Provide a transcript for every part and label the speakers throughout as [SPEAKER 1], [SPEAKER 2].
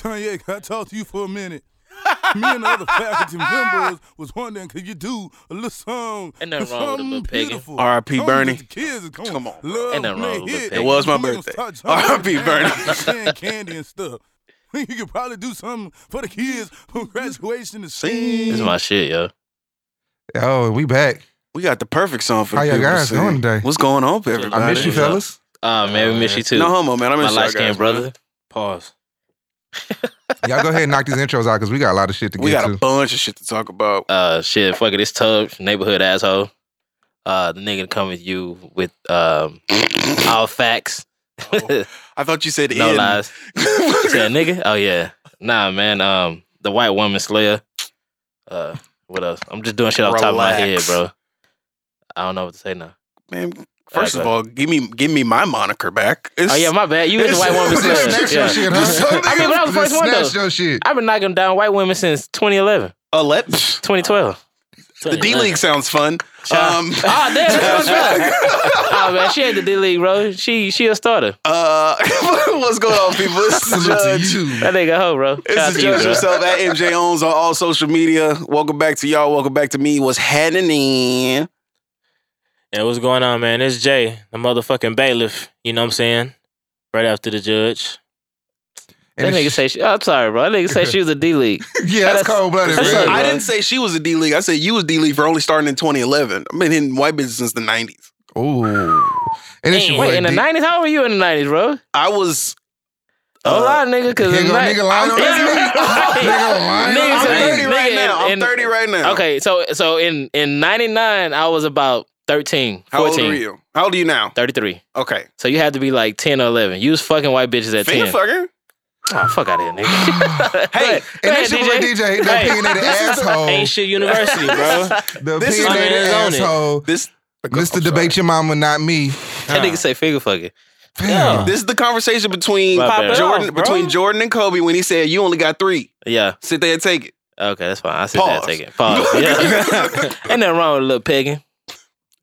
[SPEAKER 1] Kanye, can I talk to you for a minute? Me and the other faculty members was wondering, could you do a little song?
[SPEAKER 2] Ain't nothing wrong with
[SPEAKER 1] something
[SPEAKER 2] Lil Piggy.
[SPEAKER 1] beautiful?
[SPEAKER 3] R.I.P.
[SPEAKER 1] Something that
[SPEAKER 3] Bernie.
[SPEAKER 1] the Kids is gonna
[SPEAKER 3] Come on, bro.
[SPEAKER 1] love
[SPEAKER 2] Ain't nothing
[SPEAKER 1] when
[SPEAKER 2] wrong
[SPEAKER 1] they
[SPEAKER 2] with
[SPEAKER 1] hit.
[SPEAKER 2] Lil Piggy.
[SPEAKER 3] It was my
[SPEAKER 1] Make 'em
[SPEAKER 3] birthday.
[SPEAKER 1] start jumping
[SPEAKER 3] R.I.P.
[SPEAKER 1] and
[SPEAKER 3] Bernie.
[SPEAKER 1] sharing candy and stuff. You could probably do something for the kids from graduation to
[SPEAKER 2] This
[SPEAKER 1] sing.
[SPEAKER 2] is my shit, yo.
[SPEAKER 4] Oh, we back.
[SPEAKER 3] We got the perfect song for
[SPEAKER 4] How
[SPEAKER 3] the
[SPEAKER 4] y'all
[SPEAKER 3] people to
[SPEAKER 4] guys
[SPEAKER 3] sing.
[SPEAKER 4] doing today?
[SPEAKER 3] What's going on, everybody?
[SPEAKER 4] I miss you,
[SPEAKER 2] What's up?
[SPEAKER 4] fellas.
[SPEAKER 2] Ah, man, we miss you too.
[SPEAKER 3] No homo, man. I
[SPEAKER 2] my
[SPEAKER 3] miss
[SPEAKER 2] light skinned brother.
[SPEAKER 3] Pause.
[SPEAKER 4] Y'all go ahead and knock these intros out because we got a lot of shit to
[SPEAKER 3] We
[SPEAKER 4] get
[SPEAKER 3] got a
[SPEAKER 4] to.
[SPEAKER 3] bunch of shit to talk about.
[SPEAKER 2] Uh, shit, fuck it. It's Tubbs, neighborhood asshole. Uh, the nigga coming to you with um all facts.
[SPEAKER 3] Oh, I thought you said
[SPEAKER 2] no
[SPEAKER 3] in.
[SPEAKER 2] lies. Said nigga. Oh yeah. Nah, man. Um, the white woman slayer. Uh, what else? I'm just doing shit off the top of my head,
[SPEAKER 3] Relax.
[SPEAKER 2] bro. I don't know what to say now.
[SPEAKER 3] man, first
[SPEAKER 2] Alright,
[SPEAKER 3] of all, give me give me my moniker back. It's,
[SPEAKER 2] Oh yeah, my bad. You is the white woman
[SPEAKER 3] It's-
[SPEAKER 2] slayer.
[SPEAKER 4] Snatch
[SPEAKER 2] Yeah.
[SPEAKER 4] your shit,
[SPEAKER 3] Just
[SPEAKER 4] huh?
[SPEAKER 3] so
[SPEAKER 2] I mean, but I was the
[SPEAKER 4] Just
[SPEAKER 2] first one
[SPEAKER 4] Snatch
[SPEAKER 2] though.
[SPEAKER 4] your shit.
[SPEAKER 2] I've been knocking down white women sinins 2011,
[SPEAKER 3] a let.
[SPEAKER 2] 2012.
[SPEAKER 3] The D League sounds fun. Um,
[SPEAKER 2] Um, oh, damn, that's right. oh, man, she ain't the D League, bro. She she a starter.
[SPEAKER 3] uh, what's going on, people? It's the
[SPEAKER 4] Salute
[SPEAKER 3] judge.
[SPEAKER 4] to you.
[SPEAKER 2] That nigga hoe, bro. Shout out
[SPEAKER 3] It's
[SPEAKER 2] to
[SPEAKER 3] the
[SPEAKER 2] you,
[SPEAKER 3] judge
[SPEAKER 2] bro.
[SPEAKER 3] yourself at MJ Owns on all social media. Welcome back to y'all. Welcome back to me. What's happening?
[SPEAKER 5] Yeah, what's going on, man? It's Jay, the motherfucking bailiff. You know what I'm saying? Right after the judge.
[SPEAKER 2] That
[SPEAKER 4] And
[SPEAKER 2] nigga
[SPEAKER 4] it's-
[SPEAKER 2] say, she, I'm sorry, bro. That nigga say she was a D League.
[SPEAKER 4] yeah, that's
[SPEAKER 2] that's-
[SPEAKER 4] cold blooded.
[SPEAKER 2] that's
[SPEAKER 4] bro.
[SPEAKER 2] it,
[SPEAKER 3] I
[SPEAKER 2] bro.
[SPEAKER 3] didn't say she was a D League. I said you was D League for only starting in 2011. I've been in white business since the 90s.
[SPEAKER 4] Ooh. And it's your boy
[SPEAKER 2] Wait, in the
[SPEAKER 4] D-
[SPEAKER 2] 90s? How were you in the 90s, bro?
[SPEAKER 3] I was.
[SPEAKER 2] A
[SPEAKER 3] uh,
[SPEAKER 2] lot of nigga, because
[SPEAKER 4] Here go nigga lying on this nigga. Nigga lying on
[SPEAKER 3] I'm
[SPEAKER 4] this
[SPEAKER 2] Nigga,
[SPEAKER 3] 30 right
[SPEAKER 2] nigga,
[SPEAKER 3] now. I'm
[SPEAKER 2] and-
[SPEAKER 3] 30 right now.
[SPEAKER 2] Okay, so so in in 99, I was about 13, 14,
[SPEAKER 3] How old are you? How old are you now?
[SPEAKER 2] 33.
[SPEAKER 3] Okay.
[SPEAKER 2] So you had to be like 10 or 11. You was fucking white bitches at
[SPEAKER 3] Finger
[SPEAKER 2] 10.
[SPEAKER 3] fucker.
[SPEAKER 2] Oh, fuck out of here, nigga.
[SPEAKER 3] Hey,
[SPEAKER 4] And it's your boy DJ, the
[SPEAKER 5] Hey.
[SPEAKER 4] opinionated asshole.
[SPEAKER 5] Ain't shit university, bro.
[SPEAKER 4] The
[SPEAKER 3] This is-
[SPEAKER 4] opinionated
[SPEAKER 5] I mean, it's on it.
[SPEAKER 4] asshole.
[SPEAKER 3] This.
[SPEAKER 4] Mr.
[SPEAKER 3] I'm sorry.
[SPEAKER 4] Debate Your Mama, not me.
[SPEAKER 2] That nigga say finger fucking.
[SPEAKER 4] Damn.
[SPEAKER 3] This is the conversation between
[SPEAKER 2] My bad.
[SPEAKER 3] Jordan
[SPEAKER 5] off, bro.
[SPEAKER 3] between Jordan and Kobe when he said you only got three.
[SPEAKER 2] Yeah.
[SPEAKER 3] Sit there and take it.
[SPEAKER 2] Okay, that's fine. I said
[SPEAKER 3] Pause.
[SPEAKER 2] that. Take it. Pause. Yeah. Ain't nothing wrong with a little pegging.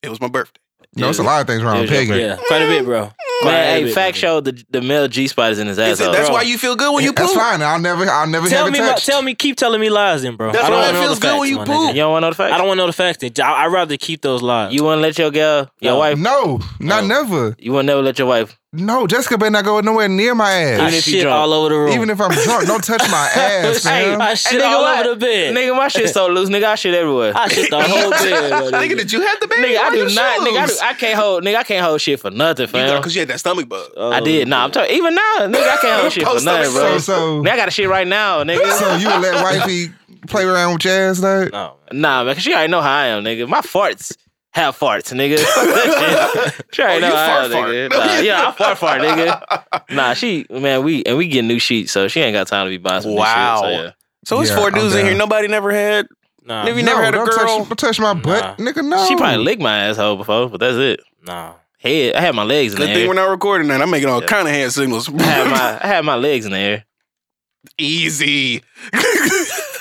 [SPEAKER 3] It was my birthday.
[SPEAKER 4] No, it's a lot of things wrong with
[SPEAKER 2] Dude,
[SPEAKER 4] Peggy.
[SPEAKER 5] Yeah, quite a bit, bro. Quite a
[SPEAKER 2] Man, hey,
[SPEAKER 5] bit,
[SPEAKER 2] fact
[SPEAKER 5] bro.
[SPEAKER 2] showed the the male G spot is in his
[SPEAKER 3] Is it-
[SPEAKER 2] asshole.
[SPEAKER 3] that's
[SPEAKER 5] bro.
[SPEAKER 3] why you feel good when you
[SPEAKER 4] That's
[SPEAKER 3] poop.
[SPEAKER 4] fine. I'll never, I'll never
[SPEAKER 5] Tell
[SPEAKER 4] have
[SPEAKER 5] me,
[SPEAKER 4] it
[SPEAKER 5] my,
[SPEAKER 4] touched.
[SPEAKER 5] tell me, keep telling me lies, then, bro.
[SPEAKER 3] That's
[SPEAKER 5] I don't
[SPEAKER 3] why
[SPEAKER 5] wanna
[SPEAKER 3] it
[SPEAKER 5] know
[SPEAKER 3] feels
[SPEAKER 5] the
[SPEAKER 3] good
[SPEAKER 5] facts,
[SPEAKER 3] when you
[SPEAKER 5] my
[SPEAKER 2] You
[SPEAKER 3] poop.
[SPEAKER 5] nigga.
[SPEAKER 2] don't want to know the fact?
[SPEAKER 5] I don't want to know the facts. Then I, I'd rather keep those lies.
[SPEAKER 2] You wouldn't let your girl, your
[SPEAKER 5] No.
[SPEAKER 2] wife,
[SPEAKER 4] No, not
[SPEAKER 2] Oh.
[SPEAKER 4] never.
[SPEAKER 2] you wouldn't never let your wife.
[SPEAKER 4] No, Jessica better not go nowhere near my
[SPEAKER 5] I
[SPEAKER 4] ass.
[SPEAKER 2] Even if you
[SPEAKER 5] shit
[SPEAKER 2] drunk.
[SPEAKER 5] all over the room.
[SPEAKER 4] Even if I'm drunk, don't touch my ass,
[SPEAKER 5] hey,
[SPEAKER 4] man.
[SPEAKER 5] I
[SPEAKER 2] Hey,
[SPEAKER 5] shit
[SPEAKER 2] nigga,
[SPEAKER 5] all
[SPEAKER 2] what?
[SPEAKER 5] over the bed.
[SPEAKER 2] Nigga, my shit so loose. Nigga, I shit everywhere.
[SPEAKER 5] I shit the whole bed. my
[SPEAKER 3] nigga,
[SPEAKER 5] nigga.
[SPEAKER 3] did you have the baby?
[SPEAKER 2] nigga, I
[SPEAKER 3] Why
[SPEAKER 2] do
[SPEAKER 3] your
[SPEAKER 2] not. Nigga, I, do,
[SPEAKER 3] shoes?
[SPEAKER 2] I can't hold. Nigga, I can't hold shit for nothing,
[SPEAKER 3] You
[SPEAKER 2] fam.
[SPEAKER 3] because you had that stomach bug.
[SPEAKER 2] I did. Nah, I'm talking. Even now, nigga, I can't hold shit for
[SPEAKER 3] Post
[SPEAKER 2] nothing,
[SPEAKER 3] up,
[SPEAKER 2] bro.
[SPEAKER 4] so, so,
[SPEAKER 2] Nigga, I got a shit right now, nigga.
[SPEAKER 4] so you would let wifey play around with your ass, like?
[SPEAKER 5] No, man.
[SPEAKER 2] Nah, Oh, man, cause she already know how I am, nigga. My farts have farts, nigga. Fuck that shit. she already
[SPEAKER 3] Oh,
[SPEAKER 2] know
[SPEAKER 3] you
[SPEAKER 2] how I am,
[SPEAKER 3] fart
[SPEAKER 2] nigga.
[SPEAKER 3] fart.
[SPEAKER 2] Nah, yeah, I fart fart, nigga. Nah, she, man, we and we get new sheets, so she ain't got time to be buying some
[SPEAKER 3] Wow.
[SPEAKER 2] new shit. So yeah.
[SPEAKER 3] So it's
[SPEAKER 4] Yeah,
[SPEAKER 3] four
[SPEAKER 4] I'm
[SPEAKER 3] dudes in
[SPEAKER 4] down.
[SPEAKER 3] here. Nobody never had.
[SPEAKER 5] nah,
[SPEAKER 3] Nigga, you
[SPEAKER 4] no,
[SPEAKER 3] never had a
[SPEAKER 4] don't
[SPEAKER 3] girl.
[SPEAKER 4] Touch, don't touch my butt, nigga. No,
[SPEAKER 2] She probably licked my asshole before, but that's it.
[SPEAKER 5] nah.
[SPEAKER 2] Head, I had my legs in
[SPEAKER 3] Good
[SPEAKER 2] the
[SPEAKER 3] thing
[SPEAKER 2] air.
[SPEAKER 3] we're not recording that. I'm making all kind of hand signals.
[SPEAKER 2] I had my, I had my legs in the air.
[SPEAKER 3] Easy.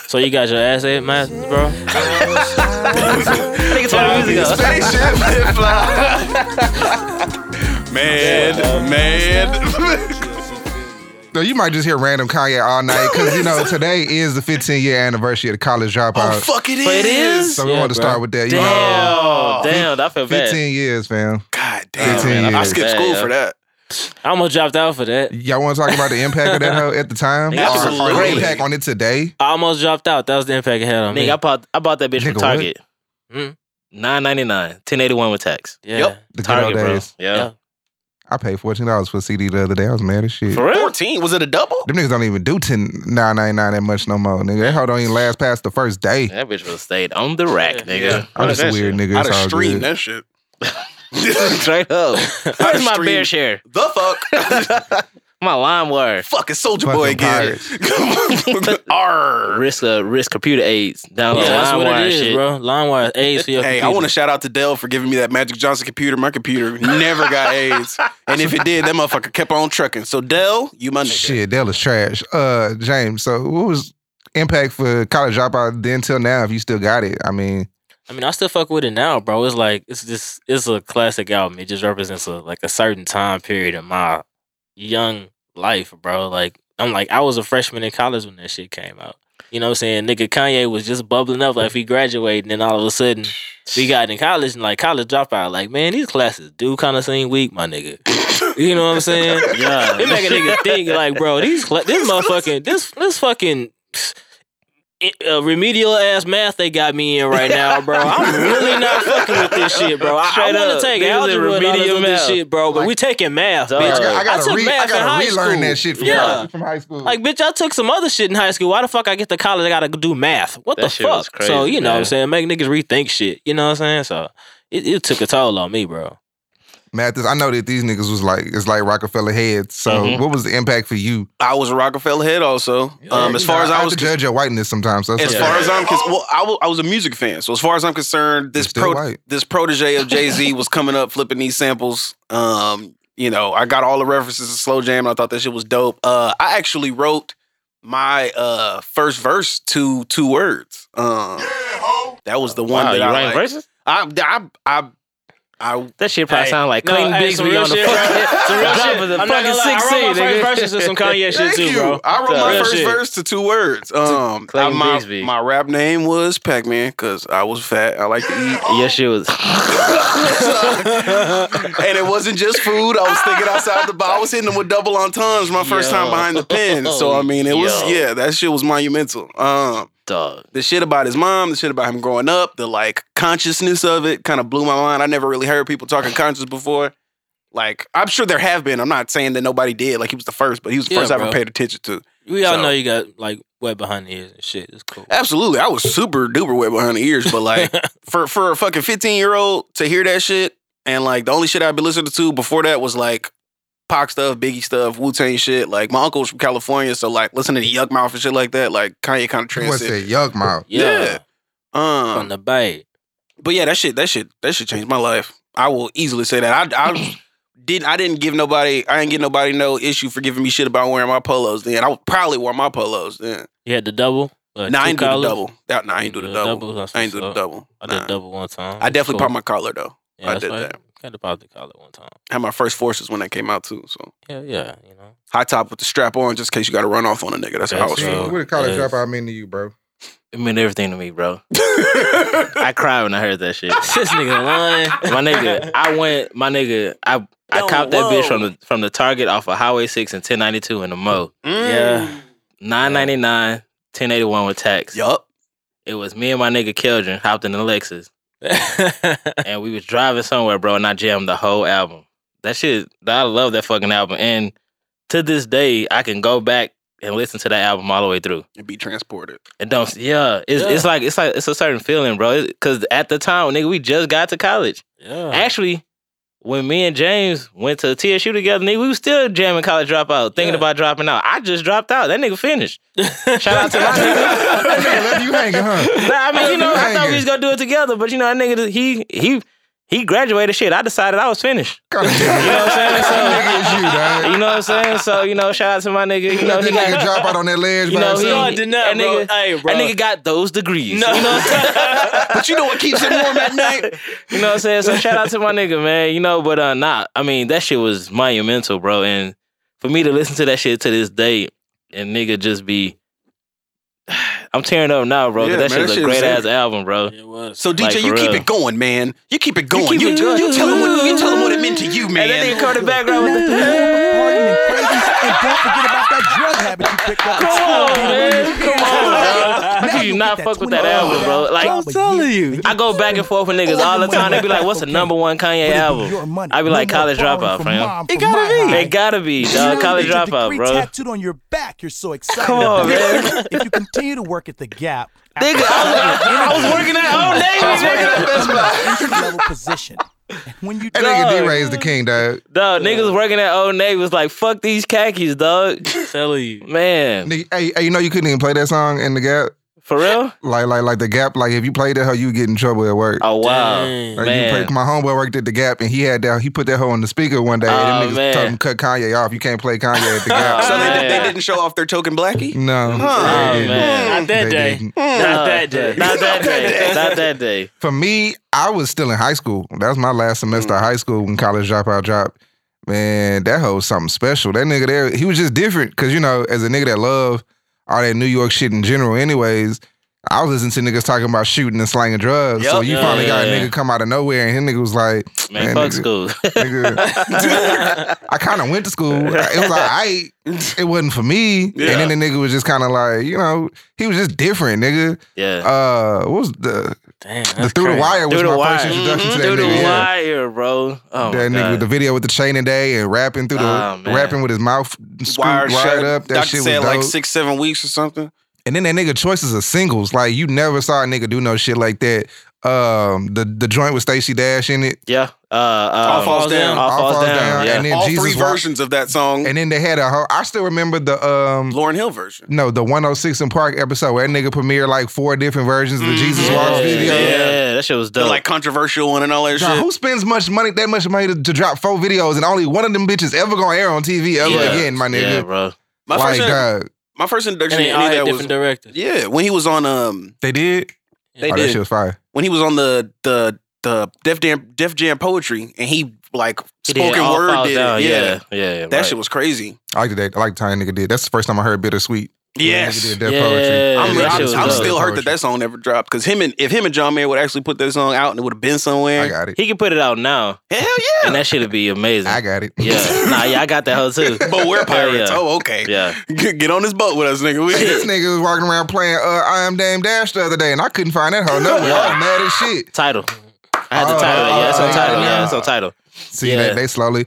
[SPEAKER 5] So you got your ass ate, man, bro?
[SPEAKER 2] Nigga, turn the music up.
[SPEAKER 3] Spaceship flip fly. Man, man.
[SPEAKER 4] No, you might just hear random Kanye all night because you know today is the 15 year anniversary of the college dropout.
[SPEAKER 3] oh, fuck, it is. Oh,
[SPEAKER 2] But it is.
[SPEAKER 4] so we
[SPEAKER 5] Yeah,
[SPEAKER 4] want to
[SPEAKER 5] bro.
[SPEAKER 4] start with that. You know,
[SPEAKER 2] Damn, Oh. damn, I feel
[SPEAKER 4] 15
[SPEAKER 2] bad.
[SPEAKER 4] years, fam.
[SPEAKER 3] God damn.
[SPEAKER 4] 15
[SPEAKER 3] man. I
[SPEAKER 4] years.
[SPEAKER 3] skipped school
[SPEAKER 2] Yeah.
[SPEAKER 3] for that.
[SPEAKER 5] I almost dropped out for that.
[SPEAKER 4] Y'all want to talk about the impact of that hoe at the time?
[SPEAKER 2] Nigga,
[SPEAKER 4] Or- or the
[SPEAKER 3] absolutely.
[SPEAKER 4] impact on it today?
[SPEAKER 5] I almost dropped out. That was the impact it had on me.
[SPEAKER 2] Nigga, I bought, I bought that bitch from
[SPEAKER 4] Nigga, what?
[SPEAKER 2] Target.
[SPEAKER 5] Hmm.
[SPEAKER 2] Nine ninety nine, ten eighty one with tax.
[SPEAKER 5] yeah.
[SPEAKER 3] Yup.
[SPEAKER 4] The good old
[SPEAKER 2] Target, bro.
[SPEAKER 4] days.
[SPEAKER 2] Yeah.
[SPEAKER 4] I paid $14 for a CD the other day. I was mad as shit.
[SPEAKER 2] for real.
[SPEAKER 3] 14? Was it a double?
[SPEAKER 4] Them niggas don't even do 10 999 that much no more, nigga. That hoe don't even last past the first day.
[SPEAKER 2] That bitch would have stayed on the rack,
[SPEAKER 5] Yeah.
[SPEAKER 2] nigga.
[SPEAKER 5] Yeah.
[SPEAKER 4] I'm
[SPEAKER 2] What
[SPEAKER 4] just
[SPEAKER 2] is
[SPEAKER 4] a
[SPEAKER 2] that
[SPEAKER 4] weird
[SPEAKER 2] shit?
[SPEAKER 4] nigga.
[SPEAKER 3] I'd
[SPEAKER 4] It's
[SPEAKER 3] have
[SPEAKER 4] all
[SPEAKER 3] streamed
[SPEAKER 4] good.
[SPEAKER 3] that shit.
[SPEAKER 2] Straight up. Where's my
[SPEAKER 3] stream.
[SPEAKER 2] beer share?
[SPEAKER 3] the fuck?
[SPEAKER 2] My lime wire.
[SPEAKER 3] Fucking Soldier
[SPEAKER 4] Fucking
[SPEAKER 3] Boy again. Arr.
[SPEAKER 2] Risk uh, risk computer aids. Download
[SPEAKER 5] Yeah, that's
[SPEAKER 2] lime
[SPEAKER 5] what
[SPEAKER 2] wire
[SPEAKER 5] it is,
[SPEAKER 2] shit.
[SPEAKER 5] bro. Line wire A's for your
[SPEAKER 3] Hey, I
[SPEAKER 5] computer.
[SPEAKER 3] want to shout out to Dell for giving me that Magic Johnson computer. My computer never got AIDS. And if it did, that motherfucker kept on trucking. So, Dell, you my nigga.
[SPEAKER 4] Shit, Dell is trash. Uh, James, so what was impact for college dropout then till now if you still got it? I mean,
[SPEAKER 5] I mean, I still fuck with it now, bro. It's like it's just it's a classic album. It just represents a like a certain time period of my young life, bro. Like I'm like, I was a freshman in college when that shit came out. You know what I'm saying? Nigga, Kanye was just bubbling up like if he graduated, and then all of a sudden we got in college and like college dropout. Like, man, these classes do kind of seem weak, my nigga. You know what I'm saying?
[SPEAKER 2] Yeah.
[SPEAKER 5] It make a nigga think like, bro, these cla- this motherfucking this this fucking uh, remedial ass math they got me in right now, bro. I'm really not fucking with this shit, bro. I, I
[SPEAKER 2] Straight
[SPEAKER 5] want
[SPEAKER 2] up,
[SPEAKER 5] to take
[SPEAKER 2] niggas in
[SPEAKER 5] algebra and all this
[SPEAKER 2] remedial
[SPEAKER 5] other
[SPEAKER 2] math.
[SPEAKER 5] shit, bro, but we taking math,
[SPEAKER 2] Dog.
[SPEAKER 5] bitch.
[SPEAKER 4] I, gotta- I
[SPEAKER 5] I
[SPEAKER 4] gotta,
[SPEAKER 5] took
[SPEAKER 4] re-
[SPEAKER 5] math
[SPEAKER 4] I
[SPEAKER 5] in
[SPEAKER 4] gotta
[SPEAKER 5] high
[SPEAKER 4] relearn
[SPEAKER 5] school.
[SPEAKER 4] that shit from,
[SPEAKER 5] Yeah.
[SPEAKER 4] college- from high school.
[SPEAKER 5] Like, bitch, I took some other shit in high school. Why the fuck I get to college? I gotta do math. What
[SPEAKER 2] That
[SPEAKER 5] the
[SPEAKER 2] shit was
[SPEAKER 5] fuck? so
[SPEAKER 2] crazy,
[SPEAKER 5] you know what
[SPEAKER 2] man.
[SPEAKER 5] I'm saying? Make niggas rethink shit. You know what I'm saying? So it, it took a toll on me, bro.
[SPEAKER 4] Mathis, I know that these niggas was like it's like Rockefeller heads. So
[SPEAKER 3] Mm-hmm.
[SPEAKER 2] Mhm.
[SPEAKER 4] what was the impact for you?
[SPEAKER 3] I was a Rockefeller head also. Um, as
[SPEAKER 4] You
[SPEAKER 3] far
[SPEAKER 4] know,
[SPEAKER 3] as
[SPEAKER 4] have
[SPEAKER 3] I was
[SPEAKER 4] to judge your whiteness sometimes. So that's
[SPEAKER 3] As
[SPEAKER 4] okay.
[SPEAKER 3] far as I'm concerned, well, I wa- I was a music fan, so as far as I'm concerned, this
[SPEAKER 4] You're still
[SPEAKER 3] pro-
[SPEAKER 4] white.
[SPEAKER 3] this protege of Jay Z was coming up flipping these samples. Um, you know, I got all the references to Slow Jam, and I thought that shit was dope. Uh, I actually wrote my uh first verse to two words. Um, that was the one
[SPEAKER 2] Wow,
[SPEAKER 3] that
[SPEAKER 2] you
[SPEAKER 3] I,
[SPEAKER 2] writing
[SPEAKER 3] like-
[SPEAKER 2] verses?
[SPEAKER 3] I I I I
[SPEAKER 2] That shit probably
[SPEAKER 5] Hey,
[SPEAKER 2] sound like
[SPEAKER 5] no,
[SPEAKER 2] Clayton
[SPEAKER 5] hey, some
[SPEAKER 2] Bigsby
[SPEAKER 5] real
[SPEAKER 2] on the
[SPEAKER 5] shit, bro.
[SPEAKER 2] fucking
[SPEAKER 5] Some real
[SPEAKER 2] top
[SPEAKER 5] shit.
[SPEAKER 2] of the
[SPEAKER 5] I'm not
[SPEAKER 2] fucking
[SPEAKER 5] gonna lie, I wrote
[SPEAKER 2] 16,
[SPEAKER 5] my
[SPEAKER 2] nigga.
[SPEAKER 5] first verses to some Kanye shit
[SPEAKER 3] Thank
[SPEAKER 5] too,
[SPEAKER 3] you.
[SPEAKER 5] bro.
[SPEAKER 3] I wrote
[SPEAKER 2] Real
[SPEAKER 3] my first
[SPEAKER 5] shit.
[SPEAKER 3] verse to two words. Um,
[SPEAKER 2] Clayton
[SPEAKER 3] I- my,
[SPEAKER 2] Bigsby.
[SPEAKER 3] my rap name was Pac Man because I was fat. I like to eat.
[SPEAKER 2] Your shit was.
[SPEAKER 3] and it wasn't just food. I was thinking outside the box. I was hitting them with double entendres my first time
[SPEAKER 2] Yo.
[SPEAKER 3] behind the pen. So I mean, it was
[SPEAKER 2] Yo.
[SPEAKER 3] yeah, that shit was monumental. Um,
[SPEAKER 2] Dog.
[SPEAKER 3] the shit about his mom, the shit about him growing up, the like consciousness of it kind of blew my mind. I never really heard people talking conscious before. Like I'm sure there have been. I'm not saying that nobody did. Like he was the first, but he was the
[SPEAKER 5] Yeah,
[SPEAKER 3] first I ever
[SPEAKER 5] bro.
[SPEAKER 3] paid attention to.
[SPEAKER 5] We all
[SPEAKER 3] So-
[SPEAKER 5] know you got like wet behind the ears and shit. It's cool.
[SPEAKER 3] Absolutely, I was super duper wet behind the ears, but like for for a fucking 15 year old to hear that shit and like the only shit I've been listening to before that was like Pac stuff, Biggie stuff, Wu Tang shit. Like my uncle's from California, so like listening to Yuck Mouth and shit like that, like Kanye kind of
[SPEAKER 4] What's
[SPEAKER 3] transcended.
[SPEAKER 4] that yuck mouth?
[SPEAKER 5] yeah. From
[SPEAKER 3] Um,
[SPEAKER 5] the bay.
[SPEAKER 3] but yeah, that shit, that shit, that shit changed my life. I will easily say that. I, I didn't, I didn't give nobody, I didn't get nobody no issue for giving me shit about wearing my polos. Then I would probably wear my polos. Then
[SPEAKER 5] You had the double? Uh,
[SPEAKER 3] nah, I
[SPEAKER 5] two
[SPEAKER 3] ain't do the
[SPEAKER 5] collars?
[SPEAKER 3] double. That, nah, I ain't do the
[SPEAKER 5] Yeah,
[SPEAKER 3] double.
[SPEAKER 5] double, that's
[SPEAKER 3] I ain't do
[SPEAKER 5] what's
[SPEAKER 3] the
[SPEAKER 5] up.
[SPEAKER 3] double.
[SPEAKER 5] I did
[SPEAKER 3] Nah.
[SPEAKER 5] double one time.
[SPEAKER 3] I definitely
[SPEAKER 5] Cool.
[SPEAKER 3] popped my collar though.
[SPEAKER 5] yeah,
[SPEAKER 3] I
[SPEAKER 5] that's
[SPEAKER 3] did
[SPEAKER 5] right.
[SPEAKER 3] that.
[SPEAKER 5] Kind of popped the collar one time.
[SPEAKER 3] had my first forces when that came out too. So
[SPEAKER 5] Yeah, yeah, you know.
[SPEAKER 3] high top with the strap on, just in case you got to run off on a nigga. That's how I was.
[SPEAKER 5] That's
[SPEAKER 3] feeling.
[SPEAKER 5] right.
[SPEAKER 4] What did college
[SPEAKER 5] Yes.
[SPEAKER 4] dropout mean to you, bro?
[SPEAKER 2] It meant everything to me, bro. I cried when I heard that shit.
[SPEAKER 5] this nigga lying.
[SPEAKER 2] My nigga, I went. My nigga, I I
[SPEAKER 5] Yo,
[SPEAKER 2] copped that bitch
[SPEAKER 5] whoa.
[SPEAKER 2] from the from the Target off of Highway Six and 1092 in the Mo.
[SPEAKER 3] Mm.
[SPEAKER 5] Yeah.
[SPEAKER 2] Nine ninety nine, ten eighty one with tax.
[SPEAKER 3] Yup.
[SPEAKER 2] It was me and my nigga Keldrin hopped in the Lexus and we was driving somewhere, bro, and I jammed the whole album. That shit, I love that fucking album. And to this day, I can go back and listen to that album all the way through.
[SPEAKER 3] And be transported.
[SPEAKER 2] It don't, yeah, it's,
[SPEAKER 5] Yeah.
[SPEAKER 2] it's like it's like it's a certain feeling, bro. It- Cause at the time, nigga, we just got to college.
[SPEAKER 5] yeah.
[SPEAKER 2] Actually, when me and James went to TSU together, nigga, we was still jamming college dropout, thinking
[SPEAKER 5] Yeah.
[SPEAKER 2] about dropping out. I just dropped out. That nigga finished. Shout out to my nigga.
[SPEAKER 4] That nigga left you hanging, huh?
[SPEAKER 2] Nah, I mean, you know, I thought we was
[SPEAKER 4] Dang.
[SPEAKER 2] gonna do it together, but you know, that nigga, he he he graduated. Shit, I decided I was finished.
[SPEAKER 4] Kind of
[SPEAKER 2] You know what I'm saying?
[SPEAKER 4] nigga is you,
[SPEAKER 2] So,
[SPEAKER 4] dog.
[SPEAKER 2] you know what I'm saying? So, you know, shout out to my nigga. You know,
[SPEAKER 4] Let
[SPEAKER 2] he
[SPEAKER 4] that
[SPEAKER 2] got,
[SPEAKER 4] nigga drop out on that ledge
[SPEAKER 2] you
[SPEAKER 4] by
[SPEAKER 2] know, he,
[SPEAKER 4] himself.
[SPEAKER 5] I did not,
[SPEAKER 2] that
[SPEAKER 5] bro.
[SPEAKER 2] nigga,
[SPEAKER 5] Hey, bro.
[SPEAKER 2] that nigga got those degrees.
[SPEAKER 5] No.
[SPEAKER 2] You know what I'm saying?
[SPEAKER 3] But you know what keeps him warm at night?
[SPEAKER 2] You know what I'm saying? So shout out to my nigga, man. You know, but uh nah, I mean that shit was monumental, bro. And for me to listen to that shit to this day and nigga just be I'm tearing up now, bro. 'cause
[SPEAKER 3] Yeah,
[SPEAKER 2] that
[SPEAKER 3] man, that
[SPEAKER 2] shit's
[SPEAKER 3] shit
[SPEAKER 2] a
[SPEAKER 3] is
[SPEAKER 2] great ass
[SPEAKER 3] sick.
[SPEAKER 2] album, bro.
[SPEAKER 5] It was.
[SPEAKER 3] So DJ,
[SPEAKER 2] Like,
[SPEAKER 3] you
[SPEAKER 2] for
[SPEAKER 3] keep
[SPEAKER 2] real.
[SPEAKER 3] it going, man. You keep it going.
[SPEAKER 2] keep
[SPEAKER 3] You,
[SPEAKER 2] it
[SPEAKER 3] you,
[SPEAKER 2] going.
[SPEAKER 3] you tell him what you tell him what it meant to you, man.
[SPEAKER 2] And that nigga come in the background with the Come on, man. Come on, bro. How could you not fuck with that album, bro? Like
[SPEAKER 6] telling you.
[SPEAKER 2] I go back and forth with niggas all the time. They be like, what's the number one Kanye album? I be like, college dropout, fam.
[SPEAKER 6] It gotta be.
[SPEAKER 2] It gotta be, dog. College dropout, bro.
[SPEAKER 6] Tattooed on your back. You're so excited.
[SPEAKER 2] Come on, man.
[SPEAKER 6] If you continue to work at the Gap,
[SPEAKER 2] Nigga, I was, I was working at Old Navy.
[SPEAKER 3] I was working
[SPEAKER 2] nigga.
[SPEAKER 3] at Best Buy.
[SPEAKER 6] entry level position. And When you
[SPEAKER 4] That nigga D raised the king, dog.
[SPEAKER 2] Dog, niggas working at Old Navy was like, fuck these khakis, dog.
[SPEAKER 5] telling you.
[SPEAKER 2] Man,
[SPEAKER 4] Nigga, hey, hey, you know you couldn't even play that song in the gap.
[SPEAKER 2] for real?
[SPEAKER 4] Like, like, like the gap. Like, if you played that, hoe, you get in trouble at work.
[SPEAKER 2] Oh, wow.
[SPEAKER 5] Dang.
[SPEAKER 4] Like,
[SPEAKER 2] man.
[SPEAKER 4] you played, my homeboy worked at the Gap and he had that he put that hoe on the speaker one day
[SPEAKER 2] Oh,
[SPEAKER 4] and them
[SPEAKER 2] man.
[SPEAKER 4] niggas told him cut Kanye off. You can't play Kanye at the Gap.
[SPEAKER 3] So
[SPEAKER 2] Oh,
[SPEAKER 3] they,
[SPEAKER 2] man.
[SPEAKER 3] they didn't show off their token blackie. Hmm.
[SPEAKER 4] No,
[SPEAKER 3] Huh.
[SPEAKER 4] they didn't.
[SPEAKER 2] man.
[SPEAKER 5] Oh, Not that
[SPEAKER 4] They
[SPEAKER 5] day.
[SPEAKER 4] didn't.
[SPEAKER 2] Nah,
[SPEAKER 5] Not that day.
[SPEAKER 2] Not that day. Not that day. Mm.
[SPEAKER 4] For me, I was still in high school. That was my last semester of high school when college dropout dropped. Man, that hoe was something special. That nigga there, he was just different. Cause you know, as a nigga that love all that New York shit in general, anyways, I was listening to niggas talking about shooting and slanging drugs. so
[SPEAKER 3] Yup.
[SPEAKER 4] you
[SPEAKER 2] Yeah,
[SPEAKER 4] finally
[SPEAKER 2] yeah,
[SPEAKER 4] got a
[SPEAKER 2] yeah.
[SPEAKER 4] nigga come out of nowhere and his nigga was like,
[SPEAKER 2] Man,
[SPEAKER 4] Man,
[SPEAKER 2] fuck
[SPEAKER 4] nigga.
[SPEAKER 2] school.
[SPEAKER 4] nigga, I kind of went to school. It was like, I, it wasn't for me.
[SPEAKER 3] Yeah.
[SPEAKER 4] And then the nigga was just kind of like, you know, he was just different, nigga.
[SPEAKER 2] yeah.
[SPEAKER 4] Uh, what was the
[SPEAKER 5] Damn,
[SPEAKER 4] the
[SPEAKER 5] that's
[SPEAKER 4] through the
[SPEAKER 5] crazy.
[SPEAKER 4] wire was
[SPEAKER 2] Through the
[SPEAKER 4] my
[SPEAKER 2] wire. Mm-hmm.
[SPEAKER 4] first introduction to
[SPEAKER 2] Through
[SPEAKER 4] that
[SPEAKER 2] the
[SPEAKER 4] nigga. yeah.
[SPEAKER 2] wire, bro. Oh,
[SPEAKER 4] that
[SPEAKER 2] my
[SPEAKER 4] nigga
[SPEAKER 2] God.
[SPEAKER 4] with the video with the chain and day and rapping through the
[SPEAKER 2] Oh, man.
[SPEAKER 4] rapping with his mouth scooped
[SPEAKER 3] Wire
[SPEAKER 4] wide
[SPEAKER 3] shut
[SPEAKER 4] up. That
[SPEAKER 3] Doctor
[SPEAKER 4] shit was
[SPEAKER 3] said
[SPEAKER 4] dope.
[SPEAKER 3] like six, seven weeks or something.
[SPEAKER 4] and then that nigga choices of singles. Like you never saw a nigga do no shit like that. Um, the the joint with Stacey Dash in it.
[SPEAKER 2] Yeah. Uh, um,
[SPEAKER 3] Falls Down.
[SPEAKER 2] All Falls Down. yeah.
[SPEAKER 4] and then
[SPEAKER 3] All
[SPEAKER 4] Jesus
[SPEAKER 3] three
[SPEAKER 4] Walk-
[SPEAKER 3] versions of that song,
[SPEAKER 4] And then they had a whole. I still remember the um.
[SPEAKER 3] Lauren Hill version.
[SPEAKER 4] No, the 106 in Park episode where that nigga premiered like four different versions of the
[SPEAKER 3] Mhm.
[SPEAKER 4] Jesus
[SPEAKER 2] Mm-hmm. yeah,
[SPEAKER 4] Walks video.
[SPEAKER 2] yeah, that shit was
[SPEAKER 3] The
[SPEAKER 2] dope.
[SPEAKER 3] like controversial one and all that
[SPEAKER 4] Nah,
[SPEAKER 3] shit.
[SPEAKER 4] who spends much money, that much money to, to drop four videos and only one of them bitches ever gonna air on TV ever
[SPEAKER 2] Yeah.
[SPEAKER 4] again, my nigga?
[SPEAKER 2] yeah, bro.
[SPEAKER 3] My
[SPEAKER 4] like,
[SPEAKER 3] first, in-
[SPEAKER 4] dog,
[SPEAKER 3] my first introduction
[SPEAKER 5] And
[SPEAKER 3] to
[SPEAKER 5] they all
[SPEAKER 3] any
[SPEAKER 5] had
[SPEAKER 3] of that
[SPEAKER 5] different
[SPEAKER 3] was
[SPEAKER 5] directors.
[SPEAKER 3] yeah when he was on um
[SPEAKER 4] they did.
[SPEAKER 5] They
[SPEAKER 4] oh, that
[SPEAKER 3] did.
[SPEAKER 4] shit was fire.
[SPEAKER 3] when he was on the the the Def Jam Def Jam poetry and he like
[SPEAKER 2] He did
[SPEAKER 3] spoken
[SPEAKER 2] All
[SPEAKER 3] word
[SPEAKER 2] Falls
[SPEAKER 3] did it.
[SPEAKER 2] Down,
[SPEAKER 3] yeah.
[SPEAKER 2] Oh, yeah, yeah, yeah.
[SPEAKER 3] that
[SPEAKER 2] right.
[SPEAKER 3] shit was crazy.
[SPEAKER 4] I like that. I like the time nigga did. That's the first time I heard bittersweet.
[SPEAKER 3] Yes.
[SPEAKER 4] Nigga did that
[SPEAKER 2] Yeah.
[SPEAKER 4] poetry.
[SPEAKER 3] I'm,
[SPEAKER 2] Yeah, that
[SPEAKER 3] I'm,
[SPEAKER 2] shit was
[SPEAKER 3] I'm
[SPEAKER 2] dope.
[SPEAKER 3] still hurt that that song never dropped because him and if him and John Mayer would actually put that song out and it would have been
[SPEAKER 4] I
[SPEAKER 3] somewhere.
[SPEAKER 4] got it.
[SPEAKER 2] He can put it out now,
[SPEAKER 3] Hell
[SPEAKER 2] and
[SPEAKER 3] yeah!
[SPEAKER 2] that shit'd be amazing.
[SPEAKER 4] I got it.
[SPEAKER 2] yeah, nah, yeah, I got that hoe too.
[SPEAKER 3] But we're pirates.
[SPEAKER 2] Yeah.
[SPEAKER 3] Oh, okay.
[SPEAKER 2] yeah,
[SPEAKER 3] Get get on this boat with us, nigga.
[SPEAKER 4] this
[SPEAKER 3] We-
[SPEAKER 4] nigga was walking around playing uh, I Am Dame Dash the other day, and I couldn't find that hoe nowhere. I was mad as shit.
[SPEAKER 2] title. I had the
[SPEAKER 4] Oh,
[SPEAKER 2] title. it. Yeah, it's on
[SPEAKER 4] oh,
[SPEAKER 2] title.
[SPEAKER 4] yeah.
[SPEAKER 2] Yeah, it's on title.
[SPEAKER 4] See,
[SPEAKER 2] Yeah.
[SPEAKER 4] they, they slowly.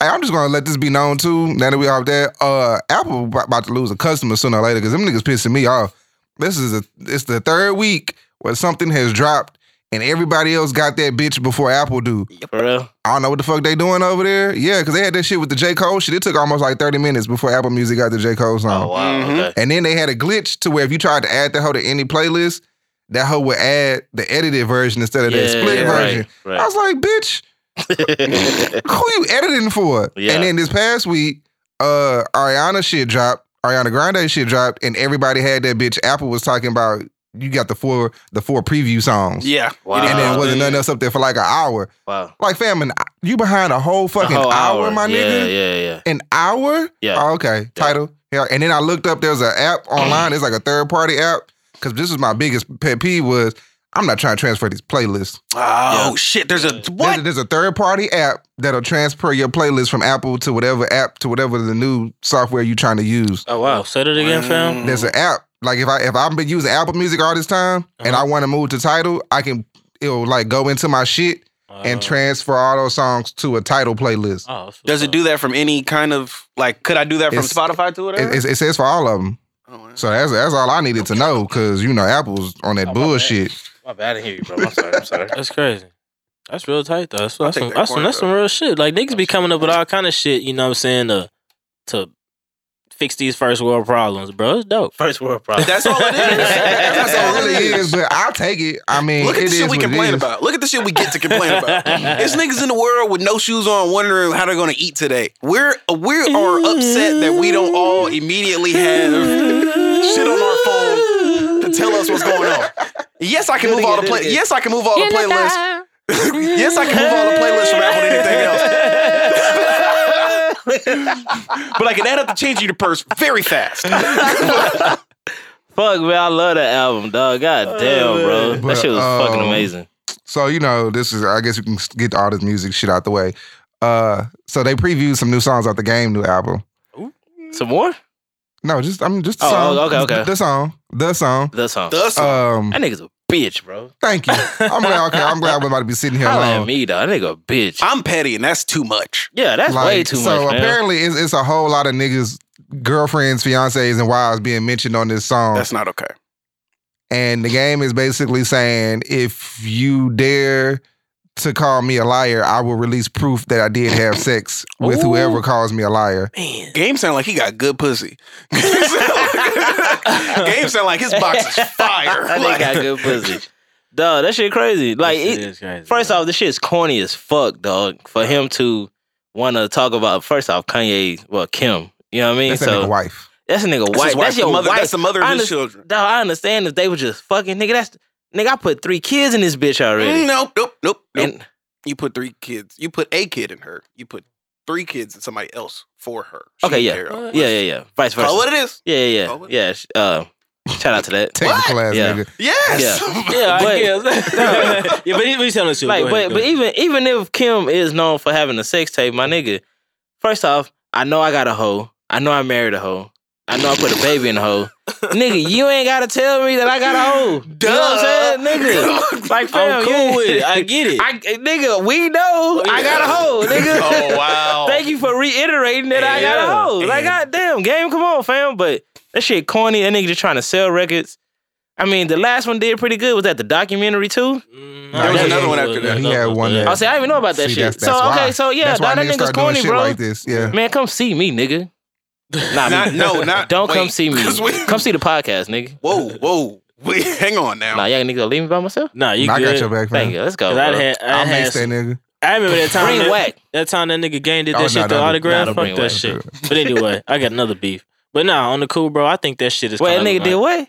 [SPEAKER 4] Hey, I'm just gonna let this be known too. Now that we off there, uh, Apple ab- about to lose a customer sooner or later because them niggas pissing me off. This is a it's the third week where something has dropped and everybody else got that bitch before Apple do.
[SPEAKER 2] For real.
[SPEAKER 4] I don't know what the fuck they doing over there. Yeah, because they had that shit with the J Cole shit. It took almost like 30 minutes before Apple Music got the J Cole song.
[SPEAKER 2] Oh wow.
[SPEAKER 3] Mhm.
[SPEAKER 2] Okay.
[SPEAKER 4] And then they had a glitch to where if you tried to add that hoe to any playlist, that hoe would add the edited version instead of that
[SPEAKER 2] Yeah,
[SPEAKER 4] split
[SPEAKER 2] yeah,
[SPEAKER 4] version. I
[SPEAKER 2] Right.
[SPEAKER 4] was like, bitch,
[SPEAKER 2] right.
[SPEAKER 4] who you editing for?
[SPEAKER 2] Yeah.
[SPEAKER 4] And then this past week, uh, Ariana shit dropped, Ariana Grande shit dropped, and everybody had that bitch. Apple was talking about you got the four the four preview songs.
[SPEAKER 3] yeah.
[SPEAKER 2] Wow.
[SPEAKER 4] And then
[SPEAKER 2] Oh,
[SPEAKER 4] wasn't nothing else up there for like an hour.
[SPEAKER 2] wow.
[SPEAKER 4] Like, fam, an, you behind a whole
[SPEAKER 2] The
[SPEAKER 4] fucking
[SPEAKER 2] whole
[SPEAKER 4] hour, my
[SPEAKER 2] yeah,
[SPEAKER 4] nigga.
[SPEAKER 2] Yeah, yeah,
[SPEAKER 4] An hour?
[SPEAKER 2] yeah.
[SPEAKER 4] Oh, okay. Title. Yeah. And then I looked up. There's an app online. It's like a third party app. Because this was my biggest pet peeve was I'm not trying to transfer these playlists.
[SPEAKER 3] Oh shit! There's a
[SPEAKER 4] There's,
[SPEAKER 3] what?
[SPEAKER 4] there's a third party app that'll transfer your playlist from Apple to whatever app to whatever the new software you're trying to use.
[SPEAKER 2] Oh
[SPEAKER 5] Wow,
[SPEAKER 2] wow.
[SPEAKER 5] say that again,
[SPEAKER 3] Mm,
[SPEAKER 5] fam.
[SPEAKER 4] There's an app. Like if I if I've been using Apple Music all this time
[SPEAKER 2] Uh-huh.
[SPEAKER 4] and I want to move to title, I can it'll like go into my shit and
[SPEAKER 5] Uh,
[SPEAKER 2] Uh-huh.
[SPEAKER 4] transfer all those songs to a title playlist.
[SPEAKER 5] oh, that's what's
[SPEAKER 3] Does it
[SPEAKER 5] up.
[SPEAKER 3] do that from any kind of like? Could I do that from
[SPEAKER 4] It's-
[SPEAKER 3] Spotify to whatever?
[SPEAKER 4] It, it, it says for all of them.
[SPEAKER 3] Oh, wow.
[SPEAKER 4] So that's that's all I needed to know because you know Apple's on that
[SPEAKER 2] Oh, my bad.
[SPEAKER 4] bullshit.
[SPEAKER 2] My bad. I hear you, bro. I'm sorry. I'm sorry.
[SPEAKER 5] That's crazy. That's real tight though. That's,
[SPEAKER 3] I'll
[SPEAKER 5] that's,
[SPEAKER 3] take
[SPEAKER 5] some,
[SPEAKER 3] that
[SPEAKER 5] that's, some,
[SPEAKER 3] coin,
[SPEAKER 5] that's some real shit. Like niggas be coming up with all kind of shit. You know what I'm saying? To to fix these first world problems, bro. It's dope.
[SPEAKER 2] First world problem.
[SPEAKER 3] That's all it is. That's
[SPEAKER 4] That's
[SPEAKER 3] all
[SPEAKER 4] all it is, but I'll take it. I mean,
[SPEAKER 3] Look
[SPEAKER 4] it
[SPEAKER 3] at the
[SPEAKER 4] is
[SPEAKER 3] shit we
[SPEAKER 4] what it
[SPEAKER 3] complain
[SPEAKER 4] is.
[SPEAKER 3] about. Look at the shit we get to complain about. It's niggas in the world with no shoes on, wondering how they're gonna eat today. We're we are upset that we don't all immediately have shit on our phone to tell us what's going on. Yes, I can move all the play. Yes, I can move all the playlists. yes, I can move all the playlists from Apple to anything else. but I can add up the change in your purse very fast.
[SPEAKER 2] Fuck, man. I love that album, dog.
[SPEAKER 5] Uh,
[SPEAKER 2] God damn, bro. That
[SPEAKER 4] But,
[SPEAKER 2] shit was fucking
[SPEAKER 4] um,
[SPEAKER 2] amazing.
[SPEAKER 4] So you know, this is I guess we can get all this music shit out the way. Uh, so they previewed some new songs out the game, new album.
[SPEAKER 2] Some more?
[SPEAKER 4] No, just I mean, just the
[SPEAKER 2] Oh,
[SPEAKER 4] song.
[SPEAKER 2] oh, okay, okay.
[SPEAKER 4] The, the song, the song.
[SPEAKER 2] That song.
[SPEAKER 3] Thus,
[SPEAKER 4] Um,
[SPEAKER 2] That nigga's a bitch, bro.
[SPEAKER 4] thank you. I'm glad. Okay, I'm glad we're about to be sitting here
[SPEAKER 2] Holla at
[SPEAKER 4] alone.
[SPEAKER 2] me, dog. That nigga a bitch.
[SPEAKER 3] I'm petty, and that's too much.
[SPEAKER 2] yeah, that's way
[SPEAKER 4] Like,
[SPEAKER 2] too
[SPEAKER 4] so
[SPEAKER 2] much, man.
[SPEAKER 4] apparently, it's, it's a whole lot of niggas, girlfriends, fiancées, and wives being mentioned on this song.
[SPEAKER 3] That's not okay.
[SPEAKER 4] And the game is basically saying if you dare to call me a liar, I will release proof that I did have sex with whoever calls me a liar.
[SPEAKER 5] Man,
[SPEAKER 3] Game sound like he got good pussy. Game sound like his box is fire.
[SPEAKER 2] That nigga
[SPEAKER 3] Like,
[SPEAKER 2] got good pussy. Dog, that shit crazy. Like,
[SPEAKER 5] this shit
[SPEAKER 2] it,
[SPEAKER 5] is crazy,
[SPEAKER 2] first
[SPEAKER 5] bro.
[SPEAKER 2] off, this shit's corny as fuck, dog. For him to want to talk about, first off, Kanye, well, Kim. You know what I mean?
[SPEAKER 4] That's that nigga
[SPEAKER 2] so
[SPEAKER 4] wife.
[SPEAKER 2] that's a nigga
[SPEAKER 3] that's
[SPEAKER 2] white.
[SPEAKER 3] his
[SPEAKER 2] That's,
[SPEAKER 3] wife, the
[SPEAKER 2] your
[SPEAKER 3] mother,
[SPEAKER 2] wife.
[SPEAKER 3] That's the mother of
[SPEAKER 2] I
[SPEAKER 3] his
[SPEAKER 2] under-
[SPEAKER 3] children.
[SPEAKER 2] Dog, I understand if they were just fucking, nigga. That's nigga. I put three kids in this bitch already.
[SPEAKER 3] Mm, Nope, nope, nope, nope.
[SPEAKER 2] And
[SPEAKER 3] You put three kids. You put a kid in her. You put three kids and somebody else for her.
[SPEAKER 2] Okay,
[SPEAKER 3] She-
[SPEAKER 2] yeah, yeah, yeah, yeah. Vice versa.
[SPEAKER 3] Call it what it is.
[SPEAKER 2] Yeah, yeah,
[SPEAKER 3] Call
[SPEAKER 2] yeah.
[SPEAKER 3] it-
[SPEAKER 2] yeah. sh- Uh, shout out to that.
[SPEAKER 4] Take the class,
[SPEAKER 2] Yeah.
[SPEAKER 4] nigga.
[SPEAKER 3] Yes.
[SPEAKER 5] Yeah,
[SPEAKER 2] But-
[SPEAKER 5] I guess. yeah, but he- but he's telling us
[SPEAKER 2] like, but but even even if Kim is known for having a sex tape, my nigga. First off, I know I got a hoe. I know I married a hoe. I know I put a baby in a hoe. nigga, you ain't gotta tell me that I got a hoe. You know what I'm saying, nigga? Like, fam,
[SPEAKER 5] I'm cool
[SPEAKER 2] you-
[SPEAKER 5] with it. I get it.
[SPEAKER 2] I, nigga, we know I got a hoe, nigga.
[SPEAKER 3] oh wow.
[SPEAKER 2] Thank you for reiterating that I got a
[SPEAKER 5] Yeah.
[SPEAKER 2] hoe. Like,
[SPEAKER 3] Yeah.
[SPEAKER 2] goddamn, game, come on, fam. But that shit corny. That nigga just trying to sell records. I mean, the last one did pretty good. Was that the documentary too?
[SPEAKER 5] Mm,
[SPEAKER 4] There was
[SPEAKER 5] I-
[SPEAKER 4] another
[SPEAKER 3] one after that.
[SPEAKER 4] He had one
[SPEAKER 5] Yeah.
[SPEAKER 4] that-
[SPEAKER 2] I say I didn't even know about that
[SPEAKER 4] See,
[SPEAKER 2] shit.
[SPEAKER 4] that's- that's
[SPEAKER 2] so
[SPEAKER 4] why.
[SPEAKER 2] okay, so yeah,
[SPEAKER 4] that's why
[SPEAKER 2] dhy- that
[SPEAKER 4] niggas
[SPEAKER 2] nigga's
[SPEAKER 4] start doing
[SPEAKER 2] corny,
[SPEAKER 4] shit
[SPEAKER 2] bro.
[SPEAKER 4] like this. Yeah.
[SPEAKER 2] Man, come see me, nigga. Nah,
[SPEAKER 3] Not,
[SPEAKER 2] man.
[SPEAKER 3] no, not
[SPEAKER 2] don't come
[SPEAKER 3] wait,
[SPEAKER 2] see me.
[SPEAKER 3] 'cause we-
[SPEAKER 2] Come see the podcast, nigga.
[SPEAKER 3] Whoa, whoa. Wait, hang on now.
[SPEAKER 2] Nah, y'all nigga gonna leave me by myself?
[SPEAKER 5] Nah, you
[SPEAKER 4] Nah, I
[SPEAKER 5] good.
[SPEAKER 4] got your back,
[SPEAKER 2] Thank
[SPEAKER 4] man.
[SPEAKER 2] you. Let's go.
[SPEAKER 5] 'Cause I'd
[SPEAKER 2] bro.
[SPEAKER 5] had- I
[SPEAKER 4] I'll
[SPEAKER 5] had
[SPEAKER 4] make that nigga.
[SPEAKER 5] I remember that time.
[SPEAKER 2] Bring
[SPEAKER 5] that,
[SPEAKER 2] whack.
[SPEAKER 5] That time that nigga Gang did that
[SPEAKER 4] Oh,
[SPEAKER 5] shit,
[SPEAKER 4] nah,
[SPEAKER 5] the
[SPEAKER 4] nah,
[SPEAKER 5] autograph.
[SPEAKER 2] nah,
[SPEAKER 5] Fuck
[SPEAKER 2] bring
[SPEAKER 5] that
[SPEAKER 2] whack.
[SPEAKER 5] shit. But anyway, I got another beef. But nah, on the cool, bro, I think that shit is.
[SPEAKER 2] Wait, that
[SPEAKER 5] kinda
[SPEAKER 2] nigga
[SPEAKER 5] like-
[SPEAKER 2] did what? Oh,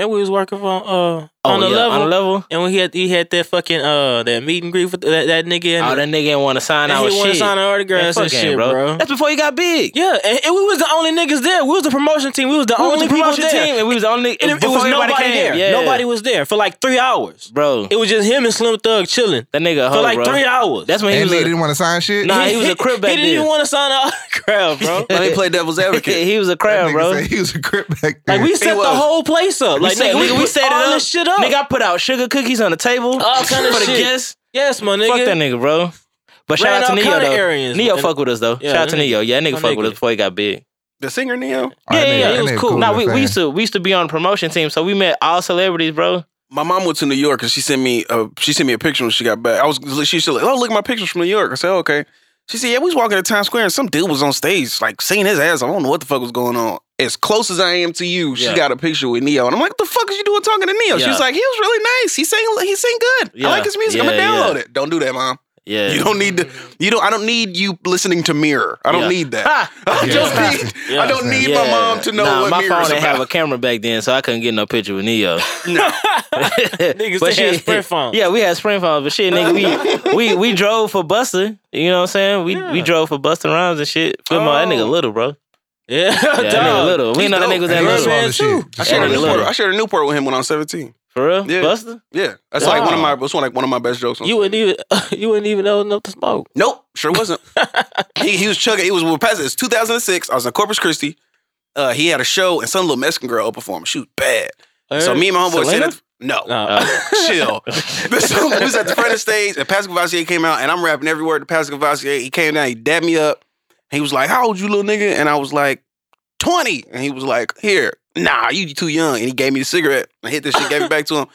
[SPEAKER 5] That we was working for uh, on the
[SPEAKER 2] yeah,
[SPEAKER 5] level.
[SPEAKER 2] On the level.
[SPEAKER 5] And when he had he had that fucking uh that meet and greet with that, that nigga and,
[SPEAKER 2] Oh, that nigga didn't want to sign
[SPEAKER 5] and
[SPEAKER 2] our
[SPEAKER 5] he wanted
[SPEAKER 2] shit.
[SPEAKER 5] to sign autographs
[SPEAKER 2] Man,
[SPEAKER 5] and
[SPEAKER 2] fuck him,
[SPEAKER 5] shit,
[SPEAKER 2] bro.
[SPEAKER 5] bro.
[SPEAKER 2] That's before you got big.
[SPEAKER 5] Yeah, and, and we was the only niggas there. We was the promotion team. We was the
[SPEAKER 2] We was
[SPEAKER 5] only
[SPEAKER 2] the promotion
[SPEAKER 5] people there.
[SPEAKER 2] team, and we was the only.
[SPEAKER 5] And it, it
[SPEAKER 2] before
[SPEAKER 5] was
[SPEAKER 2] everybody
[SPEAKER 5] nobody
[SPEAKER 2] came.
[SPEAKER 5] there.
[SPEAKER 2] Yeah.
[SPEAKER 5] Nobody was there for like three hours.
[SPEAKER 2] Bro,
[SPEAKER 5] It was just him and Slim Thug chilling
[SPEAKER 2] that nigga a
[SPEAKER 5] for
[SPEAKER 2] hoe,
[SPEAKER 5] like
[SPEAKER 2] Oh, bro.
[SPEAKER 5] three hours.
[SPEAKER 2] That's when he
[SPEAKER 4] And
[SPEAKER 2] was.
[SPEAKER 4] nigga
[SPEAKER 2] A,
[SPEAKER 4] didn't want to sign shit.
[SPEAKER 2] nah, he was a crib back
[SPEAKER 5] He didn't even
[SPEAKER 2] then.
[SPEAKER 5] want to sign an autograph, bro.
[SPEAKER 3] Let me play devil's advocate.
[SPEAKER 2] he was a
[SPEAKER 4] That
[SPEAKER 2] crab,
[SPEAKER 4] nigga
[SPEAKER 2] bro.
[SPEAKER 4] said He was a crip back then.
[SPEAKER 5] Like we set the
[SPEAKER 3] was.
[SPEAKER 5] whole place up.
[SPEAKER 2] We
[SPEAKER 5] Like
[SPEAKER 2] set-
[SPEAKER 5] nigga, we,
[SPEAKER 2] nigga, we set it
[SPEAKER 5] all
[SPEAKER 2] up.
[SPEAKER 5] this shit up.
[SPEAKER 2] Nigga, I put out sugar cookies on the table
[SPEAKER 5] Oh. All kind of
[SPEAKER 2] for the
[SPEAKER 5] shit.
[SPEAKER 2] guests.
[SPEAKER 5] yes, my nigga.
[SPEAKER 2] Fuck that nigga, bro. But
[SPEAKER 5] Ran
[SPEAKER 2] shout out to
[SPEAKER 5] all
[SPEAKER 2] Neo
[SPEAKER 5] kinda
[SPEAKER 2] though.
[SPEAKER 5] areas,
[SPEAKER 2] Neo
[SPEAKER 5] man.
[SPEAKER 2] fuck with us though.
[SPEAKER 5] Yeah,
[SPEAKER 2] shout out to
[SPEAKER 5] that nigga-
[SPEAKER 2] Neo. Yeah, that nigga
[SPEAKER 5] that
[SPEAKER 2] fuck with
[SPEAKER 5] nigga.
[SPEAKER 2] us before he got big.
[SPEAKER 3] The singer Neo.
[SPEAKER 4] Oh,
[SPEAKER 2] Yeah,
[SPEAKER 4] that
[SPEAKER 2] yeah,
[SPEAKER 4] nigga-
[SPEAKER 2] yeah,
[SPEAKER 4] that
[SPEAKER 2] it was
[SPEAKER 4] nigga
[SPEAKER 2] cool. Nah,
[SPEAKER 4] as
[SPEAKER 2] we,
[SPEAKER 4] hell.
[SPEAKER 2] we used to we used to be on the promotion team, so we met all celebrities, bro.
[SPEAKER 3] My mom went to New York and she sent me a she sent me a picture when she got back. I was she said, "Oh, look at my pictures from New York." I said, oh, "Okay." She said, "Yeah, we was walking to Times Square and some dude was on stage like singing his ass. off. I don't know what the fuck was going on." As close as I am to you, she
[SPEAKER 2] Yeah.
[SPEAKER 3] got a picture with Neo, and I'm like, "What the fuck is you doing talking to Neo?" She
[SPEAKER 2] Yeah.
[SPEAKER 3] was like, "He was really nice. He sang he sang good.
[SPEAKER 2] Yeah.
[SPEAKER 3] I like his music. I'm gonna
[SPEAKER 2] Yeah,
[SPEAKER 3] download it. Don't do that, mom.
[SPEAKER 2] Yeah.
[SPEAKER 3] You don't need to. You don't. I don't need you listening to Mirror. I don't
[SPEAKER 2] Yeah.
[SPEAKER 3] need that.
[SPEAKER 2] Ha!
[SPEAKER 3] I don't
[SPEAKER 4] Yeah.
[SPEAKER 3] need. I don't need my
[SPEAKER 2] Yeah.
[SPEAKER 3] mom to know
[SPEAKER 2] nah,
[SPEAKER 3] what
[SPEAKER 2] uh, my
[SPEAKER 3] Mirror
[SPEAKER 2] phone
[SPEAKER 3] is
[SPEAKER 2] didn't have a
[SPEAKER 3] about.
[SPEAKER 2] camera back then, so I couldn't get no picture with Neo.
[SPEAKER 5] Niggas
[SPEAKER 2] But
[SPEAKER 5] they had
[SPEAKER 2] shit,
[SPEAKER 5] Sprint phones.
[SPEAKER 2] Yeah, we had spring phones, but shit, nigga, we we we drove for Buster. You know what I'm saying? We we drove for Buster Rhymes and shit. Film oh. that nigga little, bro. Yeah,
[SPEAKER 5] yeah,
[SPEAKER 2] that nigga
[SPEAKER 5] dog.
[SPEAKER 2] little. We
[SPEAKER 3] He's
[SPEAKER 2] know that
[SPEAKER 3] dope.
[SPEAKER 2] nigga was
[SPEAKER 4] And
[SPEAKER 2] that
[SPEAKER 4] he was
[SPEAKER 5] Little
[SPEAKER 2] little.
[SPEAKER 5] man,
[SPEAKER 4] all this shit.
[SPEAKER 5] too.
[SPEAKER 3] I shared, a
[SPEAKER 2] Yeah.
[SPEAKER 3] Newport, I shared a Newport with him when I was 17.
[SPEAKER 2] For real?
[SPEAKER 3] Yeah.
[SPEAKER 2] Buster?
[SPEAKER 3] Yeah, that's like one of my that's one like one of my best jokes. On
[SPEAKER 5] You wouldn't even you wouldn't even old enough to smoke.
[SPEAKER 3] Nope, sure wasn't. he, he was chugging. It was with Pez. It's 2006. I was in Corpus Christi. Uh, he had a show, and some little Mexican girl up performed. She was bad. So me and my homeboy said,
[SPEAKER 5] Selena?
[SPEAKER 3] it- "No,
[SPEAKER 2] Oh,
[SPEAKER 5] Nah.
[SPEAKER 3] chill." so we was at the front of the stage, and Pascal Vassier came out, and I'm rapping every word to Pascal Vassier. He came down, he dabbed me up. He was like, "How old you, little nigga?" And I was like, 20. And he was like, "Here, nah, you too young." And he gave me the cigarette. I hit this shit, gave it back to him,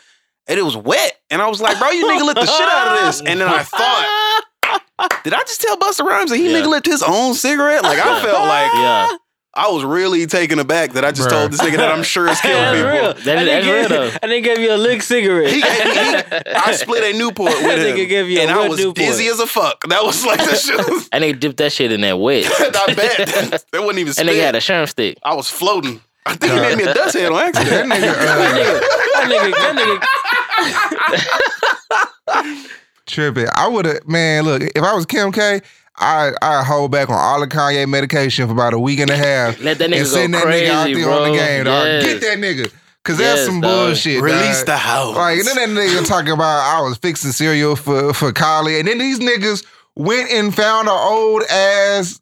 [SPEAKER 3] and it was wet. And I was like, "Bro, you nigga lit the shit out of this." And then I thought, "Did I just tell Buster Rhymes that he
[SPEAKER 2] Yeah.
[SPEAKER 3] nigga lit his own cigarette?" Like I felt like
[SPEAKER 2] Yeah.
[SPEAKER 3] I was really taken aback that I just
[SPEAKER 4] Bruh.
[SPEAKER 3] told this nigga that I'm sure is killing
[SPEAKER 5] that's
[SPEAKER 3] people.
[SPEAKER 5] real.
[SPEAKER 2] That is-
[SPEAKER 5] I
[SPEAKER 2] that's
[SPEAKER 5] didn't
[SPEAKER 2] real,
[SPEAKER 5] give,
[SPEAKER 2] though.
[SPEAKER 5] I didn't give you a lick cigarette.
[SPEAKER 3] He, gave me- I split a Newport with
[SPEAKER 5] That
[SPEAKER 3] him,
[SPEAKER 5] nigga gave you a
[SPEAKER 3] and I
[SPEAKER 5] wet
[SPEAKER 3] was
[SPEAKER 5] Newport.
[SPEAKER 3] dizzy as a fuck. That was like the shit. was-
[SPEAKER 2] And they dipped that shit in that wet.
[SPEAKER 3] I bet that wasn't even.
[SPEAKER 2] And
[SPEAKER 3] Spit.
[SPEAKER 2] they had a sherm stick.
[SPEAKER 3] I was floating. I think he made me a dust head on
[SPEAKER 4] That
[SPEAKER 3] accident.
[SPEAKER 4] nigga uh,
[SPEAKER 5] that nigga, that nigga,
[SPEAKER 4] tripping. I would have, man. Look, if I was Kim K, I I hold back on all the Kanye medication for about a week and a half.
[SPEAKER 2] Let that nigga
[SPEAKER 4] and send
[SPEAKER 2] go
[SPEAKER 4] that nigga out
[SPEAKER 2] crazy,
[SPEAKER 4] there
[SPEAKER 2] bro.
[SPEAKER 4] on the game, dog.
[SPEAKER 2] Yes.
[SPEAKER 4] Get that nigga, cause
[SPEAKER 2] Yes,
[SPEAKER 4] that's some
[SPEAKER 2] dog.
[SPEAKER 4] bullshit.
[SPEAKER 3] Release
[SPEAKER 4] dog.
[SPEAKER 3] the house.
[SPEAKER 4] Like, and then that nigga talking about I was fixing cereal for for Kylie, and then these niggas went and found an old ass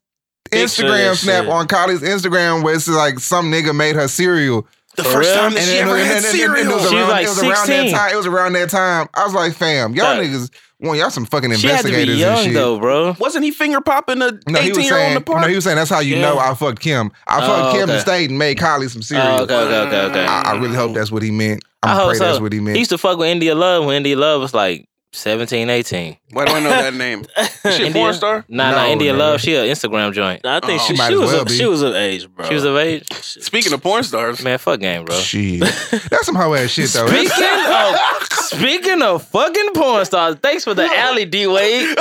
[SPEAKER 5] Picture
[SPEAKER 4] Instagram
[SPEAKER 5] of
[SPEAKER 4] snap
[SPEAKER 5] shit.
[SPEAKER 4] on Kylie's Instagram where it's like some nigga made her cereal.
[SPEAKER 3] the first
[SPEAKER 2] real?
[SPEAKER 3] time that she
[SPEAKER 4] then-
[SPEAKER 3] ever had
[SPEAKER 4] then- then- then- then it
[SPEAKER 3] cereal.
[SPEAKER 4] was
[SPEAKER 2] She was
[SPEAKER 4] around-
[SPEAKER 2] like
[SPEAKER 4] it was around
[SPEAKER 2] 16.
[SPEAKER 4] that time. It was around that time. I was like, fam, y'all
[SPEAKER 2] Dog.
[SPEAKER 4] niggas, well, y'all some fucking
[SPEAKER 2] She had to be
[SPEAKER 4] investigators and
[SPEAKER 2] young
[SPEAKER 4] shit.
[SPEAKER 2] though, bro.
[SPEAKER 3] Wasn't he finger popping a
[SPEAKER 4] No, he
[SPEAKER 3] 18
[SPEAKER 4] was
[SPEAKER 3] year old in
[SPEAKER 4] saying.
[SPEAKER 3] the park?
[SPEAKER 4] No, he was saying that's how you know I fucked Kim. I fucked Kim
[SPEAKER 2] Oh, okay.
[SPEAKER 4] and stayed and made Kylie some cereal.
[SPEAKER 2] Oh, okay, okay, okay, okay.
[SPEAKER 4] I, I really hope that's what he meant.
[SPEAKER 2] I
[SPEAKER 4] I,
[SPEAKER 2] hope
[SPEAKER 4] pray that's
[SPEAKER 2] so.
[SPEAKER 4] what he meant.
[SPEAKER 2] He used to fuck with India Love when India Love was like 17, 18.
[SPEAKER 3] Why do I know that name? Is she a
[SPEAKER 2] India-
[SPEAKER 3] porn star?
[SPEAKER 2] Nah, nah,
[SPEAKER 4] No,
[SPEAKER 2] India
[SPEAKER 4] nigga.
[SPEAKER 2] Love, she an Instagram joint.
[SPEAKER 5] I think
[SPEAKER 3] Oh,
[SPEAKER 5] she,
[SPEAKER 4] might
[SPEAKER 5] she
[SPEAKER 4] as
[SPEAKER 5] was
[SPEAKER 4] well
[SPEAKER 5] of,
[SPEAKER 4] be.
[SPEAKER 5] she was of age, bro.
[SPEAKER 2] She was of age.
[SPEAKER 3] Speaking of porn stars,
[SPEAKER 2] Man, fuck game, bro.
[SPEAKER 4] Shit, that's some hoe ass shit though.
[SPEAKER 2] Speaking of speaking of fucking porn stars, thanks for the alley, D Wade.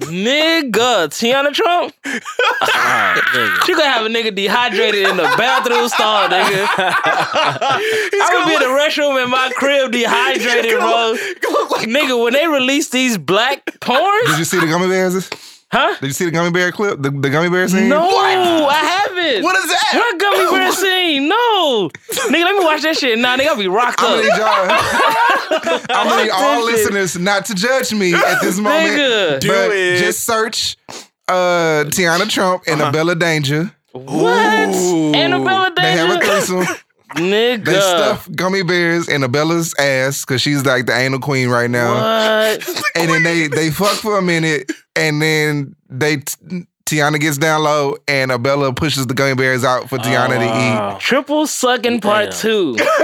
[SPEAKER 2] nigga, Tiana Trump. She gonna have a nigga dehydrated in the bathroom stall, nigga. I would be in the restroom in my crib dehydrated, bro.
[SPEAKER 3] Look like
[SPEAKER 2] Nigga, when they release these black
[SPEAKER 4] Did
[SPEAKER 2] porns,
[SPEAKER 4] you see the gummy bears?
[SPEAKER 2] Huh?
[SPEAKER 4] Did you see the gummy bear clip? The, the gummy bear scene?
[SPEAKER 2] No, I haven't.
[SPEAKER 4] What is that?
[SPEAKER 2] What gummy bear scene? No, nigga, let me watch that shit. Nah, nigga, I be rocked
[SPEAKER 4] I
[SPEAKER 2] up.
[SPEAKER 4] need y'all. I need all listeners not to judge me at this moment.
[SPEAKER 2] Nigga.
[SPEAKER 4] but
[SPEAKER 3] Do it.
[SPEAKER 4] Just search uh, Tiana Trump and
[SPEAKER 2] Uh-huh.
[SPEAKER 4] Abella Danger.
[SPEAKER 2] What?
[SPEAKER 3] Ooh.
[SPEAKER 2] Annabella
[SPEAKER 4] They have a
[SPEAKER 2] Danger.
[SPEAKER 4] threesome.
[SPEAKER 2] Nigga.
[SPEAKER 4] They stuff gummy bears in Abella's ass because she's like the anal queen right now.
[SPEAKER 2] What?
[SPEAKER 4] And then they they fuck for a minute, and then they t- Tiana gets down low, and Abella pushes the gummy bears out for
[SPEAKER 2] Oh,
[SPEAKER 4] Tiana to eat.
[SPEAKER 2] Triple sucking part
[SPEAKER 5] Damn.
[SPEAKER 2] two.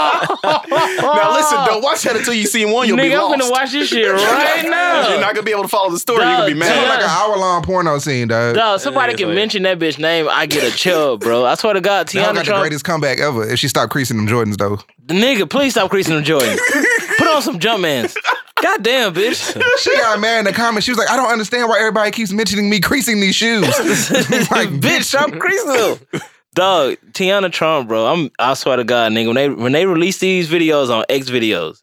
[SPEAKER 3] Now listen, don't watch that until you see one. You'll be
[SPEAKER 2] Nigga, I'm
[SPEAKER 3] lost.
[SPEAKER 2] gonna watch this shit right
[SPEAKER 3] You're
[SPEAKER 2] now.
[SPEAKER 3] not gonna be able to follow the story. You're gonna be
[SPEAKER 2] Dog,
[SPEAKER 4] It's
[SPEAKER 3] mad.
[SPEAKER 4] like an hour long porno scene, dog.
[SPEAKER 2] Dog, somebody can mention that bitch name, I get a chub, bro. I swear to God,
[SPEAKER 4] Now
[SPEAKER 2] Tiana
[SPEAKER 4] got the
[SPEAKER 2] Trump.
[SPEAKER 4] greatest comeback ever. If she stopped creasing them Jordans though,
[SPEAKER 2] Nigga, please stop creasing them Jordans. Put on some Jumpmans. Goddamn, bitch.
[SPEAKER 4] she got mad in the comments. She was like, "I don't understand why everybody keeps mentioning me creasing these shoes." like,
[SPEAKER 2] bitch, I'm creasing them. Dog, Tiana Trump, bro. I'm. I swear to God, nigga. When they when they release these videos on X videos,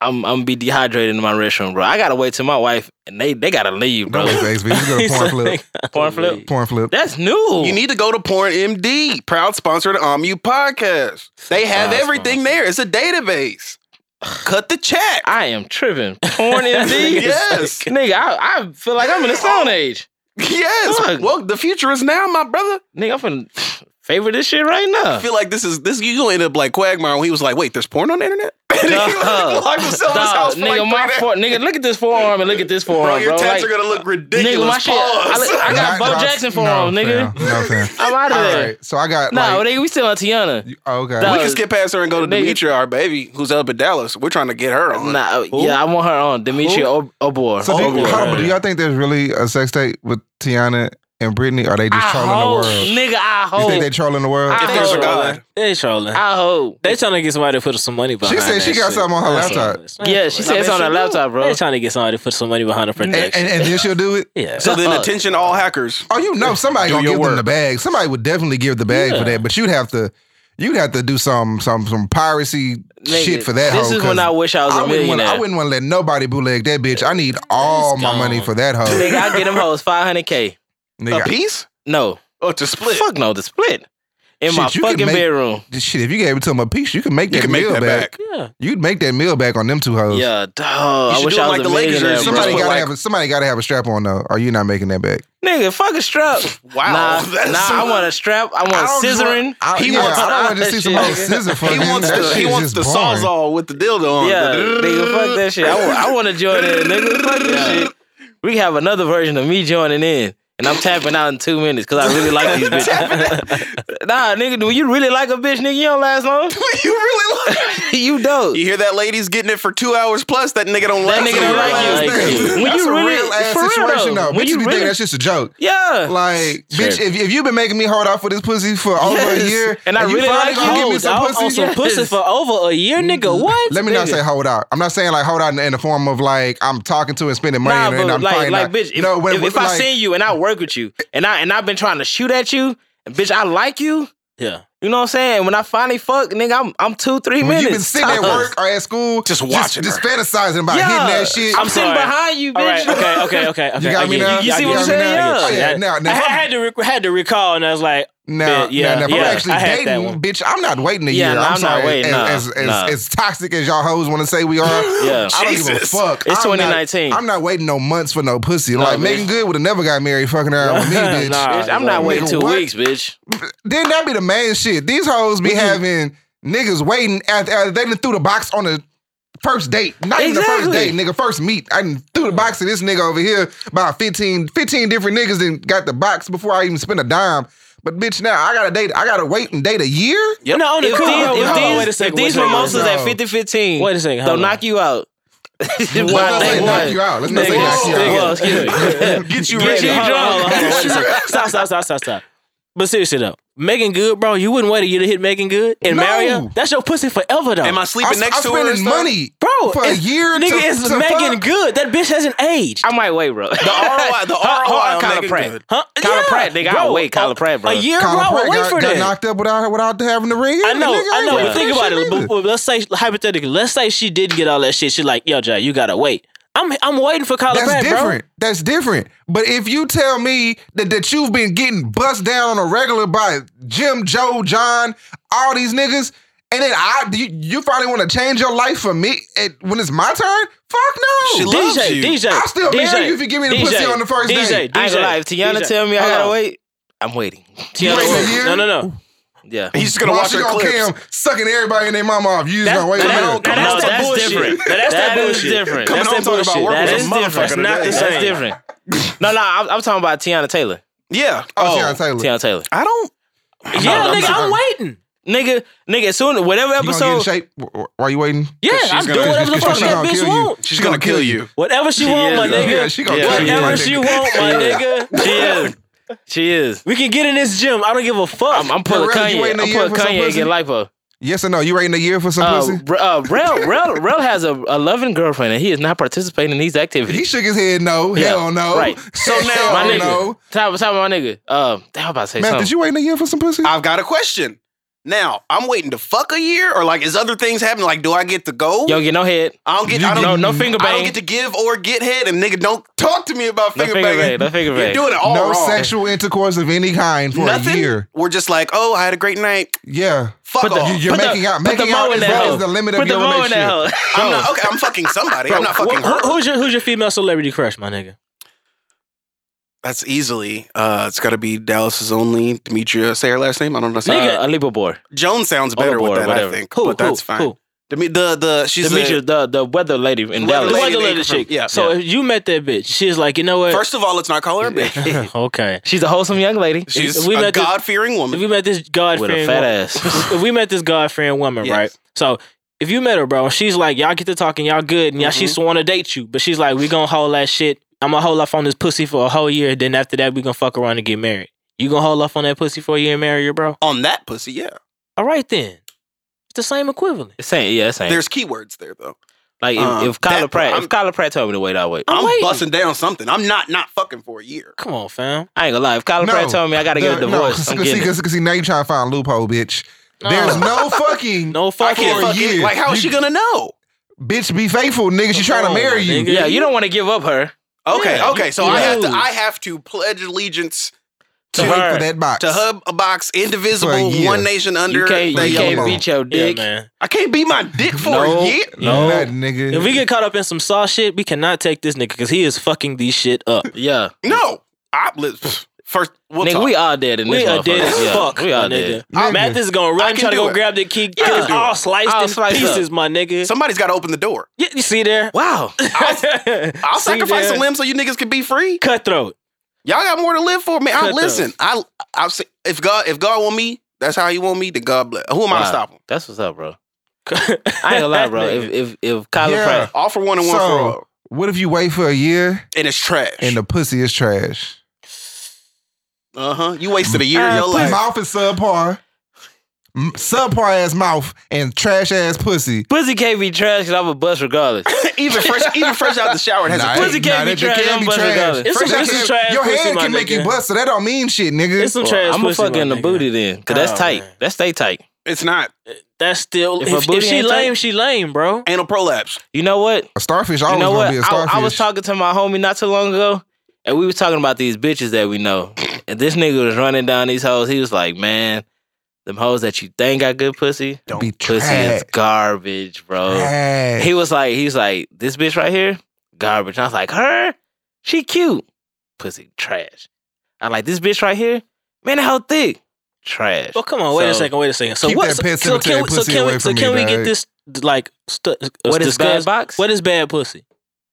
[SPEAKER 2] I'm I'm be dehydrated in my restroom, bro. I gotta wait till my wife and they they gotta leave,
[SPEAKER 4] Don't
[SPEAKER 2] bro.
[SPEAKER 4] wait for XB. Let's go to porn flip.
[SPEAKER 2] Porn flip.
[SPEAKER 4] Porn flip.
[SPEAKER 2] That's new.
[SPEAKER 3] You need to go to PornMD, proud sponsor of the OMU podcast. They have
[SPEAKER 5] Proud
[SPEAKER 3] everything there. It's a database. Cut the check.
[SPEAKER 2] I am tripping. Porn MD.
[SPEAKER 3] Yes. Oh.
[SPEAKER 2] Nigga, I, I feel like I'm in the stone age.
[SPEAKER 3] Yes.
[SPEAKER 2] Fuck.
[SPEAKER 3] Well, the future is now, my brother.
[SPEAKER 2] Nigga, I'm finna favor this shit right now.
[SPEAKER 3] I feel like this is this. You gonna end up like Quagmire when he was like, "Wait, there's porn on the internet." And he
[SPEAKER 2] Dog.
[SPEAKER 3] locked himself in his
[SPEAKER 2] Dog,
[SPEAKER 3] house for
[SPEAKER 2] nigga,
[SPEAKER 3] like
[SPEAKER 2] my
[SPEAKER 3] three days.
[SPEAKER 2] fore- nigga, look at this forearm and look at this
[SPEAKER 3] Bro,
[SPEAKER 2] forearm,
[SPEAKER 3] your
[SPEAKER 2] bro.
[SPEAKER 3] tats
[SPEAKER 2] Like, uh,
[SPEAKER 3] are gonna look ridiculous.
[SPEAKER 2] nigga, my shit. I,
[SPEAKER 3] Pause.
[SPEAKER 2] look- I got Bo
[SPEAKER 4] drops-
[SPEAKER 2] Jackson
[SPEAKER 4] no,
[SPEAKER 2] forearm, nigga.
[SPEAKER 4] fam. No, fam.
[SPEAKER 2] I'm out of
[SPEAKER 4] All
[SPEAKER 2] there.
[SPEAKER 4] right, so I got
[SPEAKER 2] Nah,
[SPEAKER 4] like,
[SPEAKER 2] nigga, we still on Tiana.
[SPEAKER 4] oh, okay.
[SPEAKER 2] Nah.
[SPEAKER 3] we can skip past her and go to
[SPEAKER 2] Nigga.
[SPEAKER 3] Demetria, our baby, who's up in Dallas. We're trying to get her on.
[SPEAKER 2] Nah, uh, yeah, I want her on Demetria Ob- Obor.
[SPEAKER 4] So do,
[SPEAKER 3] Oh,
[SPEAKER 4] you,
[SPEAKER 3] yeah.
[SPEAKER 4] hold on, but do y'all think there's really a sex tape with Tiana and Britney? Or are they just
[SPEAKER 2] I
[SPEAKER 4] trolling
[SPEAKER 2] hope,
[SPEAKER 4] the world?
[SPEAKER 2] nigga, I
[SPEAKER 4] You think they
[SPEAKER 2] hope,
[SPEAKER 4] trolling the world?
[SPEAKER 2] I
[SPEAKER 3] If there's a
[SPEAKER 2] hope.
[SPEAKER 3] God,
[SPEAKER 5] They trolling.
[SPEAKER 2] I hope.
[SPEAKER 5] They trying to get somebody to put some money behind.
[SPEAKER 4] said
[SPEAKER 5] that
[SPEAKER 4] she got
[SPEAKER 5] shit.
[SPEAKER 4] something on her
[SPEAKER 5] That's
[SPEAKER 4] laptop.
[SPEAKER 5] ridiculous.
[SPEAKER 2] Yeah, she said
[SPEAKER 3] bet
[SPEAKER 2] it's on
[SPEAKER 3] she
[SPEAKER 2] her
[SPEAKER 3] do.
[SPEAKER 2] laptop, bro.
[SPEAKER 5] They trying to get somebody to put some money behind her
[SPEAKER 4] and,
[SPEAKER 5] production.
[SPEAKER 4] and, and then she'll do it.
[SPEAKER 5] yeah.
[SPEAKER 3] so then attention, all hackers.
[SPEAKER 4] Oh, you know somebody
[SPEAKER 3] Do
[SPEAKER 4] gonna
[SPEAKER 3] your
[SPEAKER 4] give them
[SPEAKER 3] work.
[SPEAKER 4] the bag. Somebody would definitely give the bag for
[SPEAKER 5] Yeah.
[SPEAKER 4] that, but you'd have to, you'd have to do some some some piracy
[SPEAKER 2] Nigga,
[SPEAKER 4] shit for that.
[SPEAKER 2] This
[SPEAKER 4] hoe,
[SPEAKER 2] is when
[SPEAKER 4] 'cause
[SPEAKER 2] I wish I was a
[SPEAKER 4] I wouldn't want.
[SPEAKER 2] millionaire.
[SPEAKER 4] I wouldn't want to let nobody bootleg that bitch. I need all my
[SPEAKER 5] gone.
[SPEAKER 4] money for that hoe.
[SPEAKER 2] Nigga, I get them hoes 500k.
[SPEAKER 3] A
[SPEAKER 4] Nigga,
[SPEAKER 3] piece?
[SPEAKER 2] No,
[SPEAKER 3] Oh, to split.
[SPEAKER 2] fuck no, the split in my
[SPEAKER 4] Shit, you can
[SPEAKER 2] fucking
[SPEAKER 4] make-
[SPEAKER 2] bedroom.
[SPEAKER 4] shit, if you gave it to him a piece, you could make
[SPEAKER 3] You
[SPEAKER 4] that
[SPEAKER 3] can make
[SPEAKER 4] meal
[SPEAKER 3] that
[SPEAKER 4] back.
[SPEAKER 3] back.
[SPEAKER 5] Yeah.
[SPEAKER 4] You'd make that meal back on them two hoes.
[SPEAKER 2] Yeah, dog. I
[SPEAKER 3] You should
[SPEAKER 2] wish
[SPEAKER 3] do it
[SPEAKER 2] I was
[SPEAKER 3] like
[SPEAKER 2] a
[SPEAKER 3] the Lakers
[SPEAKER 2] millionaire,
[SPEAKER 3] jerseys.
[SPEAKER 2] bro.
[SPEAKER 4] Somebody
[SPEAKER 3] Bro,
[SPEAKER 4] gotta
[SPEAKER 3] like-
[SPEAKER 4] have a somebody gotta have a strap on though, or you're not making that back.
[SPEAKER 2] Nigga, fuck a strap.
[SPEAKER 3] Wow,
[SPEAKER 2] Nah,
[SPEAKER 3] that's-
[SPEAKER 2] nah I want a strap. I want
[SPEAKER 4] don't
[SPEAKER 2] scissoring.
[SPEAKER 4] want- I,
[SPEAKER 3] He
[SPEAKER 4] he yeah,
[SPEAKER 3] wants-
[SPEAKER 4] I don't want to
[SPEAKER 2] that
[SPEAKER 4] see
[SPEAKER 2] shit,
[SPEAKER 4] some more
[SPEAKER 2] nigga.
[SPEAKER 4] scissor for
[SPEAKER 3] He
[SPEAKER 4] me.
[SPEAKER 3] wants
[SPEAKER 4] That
[SPEAKER 3] the
[SPEAKER 4] shit
[SPEAKER 3] he
[SPEAKER 4] is
[SPEAKER 3] wants the
[SPEAKER 4] just boring.
[SPEAKER 3] sawzall with the dildo on.
[SPEAKER 2] Yeah, nigga, fuck that shit. I want, I want to join in, nigga. Fuck that shit. We can have another version of me joining in. And I'm tapping out in two minutes because I really like these bitches. nah, nigga, when you really like a bitch, nigga, you don't last long.
[SPEAKER 3] you really like?
[SPEAKER 2] you dope.
[SPEAKER 3] You hear that? Lady's getting it for two hours plus. That nigga don't
[SPEAKER 2] That
[SPEAKER 3] like
[SPEAKER 2] nigga
[SPEAKER 3] you.
[SPEAKER 2] don't
[SPEAKER 5] like you.
[SPEAKER 2] like you.
[SPEAKER 5] Like
[SPEAKER 2] When
[SPEAKER 4] That's
[SPEAKER 2] you
[SPEAKER 4] a
[SPEAKER 2] really,
[SPEAKER 4] real ass
[SPEAKER 2] for real though,
[SPEAKER 4] situation though.
[SPEAKER 2] when
[SPEAKER 4] Bitches
[SPEAKER 2] you
[SPEAKER 4] be
[SPEAKER 2] really,
[SPEAKER 4] thinking that shit's a joke.
[SPEAKER 2] yeah.
[SPEAKER 4] Like,
[SPEAKER 5] Sure.
[SPEAKER 4] bitch, if, if you've been making me hold out for this pussy for over a
[SPEAKER 2] Yes.
[SPEAKER 4] year,
[SPEAKER 2] And I really
[SPEAKER 4] finally
[SPEAKER 2] like
[SPEAKER 4] gonna
[SPEAKER 2] you.
[SPEAKER 4] give me some
[SPEAKER 5] I was
[SPEAKER 4] pussy,
[SPEAKER 5] on some
[SPEAKER 2] Yes.
[SPEAKER 5] pussy for over a year, nigga. What?
[SPEAKER 4] Let me not
[SPEAKER 5] Nigga.
[SPEAKER 4] say hold out. I'm not saying like hold out in, in the form of like I'm talking to and spending money
[SPEAKER 2] Nah,
[SPEAKER 4] and, and
[SPEAKER 2] but
[SPEAKER 4] I'm
[SPEAKER 2] like,
[SPEAKER 4] probably
[SPEAKER 2] like,
[SPEAKER 4] not.
[SPEAKER 2] bitch, if,
[SPEAKER 4] when-
[SPEAKER 2] if, if I
[SPEAKER 4] like,
[SPEAKER 2] seen you and I work with you and I and I've been trying to shoot at you, and bitch, I like you.
[SPEAKER 5] Yeah.
[SPEAKER 2] You know what I'm saying? When I finally fuck, nigga, I'm I'm two three
[SPEAKER 4] when
[SPEAKER 2] minutes.
[SPEAKER 4] you've been sitting at
[SPEAKER 2] tops.
[SPEAKER 4] work or at school,
[SPEAKER 3] Just watching
[SPEAKER 4] just,
[SPEAKER 3] her.
[SPEAKER 4] fantasizing about
[SPEAKER 2] Yeah.
[SPEAKER 4] hitting that shit.
[SPEAKER 2] I'm sitting
[SPEAKER 5] sorry.
[SPEAKER 2] behind you,
[SPEAKER 5] All right.
[SPEAKER 2] bitch.
[SPEAKER 5] Okay. Okay. Okay. Okay.
[SPEAKER 4] you got
[SPEAKER 5] I
[SPEAKER 4] me
[SPEAKER 5] get
[SPEAKER 4] now.
[SPEAKER 5] You,
[SPEAKER 2] You
[SPEAKER 5] I
[SPEAKER 2] see
[SPEAKER 4] You
[SPEAKER 5] get
[SPEAKER 2] what I'm
[SPEAKER 4] got me
[SPEAKER 2] saying?
[SPEAKER 4] now?
[SPEAKER 2] Yeah.
[SPEAKER 4] Oh, yeah. Now,
[SPEAKER 5] I
[SPEAKER 4] now, if
[SPEAKER 5] had, I
[SPEAKER 4] I'm-
[SPEAKER 5] had to rec- had to recall, and I was like,
[SPEAKER 4] Now,
[SPEAKER 5] Bit- yeah,
[SPEAKER 4] now, if
[SPEAKER 5] yeah,
[SPEAKER 4] I'm actually
[SPEAKER 5] I had that one.
[SPEAKER 4] dating, bitch, I'm not waiting a
[SPEAKER 2] Yeah,
[SPEAKER 4] year.
[SPEAKER 2] no,
[SPEAKER 4] I'm,
[SPEAKER 2] I'm not
[SPEAKER 4] sorry.
[SPEAKER 2] waiting.
[SPEAKER 4] as,
[SPEAKER 2] Nah,
[SPEAKER 4] as, as,
[SPEAKER 2] nah.
[SPEAKER 4] as toxic as y'all hoes want to say we are,
[SPEAKER 2] Yeah.
[SPEAKER 4] I don't give a
[SPEAKER 3] Jesus.
[SPEAKER 4] fuck.
[SPEAKER 2] It's
[SPEAKER 4] I'm not-
[SPEAKER 2] 2019.
[SPEAKER 4] I'm not waiting no months for no pussy. like
[SPEAKER 2] bitch.
[SPEAKER 4] Megan Good would have never got married fucking around with me, bitch.
[SPEAKER 5] Nah.
[SPEAKER 2] Bitch, I'm not
[SPEAKER 4] Nigga,
[SPEAKER 2] waiting two
[SPEAKER 4] what?
[SPEAKER 2] weeks, bitch.
[SPEAKER 4] Then that be the main shit. These hoes be having niggas waiting after, after they done threw the box on the first date. Not even the first
[SPEAKER 2] Exactly.
[SPEAKER 4] date, nigga. First meet. I done threw the box to this nigga over here about 15, 15 different niggas and got the box before I even spent a dime. But bitch, now I gotta date. I gotta wait and date a year.
[SPEAKER 5] "You're not on the
[SPEAKER 2] If
[SPEAKER 5] cool."
[SPEAKER 2] these,
[SPEAKER 5] hold on,
[SPEAKER 2] if
[SPEAKER 5] hold on,
[SPEAKER 2] these,
[SPEAKER 5] wait a second,
[SPEAKER 2] if these
[SPEAKER 5] wait a second.
[SPEAKER 2] mimosas
[SPEAKER 4] No.
[SPEAKER 2] at 50 15,
[SPEAKER 5] Wait a second,
[SPEAKER 2] they'll
[SPEAKER 5] hold on.
[SPEAKER 2] knock you out.
[SPEAKER 4] Let's not say
[SPEAKER 5] Whoa,
[SPEAKER 4] knock you out. Let's not say
[SPEAKER 5] Nigga,
[SPEAKER 4] knock you out.
[SPEAKER 5] nigga.
[SPEAKER 2] Well, excuse me.
[SPEAKER 3] Get you
[SPEAKER 2] Get
[SPEAKER 3] ready.
[SPEAKER 2] you
[SPEAKER 5] Hold on, hold on, hold on, wait a
[SPEAKER 2] drunk.
[SPEAKER 5] second. Stop, stop, stop, stop, stop. But seriously though, Megan Good, bro, you wouldn't wait a year to hit Megan Good and
[SPEAKER 4] No.
[SPEAKER 5] marry her. That's your pussy forever though.
[SPEAKER 3] Am I sleeping
[SPEAKER 4] I'm,
[SPEAKER 3] next
[SPEAKER 4] I'm
[SPEAKER 3] to her? and
[SPEAKER 4] spending
[SPEAKER 3] stuff?
[SPEAKER 4] money,
[SPEAKER 5] bro,
[SPEAKER 4] for a
[SPEAKER 5] it's-
[SPEAKER 4] year.
[SPEAKER 5] Nigga,
[SPEAKER 4] to,
[SPEAKER 5] it's
[SPEAKER 4] to
[SPEAKER 5] Megan
[SPEAKER 4] fuck.
[SPEAKER 5] Good. That bitch hasn't aged.
[SPEAKER 2] I might wait, bro.
[SPEAKER 3] The ROI. The
[SPEAKER 2] Hold- hold on,
[SPEAKER 3] ROI. on
[SPEAKER 2] Kyler
[SPEAKER 3] Megan
[SPEAKER 2] Pratt.
[SPEAKER 3] Good.
[SPEAKER 5] Huh?
[SPEAKER 2] Kyler Pratt, nigga, I'll wait Kyler
[SPEAKER 5] a-
[SPEAKER 2] Pratt, bro.
[SPEAKER 5] A year,
[SPEAKER 4] Colin
[SPEAKER 5] bro, I
[SPEAKER 4] Pratt
[SPEAKER 5] would wait
[SPEAKER 4] got,
[SPEAKER 5] for
[SPEAKER 4] got
[SPEAKER 5] that.
[SPEAKER 4] knocked up without without having the ring.
[SPEAKER 5] I know,
[SPEAKER 4] Nigga,
[SPEAKER 5] I know.
[SPEAKER 4] ain't
[SPEAKER 5] But think
[SPEAKER 4] that
[SPEAKER 5] about
[SPEAKER 4] shit
[SPEAKER 5] it.
[SPEAKER 4] either.
[SPEAKER 5] But, but let's say hypothetically, let's say she did get all that shit. She like, yo, Jay, you gotta wait. I'm I'm waiting for Colin
[SPEAKER 4] That's
[SPEAKER 5] Pratt, bro.
[SPEAKER 4] different. That's different. But if you tell me that, that you've been getting bust down on a regular by Jim, Joe, John, all these niggas, and then I you, you finally want to change your life for me at, when it's my turn? Fuck no.
[SPEAKER 3] She loves
[SPEAKER 5] DJ,
[SPEAKER 3] you.
[SPEAKER 5] DJ,
[SPEAKER 4] I'll still
[SPEAKER 5] DJ,
[SPEAKER 4] marry you if you give me the
[SPEAKER 5] DJ,
[SPEAKER 4] pussy on the first
[SPEAKER 5] DJ,
[SPEAKER 4] date.
[SPEAKER 2] I ain't gonna
[SPEAKER 5] DJ,
[SPEAKER 2] lie. If Tiana
[SPEAKER 5] DJ.
[SPEAKER 2] tell me I
[SPEAKER 5] Hold
[SPEAKER 2] gotta
[SPEAKER 5] on.
[SPEAKER 2] wait, I'm waiting.
[SPEAKER 5] Tiana,
[SPEAKER 4] wait a
[SPEAKER 5] wait.
[SPEAKER 4] year?
[SPEAKER 5] no, no, no.
[SPEAKER 2] Yeah.
[SPEAKER 3] He's just gonna
[SPEAKER 4] While
[SPEAKER 3] watch
[SPEAKER 4] she
[SPEAKER 3] her
[SPEAKER 4] on
[SPEAKER 3] clips.
[SPEAKER 4] cam sucking everybody and their mama off. You just
[SPEAKER 5] That's-
[SPEAKER 4] gonna wait a
[SPEAKER 5] that-
[SPEAKER 4] minute.
[SPEAKER 5] that-
[SPEAKER 4] Come
[SPEAKER 5] that's
[SPEAKER 4] on.
[SPEAKER 5] that
[SPEAKER 2] that's
[SPEAKER 5] bullshit.
[SPEAKER 2] different.
[SPEAKER 5] No, that's that
[SPEAKER 2] That is
[SPEAKER 5] bullshit.
[SPEAKER 2] different.
[SPEAKER 5] That's
[SPEAKER 3] Coming
[SPEAKER 5] that
[SPEAKER 3] on talking about
[SPEAKER 5] bullshit.
[SPEAKER 3] work
[SPEAKER 5] That
[SPEAKER 3] with
[SPEAKER 5] is
[SPEAKER 3] a
[SPEAKER 5] different. That's
[SPEAKER 3] motherfucker
[SPEAKER 5] not the
[SPEAKER 3] today.
[SPEAKER 5] same.
[SPEAKER 2] That's different. No, no, I'm, I'm talking about Tiana Taylor.
[SPEAKER 3] Yeah.
[SPEAKER 4] Oh, Tiana Taylor.
[SPEAKER 2] Tiana Taylor.
[SPEAKER 3] I don't.
[SPEAKER 5] Yeah,
[SPEAKER 4] No,
[SPEAKER 5] nigga,
[SPEAKER 4] I'm-
[SPEAKER 5] I'm waiting.
[SPEAKER 2] Nigga, nigga, as soon whatever
[SPEAKER 4] You gonna get in
[SPEAKER 2] episode.
[SPEAKER 4] shape wh- wh- while you waiting?
[SPEAKER 5] Yeah,
[SPEAKER 3] she's
[SPEAKER 5] I'm
[SPEAKER 3] gonna-
[SPEAKER 5] doing whatever the
[SPEAKER 4] she's
[SPEAKER 5] fuck
[SPEAKER 4] gonna
[SPEAKER 5] that bitch
[SPEAKER 4] kill you.
[SPEAKER 5] want.
[SPEAKER 3] She's gonna kill you.
[SPEAKER 5] Whatever she want,
[SPEAKER 2] is,
[SPEAKER 5] my
[SPEAKER 2] though.
[SPEAKER 4] Yeah,
[SPEAKER 5] nigga.
[SPEAKER 4] she gonna
[SPEAKER 3] Yeah.
[SPEAKER 4] kill you. my
[SPEAKER 5] Whatever
[SPEAKER 4] nigga.
[SPEAKER 5] she want, my nigga.
[SPEAKER 2] She is. She is.
[SPEAKER 5] We can get in this gym. I don't give a fuck.
[SPEAKER 2] I'm, I'm pulling
[SPEAKER 4] Rel, you
[SPEAKER 2] Kanye.
[SPEAKER 4] waiting a
[SPEAKER 2] I'm
[SPEAKER 4] year
[SPEAKER 2] pulling
[SPEAKER 4] for some
[SPEAKER 2] Kanye and
[SPEAKER 4] pussy?
[SPEAKER 2] get lipo.
[SPEAKER 4] Yes or no? You waiting a year for some
[SPEAKER 2] Uh,
[SPEAKER 4] pussy?
[SPEAKER 2] Re- uh, Rel, Rel, Rel has a, a loving girlfriend, and he is not participating in these activities.
[SPEAKER 4] He shook his head no.
[SPEAKER 2] Yeah,
[SPEAKER 4] Hell no.
[SPEAKER 2] Right. So now,
[SPEAKER 4] Hell
[SPEAKER 2] my nigga.
[SPEAKER 4] no.
[SPEAKER 2] Time, time, my nigga. Um, damn, I'm about to say
[SPEAKER 4] Matt,
[SPEAKER 2] something.
[SPEAKER 4] did you wait a year for some pussy?
[SPEAKER 3] I've got a question. Now I'm waiting to fuck a year, or like is other things happening? Like, do I get to go?
[SPEAKER 2] You don't get no head.
[SPEAKER 3] I don't get. I
[SPEAKER 2] No,
[SPEAKER 3] don't.
[SPEAKER 2] no
[SPEAKER 4] Mm-hmm.
[SPEAKER 2] finger
[SPEAKER 3] I don't
[SPEAKER 2] bang.
[SPEAKER 3] get to give or get head, and nigga, don't talk to me about
[SPEAKER 2] No
[SPEAKER 3] finger,
[SPEAKER 2] finger bang,
[SPEAKER 3] banging.
[SPEAKER 2] no finger
[SPEAKER 3] You're
[SPEAKER 2] bang.
[SPEAKER 3] doing it all
[SPEAKER 4] no
[SPEAKER 3] wrong.
[SPEAKER 4] sexual intercourse of any kind for
[SPEAKER 3] Nothing.
[SPEAKER 4] a year.
[SPEAKER 3] We're just like, oh, I had a great night.
[SPEAKER 4] Yeah.
[SPEAKER 3] Fuck
[SPEAKER 2] Put the-
[SPEAKER 3] off.
[SPEAKER 4] You- You're
[SPEAKER 2] Put the-
[SPEAKER 4] making out.
[SPEAKER 2] put the
[SPEAKER 4] Making
[SPEAKER 2] mo
[SPEAKER 4] out
[SPEAKER 2] in
[SPEAKER 4] is,
[SPEAKER 2] that
[SPEAKER 4] that
[SPEAKER 2] hoe.
[SPEAKER 4] is the limit of
[SPEAKER 2] Put the
[SPEAKER 4] your
[SPEAKER 2] mo in
[SPEAKER 4] relationship.
[SPEAKER 2] that hole.
[SPEAKER 3] I'm not okay. I'm fucking somebody. I'm not
[SPEAKER 5] Wh-
[SPEAKER 3] fucking
[SPEAKER 5] wh-
[SPEAKER 3] her.
[SPEAKER 5] who's your Who's your female celebrity crush, my nigga?
[SPEAKER 3] That's easily. Uh, it's got to be Dallas's only Demetria. Say her last name. I don't know.
[SPEAKER 5] Nigga.
[SPEAKER 2] Uh, Alipa Boar.
[SPEAKER 3] Jones sounds better
[SPEAKER 2] Oliver,
[SPEAKER 3] with that.
[SPEAKER 2] whatever.
[SPEAKER 3] I think.
[SPEAKER 5] Cool,
[SPEAKER 3] but
[SPEAKER 5] cool,
[SPEAKER 3] that's fine.
[SPEAKER 5] cool.
[SPEAKER 3] Demi- the the she's the-
[SPEAKER 2] Demetria, the, the weather lady in
[SPEAKER 3] Weather
[SPEAKER 2] Dallas.
[SPEAKER 5] The
[SPEAKER 3] lady
[SPEAKER 5] weather
[SPEAKER 3] they
[SPEAKER 5] lady
[SPEAKER 3] confirm-
[SPEAKER 5] chick.
[SPEAKER 3] yeah.
[SPEAKER 5] So if you met that bitch, she's like, you know what?
[SPEAKER 3] First of all, let's not call her a bitch.
[SPEAKER 5] okay.
[SPEAKER 2] She's a wholesome young lady
[SPEAKER 3] She's
[SPEAKER 5] We
[SPEAKER 3] a
[SPEAKER 5] met this-
[SPEAKER 3] God fearing
[SPEAKER 5] If
[SPEAKER 3] woman.
[SPEAKER 5] we met this God
[SPEAKER 2] with a
[SPEAKER 5] fearing
[SPEAKER 2] fat ass.
[SPEAKER 5] if we met this God fearing woman,
[SPEAKER 3] Yes.
[SPEAKER 5] right? So if you met her, bro, and she's like, y'all get to talking, y'all good, and y'all she's
[SPEAKER 2] Mm-hmm.
[SPEAKER 5] want to date you, but she's like, we gonna hold that shit. I'm gonna hold off on this pussy for a whole year, then after that, we gonna fuck around and get married. You gonna hold off on that pussy for a year and marry her, bro?
[SPEAKER 3] On that pussy, yeah.
[SPEAKER 5] All right then, it's the same equivalent.
[SPEAKER 2] It's ain't, yeah, it's ain't.
[SPEAKER 3] There's keywords there though.
[SPEAKER 2] like if,
[SPEAKER 4] uh,
[SPEAKER 3] um,
[SPEAKER 2] if Kyler
[SPEAKER 3] that-
[SPEAKER 2] Pratt,
[SPEAKER 3] I'm-
[SPEAKER 2] if Kyler Pratt told me to wait, I wait.
[SPEAKER 5] I'm
[SPEAKER 3] I'm,
[SPEAKER 5] waiting.
[SPEAKER 3] busting down something. I'm not not fucking for a year.
[SPEAKER 5] Come on, fam.
[SPEAKER 2] I ain't gonna lie. If Kyler
[SPEAKER 4] No.
[SPEAKER 2] Pratt told me I gotta get a
[SPEAKER 4] No,
[SPEAKER 2] divorce,
[SPEAKER 4] No,
[SPEAKER 2] I'm
[SPEAKER 4] see,
[SPEAKER 2] getting it.
[SPEAKER 4] cause, cause see, now you trying to find a loophole, bitch.
[SPEAKER 5] No.
[SPEAKER 4] There's no fucking
[SPEAKER 5] No
[SPEAKER 3] I
[SPEAKER 5] fuck
[SPEAKER 4] can't
[SPEAKER 3] can't
[SPEAKER 5] for
[SPEAKER 4] fuck-
[SPEAKER 5] you.
[SPEAKER 3] fucking
[SPEAKER 4] year.
[SPEAKER 3] like. How is
[SPEAKER 4] You-
[SPEAKER 3] she gonna know?
[SPEAKER 4] bitch. Be faithful, nigga. She trying
[SPEAKER 5] Come
[SPEAKER 4] to
[SPEAKER 5] on,
[SPEAKER 4] marry
[SPEAKER 5] my
[SPEAKER 4] you.
[SPEAKER 5] nigga.
[SPEAKER 2] Yeah, you don't want to give up her
[SPEAKER 3] Okay,
[SPEAKER 5] Yeah,
[SPEAKER 3] okay.
[SPEAKER 5] you-
[SPEAKER 3] So I
[SPEAKER 5] you
[SPEAKER 3] have to
[SPEAKER 5] know.
[SPEAKER 3] I have to pledge allegiance
[SPEAKER 2] to
[SPEAKER 4] Wait
[SPEAKER 2] her.
[SPEAKER 4] for that box.
[SPEAKER 3] to hub a box,
[SPEAKER 4] For a
[SPEAKER 3] indivisible,
[SPEAKER 4] year.
[SPEAKER 3] one nation under.
[SPEAKER 2] you can't,
[SPEAKER 3] that
[SPEAKER 2] you
[SPEAKER 3] yellow.
[SPEAKER 2] can't beat your
[SPEAKER 5] Yeah,
[SPEAKER 2] dick.
[SPEAKER 5] man.
[SPEAKER 3] I can't beat my dick for
[SPEAKER 5] No.
[SPEAKER 3] a year.
[SPEAKER 5] No.
[SPEAKER 4] That nigga.
[SPEAKER 5] If we get caught up in some saw shit, we cannot take this nigga because he is fucking these shit up.
[SPEAKER 2] yeah.
[SPEAKER 3] No, I let's- first. We'll
[SPEAKER 2] nigga,
[SPEAKER 3] talk.
[SPEAKER 2] we are dead in this
[SPEAKER 5] We are dead
[SPEAKER 2] motherfucker.
[SPEAKER 5] as
[SPEAKER 2] Yeah,
[SPEAKER 5] fuck.
[SPEAKER 2] We
[SPEAKER 5] my
[SPEAKER 2] are
[SPEAKER 5] nigga.
[SPEAKER 2] dead.
[SPEAKER 4] Nigga.
[SPEAKER 5] Math is gonna
[SPEAKER 3] I
[SPEAKER 5] run,
[SPEAKER 3] can
[SPEAKER 5] try to
[SPEAKER 3] do
[SPEAKER 5] go
[SPEAKER 3] it.
[SPEAKER 5] grab the key,
[SPEAKER 2] I
[SPEAKER 5] get
[SPEAKER 2] can
[SPEAKER 5] us
[SPEAKER 2] do
[SPEAKER 5] all sliced
[SPEAKER 2] All
[SPEAKER 5] in
[SPEAKER 2] sliced
[SPEAKER 5] pieces, my nigga.
[SPEAKER 3] Somebody's got to open the door.
[SPEAKER 5] Yeah, you see there?
[SPEAKER 2] Wow.
[SPEAKER 5] I'll,
[SPEAKER 3] I'll sacrifice a limb so you niggas can be free.
[SPEAKER 5] Cutthroat.
[SPEAKER 3] Y'all got more to live for, man.
[SPEAKER 5] Cut
[SPEAKER 3] I
[SPEAKER 5] them.
[SPEAKER 3] listen. I I say if God if God want me, that's how He want me. Then God bless. Who am I to
[SPEAKER 2] Wow.
[SPEAKER 3] stop him?
[SPEAKER 2] That's what's up, bro. I ain't gonna lie, bro. If if if Kyler
[SPEAKER 4] Yeah.
[SPEAKER 2] Pratt,
[SPEAKER 3] All for one and one
[SPEAKER 4] So-
[SPEAKER 3] for all,
[SPEAKER 4] what if you wait for a year
[SPEAKER 3] and it's trash.
[SPEAKER 4] and the pussy is trash?
[SPEAKER 3] uh huh. You wasted a year of
[SPEAKER 2] Uh,
[SPEAKER 3] your
[SPEAKER 2] please,
[SPEAKER 3] life.
[SPEAKER 4] Mouth is subpar. M- Subpar ass mouth and trash ass pussy.
[SPEAKER 2] pussy can't be trash because I'm a bust regardless.
[SPEAKER 3] even fresh, even fresh out the shower it has
[SPEAKER 4] Nah,
[SPEAKER 3] a
[SPEAKER 2] pussy
[SPEAKER 4] it-
[SPEAKER 2] can't be
[SPEAKER 4] that shit
[SPEAKER 2] trash, I'm busting dollars.
[SPEAKER 5] It's
[SPEAKER 4] Fresh
[SPEAKER 5] some-
[SPEAKER 4] out
[SPEAKER 5] it's
[SPEAKER 4] the-
[SPEAKER 5] some trash
[SPEAKER 4] Your
[SPEAKER 5] pussy,
[SPEAKER 4] head
[SPEAKER 5] my
[SPEAKER 4] can make you
[SPEAKER 5] nigga.
[SPEAKER 4] bust, so that don't mean shit, nigga.
[SPEAKER 5] It's some
[SPEAKER 2] Well,
[SPEAKER 5] trash
[SPEAKER 2] I'm gonna
[SPEAKER 5] pussy.
[SPEAKER 2] fuck her in
[SPEAKER 5] my
[SPEAKER 2] the
[SPEAKER 5] nigga.
[SPEAKER 2] booty then, because that's
[SPEAKER 5] Oh,
[SPEAKER 2] tight.
[SPEAKER 5] man.
[SPEAKER 2] That's stay tight.
[SPEAKER 3] It's not
[SPEAKER 5] That's still.
[SPEAKER 2] If
[SPEAKER 5] If,
[SPEAKER 2] her
[SPEAKER 5] if
[SPEAKER 2] booty
[SPEAKER 5] she
[SPEAKER 2] ain't
[SPEAKER 5] lame,
[SPEAKER 2] tight-
[SPEAKER 5] she lame, bro.
[SPEAKER 3] anal prolapse.
[SPEAKER 2] You know what?
[SPEAKER 4] a starfish
[SPEAKER 2] You
[SPEAKER 4] always
[SPEAKER 2] know
[SPEAKER 4] gonna
[SPEAKER 2] what?
[SPEAKER 4] be a
[SPEAKER 2] I,
[SPEAKER 4] starfish.
[SPEAKER 2] I was talking to my homie not too long ago, and we was talking about these bitches that we know. And this nigga was running down these hoes. He was like, "Man, them hoes that you think got good pussy,
[SPEAKER 4] Don't be
[SPEAKER 2] pussy
[SPEAKER 4] trash.
[SPEAKER 2] is garbage, bro."
[SPEAKER 4] Trash.
[SPEAKER 2] He was like, he was like, this bitch right here, garbage. I was like, her, she cute, pussy trash. I'm like, this bitch right here, man, that hoe thick, trash.
[SPEAKER 5] Well, come on. Wait a
[SPEAKER 2] So-
[SPEAKER 5] second. Wait a second. So
[SPEAKER 4] Keep
[SPEAKER 5] what?
[SPEAKER 4] that
[SPEAKER 5] So,
[SPEAKER 4] pet
[SPEAKER 5] so can,
[SPEAKER 4] cemetery
[SPEAKER 5] we- so
[SPEAKER 4] pussy
[SPEAKER 5] can
[SPEAKER 4] away
[SPEAKER 5] we? So
[SPEAKER 4] from
[SPEAKER 5] can
[SPEAKER 4] me,
[SPEAKER 5] we get
[SPEAKER 4] dog.
[SPEAKER 5] this like? Stu-
[SPEAKER 2] What is bad
[SPEAKER 5] discuss-
[SPEAKER 2] box?
[SPEAKER 5] What is bad pussy?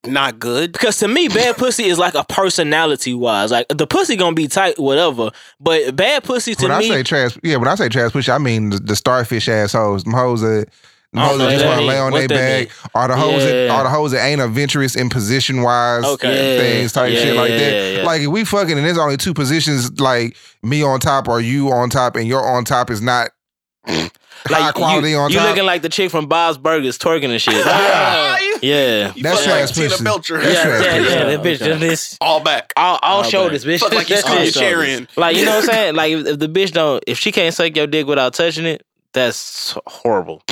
[SPEAKER 3] Not good.
[SPEAKER 5] Because to me, bad pussy is like a personality wise. Like the pussy gonna be tight, whatever. But bad pussy to
[SPEAKER 4] when I
[SPEAKER 5] me,
[SPEAKER 4] say trash, yeah, when I say trash pussy, I mean the, the starfish assholes, them hoes that. them
[SPEAKER 5] I don't
[SPEAKER 4] hoes
[SPEAKER 5] know
[SPEAKER 4] that
[SPEAKER 5] what
[SPEAKER 4] just
[SPEAKER 5] that
[SPEAKER 4] want to
[SPEAKER 5] mean.
[SPEAKER 4] lay on
[SPEAKER 5] What
[SPEAKER 4] their
[SPEAKER 5] that
[SPEAKER 4] back,
[SPEAKER 5] mean?
[SPEAKER 4] or the hoes that,
[SPEAKER 2] Yeah.
[SPEAKER 4] or the hoes that ain't adventurous in position wise
[SPEAKER 5] Okay.
[SPEAKER 2] Yeah.
[SPEAKER 4] things, type
[SPEAKER 2] Yeah,
[SPEAKER 4] shit
[SPEAKER 2] yeah,
[SPEAKER 4] like that.
[SPEAKER 2] yeah, yeah.
[SPEAKER 4] Like if we fucking and there's only two positions, like me on top or you on top, and your on top is not
[SPEAKER 2] Like,
[SPEAKER 4] high quality
[SPEAKER 2] you,
[SPEAKER 4] on
[SPEAKER 2] you
[SPEAKER 4] top.
[SPEAKER 2] looking like the chick from Bob's Burgers twerking and shit.
[SPEAKER 3] Ah, you-
[SPEAKER 2] yeah.
[SPEAKER 3] you
[SPEAKER 4] That's
[SPEAKER 3] fuck like
[SPEAKER 4] trash
[SPEAKER 3] Tina
[SPEAKER 4] pussy.
[SPEAKER 3] Belcher.
[SPEAKER 4] That's
[SPEAKER 2] yeah,
[SPEAKER 4] trash
[SPEAKER 2] yeah,
[SPEAKER 4] pussy.
[SPEAKER 2] yeah, that bitch
[SPEAKER 5] Okay.
[SPEAKER 2] just this.
[SPEAKER 3] All back.
[SPEAKER 2] All, all
[SPEAKER 5] Okay.
[SPEAKER 2] shoulders, bitch.
[SPEAKER 3] Fuck like you
[SPEAKER 2] That's
[SPEAKER 5] screwed
[SPEAKER 3] scream
[SPEAKER 2] it.
[SPEAKER 5] shoulders.
[SPEAKER 3] Sharon.
[SPEAKER 2] Like you know what I'm saying? Like if, if the bitch don't, if she can't suck your dick without touching it, that's horrible.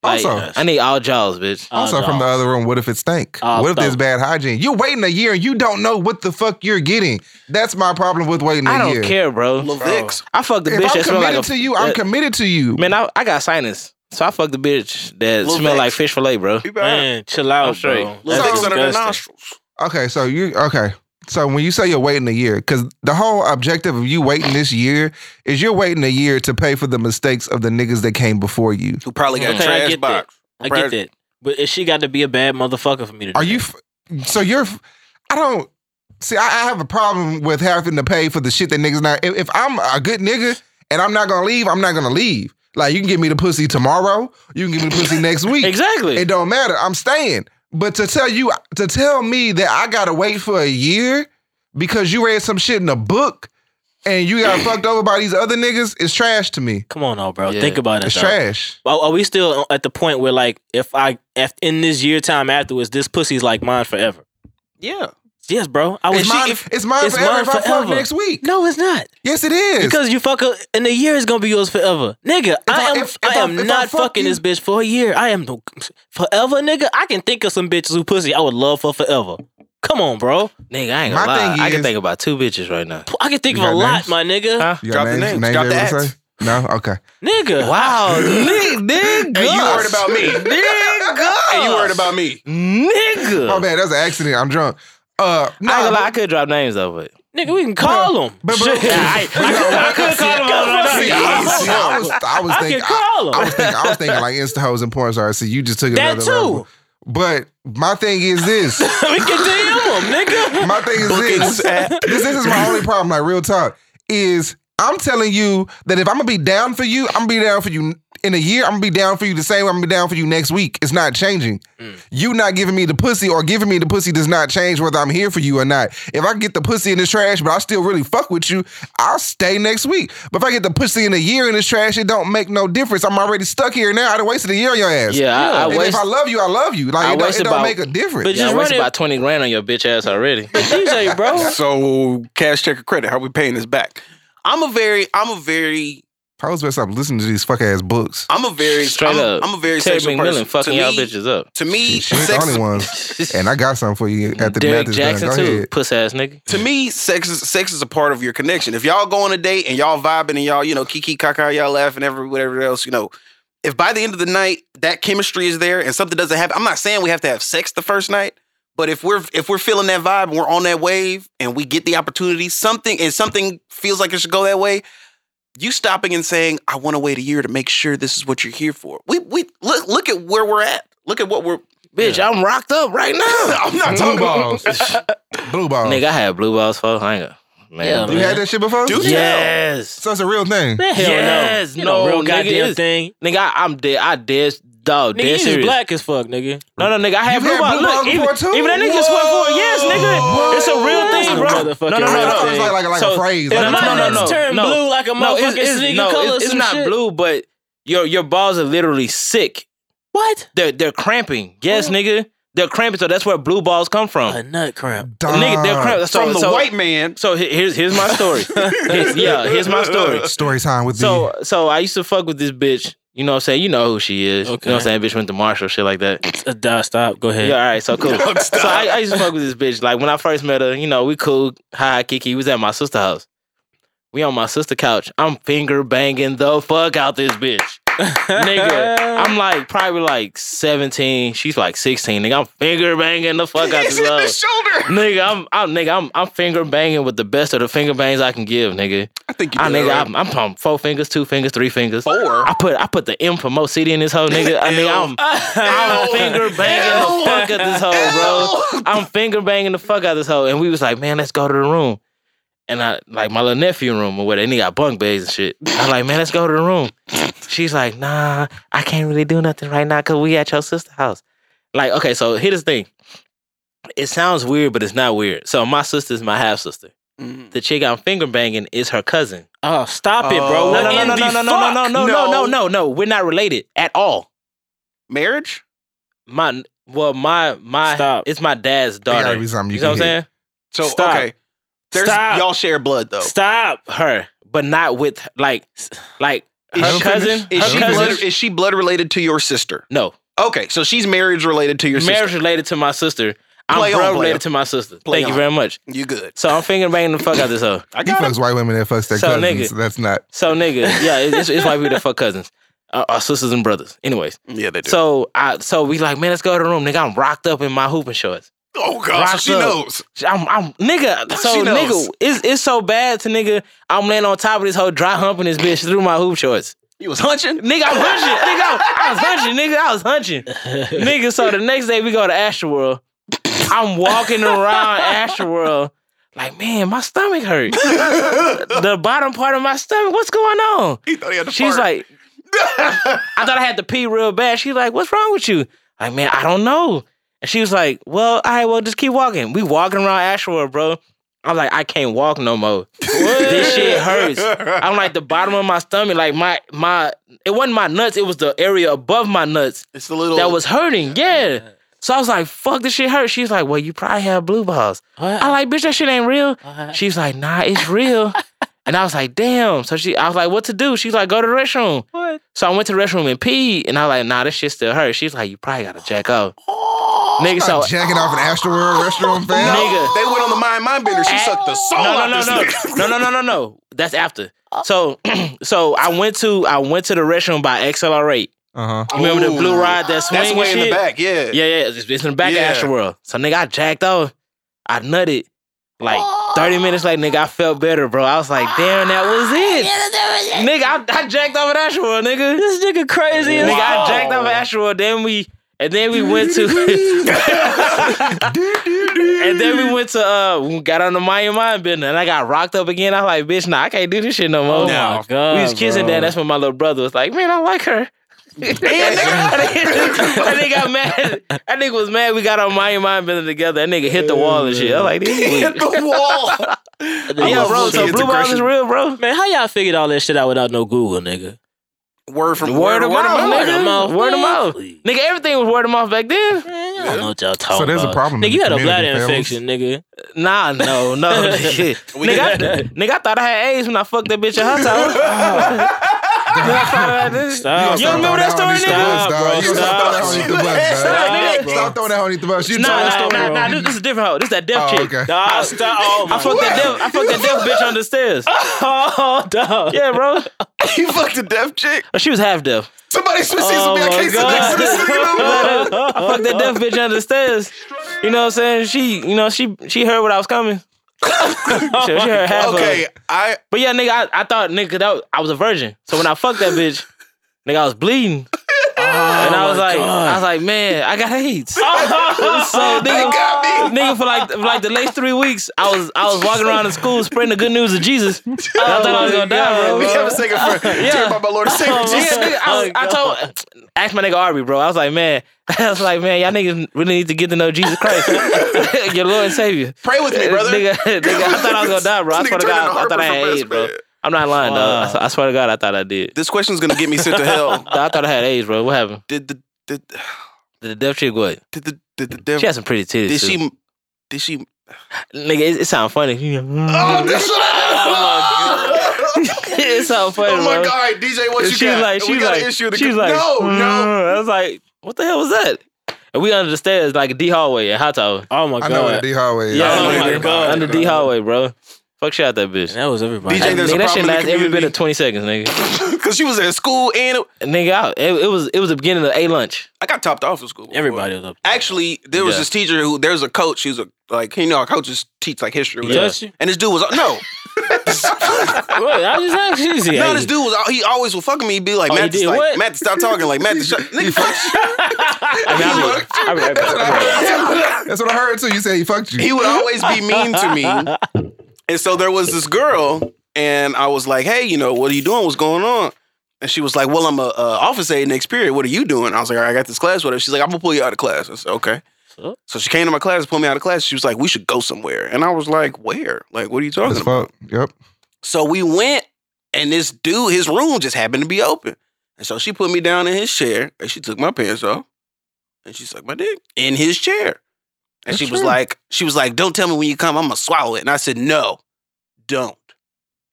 [SPEAKER 2] Like,
[SPEAKER 4] Also-
[SPEAKER 2] I need all jaws, bitch.
[SPEAKER 5] All
[SPEAKER 4] Also from the
[SPEAKER 5] dogs.
[SPEAKER 4] other room, what if it stank?
[SPEAKER 2] Uh,
[SPEAKER 5] All
[SPEAKER 4] what if there's bad
[SPEAKER 5] dogs.
[SPEAKER 4] hygiene? You're waiting a year and you don't know what the fuck you're getting. That's my problem with waiting a
[SPEAKER 2] I don't
[SPEAKER 4] year.
[SPEAKER 2] care, bro.
[SPEAKER 3] Lavix.
[SPEAKER 2] I fuck the
[SPEAKER 4] If
[SPEAKER 2] bitch
[SPEAKER 4] I'm
[SPEAKER 2] that smell
[SPEAKER 4] committed
[SPEAKER 2] like a.
[SPEAKER 4] to you, I'm
[SPEAKER 2] that-
[SPEAKER 4] committed to you.
[SPEAKER 2] Man, I, I got sinus, so I fuck the bitch that
[SPEAKER 3] Lil
[SPEAKER 2] smell
[SPEAKER 3] Vex.
[SPEAKER 2] like fish fillet, bro.
[SPEAKER 5] Man, chill
[SPEAKER 2] I'm
[SPEAKER 5] out,
[SPEAKER 2] straight.
[SPEAKER 5] bro.
[SPEAKER 3] Lil
[SPEAKER 5] That's
[SPEAKER 3] Vex under the
[SPEAKER 5] disgusting.
[SPEAKER 3] nostrils.
[SPEAKER 4] Okay, so you okay. So when you say you're waiting a year, because the whole objective of you waiting this year is you're waiting a year to pay for the mistakes of the niggas that came before you.
[SPEAKER 3] Who probably got
[SPEAKER 5] Okay, I
[SPEAKER 3] trash
[SPEAKER 5] get
[SPEAKER 3] box.
[SPEAKER 5] I get that. But if she got to be a bad motherfucker for me to do
[SPEAKER 4] Are you?
[SPEAKER 5] that.
[SPEAKER 4] f- So you're. f- I don't see. I, I have a problem with having to pay for the shit that niggas not. If, if I'm a good nigga and I'm not gonna leave, I'm not gonna leave. Like you can give me the pussy tomorrow. You can give me the pussy next week.
[SPEAKER 2] Exactly.
[SPEAKER 4] It don't matter. I'm staying. But to tell you, to tell me that I gotta wait for a year because you read some shit in a book and you got fucked over by these other niggas is trash to me.
[SPEAKER 5] Come on, now, bro.
[SPEAKER 2] Yeah.
[SPEAKER 5] Think about it.
[SPEAKER 4] It's
[SPEAKER 5] though.
[SPEAKER 4] trash.
[SPEAKER 5] Are, are we still at the point where, like, if I if in this year time afterwards, this pussy's like mine forever?
[SPEAKER 3] Yeah.
[SPEAKER 5] Yes, bro. I was
[SPEAKER 4] It's mine,
[SPEAKER 5] if-
[SPEAKER 4] it's mine
[SPEAKER 5] it's
[SPEAKER 4] forever
[SPEAKER 5] mine
[SPEAKER 4] if I fuck
[SPEAKER 5] forever.
[SPEAKER 4] next week.
[SPEAKER 5] no, it's not
[SPEAKER 4] Yes, it is.
[SPEAKER 5] because you fuck her in a year is gonna be yours forever, nigga. I,
[SPEAKER 4] I-
[SPEAKER 5] am
[SPEAKER 4] if- if
[SPEAKER 5] I
[SPEAKER 4] I-
[SPEAKER 5] am
[SPEAKER 4] if I
[SPEAKER 5] not
[SPEAKER 4] fuck
[SPEAKER 5] fucking
[SPEAKER 4] you-
[SPEAKER 5] this bitch for a year. I am no forever, nigga. I can think of some bitches who pussy I would love for forever. Come on, bro.
[SPEAKER 2] Nigga, I ain't gonna
[SPEAKER 4] My
[SPEAKER 2] lie.
[SPEAKER 4] thing
[SPEAKER 2] I can
[SPEAKER 4] is-
[SPEAKER 2] think about two bitches right now.
[SPEAKER 5] I can think
[SPEAKER 4] You
[SPEAKER 5] of a
[SPEAKER 4] got
[SPEAKER 5] lot,
[SPEAKER 4] names?
[SPEAKER 5] my nigga.
[SPEAKER 2] Huh?
[SPEAKER 4] you
[SPEAKER 3] Drop the names, drop
[SPEAKER 4] you
[SPEAKER 3] the
[SPEAKER 4] able to
[SPEAKER 3] acts.
[SPEAKER 4] say? No, okay.
[SPEAKER 5] Nigga.
[SPEAKER 2] Wow, nigga,
[SPEAKER 3] And you worried about me.
[SPEAKER 2] nigga,
[SPEAKER 3] And you worried about me.
[SPEAKER 2] nigga.
[SPEAKER 4] Oh man, that was an accident. I'm drunk. Uh, no,
[SPEAKER 2] I ain't gonna lie, I could drop names though, but
[SPEAKER 5] Nigga, we can call him.
[SPEAKER 4] but, but,
[SPEAKER 2] I, I could call them out right
[SPEAKER 4] See,
[SPEAKER 2] now.
[SPEAKER 4] I was, see, I was, I was
[SPEAKER 5] I
[SPEAKER 4] thinking,
[SPEAKER 5] can
[SPEAKER 4] I,
[SPEAKER 5] call 'em.
[SPEAKER 4] I was thinking, I was thinking like insta hoes and porn stars. So you just took it
[SPEAKER 5] That
[SPEAKER 4] another
[SPEAKER 5] too.
[SPEAKER 4] level. But my thing is this.
[SPEAKER 5] we can DM him, nigga.
[SPEAKER 4] My thing is this. this. This is my only problem. Like real talk is I'm telling you that if I'm gonna be down for you, I'm gonna be down for you in a year. I'm gonna be down for you the same. way I'm gonna be down for you next week. It's not changing.
[SPEAKER 2] Mm.
[SPEAKER 4] You not giving me the pussy or giving me the pussy does not change whether I'm here for you or not. If I get the pussy in this trash, but I still really fuck with you, I'll stay next week. But if I get the pussy in a year in this trash, it don't make no difference. I'm already stuck here now. I done wasted a year on your ass.
[SPEAKER 2] Yeah, I, I
[SPEAKER 4] And
[SPEAKER 2] waste.
[SPEAKER 4] if I love you, I love you. Like
[SPEAKER 2] I
[SPEAKER 4] it don't,
[SPEAKER 2] waste
[SPEAKER 4] it don't
[SPEAKER 2] about-
[SPEAKER 4] make a difference.
[SPEAKER 5] but
[SPEAKER 2] yeah, I
[SPEAKER 5] just
[SPEAKER 2] wasted
[SPEAKER 5] run it-
[SPEAKER 2] about twenty grand on your bitch ass already.
[SPEAKER 5] DJ, bro.
[SPEAKER 3] So cash check or credit, how we paying this back? I'm a very, I'm a very,
[SPEAKER 4] Probably best stop listening to these fuck ass books.
[SPEAKER 3] I'm a very,
[SPEAKER 2] Straight
[SPEAKER 3] I'm,
[SPEAKER 2] up,
[SPEAKER 3] I'm a very
[SPEAKER 2] Terry
[SPEAKER 3] sexual person.
[SPEAKER 2] McMillan fucking
[SPEAKER 3] to
[SPEAKER 2] y'all
[SPEAKER 3] me,
[SPEAKER 2] bitches up.
[SPEAKER 3] To me,
[SPEAKER 4] She ain't
[SPEAKER 3] sex,
[SPEAKER 4] the only one. And I got something for you after the
[SPEAKER 2] Derek
[SPEAKER 4] math is done.
[SPEAKER 2] Jackson
[SPEAKER 4] Go
[SPEAKER 2] too,
[SPEAKER 4] ahead.
[SPEAKER 2] puss ass nigga.
[SPEAKER 3] to me, sex is sex is a part of your connection. If y'all go on a date and y'all vibing and y'all, you know, kiki kaka, y'all laughing, every whatever else, you know. If by the end of the night that chemistry is there and something doesn't happen, I'm not saying we have to have sex the first night, but if we're if we're feeling that vibe and we're on that wave and we get the opportunity, something and something feels like it should go that way, you stopping and saying, "I want to wait a year to make sure this is what you're here for." We we look look at where we're at. Look at what we're.
[SPEAKER 2] Bitch, I'm rocked up right now.
[SPEAKER 3] I'm not
[SPEAKER 4] Blue
[SPEAKER 3] talking about.
[SPEAKER 4] balls. Blue balls.
[SPEAKER 2] Nigga, I had blue balls for hang Man,
[SPEAKER 5] Yeah,
[SPEAKER 4] you had that shit before?
[SPEAKER 3] Dude.
[SPEAKER 2] yes.
[SPEAKER 4] So it's a real thing.
[SPEAKER 5] Man, hell
[SPEAKER 2] Yes,
[SPEAKER 5] no. You know,
[SPEAKER 2] no,
[SPEAKER 5] real
[SPEAKER 2] nigga,
[SPEAKER 5] goddamn
[SPEAKER 2] it's-
[SPEAKER 5] thing.
[SPEAKER 2] Nigga, I, I'm dead. I dead. Dog,
[SPEAKER 5] Nigga, you
[SPEAKER 2] dead
[SPEAKER 5] just
[SPEAKER 2] serious.
[SPEAKER 5] black as fuck, nigga.
[SPEAKER 2] No, no, nigga, I had
[SPEAKER 4] You've
[SPEAKER 2] blue
[SPEAKER 4] had
[SPEAKER 2] balls.
[SPEAKER 4] blue
[SPEAKER 2] Look,
[SPEAKER 4] balls
[SPEAKER 2] even,
[SPEAKER 4] before, too?
[SPEAKER 2] even that nigga can swear for it. Yes, nigga, it's a real thing,
[SPEAKER 5] That's a
[SPEAKER 2] bro. No, no,
[SPEAKER 5] motherfucking-
[SPEAKER 4] I
[SPEAKER 2] no,
[SPEAKER 4] thought
[SPEAKER 2] no.
[SPEAKER 4] it was like, like, like
[SPEAKER 2] So-
[SPEAKER 4] a phrase.
[SPEAKER 2] Yeah,
[SPEAKER 4] Like,
[SPEAKER 5] And
[SPEAKER 2] no,
[SPEAKER 5] no,
[SPEAKER 2] no, no, no,
[SPEAKER 5] turn
[SPEAKER 2] no.
[SPEAKER 5] blue like a motherfucking
[SPEAKER 2] No, it's, it's,
[SPEAKER 5] sneaker
[SPEAKER 2] no,
[SPEAKER 5] color.
[SPEAKER 2] it's, it's
[SPEAKER 5] some
[SPEAKER 2] not
[SPEAKER 5] shit.
[SPEAKER 2] blue, but your your balls are literally sick.
[SPEAKER 5] What?
[SPEAKER 2] They're they're cramping.
[SPEAKER 4] Oh.
[SPEAKER 2] Yes, nigga, they're cramping. So that's where blue balls come from.
[SPEAKER 5] A nut cramp.
[SPEAKER 2] nigga, they're cramping. So,
[SPEAKER 3] From the
[SPEAKER 2] so,
[SPEAKER 3] white man,
[SPEAKER 2] So he- here's here's my story. Here's- yeah, here's my story.
[SPEAKER 4] Story time with
[SPEAKER 2] So so I used to fuck with this bitch. You know what I'm saying? You know who she is. You know what I'm saying? Bitch went to Marshall, shit like that.
[SPEAKER 5] Uh, duh, stop. Go ahead.
[SPEAKER 2] Yeah, all right, so cool. so I, I used to fuck with this bitch. Like when I first met her, you know, we cool. Hi, Kiki. We was at my sister house. We on my sister couch. I'm finger banging the fuck out this bitch. nigga, I'm like probably like 17. She's like 16. Nigga, I'm finger banging the fuck out this love.
[SPEAKER 3] shoulder.
[SPEAKER 2] Nigga, I'm, I'm nigga, I'm I'm finger banging with the best of the finger bangs I can give, nigga.
[SPEAKER 3] I think you
[SPEAKER 2] I
[SPEAKER 3] did
[SPEAKER 2] Ah, nigga,
[SPEAKER 3] alright.
[SPEAKER 2] I'm, I'm pumping four fingers, two fingers, three fingers.
[SPEAKER 3] Four?
[SPEAKER 2] I put I put the M for Mo City in this whole nigga. I nigga, I'm I'm finger banging the fuck out this hoe, bro. I'm finger banging the fuck out this hoe. And we was like, man, let's go to the room. And I like my little nephew room or where they nigga got bunk beds and shit. I'm like, man, let's go to the room. She's like, nah, I can't really do nothing right now because we at your sister house. Like, okay, so here's the thing. It sounds weird, but it's not weird. So my sister's my half sister.
[SPEAKER 3] Mhm.
[SPEAKER 2] The chick I'm finger banging is her cousin.
[SPEAKER 5] Oh, stop it, bro.
[SPEAKER 3] Oh.
[SPEAKER 2] No,
[SPEAKER 5] What
[SPEAKER 2] no, no,
[SPEAKER 5] in
[SPEAKER 2] no,
[SPEAKER 5] the
[SPEAKER 2] no, no, no, no,
[SPEAKER 5] fuck?
[SPEAKER 2] no, no, no, no, no. We're not related at all.
[SPEAKER 3] Marriage?
[SPEAKER 2] My well, my my
[SPEAKER 5] Stop.
[SPEAKER 2] it's my dad's
[SPEAKER 4] There
[SPEAKER 2] daughter.
[SPEAKER 4] gotta be something you
[SPEAKER 2] know what I'm
[SPEAKER 4] can
[SPEAKER 2] saying?
[SPEAKER 3] So
[SPEAKER 5] Stop.
[SPEAKER 3] okay. There's
[SPEAKER 5] Stop.
[SPEAKER 3] y'all share blood though.
[SPEAKER 5] Stop.
[SPEAKER 2] Her, but not with like like
[SPEAKER 3] Is
[SPEAKER 2] Her
[SPEAKER 3] she-
[SPEAKER 2] cousin?
[SPEAKER 3] Is
[SPEAKER 2] her
[SPEAKER 3] she,
[SPEAKER 2] cousin?
[SPEAKER 3] blood, is she blood related to your sister?
[SPEAKER 2] no.
[SPEAKER 3] Okay, so she's marriage related to your
[SPEAKER 2] Marriage
[SPEAKER 3] sister.
[SPEAKER 2] related to my sister. I'm
[SPEAKER 3] Play on,
[SPEAKER 2] blood
[SPEAKER 3] play
[SPEAKER 2] related
[SPEAKER 3] on.
[SPEAKER 2] to my sister.
[SPEAKER 3] Play
[SPEAKER 2] Thank
[SPEAKER 3] on.
[SPEAKER 2] you very much.
[SPEAKER 3] You good?
[SPEAKER 2] So I'm finger banging the fuck out this hoe.
[SPEAKER 3] I
[SPEAKER 4] He
[SPEAKER 3] got it.
[SPEAKER 4] fucks white women that fuck their
[SPEAKER 2] So,
[SPEAKER 4] cousins.
[SPEAKER 2] nigga.
[SPEAKER 4] so that's not.
[SPEAKER 2] So nigga, yeah, it's, it's- it's white people that fuck cousins, uh, our sisters and brothers. Anyways,
[SPEAKER 3] Yeah, they do.
[SPEAKER 2] Mm-hmm. so I so we like man, let's go to the room, nigga. I'm rocked up in my hooping shorts.
[SPEAKER 3] oh god, so
[SPEAKER 2] Rocked
[SPEAKER 3] she
[SPEAKER 2] up.
[SPEAKER 3] knows.
[SPEAKER 2] I'm, I'm nigga. So
[SPEAKER 3] knows.
[SPEAKER 2] nigga, it's it's so bad to nigga. I'm laying on top of this whole dry humping this bitch through my hoop shorts.
[SPEAKER 3] You was hunching.
[SPEAKER 2] Nigga, I'm hunching. nigga, I, I was hunching. Nigga, I was hunching. nigga, so the next day we go to Astroworld. I'm walking around Astroworld like, man, my stomach hurt. the bottom part of my stomach, what's going on?
[SPEAKER 3] He thought he had to
[SPEAKER 2] She's
[SPEAKER 3] fart.
[SPEAKER 2] like, I thought I had to pee real bad. She's like, what's wrong with you? Like, man, I don't know. And she was like, well, all right, well, just keep walking. We walking around Ashworld, bro. I'm like, I can't walk no more. this shit hurts. I'm like the bottom of my stomach, like my my it wasn't my nuts, it was the area above my nuts
[SPEAKER 3] it's the little
[SPEAKER 2] that was hurting. Yeah. So I was like, fuck, this shit hurts. She's like, well, you probably have blue balls.
[SPEAKER 5] What?
[SPEAKER 2] I like, bitch, that shit ain't real. She's like, nah, it's real. and I was like, damn. So she, I was like, what to do? She's like, go to the restroom.
[SPEAKER 5] What?
[SPEAKER 2] So I went to the restroom and peed, and I was like, nah, this shit still hurts. She's like, you probably gotta jack off.
[SPEAKER 3] Oh,
[SPEAKER 2] nigga, so
[SPEAKER 4] Not jacking off an Astroworld restaurant fan.
[SPEAKER 2] Oh. nigga.
[SPEAKER 3] They went on the mind mind bender. She sucked the soul
[SPEAKER 2] No,
[SPEAKER 3] out
[SPEAKER 2] no, no,
[SPEAKER 3] this nigga.
[SPEAKER 2] no, no, no, no, no, no. That's after. So, so I went to I went to the restroom by XLR8.
[SPEAKER 4] Uh huh.
[SPEAKER 2] You Remember the
[SPEAKER 3] Ooh.
[SPEAKER 2] blue ride that swing
[SPEAKER 3] Oh, That's
[SPEAKER 2] and
[SPEAKER 3] way in the
[SPEAKER 2] shit?
[SPEAKER 3] back. Yeah.
[SPEAKER 2] Yeah, yeah, it's, it's in the back
[SPEAKER 3] Yeah.
[SPEAKER 2] of Astro World. So nigga, I jacked off. I nutted. Like
[SPEAKER 5] Oh.
[SPEAKER 2] 30 minutes later, nigga, I felt better, bro. I was like, damn, that
[SPEAKER 5] Ah,
[SPEAKER 2] was it. Nigga, I, I jacked off at Astro World, nigga.
[SPEAKER 5] This nigga crazy as
[SPEAKER 2] Nigga, I
[SPEAKER 5] fuck.
[SPEAKER 2] jacked off at Astro World. Then we and then we went to And then we went to uh we got on the Maya Mind business and I got rocked up again. I was like, bitch, nah, I can't do this shit no more.
[SPEAKER 5] Oh my god.
[SPEAKER 2] We was kissing
[SPEAKER 5] bro.
[SPEAKER 2] that. That's when my little brother was like, "Man, I like her." that nigga got mad. That nigga was mad. We got on my mind business together. That nigga hit the wall and shit. I was like, "This is
[SPEAKER 3] Hit
[SPEAKER 2] weird."
[SPEAKER 3] the wall.
[SPEAKER 2] yeah, bro. So
[SPEAKER 3] It's
[SPEAKER 2] blue balls
[SPEAKER 3] aggression.
[SPEAKER 2] is real, bro.
[SPEAKER 5] Man, how y'all figured all that shit out without no Google, nigga?
[SPEAKER 3] Word from
[SPEAKER 2] Word of mouth,
[SPEAKER 5] mouth. Word of
[SPEAKER 2] nigga.
[SPEAKER 5] mouth.
[SPEAKER 2] Word of
[SPEAKER 5] Man,
[SPEAKER 2] mouth.
[SPEAKER 5] please.
[SPEAKER 2] Nigga, everything was word of mouth back then.
[SPEAKER 5] I don't know what y'all
[SPEAKER 2] Oh,
[SPEAKER 5] talking about.
[SPEAKER 4] there's a problem in
[SPEAKER 5] Nigga,
[SPEAKER 4] the
[SPEAKER 5] you had a
[SPEAKER 4] community,
[SPEAKER 5] bladder
[SPEAKER 4] fellas.
[SPEAKER 5] infection, nigga.
[SPEAKER 2] Nah, no, no. nigga, nigga, I, nigga, I thought I had AIDS when I fucked that bitch at her house.
[SPEAKER 5] Stop.
[SPEAKER 2] You don't remember that story, nigga?
[SPEAKER 5] Stop, bro. Stop.
[SPEAKER 2] Stop, bro.
[SPEAKER 4] Stop throwing that hoe underneath the bus. You told
[SPEAKER 2] Nah,
[SPEAKER 4] that
[SPEAKER 2] nah,
[SPEAKER 4] story.
[SPEAKER 2] nah, nah. This, this is a different hoe. This that deaf
[SPEAKER 4] Oh,
[SPEAKER 2] chick.
[SPEAKER 4] okay.
[SPEAKER 5] Nah, stop. Oh, my
[SPEAKER 2] I fucked that deaf. I fucked that deaf bitch on the stairs.
[SPEAKER 5] Oh, dog.
[SPEAKER 2] Yeah, bro.
[SPEAKER 3] He fucked a deaf chick.
[SPEAKER 2] Oh, She was half deaf.
[SPEAKER 3] Somebody see
[SPEAKER 5] Oh
[SPEAKER 3] somebody. I
[SPEAKER 5] my
[SPEAKER 3] can't sit
[SPEAKER 5] God.
[SPEAKER 3] next to this nigga. no more.
[SPEAKER 2] I fucked that deaf bitch under the stairs. You know what I'm saying? She, you know, she she heard what I was coming. she, she heard half okay.
[SPEAKER 3] Okay, I
[SPEAKER 2] But yeah, nigga, I, I thought nigga that was, I was a virgin. So when I fucked that bitch, nigga, I was bleeding.
[SPEAKER 3] Oh
[SPEAKER 2] and I was like, I was like, man, I got AIDS. so nigga,
[SPEAKER 3] got
[SPEAKER 2] nigga, for like for like the last three weeks, I was I was walking around in school spreading the good news of Jesus. And I thought I was gonna die, bro.
[SPEAKER 3] We have a second for yeah. by my Lord and Savior Jesus.
[SPEAKER 2] Yeah, nigga, I, was, I told ask my nigga Arby, bro. I was like, man, I was like, man, y'all niggas really need to get to know Jesus Christ, your Lord and Savior.
[SPEAKER 3] Pray with me, brother.
[SPEAKER 2] Nigga, nigga, I thought I was gonna die, bro. I
[SPEAKER 3] This
[SPEAKER 2] swear to
[SPEAKER 3] nigga
[SPEAKER 2] God,
[SPEAKER 3] turned
[SPEAKER 2] I
[SPEAKER 3] into
[SPEAKER 2] thought I
[SPEAKER 3] Harper
[SPEAKER 2] had
[SPEAKER 3] from
[SPEAKER 2] AIDS,
[SPEAKER 3] Best
[SPEAKER 2] bro.
[SPEAKER 3] Man.
[SPEAKER 2] I'm not lying, dog. I, I swear to God, I thought I did.
[SPEAKER 3] This question's gonna get me sent to hell.
[SPEAKER 2] I thought I had AIDS, bro. What happened?
[SPEAKER 3] Did the did,
[SPEAKER 2] Did the deaf chick what?
[SPEAKER 3] did the did the
[SPEAKER 2] She
[SPEAKER 3] dev,
[SPEAKER 2] had some pretty titties.
[SPEAKER 3] did
[SPEAKER 2] too.
[SPEAKER 3] she did she?
[SPEAKER 2] Nigga, it, it sound funny. mm,
[SPEAKER 3] Oh, this
[SPEAKER 2] it sound funny,
[SPEAKER 3] Oh my
[SPEAKER 2] bro.
[SPEAKER 3] god, All right, DJ, what
[SPEAKER 2] And
[SPEAKER 3] you
[SPEAKER 2] she
[SPEAKER 3] got?
[SPEAKER 2] was like, she
[SPEAKER 3] we
[SPEAKER 2] was
[SPEAKER 3] got
[SPEAKER 2] like,
[SPEAKER 3] an issue. in The
[SPEAKER 2] she was
[SPEAKER 3] com-
[SPEAKER 2] like,
[SPEAKER 3] no, no.
[SPEAKER 2] "Mm." I was like, what the hell was that? And we under the stairs, like a D hallway at Hot Tower.
[SPEAKER 5] Oh, my
[SPEAKER 4] I know where
[SPEAKER 5] God.
[SPEAKER 4] the D hallway is.
[SPEAKER 2] Yeah,
[SPEAKER 5] Oh
[SPEAKER 2] under-
[SPEAKER 5] my God.
[SPEAKER 2] under D hallway, bro. Fuck shit out that bitch.
[SPEAKER 5] That was everybody.
[SPEAKER 3] DJ, there's
[SPEAKER 2] nigga,
[SPEAKER 3] a
[SPEAKER 2] that shit
[SPEAKER 3] problem in the
[SPEAKER 2] lasts every bit
[SPEAKER 3] community.
[SPEAKER 2] of twenty seconds, nigga.
[SPEAKER 3] Because she was at school and
[SPEAKER 2] nigga, I, it, it was it was the beginning of a lunch.
[SPEAKER 3] I got topped off at school. before.
[SPEAKER 5] Everybody was up.
[SPEAKER 3] Actually, there was
[SPEAKER 2] Yeah.
[SPEAKER 3] this teacher who there's a coach who's a like you know how coaches teach like history. or
[SPEAKER 5] He
[SPEAKER 3] whatever.
[SPEAKER 5] touched you?
[SPEAKER 3] And this dude was no,
[SPEAKER 5] Wait, I was just asking. She
[SPEAKER 3] no.
[SPEAKER 5] was
[SPEAKER 3] This dude was he always would fucking me. He'd be like,
[SPEAKER 5] Oh, he
[SPEAKER 3] Matt,
[SPEAKER 5] did
[SPEAKER 3] like,
[SPEAKER 5] what?
[SPEAKER 3] Matt, stop talking. Like Matt, shut, nigga, fuck
[SPEAKER 2] I mean, I be, I be, I be, I be-
[SPEAKER 4] That's what I heard too. You said he fucked you.
[SPEAKER 3] he would always be mean to me. And so there was this girl, and I was like, "Hey, you know, what are you doing? What's going on?" And she was like, "Well, I'm a, a office aide next period. What are you doing?" I was like, "All right, "I got this class. Whatever." She's like, "I'm gonna pull you out of class." I said, "Okay."
[SPEAKER 5] Huh?
[SPEAKER 3] So she came to my class, pulled me out of class. She was like, "We should go somewhere," and I was like, "Where? Like, what are you talking
[SPEAKER 4] As
[SPEAKER 3] about?"
[SPEAKER 4] fuck. Yep.
[SPEAKER 3] So we went, and this dude, his room just happened to be open. And so she put me down in his chair, and she took my pants off, and she sucked my dick in his chair. And she was like, she was like, "Don't tell me when you come, I'm gonna swallow it." And I said, "No, don't."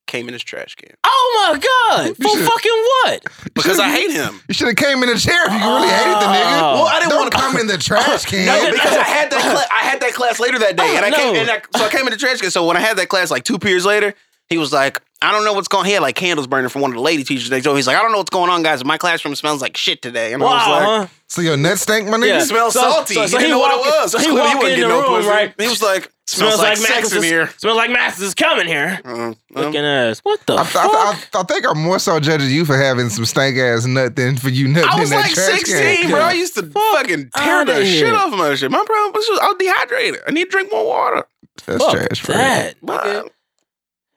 [SPEAKER 3] came in his trash can
[SPEAKER 5] Oh my god! For
[SPEAKER 4] should-
[SPEAKER 5] fucking what?
[SPEAKER 3] because I hate him.
[SPEAKER 4] You should have came in the chair if you really hated the nigga.
[SPEAKER 5] Oh. Well,
[SPEAKER 3] I didn't
[SPEAKER 4] Don't
[SPEAKER 3] wanna-
[SPEAKER 4] come in the trash can.
[SPEAKER 3] No, because I had that cla- I had that class later that day,
[SPEAKER 5] Oh,
[SPEAKER 3] and I came
[SPEAKER 5] no.
[SPEAKER 3] and I, so I came in the trash can. So when I had that class, like two periods later, he was like, "I don't know what's going." He had like candles burning from one of the lady teachers next door. He's like, "I don't know what's going on, guys. My classroom smells like shit today." And I was like,
[SPEAKER 5] Wow, huh?
[SPEAKER 4] so your nut stank, my
[SPEAKER 5] Yeah.
[SPEAKER 4] nigga.
[SPEAKER 3] "It smells
[SPEAKER 5] So-
[SPEAKER 3] salty."
[SPEAKER 5] so- so
[SPEAKER 3] he didn't
[SPEAKER 5] he
[SPEAKER 3] know
[SPEAKER 5] walk-
[SPEAKER 3] what it was.
[SPEAKER 5] he
[SPEAKER 3] He, clearly
[SPEAKER 5] walk
[SPEAKER 3] wasn't
[SPEAKER 5] in
[SPEAKER 3] getting
[SPEAKER 5] the
[SPEAKER 3] no
[SPEAKER 5] room,
[SPEAKER 3] pussy.
[SPEAKER 5] right?
[SPEAKER 3] He was like, "Smells, like, sex in
[SPEAKER 5] is-
[SPEAKER 3] here."
[SPEAKER 5] Smells like Max is coming here.
[SPEAKER 3] Uh, um,
[SPEAKER 5] Looking ass. What the
[SPEAKER 4] I,
[SPEAKER 5] fuck?
[SPEAKER 4] I, I, I think I'm more so judging you for having some stank ass nut than for you nutting
[SPEAKER 3] I
[SPEAKER 4] in
[SPEAKER 3] was
[SPEAKER 4] that
[SPEAKER 3] like
[SPEAKER 4] trash
[SPEAKER 3] 16,
[SPEAKER 4] can.
[SPEAKER 3] bro. I used to fucking tear
[SPEAKER 5] outta
[SPEAKER 3] the
[SPEAKER 5] here.
[SPEAKER 3] shit off my shit. My problem was just, I was dehydrated. I need to drink more water.
[SPEAKER 4] That's
[SPEAKER 5] Fuck
[SPEAKER 4] trash, bro.
[SPEAKER 5] that.
[SPEAKER 3] But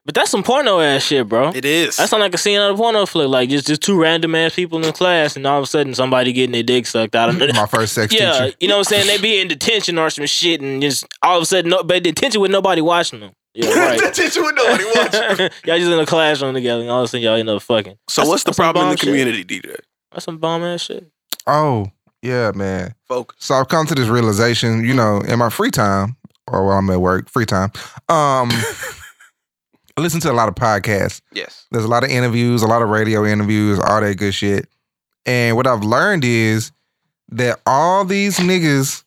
[SPEAKER 5] But that's some porno ass shit, bro.
[SPEAKER 3] it is.
[SPEAKER 5] That's not like a scene out of a porno flick. Like just just two random ass people in class, and all of a sudden somebody getting their dick sucked out. of
[SPEAKER 4] My first sex
[SPEAKER 5] Yeah,
[SPEAKER 4] teacher.
[SPEAKER 5] you know what I'm saying? They be in detention or some shit, and just all of a sudden, no, but detention with nobody watching them. Yeah, right.
[SPEAKER 3] That's it, you would nobody watch.
[SPEAKER 5] y'all just in a classroom together, and all of a sudden y'all end up fucking.
[SPEAKER 3] So
[SPEAKER 5] That's-
[SPEAKER 3] what's the
[SPEAKER 5] that's some
[SPEAKER 3] problem in the
[SPEAKER 5] bomb
[SPEAKER 3] community,
[SPEAKER 5] shit.
[SPEAKER 3] DJ?
[SPEAKER 5] That's some bomb ass shit.
[SPEAKER 4] Oh, yeah, man.
[SPEAKER 3] Focus.
[SPEAKER 4] So I've come to this realization, you know, in my free time or while I'm at work, free time. Um, I listen to a lot of podcasts.
[SPEAKER 3] Yes.
[SPEAKER 4] There's a lot of interviews, a lot of radio interviews, all that good shit. And what I've learned is that all these niggas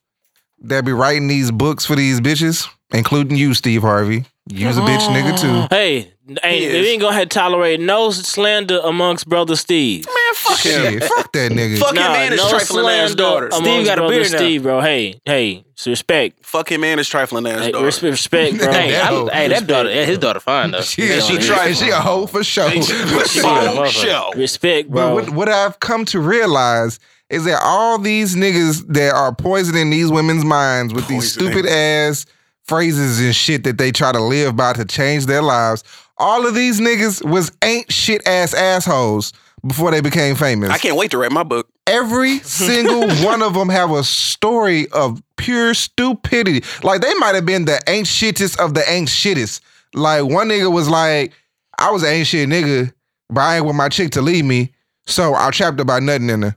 [SPEAKER 4] that be writing these books for these bitches, including you, Steve Harvey, you's a bitch nigga too.
[SPEAKER 5] Oh, Hey,
[SPEAKER 3] He
[SPEAKER 5] ain't,
[SPEAKER 3] is.
[SPEAKER 5] we ain't gonna have to tolerate no slander amongst brother Steve.
[SPEAKER 3] Man, fuck him.
[SPEAKER 4] Shit, fuck that nigga.
[SPEAKER 3] Fuck him and his
[SPEAKER 5] no
[SPEAKER 3] trifling ass
[SPEAKER 5] slander
[SPEAKER 3] daughter.
[SPEAKER 5] amongst
[SPEAKER 2] Steve got a
[SPEAKER 5] brother
[SPEAKER 2] beard now.
[SPEAKER 5] Steve, bro. Hey, hey, so respect.
[SPEAKER 3] Fuck him and his trifling ass
[SPEAKER 5] Hey,
[SPEAKER 3] daughter.
[SPEAKER 5] respe- respect, bro.
[SPEAKER 2] Hey,
[SPEAKER 4] that
[SPEAKER 2] I'm-
[SPEAKER 4] hoe.
[SPEAKER 2] hey, that daughter, yeah, his daughter fine though.
[SPEAKER 4] She, she,
[SPEAKER 2] Yeah.
[SPEAKER 4] tried. She a hoe for sure.
[SPEAKER 2] She got a
[SPEAKER 3] Oh,
[SPEAKER 2] motherfucker.
[SPEAKER 3] show.
[SPEAKER 5] Respect,
[SPEAKER 4] But
[SPEAKER 5] bro.
[SPEAKER 4] what, what I've come to realize is that all these niggas that are poisoning these women's minds with these
[SPEAKER 3] Poisoning.
[SPEAKER 4] stupid ass phrases and shit that they try to live by to change their lives, all of these niggas was ain't shit ass assholes before they became famous.
[SPEAKER 3] I can't wait to write my book.
[SPEAKER 4] Every single one of them have a story of pure stupidity. Like they might have been the ain't shittest of the ain't shittest. Like one nigga was like, I was an ain't shit nigga, but I ain't want my chick to leave me, so I trapped her by nothing in her.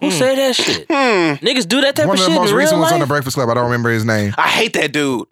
[SPEAKER 5] Who say that shit?
[SPEAKER 3] Hmm.
[SPEAKER 5] Niggas do that type
[SPEAKER 4] One
[SPEAKER 5] of
[SPEAKER 4] of
[SPEAKER 5] shit
[SPEAKER 4] the most
[SPEAKER 5] in
[SPEAKER 4] recent
[SPEAKER 5] real
[SPEAKER 4] ones on the
[SPEAKER 5] life. Oh,
[SPEAKER 4] Breakfast Club. I don't remember his name.
[SPEAKER 3] I hate that dude.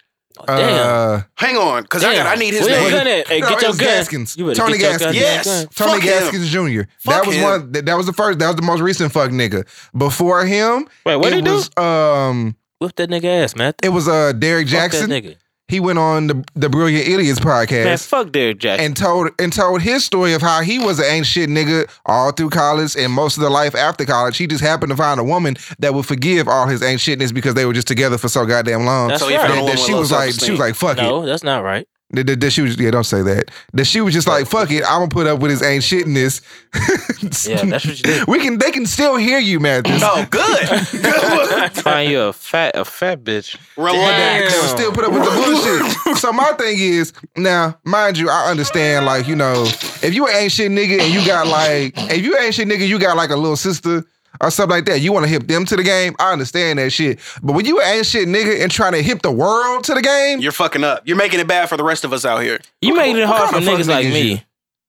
[SPEAKER 5] Damn.
[SPEAKER 4] Uh,
[SPEAKER 3] Hang on, because I got I need his
[SPEAKER 5] Where
[SPEAKER 3] name.
[SPEAKER 5] your gun at? Hey,
[SPEAKER 4] no,
[SPEAKER 5] get
[SPEAKER 4] it
[SPEAKER 5] your
[SPEAKER 4] was
[SPEAKER 5] gun.
[SPEAKER 4] Gaskins.
[SPEAKER 5] You better
[SPEAKER 4] Tony
[SPEAKER 5] get your
[SPEAKER 4] Gaskins.
[SPEAKER 5] gun, get your
[SPEAKER 3] Yes.
[SPEAKER 5] gun.
[SPEAKER 4] Tony
[SPEAKER 3] Fuck him.
[SPEAKER 4] Gaskins Jr.
[SPEAKER 3] Fuck
[SPEAKER 4] that was
[SPEAKER 3] him.
[SPEAKER 4] one. That, that was the first. That was the most recent fuck nigga. Before him,
[SPEAKER 2] Wait, what
[SPEAKER 4] it
[SPEAKER 2] did he do?
[SPEAKER 4] was um,
[SPEAKER 5] Whip that nigga ass, man.
[SPEAKER 4] it was uh Derek
[SPEAKER 5] Fuck
[SPEAKER 4] Jackson.
[SPEAKER 5] that nigga.
[SPEAKER 4] he went on the the Brilliant Idiots
[SPEAKER 2] Man,
[SPEAKER 4] podcast
[SPEAKER 2] fuck Derrick Jackson.
[SPEAKER 4] and told and told his story of how he was an ain't shit nigga all through college and most of the life after college. He just happened to find a woman that would forgive all his ain't shitness because they were just together for so goddamn long.
[SPEAKER 5] That's
[SPEAKER 3] So he
[SPEAKER 5] right.
[SPEAKER 4] that,
[SPEAKER 3] found a
[SPEAKER 4] that
[SPEAKER 3] woman
[SPEAKER 4] she
[SPEAKER 3] with
[SPEAKER 4] was
[SPEAKER 3] low
[SPEAKER 4] like, she was
[SPEAKER 3] self-esteem.
[SPEAKER 4] like, fuck it.
[SPEAKER 5] No, that's not right.
[SPEAKER 4] That, that- that she was, yeah, don't say that. That she was just like, fuck it. I'm gonna put up with his ain't shitness.
[SPEAKER 2] Yeah, that's what you do.
[SPEAKER 4] we can. They can still hear you, Mathis.
[SPEAKER 3] Oh, good. good.
[SPEAKER 2] Find you a fat, a fat bitch.
[SPEAKER 4] They
[SPEAKER 3] Relax.
[SPEAKER 4] would still put up with the bullshit. so my thing is now, mind you, I understand like you know, if you an ain't shit nigga and you got like, if you ain't shit nigga, you got like a little sister or something like that. You want to hip them to the game. I understand that shit. But when you an ain't shit nigga and trying to hip the world to the game,
[SPEAKER 3] You're fucking up. You're making it bad for the rest of us out here.
[SPEAKER 2] You making it hard for
[SPEAKER 4] kind of fuck
[SPEAKER 2] niggas like
[SPEAKER 4] nigga is
[SPEAKER 2] me.
[SPEAKER 4] you?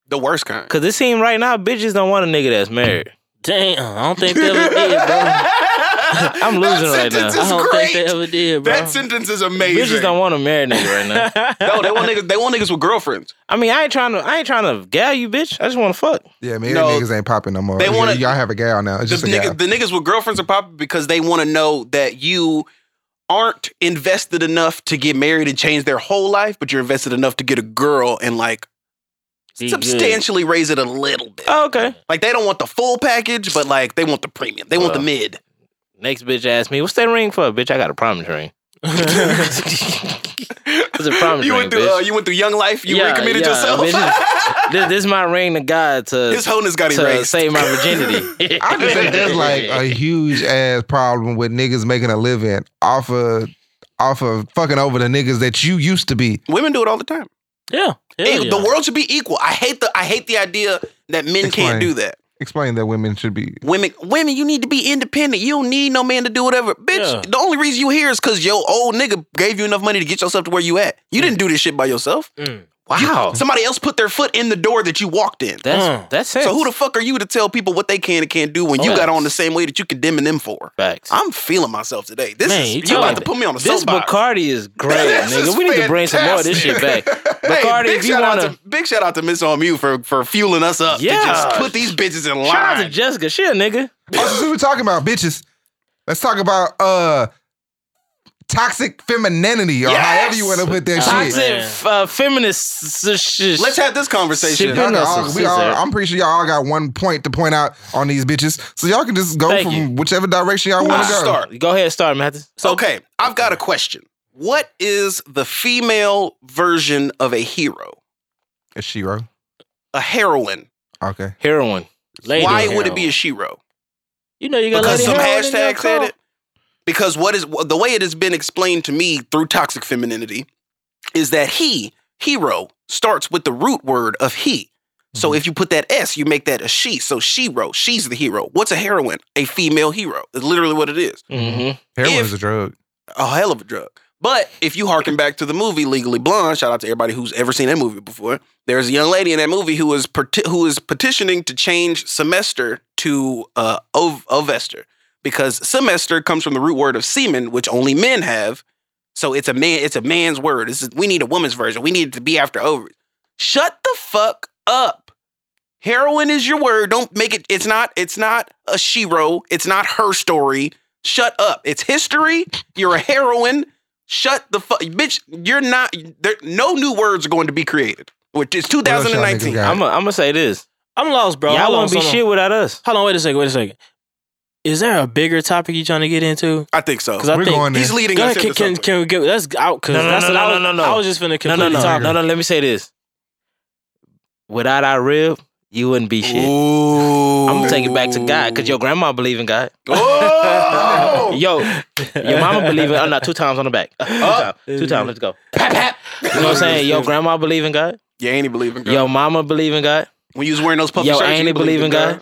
[SPEAKER 3] The worst kind.
[SPEAKER 2] Cause it seems right now bitches don't want a nigga that's married.
[SPEAKER 5] Damn, I don't think they ever did, bro.
[SPEAKER 2] I'm losing right now.
[SPEAKER 3] sentence
[SPEAKER 5] I
[SPEAKER 3] is
[SPEAKER 5] don't think they
[SPEAKER 3] great.
[SPEAKER 5] ever did, bro.
[SPEAKER 3] That sentence is amazing.
[SPEAKER 2] Bitches don't want a married nigga right now.
[SPEAKER 3] No, they want niggas. They want niggas with girlfriends.
[SPEAKER 2] I mean, I ain't trying to. I ain't trying to gal you, bitch. I just want to fuck.
[SPEAKER 4] yeah, man,
[SPEAKER 3] No.
[SPEAKER 4] niggas ain't popping no more.
[SPEAKER 3] They
[SPEAKER 4] They
[SPEAKER 3] wanna-
[SPEAKER 4] want y'all have a gal now.
[SPEAKER 3] The,
[SPEAKER 4] It's just a gal.
[SPEAKER 3] nigga, the niggas with girlfriends are popping because they want to know that you aren't invested enough to get married and change their whole life, but you're invested enough to get a girl and like
[SPEAKER 5] Be good.
[SPEAKER 3] substantially raise it a little bit.
[SPEAKER 2] Oh, okay.
[SPEAKER 3] Like they don't want the full package, but like they want the premium. They want the
[SPEAKER 2] Well.
[SPEAKER 3] mid.
[SPEAKER 2] Next bitch asked me, "What's that ring for, bitch? I got a promise ring." It's a promise
[SPEAKER 3] you
[SPEAKER 2] ring,
[SPEAKER 3] went through.
[SPEAKER 2] bitch.
[SPEAKER 3] Uh, you went through young life. You
[SPEAKER 2] Yeah,
[SPEAKER 3] recommitted
[SPEAKER 2] yeah,
[SPEAKER 3] yourself.
[SPEAKER 2] bitches. this, this is my ring to God
[SPEAKER 3] His
[SPEAKER 2] to,
[SPEAKER 3] wholeness got
[SPEAKER 2] to
[SPEAKER 3] erased.
[SPEAKER 2] save my virginity.
[SPEAKER 4] I just think there's like a huge ass problem with niggas making a living off of off of fucking over the niggas that you used to be.
[SPEAKER 3] Women do it all the time.
[SPEAKER 5] Yeah. hell
[SPEAKER 3] Equal-
[SPEAKER 5] yeah.
[SPEAKER 3] The world should be equal. I hate the. I hate the idea that men
[SPEAKER 4] Explain.
[SPEAKER 3] can't do that.
[SPEAKER 4] Explain that women should be
[SPEAKER 3] Women, women, you need to be independent. You don't need no man to do whatever. Bitch,
[SPEAKER 5] Yeah.
[SPEAKER 3] the only reason you here is because your old nigga gave you enough money to get yourself to where you at. You didn't do this shit by yourself.
[SPEAKER 5] Mm.
[SPEAKER 2] Mm. Wow.
[SPEAKER 3] Somebody else put their foot in the door that you walked in.
[SPEAKER 2] That's
[SPEAKER 5] Mm.
[SPEAKER 2] that's it.
[SPEAKER 3] So who the fuck are you to tell people what they can and can't do when you
[SPEAKER 2] Facts.
[SPEAKER 3] got on the same way that you condemning them for?
[SPEAKER 2] facts?
[SPEAKER 3] I'm feeling myself today. This
[SPEAKER 5] Man,
[SPEAKER 3] is
[SPEAKER 5] you
[SPEAKER 3] you about
[SPEAKER 5] talking-
[SPEAKER 3] to put me on a
[SPEAKER 2] This
[SPEAKER 3] soapbox.
[SPEAKER 2] Bacardi is great,
[SPEAKER 3] This
[SPEAKER 2] nigga.
[SPEAKER 3] is
[SPEAKER 2] we need to bring some more of this shit back.
[SPEAKER 3] fantastic. Hey,
[SPEAKER 2] Bacardi,
[SPEAKER 3] big
[SPEAKER 2] if you
[SPEAKER 3] shout out
[SPEAKER 2] wanna,
[SPEAKER 3] to big shout out to Miss On You for for fueling us up
[SPEAKER 2] Yeah.
[SPEAKER 3] to just put these bitches in
[SPEAKER 2] shout out to
[SPEAKER 3] line.
[SPEAKER 2] Jessica. She a nigga.
[SPEAKER 4] Also, since we're talking about bitches, let's talk about uh toxic femininity or
[SPEAKER 3] Yes!
[SPEAKER 4] however you want to put that
[SPEAKER 2] Toxic
[SPEAKER 4] shit.
[SPEAKER 5] man.
[SPEAKER 2] f- uh, feminist.
[SPEAKER 3] Let's have this
[SPEAKER 2] Shit,
[SPEAKER 3] conversation.
[SPEAKER 4] Y'all can
[SPEAKER 2] Bring us
[SPEAKER 4] all-
[SPEAKER 2] some
[SPEAKER 4] we all-
[SPEAKER 2] scissor.
[SPEAKER 4] I'm pretty sure y'all all got one point to point out on these bitches, so y'all can just go
[SPEAKER 2] Thank
[SPEAKER 4] from
[SPEAKER 2] you.
[SPEAKER 4] whichever direction y'all want
[SPEAKER 3] wants
[SPEAKER 4] to
[SPEAKER 3] to
[SPEAKER 4] go.
[SPEAKER 3] start?
[SPEAKER 2] Ah. Go ahead, start, Mathis.
[SPEAKER 3] So, okay, I've got a question. What is the female version of a hero?
[SPEAKER 4] A Shiro.
[SPEAKER 3] A heroine.
[SPEAKER 4] Okay.
[SPEAKER 2] Heroin.
[SPEAKER 5] Lady
[SPEAKER 3] Why
[SPEAKER 5] heroin.
[SPEAKER 3] would it be a shiro?
[SPEAKER 5] You know you got
[SPEAKER 3] Because
[SPEAKER 5] lady
[SPEAKER 3] some
[SPEAKER 5] heroin in your
[SPEAKER 3] hashtag said
[SPEAKER 5] car.
[SPEAKER 3] it. Because what is the way it has been explained to me through toxic femininity is that he hero starts with the root word of he. So
[SPEAKER 5] Mm-hmm.
[SPEAKER 3] if you put that S, you make that a she. So shiro, she's the hero. What's a heroine? A female hero. It's literally what it is.
[SPEAKER 2] Mm-hmm.
[SPEAKER 4] Heroin
[SPEAKER 3] If-
[SPEAKER 4] is a drug.
[SPEAKER 3] a hell of a drug. But if you harken back to the movie Legally Blonde, shout out to everybody who's ever seen that movie before. There's a young lady in that movie who is peti- who is petitioning to change semester to uh, ov- ovester because semester comes from the root word of semen, which only men have. So it's a man. It's a man's word. This is, we need a woman's version. We need it to be after ovaries. Shut the fuck up. Heroin is your word. Don't make it. It's not. It's not a shiro. It's not her story. Shut up. It's history. You're a heroine. Shut the fuck, bitch. You're not. There, no new words are going to be created. Which is
[SPEAKER 4] else y'all niggas
[SPEAKER 3] 2019.
[SPEAKER 4] got?
[SPEAKER 2] I'm gonna say this.
[SPEAKER 5] I'm lost, bro.
[SPEAKER 2] Y'all
[SPEAKER 5] Hold on,
[SPEAKER 2] won't be
[SPEAKER 5] hold on.
[SPEAKER 2] shit without us.
[SPEAKER 5] Hold on, wait a second, wait a second. Is there a bigger topic you trying to get into?
[SPEAKER 3] I think so.
[SPEAKER 5] Because I
[SPEAKER 4] We're
[SPEAKER 5] think
[SPEAKER 4] going there.
[SPEAKER 3] He's leading
[SPEAKER 5] Go
[SPEAKER 3] us.
[SPEAKER 5] ahead, can,
[SPEAKER 3] into
[SPEAKER 5] can,
[SPEAKER 3] something.
[SPEAKER 5] can we get that's out? Because
[SPEAKER 2] No, no,
[SPEAKER 5] that's
[SPEAKER 2] no,
[SPEAKER 5] what
[SPEAKER 2] no,
[SPEAKER 5] I was,
[SPEAKER 2] no, no, no.
[SPEAKER 5] I was just finna
[SPEAKER 2] No,
[SPEAKER 5] completely
[SPEAKER 2] no, no,
[SPEAKER 5] talk.
[SPEAKER 2] no, no. Let me say this. Without our rib, you wouldn't be shit.
[SPEAKER 3] Ooh.
[SPEAKER 2] I'm gonna take it back to God because your grandma believe in God.
[SPEAKER 3] Oh!
[SPEAKER 2] Yo, your mama believe in. Oh no, two times on the back. Two times. Two times. Let's go. Pap, pap. You know what I'm saying? Your grandma believe in God.
[SPEAKER 3] you ain't believing God.
[SPEAKER 2] Your mama believe in God.
[SPEAKER 3] when you was wearing those puppy
[SPEAKER 2] Yo,
[SPEAKER 3] shirts, you
[SPEAKER 2] ain't believe in God.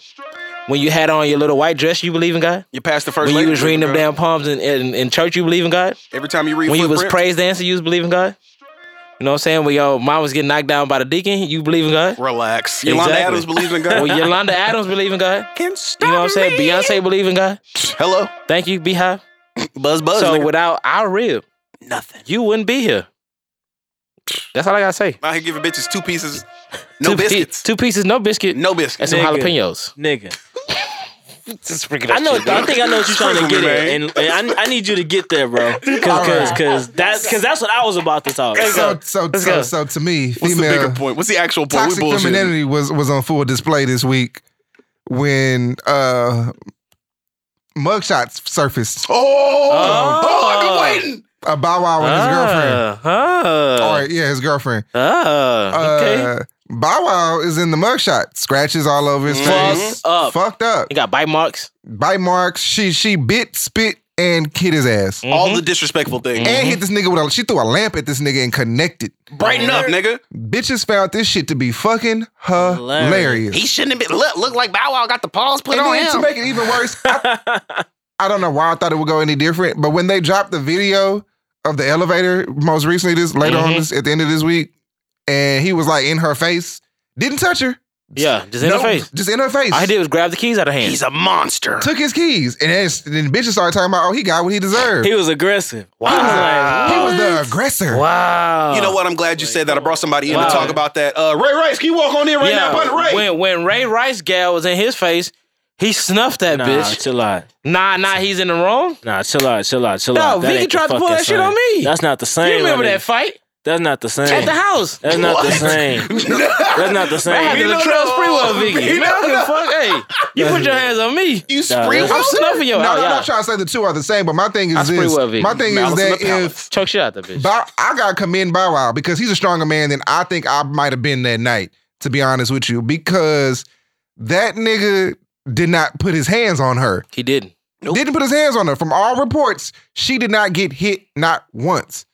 [SPEAKER 2] When you had on your little white dress, you believe in God.
[SPEAKER 3] You passed the first.
[SPEAKER 2] When you
[SPEAKER 3] lady,
[SPEAKER 2] was reading them
[SPEAKER 3] believe
[SPEAKER 2] damn
[SPEAKER 3] in
[SPEAKER 2] palms in, in, in church, you believe in God.
[SPEAKER 3] God. Every time you read.
[SPEAKER 2] When you was
[SPEAKER 3] Footprints,
[SPEAKER 2] praise dancing, you was believing God. You know what I'm saying? When your mom was getting knocked down by the deacon, you believe in God.
[SPEAKER 3] Relax. Yolanda
[SPEAKER 2] Exactly.
[SPEAKER 3] Adams believes in God.
[SPEAKER 2] Well, Yolanda Adams believe in God.
[SPEAKER 3] can
[SPEAKER 2] You
[SPEAKER 3] stop
[SPEAKER 2] know what I'm saying?
[SPEAKER 3] me.
[SPEAKER 2] Beyonce believe in God.
[SPEAKER 3] Hello.
[SPEAKER 2] Thank you, Beehive.
[SPEAKER 3] Buzz buzz.
[SPEAKER 2] So
[SPEAKER 3] nigga.
[SPEAKER 2] without our rib,
[SPEAKER 3] nothing.
[SPEAKER 2] you wouldn't be here. That's all I gotta say.
[SPEAKER 3] I here giving bitches two pieces, no
[SPEAKER 2] two, pi-
[SPEAKER 3] biscuits,
[SPEAKER 2] two pieces, no biscuit,
[SPEAKER 3] no biscuits.
[SPEAKER 2] and some
[SPEAKER 5] Nigga.
[SPEAKER 2] jalapenos.
[SPEAKER 5] Nigga,
[SPEAKER 2] Just freaking
[SPEAKER 5] I know. I think I know what you're trying to
[SPEAKER 3] Sprinkle
[SPEAKER 5] get
[SPEAKER 3] me,
[SPEAKER 5] at,
[SPEAKER 3] man.
[SPEAKER 5] and, and I, I need you to get there, bro. Because because that's because that's what I was about to talk.
[SPEAKER 4] So so
[SPEAKER 2] Let's
[SPEAKER 4] so,
[SPEAKER 2] go.
[SPEAKER 4] so to me,
[SPEAKER 3] What's the bigger
[SPEAKER 4] female
[SPEAKER 3] point? What's the actual point?
[SPEAKER 4] toxic femininity was was on full display this week when uh mugshots surfaced
[SPEAKER 3] Oh,
[SPEAKER 2] Oh. Mm-hmm.
[SPEAKER 3] oh, I've been waiting.
[SPEAKER 4] of Bow Wow and his girlfriend. All right, yeah, his girlfriend.
[SPEAKER 2] Ah. Uh, okay.
[SPEAKER 4] Uh, Bow Wow is in the mugshot. Scratches all over his
[SPEAKER 3] Fucked
[SPEAKER 4] face.
[SPEAKER 2] up.
[SPEAKER 4] Fucked up.
[SPEAKER 2] He got bite marks.
[SPEAKER 4] Bite marks. She she bit, spit, and hit his ass.
[SPEAKER 3] All the disrespectful things.
[SPEAKER 2] Mm-hmm.
[SPEAKER 4] And hit this nigga with a she threw a lamp at this nigga and connected.
[SPEAKER 3] Brighten
[SPEAKER 2] Mm-hmm.
[SPEAKER 3] up, nigga.
[SPEAKER 4] Bitches found this shit to be fucking hilarious.
[SPEAKER 3] He shouldn't have been. Look, look like Bow Wow got the paws put
[SPEAKER 4] And
[SPEAKER 3] on
[SPEAKER 4] then to
[SPEAKER 3] him.
[SPEAKER 4] make it even worse, I, I don't know why I thought it would go any different, but when they dropped the video of the elevator most recently this later on
[SPEAKER 2] Mhm.
[SPEAKER 4] this at the end of this week, and he was like in her face, didn't touch her.
[SPEAKER 2] Yeah, just in
[SPEAKER 4] No,
[SPEAKER 2] her face.
[SPEAKER 4] Just in her face.
[SPEAKER 2] All he did was grab the keys out of her hand.
[SPEAKER 3] He's a monster.
[SPEAKER 4] took his keys, and then, then the bitches started talking about, oh, he got what he deserved.
[SPEAKER 5] He was aggressive.
[SPEAKER 4] He was,
[SPEAKER 2] wow.
[SPEAKER 4] the- he was the aggressor.
[SPEAKER 2] wow.
[SPEAKER 3] You know what? I'm glad you said that. I brought somebody in
[SPEAKER 2] Uh, Wow.
[SPEAKER 3] to talk about that. Uh, Ray Rice, can you walk on in right now, buddy? Ray.
[SPEAKER 2] When when Ray Rice gal was in his face, he snuffed that
[SPEAKER 5] Nah,
[SPEAKER 2] bitch.
[SPEAKER 5] chill out.
[SPEAKER 2] Nah, nah, he's in the wrong.
[SPEAKER 5] Nah, chill out, chill out, chill
[SPEAKER 2] No,
[SPEAKER 5] out. That
[SPEAKER 2] Vicky
[SPEAKER 5] ain't the
[SPEAKER 2] tried to pull
[SPEAKER 5] fucking
[SPEAKER 2] that shit on
[SPEAKER 5] same.
[SPEAKER 2] me.
[SPEAKER 5] That's not the same.
[SPEAKER 2] you remember
[SPEAKER 5] my
[SPEAKER 2] that
[SPEAKER 5] nigga.
[SPEAKER 2] fight
[SPEAKER 5] That's not the same.
[SPEAKER 2] at the house?
[SPEAKER 5] That's not the
[SPEAKER 3] What?
[SPEAKER 5] same. That's not the
[SPEAKER 2] I had
[SPEAKER 5] same.
[SPEAKER 2] the
[SPEAKER 3] don't
[SPEAKER 2] Latrell
[SPEAKER 3] know.
[SPEAKER 2] Sprewell, Vicky.
[SPEAKER 3] We
[SPEAKER 2] Man, I
[SPEAKER 3] don't
[SPEAKER 2] don't give a fuck. Hey, you put your hands on me.
[SPEAKER 3] you
[SPEAKER 5] Nah,
[SPEAKER 3] spree.
[SPEAKER 5] that's-
[SPEAKER 2] I'm snuffing your
[SPEAKER 4] No,
[SPEAKER 2] out,
[SPEAKER 4] no, I'm
[SPEAKER 2] y'all.
[SPEAKER 4] not trying to say the two are the same, but my thing
[SPEAKER 2] I
[SPEAKER 4] is
[SPEAKER 2] spray
[SPEAKER 4] this.
[SPEAKER 2] well, Vic.
[SPEAKER 4] My thing is
[SPEAKER 3] Balance in
[SPEAKER 4] that
[SPEAKER 3] the
[SPEAKER 4] if
[SPEAKER 3] palace.
[SPEAKER 2] Choke shit out that bitch.
[SPEAKER 4] Bow, I gotta commend Bow Wow because he's a stronger man than I think I might have been that night. To be honest with you, because that nigga did not put his hands on her.
[SPEAKER 2] He didn't.
[SPEAKER 4] Didn't put his hands on her. From all reports, she did not get hit not once.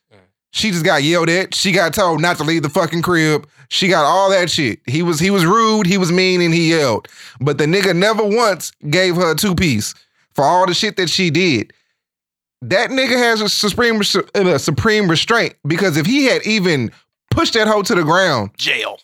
[SPEAKER 4] She just got yelled at. She got told not to leave the fucking crib. She got all that shit. He was he was rude. He was mean, and he yelled. But the nigga never once gave her a two piece for all the shit that she did. That nigga has a supreme res- uh, supreme restraint because if he had even pushed that hoe to the ground,
[SPEAKER 3] Jail.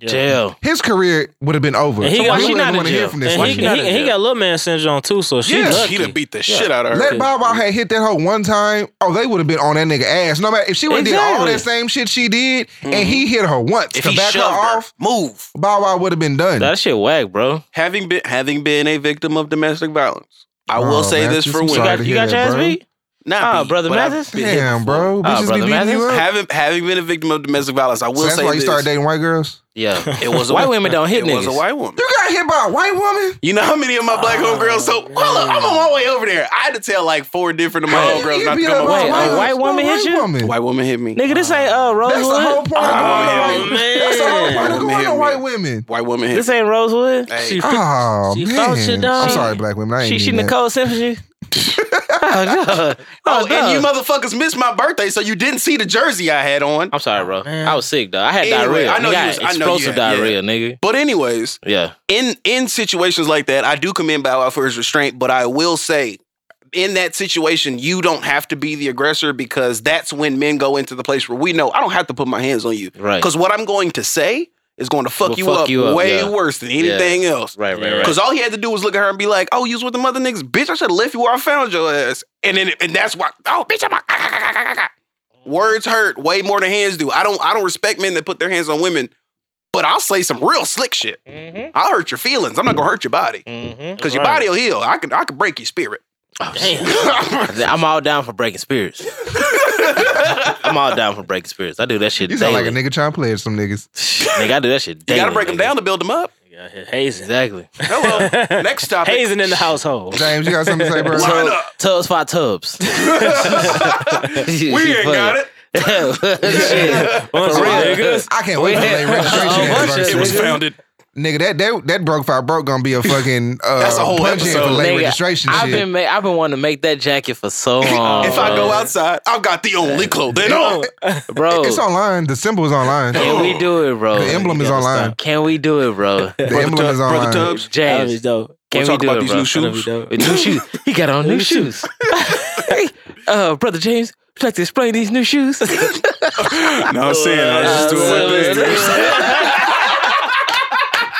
[SPEAKER 2] Jail.
[SPEAKER 4] his career would have been over.
[SPEAKER 5] And he
[SPEAKER 4] So
[SPEAKER 5] got-
[SPEAKER 4] we
[SPEAKER 5] she
[SPEAKER 4] wouldn't
[SPEAKER 2] not
[SPEAKER 4] even
[SPEAKER 2] in
[SPEAKER 4] wanna hear
[SPEAKER 2] jail.
[SPEAKER 4] from this
[SPEAKER 5] And
[SPEAKER 2] Why
[SPEAKER 5] he,
[SPEAKER 4] nigga.
[SPEAKER 2] she got
[SPEAKER 5] he,
[SPEAKER 2] in
[SPEAKER 5] and he
[SPEAKER 2] jail?
[SPEAKER 5] got little man syndrome too, so she
[SPEAKER 4] Yeah,
[SPEAKER 5] lucky.
[SPEAKER 3] He done beat the shit out of her.
[SPEAKER 4] Let Bob Wow had hit that hoe one time. Oh, they would have been on that nigga ass. No matter if she would have did all
[SPEAKER 5] Exactly.
[SPEAKER 4] that same shit she did, and he hit her once
[SPEAKER 3] if
[SPEAKER 4] to
[SPEAKER 3] he
[SPEAKER 4] back
[SPEAKER 3] shoved
[SPEAKER 4] her
[SPEAKER 3] her,
[SPEAKER 4] off,
[SPEAKER 3] move.
[SPEAKER 4] Bow Wow would have been done.
[SPEAKER 2] That shit whack, bro.
[SPEAKER 3] Having been having been a victim of domestic violence, I will
[SPEAKER 4] Oh,
[SPEAKER 3] say
[SPEAKER 4] man,
[SPEAKER 3] this
[SPEAKER 4] I'm
[SPEAKER 3] for
[SPEAKER 4] sorry
[SPEAKER 2] You
[SPEAKER 3] women.
[SPEAKER 2] got, you
[SPEAKER 4] to hear
[SPEAKER 2] got your
[SPEAKER 4] that,
[SPEAKER 2] ass
[SPEAKER 4] bro.
[SPEAKER 2] beat?
[SPEAKER 3] Not
[SPEAKER 2] Oh,
[SPEAKER 3] beat,
[SPEAKER 2] Brother
[SPEAKER 3] but I've
[SPEAKER 2] Mathis?
[SPEAKER 3] been hit
[SPEAKER 4] Damn,
[SPEAKER 3] before. Ah,
[SPEAKER 4] bro, bitches
[SPEAKER 2] brother,
[SPEAKER 4] be beating
[SPEAKER 2] man,
[SPEAKER 4] you
[SPEAKER 2] this
[SPEAKER 4] up.
[SPEAKER 3] Having having been a victim of domestic violence, I will
[SPEAKER 4] So that's
[SPEAKER 3] say
[SPEAKER 4] why you
[SPEAKER 3] this.
[SPEAKER 4] started dating white girls.
[SPEAKER 2] Yeah.
[SPEAKER 3] It was a
[SPEAKER 2] White women don't hit
[SPEAKER 3] it was
[SPEAKER 2] niggas.
[SPEAKER 3] a white woman.
[SPEAKER 4] You got hit by a white woman.
[SPEAKER 3] You know how many of my black
[SPEAKER 2] Oh,
[SPEAKER 3] homegirls? So hold up, I'm on my way over there. I had to tell like four different of my
[SPEAKER 2] Wait,
[SPEAKER 3] homegirls
[SPEAKER 4] You
[SPEAKER 3] Oh, not to
[SPEAKER 4] beat
[SPEAKER 3] come
[SPEAKER 4] up
[SPEAKER 3] over.
[SPEAKER 4] by
[SPEAKER 2] Wait,
[SPEAKER 3] White,
[SPEAKER 2] a
[SPEAKER 3] white,
[SPEAKER 2] white woman hit you?
[SPEAKER 4] woman.
[SPEAKER 3] woman hit me.
[SPEAKER 2] Nigga, this ain't uh,
[SPEAKER 4] That's the whole
[SPEAKER 2] Rosewood.
[SPEAKER 4] point of
[SPEAKER 3] Ah,
[SPEAKER 4] going on.
[SPEAKER 5] man.
[SPEAKER 4] That's the whole point of
[SPEAKER 3] Woman
[SPEAKER 4] going
[SPEAKER 3] hit
[SPEAKER 4] on
[SPEAKER 3] me.
[SPEAKER 4] white women.
[SPEAKER 3] White woman hit
[SPEAKER 2] This
[SPEAKER 3] me.
[SPEAKER 2] ain't Rosewood.
[SPEAKER 3] Hey.
[SPEAKER 5] She-
[SPEAKER 4] Oh
[SPEAKER 5] She
[SPEAKER 4] man,
[SPEAKER 5] fought you, dog.
[SPEAKER 4] I'm sorry, black women. I ain't
[SPEAKER 2] She she
[SPEAKER 4] mean that.
[SPEAKER 2] Nicole Simpson. She. oh, God.
[SPEAKER 3] Oh,
[SPEAKER 2] oh,
[SPEAKER 3] and you
[SPEAKER 2] mother-
[SPEAKER 3] motherfuckers missed my birthday, so you didn't see the jersey I had on.
[SPEAKER 2] I'm sorry, bro.
[SPEAKER 5] Man.
[SPEAKER 2] I was sick though. I had
[SPEAKER 3] Anyway,
[SPEAKER 2] diarrhea.
[SPEAKER 3] I know
[SPEAKER 2] I
[SPEAKER 3] you
[SPEAKER 2] got
[SPEAKER 3] was- I know you
[SPEAKER 2] explosive
[SPEAKER 3] had- yeah.
[SPEAKER 2] diarrhea, nigga.
[SPEAKER 3] But anyways,
[SPEAKER 2] Yeah.
[SPEAKER 3] in in situations like that, I do commend Bow Wow for his restraint, but I will say in that situation, you don't have to be the aggressor because that's when men go into the place where we know I don't have to put my hands on you.
[SPEAKER 2] Right.
[SPEAKER 3] Because what I'm going to say is going to fuck,
[SPEAKER 2] Will
[SPEAKER 3] you,
[SPEAKER 2] fuck
[SPEAKER 3] up
[SPEAKER 2] you up,
[SPEAKER 3] way
[SPEAKER 2] yeah.
[SPEAKER 3] worse than anything else.
[SPEAKER 2] Right. Right. Right.
[SPEAKER 3] Because all he had to do was look at her and be like, "Oh, you was with the mother niggas, bitch. I should have left you where I found your ass." And then, and that's why. Oh, bitch, I'm. Like, Words hurt way more than hands do. I don't. I don't respect men that put their hands on women, but I'll say some real slick shit.
[SPEAKER 2] Mm-hmm.
[SPEAKER 3] I'll hurt your feelings. I'm not gonna hurt your body
[SPEAKER 2] Mm-hmm.
[SPEAKER 3] because your body will heal. I can. I can break your spirit.
[SPEAKER 5] Damn.
[SPEAKER 2] Oh, I'm all down for breaking spirits. I'm all down for breaking spirits. I do that shit
[SPEAKER 4] You sound
[SPEAKER 2] daily.
[SPEAKER 4] like a nigga trying to play at some niggas.
[SPEAKER 2] Nigga, I do that shit
[SPEAKER 3] You
[SPEAKER 2] daily.
[SPEAKER 3] gotta break them
[SPEAKER 2] nigga.
[SPEAKER 3] down to build them up.
[SPEAKER 5] Yeah, hazing.
[SPEAKER 2] Exactly.
[SPEAKER 3] Hello. Next topic.
[SPEAKER 5] hazing in the household.
[SPEAKER 4] James, you got something to say, bro?
[SPEAKER 3] Line
[SPEAKER 2] Tub-
[SPEAKER 3] up.
[SPEAKER 2] Tubs for tubs.
[SPEAKER 3] We ain't got it.
[SPEAKER 2] shit.
[SPEAKER 5] Bunch of
[SPEAKER 2] real.
[SPEAKER 5] niggas.
[SPEAKER 4] I can't wait for
[SPEAKER 2] Yeah.
[SPEAKER 4] the registration.
[SPEAKER 2] Oh, bunch of
[SPEAKER 4] anniversary.
[SPEAKER 3] It was founded.
[SPEAKER 4] Nigga, that that that broke fire broke gonna be a fucking uh,
[SPEAKER 3] That's a whole
[SPEAKER 4] punch in
[SPEAKER 3] episode.
[SPEAKER 4] for late
[SPEAKER 2] Nigga,
[SPEAKER 4] registration
[SPEAKER 2] I've
[SPEAKER 4] shit.
[SPEAKER 2] been ma- I've been wanting to make that jacket for so long.
[SPEAKER 3] if I
[SPEAKER 2] bro.
[SPEAKER 3] go outside, I've got the only clothes. They know.
[SPEAKER 2] bro,
[SPEAKER 4] it's online. The symbol is online. The
[SPEAKER 2] can we do it, bro?
[SPEAKER 4] The emblem is
[SPEAKER 2] You gotta
[SPEAKER 4] online.
[SPEAKER 2] stop. Can we do it, bro?
[SPEAKER 4] emblem is
[SPEAKER 3] Brother
[SPEAKER 4] online.
[SPEAKER 3] Tubbs.
[SPEAKER 5] That was
[SPEAKER 2] James,
[SPEAKER 5] dope.
[SPEAKER 2] can we
[SPEAKER 3] talk
[SPEAKER 2] do
[SPEAKER 3] about
[SPEAKER 2] it,
[SPEAKER 3] these
[SPEAKER 2] bro?
[SPEAKER 3] new
[SPEAKER 5] That'd be
[SPEAKER 3] shoes.
[SPEAKER 5] dope.
[SPEAKER 2] new shoes. He got on new shoes. uh, brother James, would you like to explain these new shoes?
[SPEAKER 3] No, I'm saying I was just doing my thing.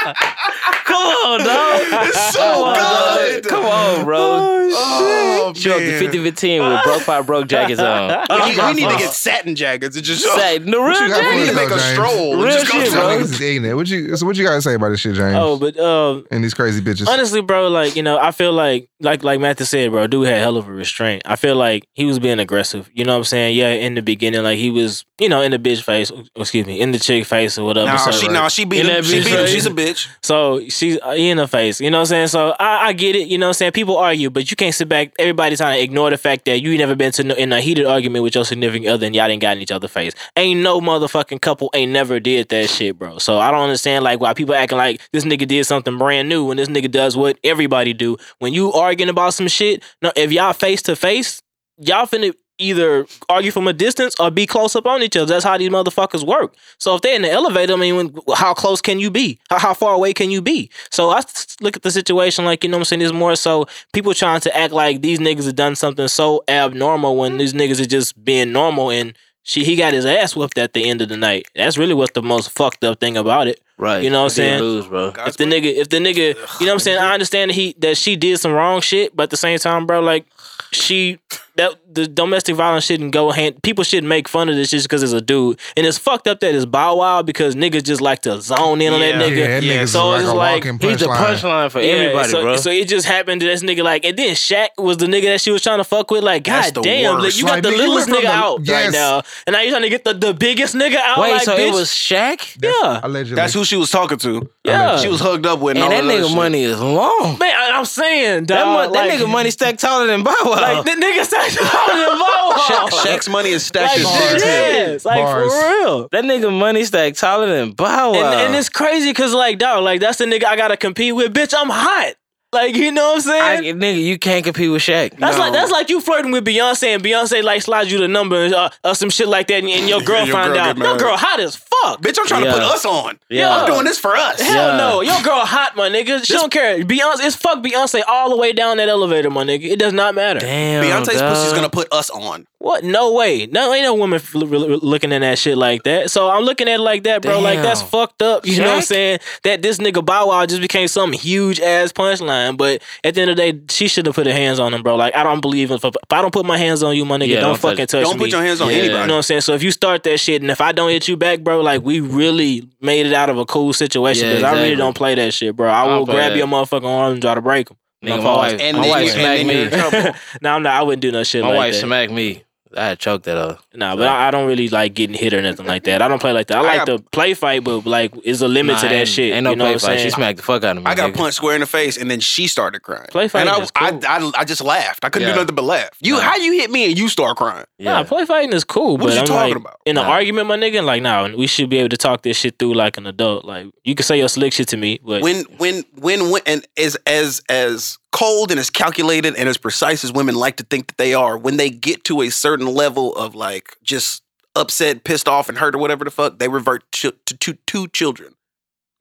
[SPEAKER 2] Come on, dog.
[SPEAKER 3] It's
[SPEAKER 2] Come
[SPEAKER 3] so
[SPEAKER 2] on,
[SPEAKER 3] good.
[SPEAKER 2] dog. Come on, bro.
[SPEAKER 3] Oh,
[SPEAKER 2] Show up to
[SPEAKER 3] man.
[SPEAKER 2] 5015 with broke by broke jackets on.
[SPEAKER 3] We need- we need to get satin jackets. It just
[SPEAKER 2] Say, the real
[SPEAKER 4] you got
[SPEAKER 3] we need
[SPEAKER 2] jacket.
[SPEAKER 3] to
[SPEAKER 4] for
[SPEAKER 3] make a
[SPEAKER 4] James.
[SPEAKER 3] stroll.
[SPEAKER 2] Real
[SPEAKER 3] just go
[SPEAKER 2] shit,
[SPEAKER 3] to-
[SPEAKER 4] Y'all
[SPEAKER 2] bro.
[SPEAKER 4] niggas is ignorant. What you so what you gotta say about this shit, James?
[SPEAKER 5] Oh, but um,
[SPEAKER 4] and these crazy bitches.
[SPEAKER 5] honestly, bro, like you know, I feel like like like Matthew said, bro, dude had hell of a restraint. I feel like he was being aggressive. You know what I'm saying? Yeah, in the beginning, like he was, you know, in the bitch face. Excuse me, in the chick face or whatever.
[SPEAKER 3] Nah,
[SPEAKER 5] so,
[SPEAKER 3] she, nah, she beat
[SPEAKER 5] In
[SPEAKER 3] him.
[SPEAKER 5] that
[SPEAKER 3] She
[SPEAKER 5] bitch
[SPEAKER 3] beat him.
[SPEAKER 5] face.
[SPEAKER 3] She's a bitch.
[SPEAKER 5] So she's uh, in her face, you know what I'm saying? So I, I get it, you know what I'm saying? People argue, but you can't sit back. Everybody's trying to ignore the fact that you ain't never been to no, in a heated argument with your significant other and y'all didn't got in each other's face. Ain't no motherfucking couple ain't never did that shit, bro. So I don't understand like why people acting like this nigga did something brand new when this nigga does what everybody do. When you arguing about some shit, no, if y'all face to face, y'all finna either argue from a distance or be close up on each other. That's how these motherfuckers work. So if they're in the elevator, I mean, when, how close can you be? How, how far away can you be? So I s- look at the situation like, you know what I'm saying? It's more so people trying to act like these niggas have done something so abnormal when these niggas are just being normal and she, he got his ass whooped at the end of the night. That's really what the most fucked up thing about it.
[SPEAKER 2] Right.
[SPEAKER 5] You know what I'm
[SPEAKER 2] Didn't
[SPEAKER 5] saying?
[SPEAKER 2] Lose, bro.
[SPEAKER 5] If the nigga, if the nigga, you know what I'm saying? I understand that he that she did some wrong shit, but at the same time, bro, like she that the domestic violence shouldn't go hand. People shouldn't make fun of this just because it's a dude, and it's fucked up that it's Bow Wow because niggas just like to zone in on that
[SPEAKER 3] Yeah.
[SPEAKER 5] nigga.
[SPEAKER 4] yeah, that
[SPEAKER 3] yeah,
[SPEAKER 4] nigga's
[SPEAKER 5] so
[SPEAKER 4] like
[SPEAKER 5] it's
[SPEAKER 4] a
[SPEAKER 5] like,
[SPEAKER 4] walking
[SPEAKER 2] He's the
[SPEAKER 4] punchline.
[SPEAKER 2] punchline for
[SPEAKER 5] Yeah,
[SPEAKER 2] everybody,
[SPEAKER 5] so,
[SPEAKER 2] bro.
[SPEAKER 5] So it just happened to this nigga like, and then Shaq was the nigga that she was trying to fuck with. Like,
[SPEAKER 3] That's
[SPEAKER 5] god
[SPEAKER 3] the
[SPEAKER 5] damn,
[SPEAKER 3] worst.
[SPEAKER 5] like, you got
[SPEAKER 4] Like,
[SPEAKER 5] the
[SPEAKER 4] nigga, you
[SPEAKER 5] littlest
[SPEAKER 4] went
[SPEAKER 5] nigga
[SPEAKER 4] from the-
[SPEAKER 5] out
[SPEAKER 4] Yes.
[SPEAKER 5] right now, and now you trying to get the, the biggest nigga out.
[SPEAKER 2] Wait,
[SPEAKER 5] like,
[SPEAKER 2] so
[SPEAKER 5] bitch,
[SPEAKER 2] it was Shaq?
[SPEAKER 5] yeah,
[SPEAKER 4] Allegedly.
[SPEAKER 3] That's who she was talking to.
[SPEAKER 5] Yeah.
[SPEAKER 3] She was hugged up with.
[SPEAKER 2] And
[SPEAKER 3] all
[SPEAKER 2] that
[SPEAKER 3] other
[SPEAKER 2] nigga
[SPEAKER 3] shit.
[SPEAKER 2] money is long.
[SPEAKER 5] man. I- I'm saying,
[SPEAKER 2] That,
[SPEAKER 5] dawg,
[SPEAKER 2] mon- that
[SPEAKER 5] like-
[SPEAKER 2] nigga money stacked taller than Bow Wow.
[SPEAKER 5] Like the nigga stacked on the low.
[SPEAKER 3] Sha- Shaq's money is stacked
[SPEAKER 5] like,
[SPEAKER 3] as
[SPEAKER 4] Bars.
[SPEAKER 3] shit.
[SPEAKER 5] yes, like
[SPEAKER 4] Bars.
[SPEAKER 5] for real.
[SPEAKER 2] that nigga money stacked taller than Bow Wow.
[SPEAKER 5] And, and it's crazy because like dog, like that's the nigga I gotta compete with. Bitch, I'm hot. Like you know what I'm
[SPEAKER 2] I,
[SPEAKER 5] saying.
[SPEAKER 2] nigga, you can't compete with Shaq.
[SPEAKER 5] that's
[SPEAKER 3] No.
[SPEAKER 5] like that's like you flirting with Beyonce and Beyonce like slides you the number or, or some shit like that and, and your girl
[SPEAKER 3] Your
[SPEAKER 5] find
[SPEAKER 3] girl
[SPEAKER 5] out
[SPEAKER 3] get mad.
[SPEAKER 5] your girl hot as fuck.
[SPEAKER 3] Bitch, I'm trying to
[SPEAKER 2] Yeah.
[SPEAKER 3] put us on.
[SPEAKER 2] Yeah.
[SPEAKER 3] I'm doing this for us.
[SPEAKER 5] Hell
[SPEAKER 2] Yeah.
[SPEAKER 5] no, your girl hot, my nigga. She don't care. Beyonce, it's fuck Beyonce all the way down that elevator, my nigga. It does not matter.
[SPEAKER 2] Damn.
[SPEAKER 3] Beyonce's
[SPEAKER 2] dawg.
[SPEAKER 3] pussy's gonna put us on.
[SPEAKER 5] What? No way. No, ain't no woman f- l- l- looking at that shit like that. So I'm looking at it like that, bro. Like that's
[SPEAKER 2] Damn.
[SPEAKER 5] fucked up. You know what I'm
[SPEAKER 2] Shaq?
[SPEAKER 5] saying? That this nigga Bow Wow just became some huge ass punchline. But at the end of the day, she should have put her hands on him, bro. Like I don't believe if, if I don't put my hands on you, my nigga,
[SPEAKER 2] Yeah,
[SPEAKER 5] don't,
[SPEAKER 2] don't touch-
[SPEAKER 5] fucking touch
[SPEAKER 3] Don't
[SPEAKER 5] me.
[SPEAKER 3] put your hands on
[SPEAKER 2] Yeah.
[SPEAKER 5] You
[SPEAKER 3] anybody.
[SPEAKER 5] know what I'm saying? So if you start that shit and if I don't hit you back, bro, like we really made it out of a cool situation
[SPEAKER 2] Yeah,
[SPEAKER 5] because I really
[SPEAKER 2] exactly.
[SPEAKER 5] don't play that shit, bro. I
[SPEAKER 2] I don't
[SPEAKER 5] will
[SPEAKER 2] play
[SPEAKER 5] grab
[SPEAKER 2] that.
[SPEAKER 5] your motherfucking arm and try to break 'em.
[SPEAKER 2] Nigga,
[SPEAKER 5] No
[SPEAKER 2] my
[SPEAKER 5] fault.
[SPEAKER 2] wife,
[SPEAKER 3] And
[SPEAKER 2] my
[SPEAKER 3] then
[SPEAKER 2] wife
[SPEAKER 3] you- and
[SPEAKER 2] smacked
[SPEAKER 3] then you're in
[SPEAKER 2] me.
[SPEAKER 3] trouble.
[SPEAKER 5] Nah, I'm not. I wouldn't do no shit
[SPEAKER 2] My
[SPEAKER 5] like
[SPEAKER 2] wife
[SPEAKER 5] that.
[SPEAKER 2] smacked me. I had choked that up.
[SPEAKER 5] Nah, but I, I don't really like getting hit or nothing like that. I don't play like that. I
[SPEAKER 3] I
[SPEAKER 5] like
[SPEAKER 3] got-
[SPEAKER 5] to play fight, but like, it's a limit
[SPEAKER 2] Nah,
[SPEAKER 5] to that
[SPEAKER 2] ain't-
[SPEAKER 5] shit.
[SPEAKER 2] Ain't no
[SPEAKER 5] you know
[SPEAKER 2] play
[SPEAKER 5] what I'm
[SPEAKER 2] fight.
[SPEAKER 5] saying?
[SPEAKER 2] She smacked the fuck out of me.
[SPEAKER 3] I got
[SPEAKER 2] nigga.
[SPEAKER 3] punched square in the face, and then she started crying.
[SPEAKER 5] Play fighting
[SPEAKER 3] and I,
[SPEAKER 5] is cool.
[SPEAKER 3] I, I, I just laughed. I couldn't
[SPEAKER 2] Yeah.
[SPEAKER 3] do nothing but laugh. You,
[SPEAKER 2] Nah.
[SPEAKER 3] how you hit me and you start crying?
[SPEAKER 5] Nah, play fighting is cool.
[SPEAKER 3] What
[SPEAKER 5] but
[SPEAKER 3] is you
[SPEAKER 5] I'm
[SPEAKER 3] talking
[SPEAKER 5] like,
[SPEAKER 3] about?
[SPEAKER 5] In an
[SPEAKER 2] Nah.
[SPEAKER 5] argument, my nigga, like, nah, we should be able to talk this shit through like an adult. Like, you can say your slick shit to me, but
[SPEAKER 3] When, when, when, when, and as as as cold and as calculated and as precise as women like to think that they are, when they get to a certain level of like just upset, pissed off, and hurt or whatever the fuck, they revert to to, to, to children.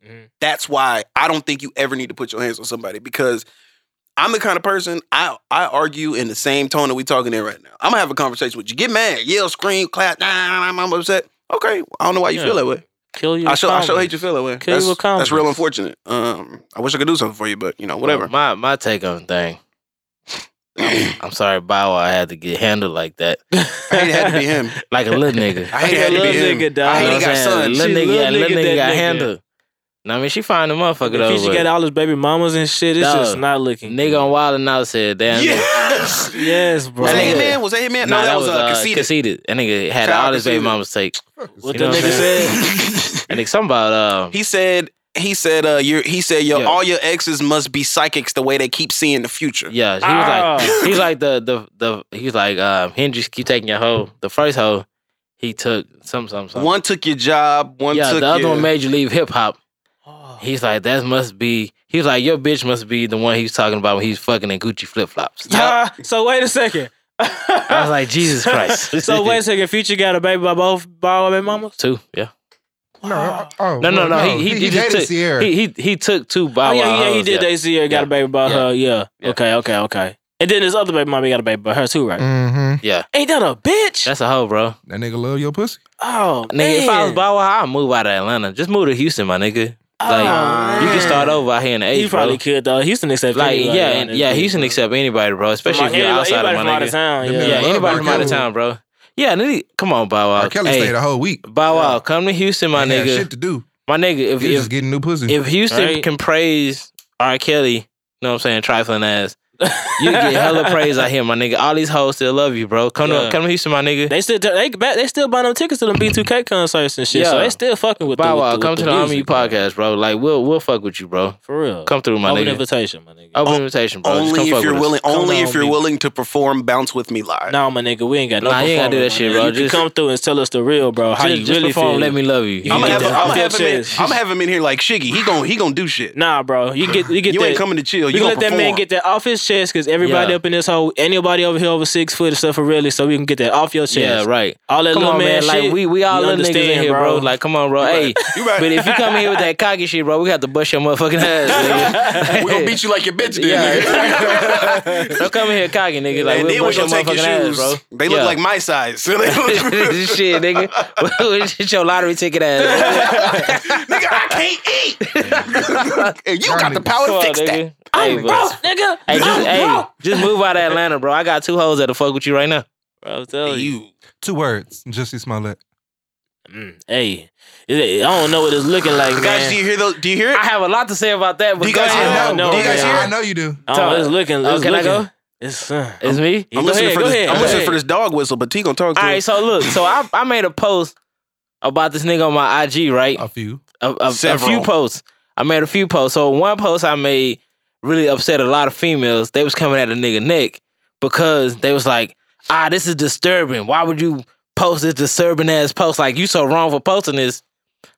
[SPEAKER 5] Mhm.
[SPEAKER 3] That's why I don't think you ever need to put your hands on somebody because I'm the kind of person I I argue in the same tone that we talking in right now. I'm gonna have a conversation with you. Get mad, yell, scream, clap. Nah, nah, nah, I'm upset. Okay, I don't know why you
[SPEAKER 5] Yeah.
[SPEAKER 3] feel that way.
[SPEAKER 5] kill you.
[SPEAKER 3] I
[SPEAKER 5] with
[SPEAKER 3] sure I sure
[SPEAKER 5] comedy.
[SPEAKER 3] hate you feel that way.
[SPEAKER 5] Kill you
[SPEAKER 3] That's,
[SPEAKER 5] with comedy.
[SPEAKER 3] that's real unfortunate. Um, I wish I could do something for you, but you know whatever.
[SPEAKER 2] My my take on the thing. I'm sorry, Bow Wow. I had to get handled like that,
[SPEAKER 3] I hate it had to be him.
[SPEAKER 2] like a little nigga.
[SPEAKER 3] I hate it had to be
[SPEAKER 5] Little
[SPEAKER 3] him.
[SPEAKER 5] nigga, dog.
[SPEAKER 3] I hate
[SPEAKER 2] You
[SPEAKER 3] he
[SPEAKER 2] know
[SPEAKER 3] got
[SPEAKER 2] what I'm saying?
[SPEAKER 3] sons.
[SPEAKER 2] Little
[SPEAKER 5] She
[SPEAKER 2] nigga, yeah,
[SPEAKER 5] little
[SPEAKER 2] little
[SPEAKER 5] nigga
[SPEAKER 2] nigga
[SPEAKER 5] that
[SPEAKER 2] got
[SPEAKER 5] nigga.
[SPEAKER 2] handled. Now, I mean, she find the motherfucker
[SPEAKER 5] If
[SPEAKER 2] though.
[SPEAKER 5] she got
[SPEAKER 2] but
[SPEAKER 5] all his baby mamas and shit, it's
[SPEAKER 2] Dog.
[SPEAKER 5] just not looking. good.
[SPEAKER 2] Nigga on Wild and Out said, "Damn, nigga."
[SPEAKER 3] Yes.
[SPEAKER 5] Yes, bro.
[SPEAKER 3] Was that
[SPEAKER 2] Nigga.
[SPEAKER 3] Hitman? Was that Hitman? No,
[SPEAKER 2] Nah,
[SPEAKER 3] that, was, uh, conceited.
[SPEAKER 2] That nigga had
[SPEAKER 3] Child
[SPEAKER 2] all his baby
[SPEAKER 3] conceited.
[SPEAKER 2] mama's take.
[SPEAKER 5] What
[SPEAKER 2] You
[SPEAKER 5] the
[SPEAKER 2] know what I'm
[SPEAKER 5] nigga
[SPEAKER 2] saying?
[SPEAKER 5] said?
[SPEAKER 2] And it's something about um,
[SPEAKER 3] He said he said uh your he said your
[SPEAKER 2] Yeah.
[SPEAKER 3] all your exes must be psychics the way they keep seeing the future.
[SPEAKER 2] yeah. He was
[SPEAKER 3] Ah.
[SPEAKER 2] like, he was like the the the. He was like, um, Hendrix keep taking your hoe. The first hoe, he took some some some.
[SPEAKER 3] One took your job, one
[SPEAKER 2] yeah,
[SPEAKER 3] took
[SPEAKER 2] the other
[SPEAKER 3] your,
[SPEAKER 2] one made you leave hip hop. He's like, that must be. He was like, your bitch must be the one he's talking about when he's fucking in Gucci flip flops.
[SPEAKER 5] Ah, so wait a second.
[SPEAKER 2] I was like, Jesus Christ.
[SPEAKER 5] so wait a second. Future got a baby by both by baby mamas.
[SPEAKER 2] two, yeah.
[SPEAKER 4] No, oh,
[SPEAKER 2] No, no, no. He he, he just
[SPEAKER 4] dated
[SPEAKER 2] took
[SPEAKER 4] Sierra.
[SPEAKER 2] he, he he took two
[SPEAKER 5] Oh
[SPEAKER 2] Bow
[SPEAKER 5] yeah,
[SPEAKER 2] Wow
[SPEAKER 5] yeah, he
[SPEAKER 2] hoes,
[SPEAKER 5] did.
[SPEAKER 2] yeah.
[SPEAKER 5] They see her got a
[SPEAKER 2] Yeah.
[SPEAKER 5] baby by
[SPEAKER 2] Yeah.
[SPEAKER 5] her. Yeah.
[SPEAKER 2] Yeah.
[SPEAKER 5] Okay. Okay. Okay. And then his other baby mommy got a baby by her too, right?
[SPEAKER 4] hmm
[SPEAKER 2] Yeah,
[SPEAKER 5] Ain't that a bitch?
[SPEAKER 2] that's a hoe, bro.
[SPEAKER 4] That nigga love your pussy.
[SPEAKER 5] oh
[SPEAKER 2] Nigga,
[SPEAKER 5] man.
[SPEAKER 2] if I was Bow Wow, I'd move out of Atlanta. Just move to Houston, my nigga. like,
[SPEAKER 5] Oh,
[SPEAKER 2] You can
[SPEAKER 5] man.
[SPEAKER 2] start over out here in the
[SPEAKER 5] He
[SPEAKER 2] eighties, bro.
[SPEAKER 5] probably could though. Houston accept
[SPEAKER 2] Like,
[SPEAKER 5] anybody
[SPEAKER 2] yeah,
[SPEAKER 5] down
[SPEAKER 2] and,
[SPEAKER 5] there,
[SPEAKER 2] yeah,
[SPEAKER 5] too,
[SPEAKER 2] Houston
[SPEAKER 5] bro.
[SPEAKER 2] accept anybody, bro. Especially if
[SPEAKER 5] Somebody-
[SPEAKER 2] you're
[SPEAKER 5] anybody-
[SPEAKER 2] outside of my
[SPEAKER 5] anybody from out
[SPEAKER 2] nigga.
[SPEAKER 5] town.
[SPEAKER 4] Them
[SPEAKER 5] Yeah.
[SPEAKER 2] Yeah,
[SPEAKER 4] Love
[SPEAKER 2] anybody from out of
[SPEAKER 4] Kelly.
[SPEAKER 2] town, bro. Yeah, nigga, come on, Bow Wow.
[SPEAKER 4] R. Kelly
[SPEAKER 2] Uh, Hey,
[SPEAKER 4] stayed a whole week.
[SPEAKER 2] Bow Wow, come to Houston, my
[SPEAKER 4] He had
[SPEAKER 2] nigga.
[SPEAKER 4] shit to do.
[SPEAKER 2] My nigga, if
[SPEAKER 4] He was
[SPEAKER 2] if
[SPEAKER 4] just getting new pussy.
[SPEAKER 2] if Houston
[SPEAKER 5] Right.
[SPEAKER 2] can praise R. Kelly, you know what I'm saying, trifling ass, you get hella praise out here, my nigga. All these hoes still love you, bro. Come
[SPEAKER 5] Yeah.
[SPEAKER 2] to come to Houston, my nigga.
[SPEAKER 5] They still they they still buying them tickets to them B2K concerts and shit. So
[SPEAKER 2] Yeah.
[SPEAKER 5] they still fucking with
[SPEAKER 2] Bow
[SPEAKER 5] the,
[SPEAKER 2] Wow,
[SPEAKER 5] with the,
[SPEAKER 2] come
[SPEAKER 5] with
[SPEAKER 2] to the
[SPEAKER 5] the
[SPEAKER 2] Army
[SPEAKER 5] music, bro.
[SPEAKER 2] podcast, bro. Like we'll we'll fuck with you, bro.
[SPEAKER 5] for real.
[SPEAKER 2] Come through, my
[SPEAKER 5] Open
[SPEAKER 2] nigga. Oh.
[SPEAKER 5] invitation, my nigga.
[SPEAKER 2] Open invitation, bro. Just come
[SPEAKER 3] only
[SPEAKER 2] fuck
[SPEAKER 3] if you're
[SPEAKER 2] with us.
[SPEAKER 3] willing
[SPEAKER 5] Come
[SPEAKER 3] only
[SPEAKER 5] down,
[SPEAKER 3] if you're
[SPEAKER 5] B.
[SPEAKER 3] willing to perform bounce with me live.
[SPEAKER 5] No, my nigga, we ain't got no.
[SPEAKER 2] Nah, you ain't gotta do
[SPEAKER 5] performance,
[SPEAKER 2] that
[SPEAKER 5] my
[SPEAKER 2] shit,
[SPEAKER 5] nigga.
[SPEAKER 2] bro.
[SPEAKER 5] You can
[SPEAKER 2] Just-
[SPEAKER 5] come through and tell us the real, bro. How
[SPEAKER 2] Just,
[SPEAKER 5] you
[SPEAKER 2] just
[SPEAKER 5] really
[SPEAKER 2] perform.
[SPEAKER 5] feel.
[SPEAKER 2] Let me love you.
[SPEAKER 5] You
[SPEAKER 3] I'm
[SPEAKER 5] can
[SPEAKER 3] gonna
[SPEAKER 5] get
[SPEAKER 3] have,
[SPEAKER 5] that.
[SPEAKER 3] I'm gonna
[SPEAKER 5] Feel
[SPEAKER 3] have him in,
[SPEAKER 5] chest.
[SPEAKER 3] I'm gonna have him in here like Shiggy. He gon' he gonna do shit.
[SPEAKER 5] Nah, bro. You get you get
[SPEAKER 3] you
[SPEAKER 5] that.
[SPEAKER 3] ain't coming to chill. You,
[SPEAKER 5] You,
[SPEAKER 3] gonna
[SPEAKER 5] let that man get that off his chest because everybody
[SPEAKER 2] Yeah.
[SPEAKER 5] up in this hole, anybody over here over six foot and stuff for really, so we can get that off your chest.
[SPEAKER 2] Yeah, right.
[SPEAKER 5] All that
[SPEAKER 2] Come
[SPEAKER 5] little
[SPEAKER 2] on, man.
[SPEAKER 5] man, shit,
[SPEAKER 2] Like we we all
[SPEAKER 5] you
[SPEAKER 2] little niggas in
[SPEAKER 5] understand,
[SPEAKER 2] here, bro. Like, come on, bro. Hey,
[SPEAKER 3] You right.
[SPEAKER 2] but if you come here with that cocky shit, bro, we have to bust your motherfucking ass, nigga.
[SPEAKER 3] we gonna beat you like your bitch, then,
[SPEAKER 2] Yeah.
[SPEAKER 3] nigga.
[SPEAKER 2] Don't come in here cocky, nigga. Like
[SPEAKER 3] and then
[SPEAKER 2] we'll
[SPEAKER 3] we
[SPEAKER 2] bust your
[SPEAKER 3] gonna take your
[SPEAKER 2] motherfucking ass,
[SPEAKER 3] shoes.
[SPEAKER 2] bro.
[SPEAKER 3] They look
[SPEAKER 2] Yeah.
[SPEAKER 3] like my size. So they look-
[SPEAKER 2] shit, nigga. We'll Shit your lottery ticket ass.
[SPEAKER 3] nigga, I can't eat. and you got the power
[SPEAKER 2] Come
[SPEAKER 3] to
[SPEAKER 2] on,
[SPEAKER 3] fix that.
[SPEAKER 2] nigga. Hey,
[SPEAKER 5] I'm
[SPEAKER 2] but-
[SPEAKER 5] broke, nigga.
[SPEAKER 2] Hey, just,
[SPEAKER 5] I'm
[SPEAKER 2] hey,
[SPEAKER 5] broke.
[SPEAKER 2] just move out of Atlanta, bro. I got two hoes that'll fuck with you right now.
[SPEAKER 5] Bro, I'm telling you.
[SPEAKER 3] You.
[SPEAKER 4] Two words. Jussie Smollett.
[SPEAKER 5] Mm, hey, It- I don't know what it's looking like,
[SPEAKER 3] Guys,
[SPEAKER 5] man.
[SPEAKER 3] do you hear those? Do you hear it?
[SPEAKER 2] I have a lot to say about that, but
[SPEAKER 3] Do you
[SPEAKER 2] go
[SPEAKER 3] guys
[SPEAKER 2] ahead.
[SPEAKER 5] I
[SPEAKER 3] hear
[SPEAKER 5] don't
[SPEAKER 3] it?
[SPEAKER 5] know,
[SPEAKER 3] Do you guys
[SPEAKER 5] man.
[SPEAKER 3] hear
[SPEAKER 4] I
[SPEAKER 3] it?
[SPEAKER 4] know you do.
[SPEAKER 5] I don't know what it's
[SPEAKER 2] Talk.
[SPEAKER 5] looking.
[SPEAKER 2] Oh,
[SPEAKER 5] It's
[SPEAKER 2] can I
[SPEAKER 5] looking.
[SPEAKER 2] go?
[SPEAKER 5] It's uh,
[SPEAKER 2] It's me.
[SPEAKER 3] I'm
[SPEAKER 5] Go
[SPEAKER 3] listening
[SPEAKER 5] ahead,
[SPEAKER 3] for
[SPEAKER 5] go
[SPEAKER 3] this.
[SPEAKER 5] ahead,
[SPEAKER 3] I'm
[SPEAKER 5] go
[SPEAKER 3] listening
[SPEAKER 5] ahead.
[SPEAKER 3] for this dog whistle, but T gonna talk to
[SPEAKER 2] All
[SPEAKER 3] me.
[SPEAKER 2] right, so look, so I, I made a post about this nigga on my IG, right?
[SPEAKER 4] A few.
[SPEAKER 2] A, a, a few
[SPEAKER 3] Several.
[SPEAKER 2] posts. I made a few posts. So one post I made really upset a lot of females. They was coming at a nigga neck because they was like, ah, this is disturbing. Why would you post this disturbing ass post? Like you so wrong for posting this.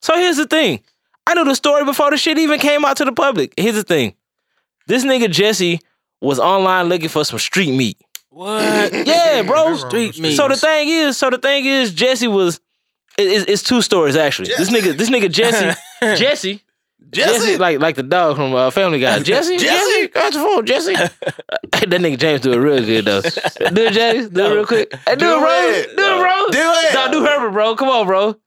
[SPEAKER 2] So here's the thing. I knew the story before the shit even came out to the public. Here's the thing. This nigga Jesse was online looking for some street meat.
[SPEAKER 5] what?
[SPEAKER 2] Yeah, bro.
[SPEAKER 5] Street me.
[SPEAKER 2] So the thing is, so the thing is, Jesse was. It, it's, it's two stories actually. This nigga, this nigga Jesse, Jesse,
[SPEAKER 3] Jesse.
[SPEAKER 2] like like the dog from uh, Family Guy. Jesse,
[SPEAKER 3] Jesse?
[SPEAKER 2] Jesse, got your phone, Jesse. that nigga James do it real good though. Do it, James. Do it real quick. Hey, do,
[SPEAKER 3] Do
[SPEAKER 2] it, bro.
[SPEAKER 3] it.
[SPEAKER 2] Do it, bro.
[SPEAKER 3] Do it.
[SPEAKER 2] Dog, do Herbert, bro. Come on, bro.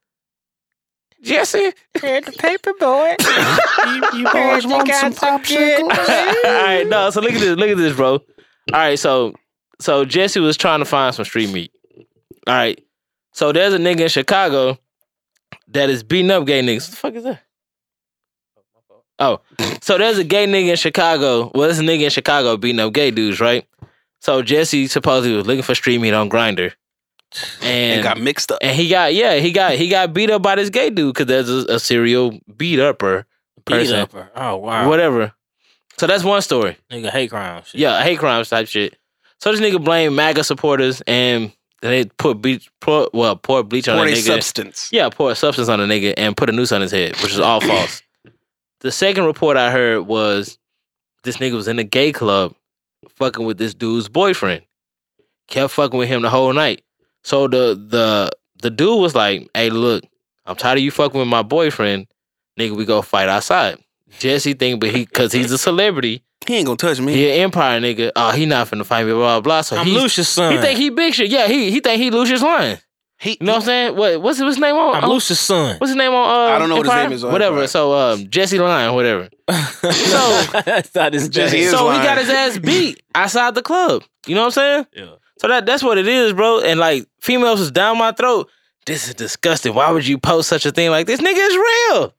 [SPEAKER 2] Jesse,
[SPEAKER 7] Here's the paper boy. you you boys want some popsicles?
[SPEAKER 2] All right, no. So look at this. Look at this, bro. All right, so so Jesse was trying to find some street meat. All right, so there's a nigga in Chicago that is beating up gay niggas. What the fuck is that? Oh, so there's a gay nigga in Chicago. Well, there's a nigga in Chicago beating up gay dudes, right? So Jesse supposedly was looking for street meat on Grinder,
[SPEAKER 3] And
[SPEAKER 2] and
[SPEAKER 3] got mixed up.
[SPEAKER 2] and he got yeah he got he got beat up by this gay dude because there's a, a serial beat upper
[SPEAKER 5] Beat
[SPEAKER 2] person.
[SPEAKER 5] up her. Oh wow. What
[SPEAKER 2] whatever. So that's one story.
[SPEAKER 5] nigga hate crime shit.
[SPEAKER 2] Yeah, hate crimes type shit. So this nigga blamed MAGA supporters and they put bleach, pour, well, pour bleach on
[SPEAKER 3] Or
[SPEAKER 2] a
[SPEAKER 3] a
[SPEAKER 2] nigga.
[SPEAKER 3] substance.
[SPEAKER 2] yeah, pour a substance on a nigga and put a noose on his head, which is all false. The second report I heard was this nigga was in a gay club fucking with this dude's boyfriend. Kept fucking with him the whole night. So the the the dude was like, "Hey, look, I'm tired of you fucking with my boyfriend, nigga. We go fight outside." Jesse think, but he because he's a celebrity,
[SPEAKER 3] He ain't gonna touch me.
[SPEAKER 2] he an empire nigga. Oh, he not finna fight me, blah blah. blah. So
[SPEAKER 5] I'm
[SPEAKER 2] he,
[SPEAKER 5] Lucius son.
[SPEAKER 2] he think he big shit. Yeah, he he think he Lucius Lion.
[SPEAKER 3] He,
[SPEAKER 2] You know what I'm saying? What what's his name on?
[SPEAKER 5] I'm
[SPEAKER 2] on-
[SPEAKER 5] Lucius son.
[SPEAKER 2] What's his name on? Uh,
[SPEAKER 3] I don't know what his
[SPEAKER 2] Empire?
[SPEAKER 3] name is on
[SPEAKER 2] Whatever.
[SPEAKER 3] Empire.
[SPEAKER 2] So um, Jesse Lion, whatever. So-
[SPEAKER 5] that's not his
[SPEAKER 3] Just
[SPEAKER 5] name.
[SPEAKER 3] is
[SPEAKER 2] so
[SPEAKER 3] lying.
[SPEAKER 2] he got his ass beat outside the club. You know what I'm saying?
[SPEAKER 5] Yeah.
[SPEAKER 2] So that that's what it is, bro. And like females was down my throat. This is disgusting. Why would you post such a thing like this? Nigga is real.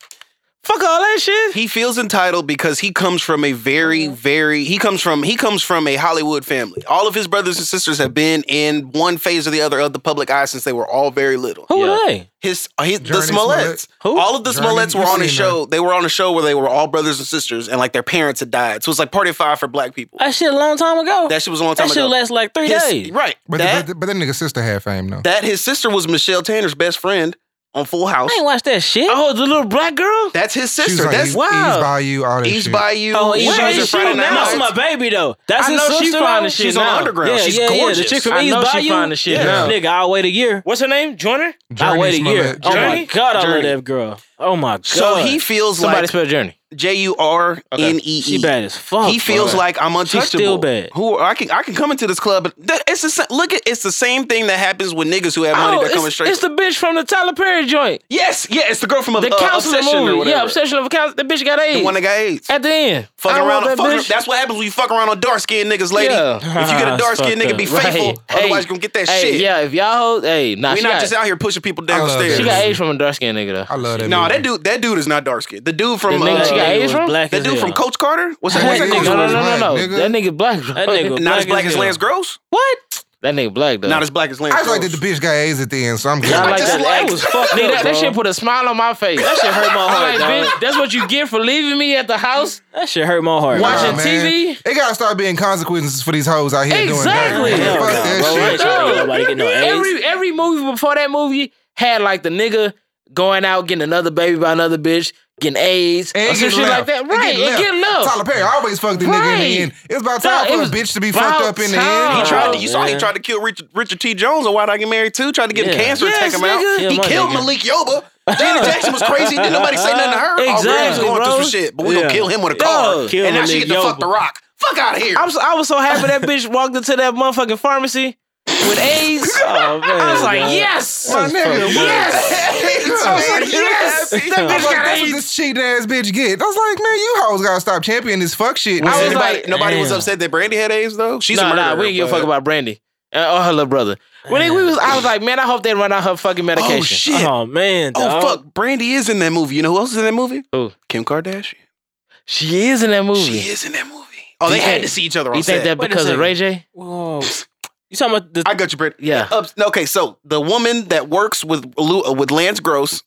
[SPEAKER 2] Fuck all that shit.
[SPEAKER 3] he feels entitled because he comes from a
[SPEAKER 7] Oh.
[SPEAKER 3] very very he comes from he comes from a hollywood family all of his brothers and sisters have been in one phase or the other of the public eye since they were all very little
[SPEAKER 5] Who
[SPEAKER 2] Yeah.
[SPEAKER 5] are they?
[SPEAKER 3] his, his the
[SPEAKER 4] Journey
[SPEAKER 3] smollets
[SPEAKER 5] Who?
[SPEAKER 3] all of the
[SPEAKER 4] Journey,
[SPEAKER 3] smollets
[SPEAKER 4] you
[SPEAKER 3] were on a
[SPEAKER 4] seen
[SPEAKER 3] show they were on a show where they were all brothers and sisters and like their parents had died so it's like party of five for black people
[SPEAKER 5] That shit a long time ago.
[SPEAKER 3] that shit was a long time
[SPEAKER 5] Oh, That shit
[SPEAKER 3] ago
[SPEAKER 5] lasts like three
[SPEAKER 3] His-
[SPEAKER 5] days.
[SPEAKER 3] right
[SPEAKER 4] But,
[SPEAKER 3] that,
[SPEAKER 4] that, but, that nigga sister had fame though.
[SPEAKER 3] that his sister was michelle tanner's best friend on full house
[SPEAKER 5] I ain't watched that shit.
[SPEAKER 2] Oh, the little black girl.
[SPEAKER 3] that's his
[SPEAKER 4] She was
[SPEAKER 3] sister
[SPEAKER 4] like
[SPEAKER 3] that's
[SPEAKER 4] East,
[SPEAKER 2] wow.
[SPEAKER 4] East Bayou, all that
[SPEAKER 3] East
[SPEAKER 4] shit.
[SPEAKER 3] Bayou.
[SPEAKER 5] Oh,
[SPEAKER 3] she
[SPEAKER 5] yeah,
[SPEAKER 3] was in
[SPEAKER 5] she's
[SPEAKER 3] Friday Night
[SPEAKER 5] That's
[SPEAKER 3] Nights.
[SPEAKER 5] my baby though. That's
[SPEAKER 2] I
[SPEAKER 5] his
[SPEAKER 2] know she
[SPEAKER 5] sister.
[SPEAKER 2] fine
[SPEAKER 5] though?
[SPEAKER 2] as shit
[SPEAKER 3] She's
[SPEAKER 2] now.
[SPEAKER 3] on Underground.
[SPEAKER 5] Yeah,
[SPEAKER 3] She's
[SPEAKER 5] yeah,
[SPEAKER 3] gorgeous.
[SPEAKER 5] yeah. The chick from
[SPEAKER 2] I
[SPEAKER 5] East
[SPEAKER 2] know she
[SPEAKER 5] Bayou.
[SPEAKER 2] fine as shit
[SPEAKER 5] Yeah.
[SPEAKER 2] now.
[SPEAKER 5] Nigga, I'll wait a year.
[SPEAKER 2] What's her name? Joyner.
[SPEAKER 5] I
[SPEAKER 4] Journey
[SPEAKER 5] wait a year.
[SPEAKER 4] Smollett.
[SPEAKER 5] Oh
[SPEAKER 2] Journey?
[SPEAKER 5] my god, I love
[SPEAKER 3] Journey.
[SPEAKER 5] that girl. Oh my god.
[SPEAKER 3] so he feels
[SPEAKER 2] Somebody
[SPEAKER 3] like
[SPEAKER 2] spell Journey.
[SPEAKER 3] J U R N E E.
[SPEAKER 5] she bad as fuck.
[SPEAKER 3] He feels
[SPEAKER 5] bro.
[SPEAKER 3] like I'm
[SPEAKER 5] Chuck
[SPEAKER 3] untouchable.
[SPEAKER 5] still bad.
[SPEAKER 3] Who I can I can come into this club. But that, it's the sa- look. At, it's the same thing that happens with niggas who have money
[SPEAKER 2] Oh,
[SPEAKER 3] that coming
[SPEAKER 2] it's,
[SPEAKER 3] straight.
[SPEAKER 2] it's the bitch from the Tyler Perry joint.
[SPEAKER 3] yes, yeah, it's the girl from a,
[SPEAKER 2] The
[SPEAKER 3] uh,
[SPEAKER 2] counselor
[SPEAKER 3] obsession or
[SPEAKER 2] movie.
[SPEAKER 3] whatever.
[SPEAKER 2] Yeah, obsession of a counselor. The bitch got AIDS.
[SPEAKER 3] The one that got AIDS.
[SPEAKER 2] At the end. I
[SPEAKER 3] Fucking
[SPEAKER 2] don't
[SPEAKER 3] around,
[SPEAKER 2] want that
[SPEAKER 3] fucking,
[SPEAKER 2] bitch.
[SPEAKER 3] that's what happens when you fuck around on dark skinned niggas, lady.
[SPEAKER 2] Yeah. Ah,
[SPEAKER 3] If you get a
[SPEAKER 5] It's
[SPEAKER 3] dark skinned
[SPEAKER 5] fucked
[SPEAKER 3] nigga,
[SPEAKER 5] up.
[SPEAKER 3] be faithful.
[SPEAKER 2] Right. Hey,
[SPEAKER 3] Otherwise, you gonna get that
[SPEAKER 2] hey,
[SPEAKER 3] shit.
[SPEAKER 2] Yeah, if y'all hold, hey, nah,
[SPEAKER 3] We're
[SPEAKER 2] she
[SPEAKER 3] not
[SPEAKER 2] got,
[SPEAKER 3] just out here pushing people
[SPEAKER 4] I love
[SPEAKER 3] downstairs.
[SPEAKER 4] that
[SPEAKER 2] she
[SPEAKER 4] here.
[SPEAKER 2] got AIDS from a dark skinned nigga
[SPEAKER 4] I
[SPEAKER 2] though.
[SPEAKER 4] love that.
[SPEAKER 3] No,
[SPEAKER 4] movie.
[SPEAKER 3] that dude. That dude is not dark skinned. The dude from
[SPEAKER 2] The
[SPEAKER 3] uh,
[SPEAKER 2] nigga she got
[SPEAKER 5] Nigga
[SPEAKER 2] AIDS
[SPEAKER 5] was
[SPEAKER 2] from?
[SPEAKER 5] black
[SPEAKER 3] that
[SPEAKER 5] as
[SPEAKER 3] dude
[SPEAKER 5] hell.
[SPEAKER 3] from Coach Carter. What's that?
[SPEAKER 4] That
[SPEAKER 3] What's
[SPEAKER 2] No,
[SPEAKER 3] that
[SPEAKER 4] nigga
[SPEAKER 3] coach?
[SPEAKER 2] no,
[SPEAKER 4] was
[SPEAKER 2] no, no,
[SPEAKER 4] black,
[SPEAKER 2] no.
[SPEAKER 4] nigga.
[SPEAKER 2] That nigga black. bro.
[SPEAKER 5] That nigga
[SPEAKER 3] Not as black as Lance
[SPEAKER 5] hell.
[SPEAKER 3] Gross.
[SPEAKER 5] What?
[SPEAKER 2] That nigga black though.
[SPEAKER 3] Not as black as Lance.
[SPEAKER 4] I just like
[SPEAKER 3] Gross.
[SPEAKER 4] that the bitch got AIDS at the end, so I'm good.
[SPEAKER 2] Nah, I
[SPEAKER 3] I
[SPEAKER 2] like
[SPEAKER 3] just
[SPEAKER 2] that.
[SPEAKER 3] like-
[SPEAKER 2] That was fucked up,
[SPEAKER 5] Nigga,
[SPEAKER 2] that,
[SPEAKER 5] that
[SPEAKER 2] shit
[SPEAKER 5] shit
[SPEAKER 2] put a smile on my face. That shit hurt my heart. bitch, that's what you get for leaving me at the house
[SPEAKER 5] That shit hurt my heart.
[SPEAKER 4] Nah,
[SPEAKER 2] watching
[SPEAKER 4] man.
[SPEAKER 2] TV.
[SPEAKER 4] It gotta start being consequences for these hoes out here
[SPEAKER 2] Exactly.
[SPEAKER 4] doing
[SPEAKER 5] Yeah,
[SPEAKER 4] that. Fuck
[SPEAKER 5] nah,
[SPEAKER 4] that
[SPEAKER 5] bro,
[SPEAKER 4] shit.
[SPEAKER 5] I ain't trying to get nobody getting no AIDS.
[SPEAKER 2] Every every movie before that movie had like the nigga going out getting another baby by another bitch, getting AIDS,
[SPEAKER 4] And
[SPEAKER 2] or
[SPEAKER 4] it
[SPEAKER 2] some
[SPEAKER 4] get
[SPEAKER 2] shit like
[SPEAKER 4] left.
[SPEAKER 2] that. Right, and get
[SPEAKER 4] Tyler
[SPEAKER 2] love.
[SPEAKER 4] Perry always fucked the nigga in
[SPEAKER 2] Right.
[SPEAKER 4] the end. It's about
[SPEAKER 2] Nah,
[SPEAKER 4] time
[SPEAKER 2] it
[SPEAKER 4] for
[SPEAKER 2] was
[SPEAKER 4] a bitch to be
[SPEAKER 2] about
[SPEAKER 4] fucked up in the
[SPEAKER 2] time.
[SPEAKER 4] end.
[SPEAKER 3] He tried to.
[SPEAKER 5] Oh,
[SPEAKER 3] You saw he
[SPEAKER 5] man.
[SPEAKER 3] tried to kill Richard, Richard T. Jones on Why Did I Get Married Too. Tried to get him
[SPEAKER 5] Yeah.
[SPEAKER 3] cancer,
[SPEAKER 2] Yes,
[SPEAKER 3] take him out.
[SPEAKER 2] nigga.
[SPEAKER 5] Yeah,
[SPEAKER 3] he
[SPEAKER 5] my
[SPEAKER 3] killed
[SPEAKER 5] nigga.
[SPEAKER 3] Malik Yoba. Janet Jackson was crazy. Didn't nobody say nothing to her. Oh, Graham's
[SPEAKER 2] Exactly,
[SPEAKER 3] going through
[SPEAKER 2] bro.
[SPEAKER 3] some shit, but we gonna
[SPEAKER 5] Yeah.
[SPEAKER 3] kill him with a
[SPEAKER 2] Yeah.
[SPEAKER 3] car.
[SPEAKER 5] Kill
[SPEAKER 3] and now she
[SPEAKER 5] Malik
[SPEAKER 3] get to fuck
[SPEAKER 5] Yoba.
[SPEAKER 3] the Rock. Fuck out of here.
[SPEAKER 2] I'm so, I was so happy that bitch walked into that motherfucking pharmacy with AIDS.
[SPEAKER 5] Oh, man,
[SPEAKER 2] I was like,
[SPEAKER 5] dog.
[SPEAKER 2] yes,
[SPEAKER 4] My nigga,
[SPEAKER 2] yes.
[SPEAKER 4] what?
[SPEAKER 2] Yes! That
[SPEAKER 3] Happy.
[SPEAKER 2] bitch
[SPEAKER 4] I'm like,
[SPEAKER 2] got
[SPEAKER 4] that's what
[SPEAKER 2] AIDS.
[SPEAKER 4] this cheating ass bitch get. I was like, man, you hoes gotta stop championing this fuck shit.
[SPEAKER 2] I
[SPEAKER 4] I
[SPEAKER 2] was
[SPEAKER 4] was
[SPEAKER 3] Anybody-
[SPEAKER 2] like,
[SPEAKER 3] nobody was
[SPEAKER 5] damn.
[SPEAKER 3] upset that Brandy had AIDS though. She's a
[SPEAKER 2] Nah,
[SPEAKER 3] murderer.
[SPEAKER 2] nah, we didn't give a
[SPEAKER 3] but-
[SPEAKER 2] fuck about Brandy uh, or her little brother. When they, we was, I was like, man, I hope they run out her fucking medication.
[SPEAKER 3] Oh shit.
[SPEAKER 5] Oh man.
[SPEAKER 3] Oh
[SPEAKER 5] dog.
[SPEAKER 3] fuck, Brandy is in that movie. You know who else is in that movie?
[SPEAKER 2] Who?
[SPEAKER 3] Kim Kardashian.
[SPEAKER 2] She is in that movie.
[SPEAKER 3] She is in that movie. Oh, they
[SPEAKER 2] You
[SPEAKER 3] had
[SPEAKER 2] think-
[SPEAKER 3] to see each other on
[SPEAKER 2] You think
[SPEAKER 3] set.
[SPEAKER 2] that
[SPEAKER 5] Wait a
[SPEAKER 2] because of
[SPEAKER 5] second.
[SPEAKER 2] Ray J?
[SPEAKER 5] Whoa. You talking about the
[SPEAKER 3] I got you, Brandy.
[SPEAKER 2] Yeah.
[SPEAKER 3] Ups- okay, so the woman that works with Lou, uh, with Lance Gross,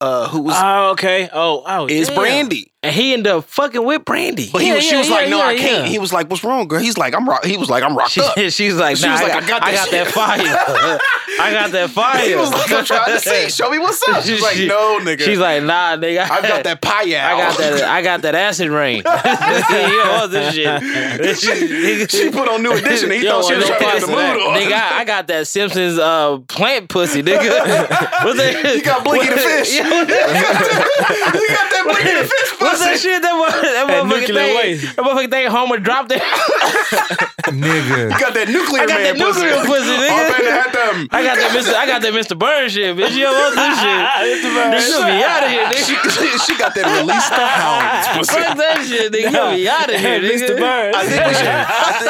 [SPEAKER 3] uh, who was
[SPEAKER 5] Oh, okay. Oh, oh,
[SPEAKER 3] is
[SPEAKER 5] damn.
[SPEAKER 3] Brandy,
[SPEAKER 2] And he ended up fucking with Brandy.
[SPEAKER 3] but he
[SPEAKER 5] Yeah,
[SPEAKER 3] was, she
[SPEAKER 5] yeah,
[SPEAKER 3] was like,
[SPEAKER 5] yeah,
[SPEAKER 3] "No, I
[SPEAKER 5] yeah,
[SPEAKER 3] can't."
[SPEAKER 5] yeah.
[SPEAKER 3] He was like, "What's wrong, girl?" He's like, "I'm rock." He was like, "I'm rocked
[SPEAKER 2] She,
[SPEAKER 3] up."
[SPEAKER 2] she was like,
[SPEAKER 3] She
[SPEAKER 2] nah,
[SPEAKER 3] was
[SPEAKER 2] I,
[SPEAKER 3] like,
[SPEAKER 2] got, I got that
[SPEAKER 3] shit."
[SPEAKER 2] fire. I got that fire.
[SPEAKER 3] he was like, "I'm trying to see. Show me what's up." She's like,
[SPEAKER 2] She-
[SPEAKER 3] "No, nigga."
[SPEAKER 2] She's like, nah, nigga.
[SPEAKER 3] "I've got that pie
[SPEAKER 2] I got that. uh, I got that acid rain. yeah, all this shit. This shit-
[SPEAKER 3] she put on New Edition. And he
[SPEAKER 5] Yo,
[SPEAKER 3] thought she was
[SPEAKER 5] no
[SPEAKER 3] trying to get
[SPEAKER 5] class
[SPEAKER 3] the
[SPEAKER 5] in that.
[SPEAKER 3] mood on.
[SPEAKER 2] Nigga, I, I got that Simpsons uh, plant pussy, nigga. What's that?
[SPEAKER 3] You got Blinky the Fish.
[SPEAKER 2] Yeah, what
[SPEAKER 3] you got that Blinky the Fish.
[SPEAKER 2] what was that shit? That, was, that
[SPEAKER 5] That
[SPEAKER 2] motherfucking
[SPEAKER 5] nuclear
[SPEAKER 2] thing.
[SPEAKER 5] waste.
[SPEAKER 2] That motherfucking thing. Homer dropped it.
[SPEAKER 4] nigga.
[SPEAKER 3] got that nuclear
[SPEAKER 2] I got
[SPEAKER 3] man
[SPEAKER 2] that nuclear
[SPEAKER 3] pussy.
[SPEAKER 2] pussy, nigga.
[SPEAKER 3] All man that had them.
[SPEAKER 2] I got that Mr. I got that Mr. Burns shit, bitch. You don't want this shit. Nigga, you be out of here, nigga.
[SPEAKER 3] she, she got that release the hounds pussy.
[SPEAKER 2] Fuck that shit, nigga. You be out of here, nigga.
[SPEAKER 5] Mr. Burns.
[SPEAKER 3] I think we should. I think,
[SPEAKER 4] It is,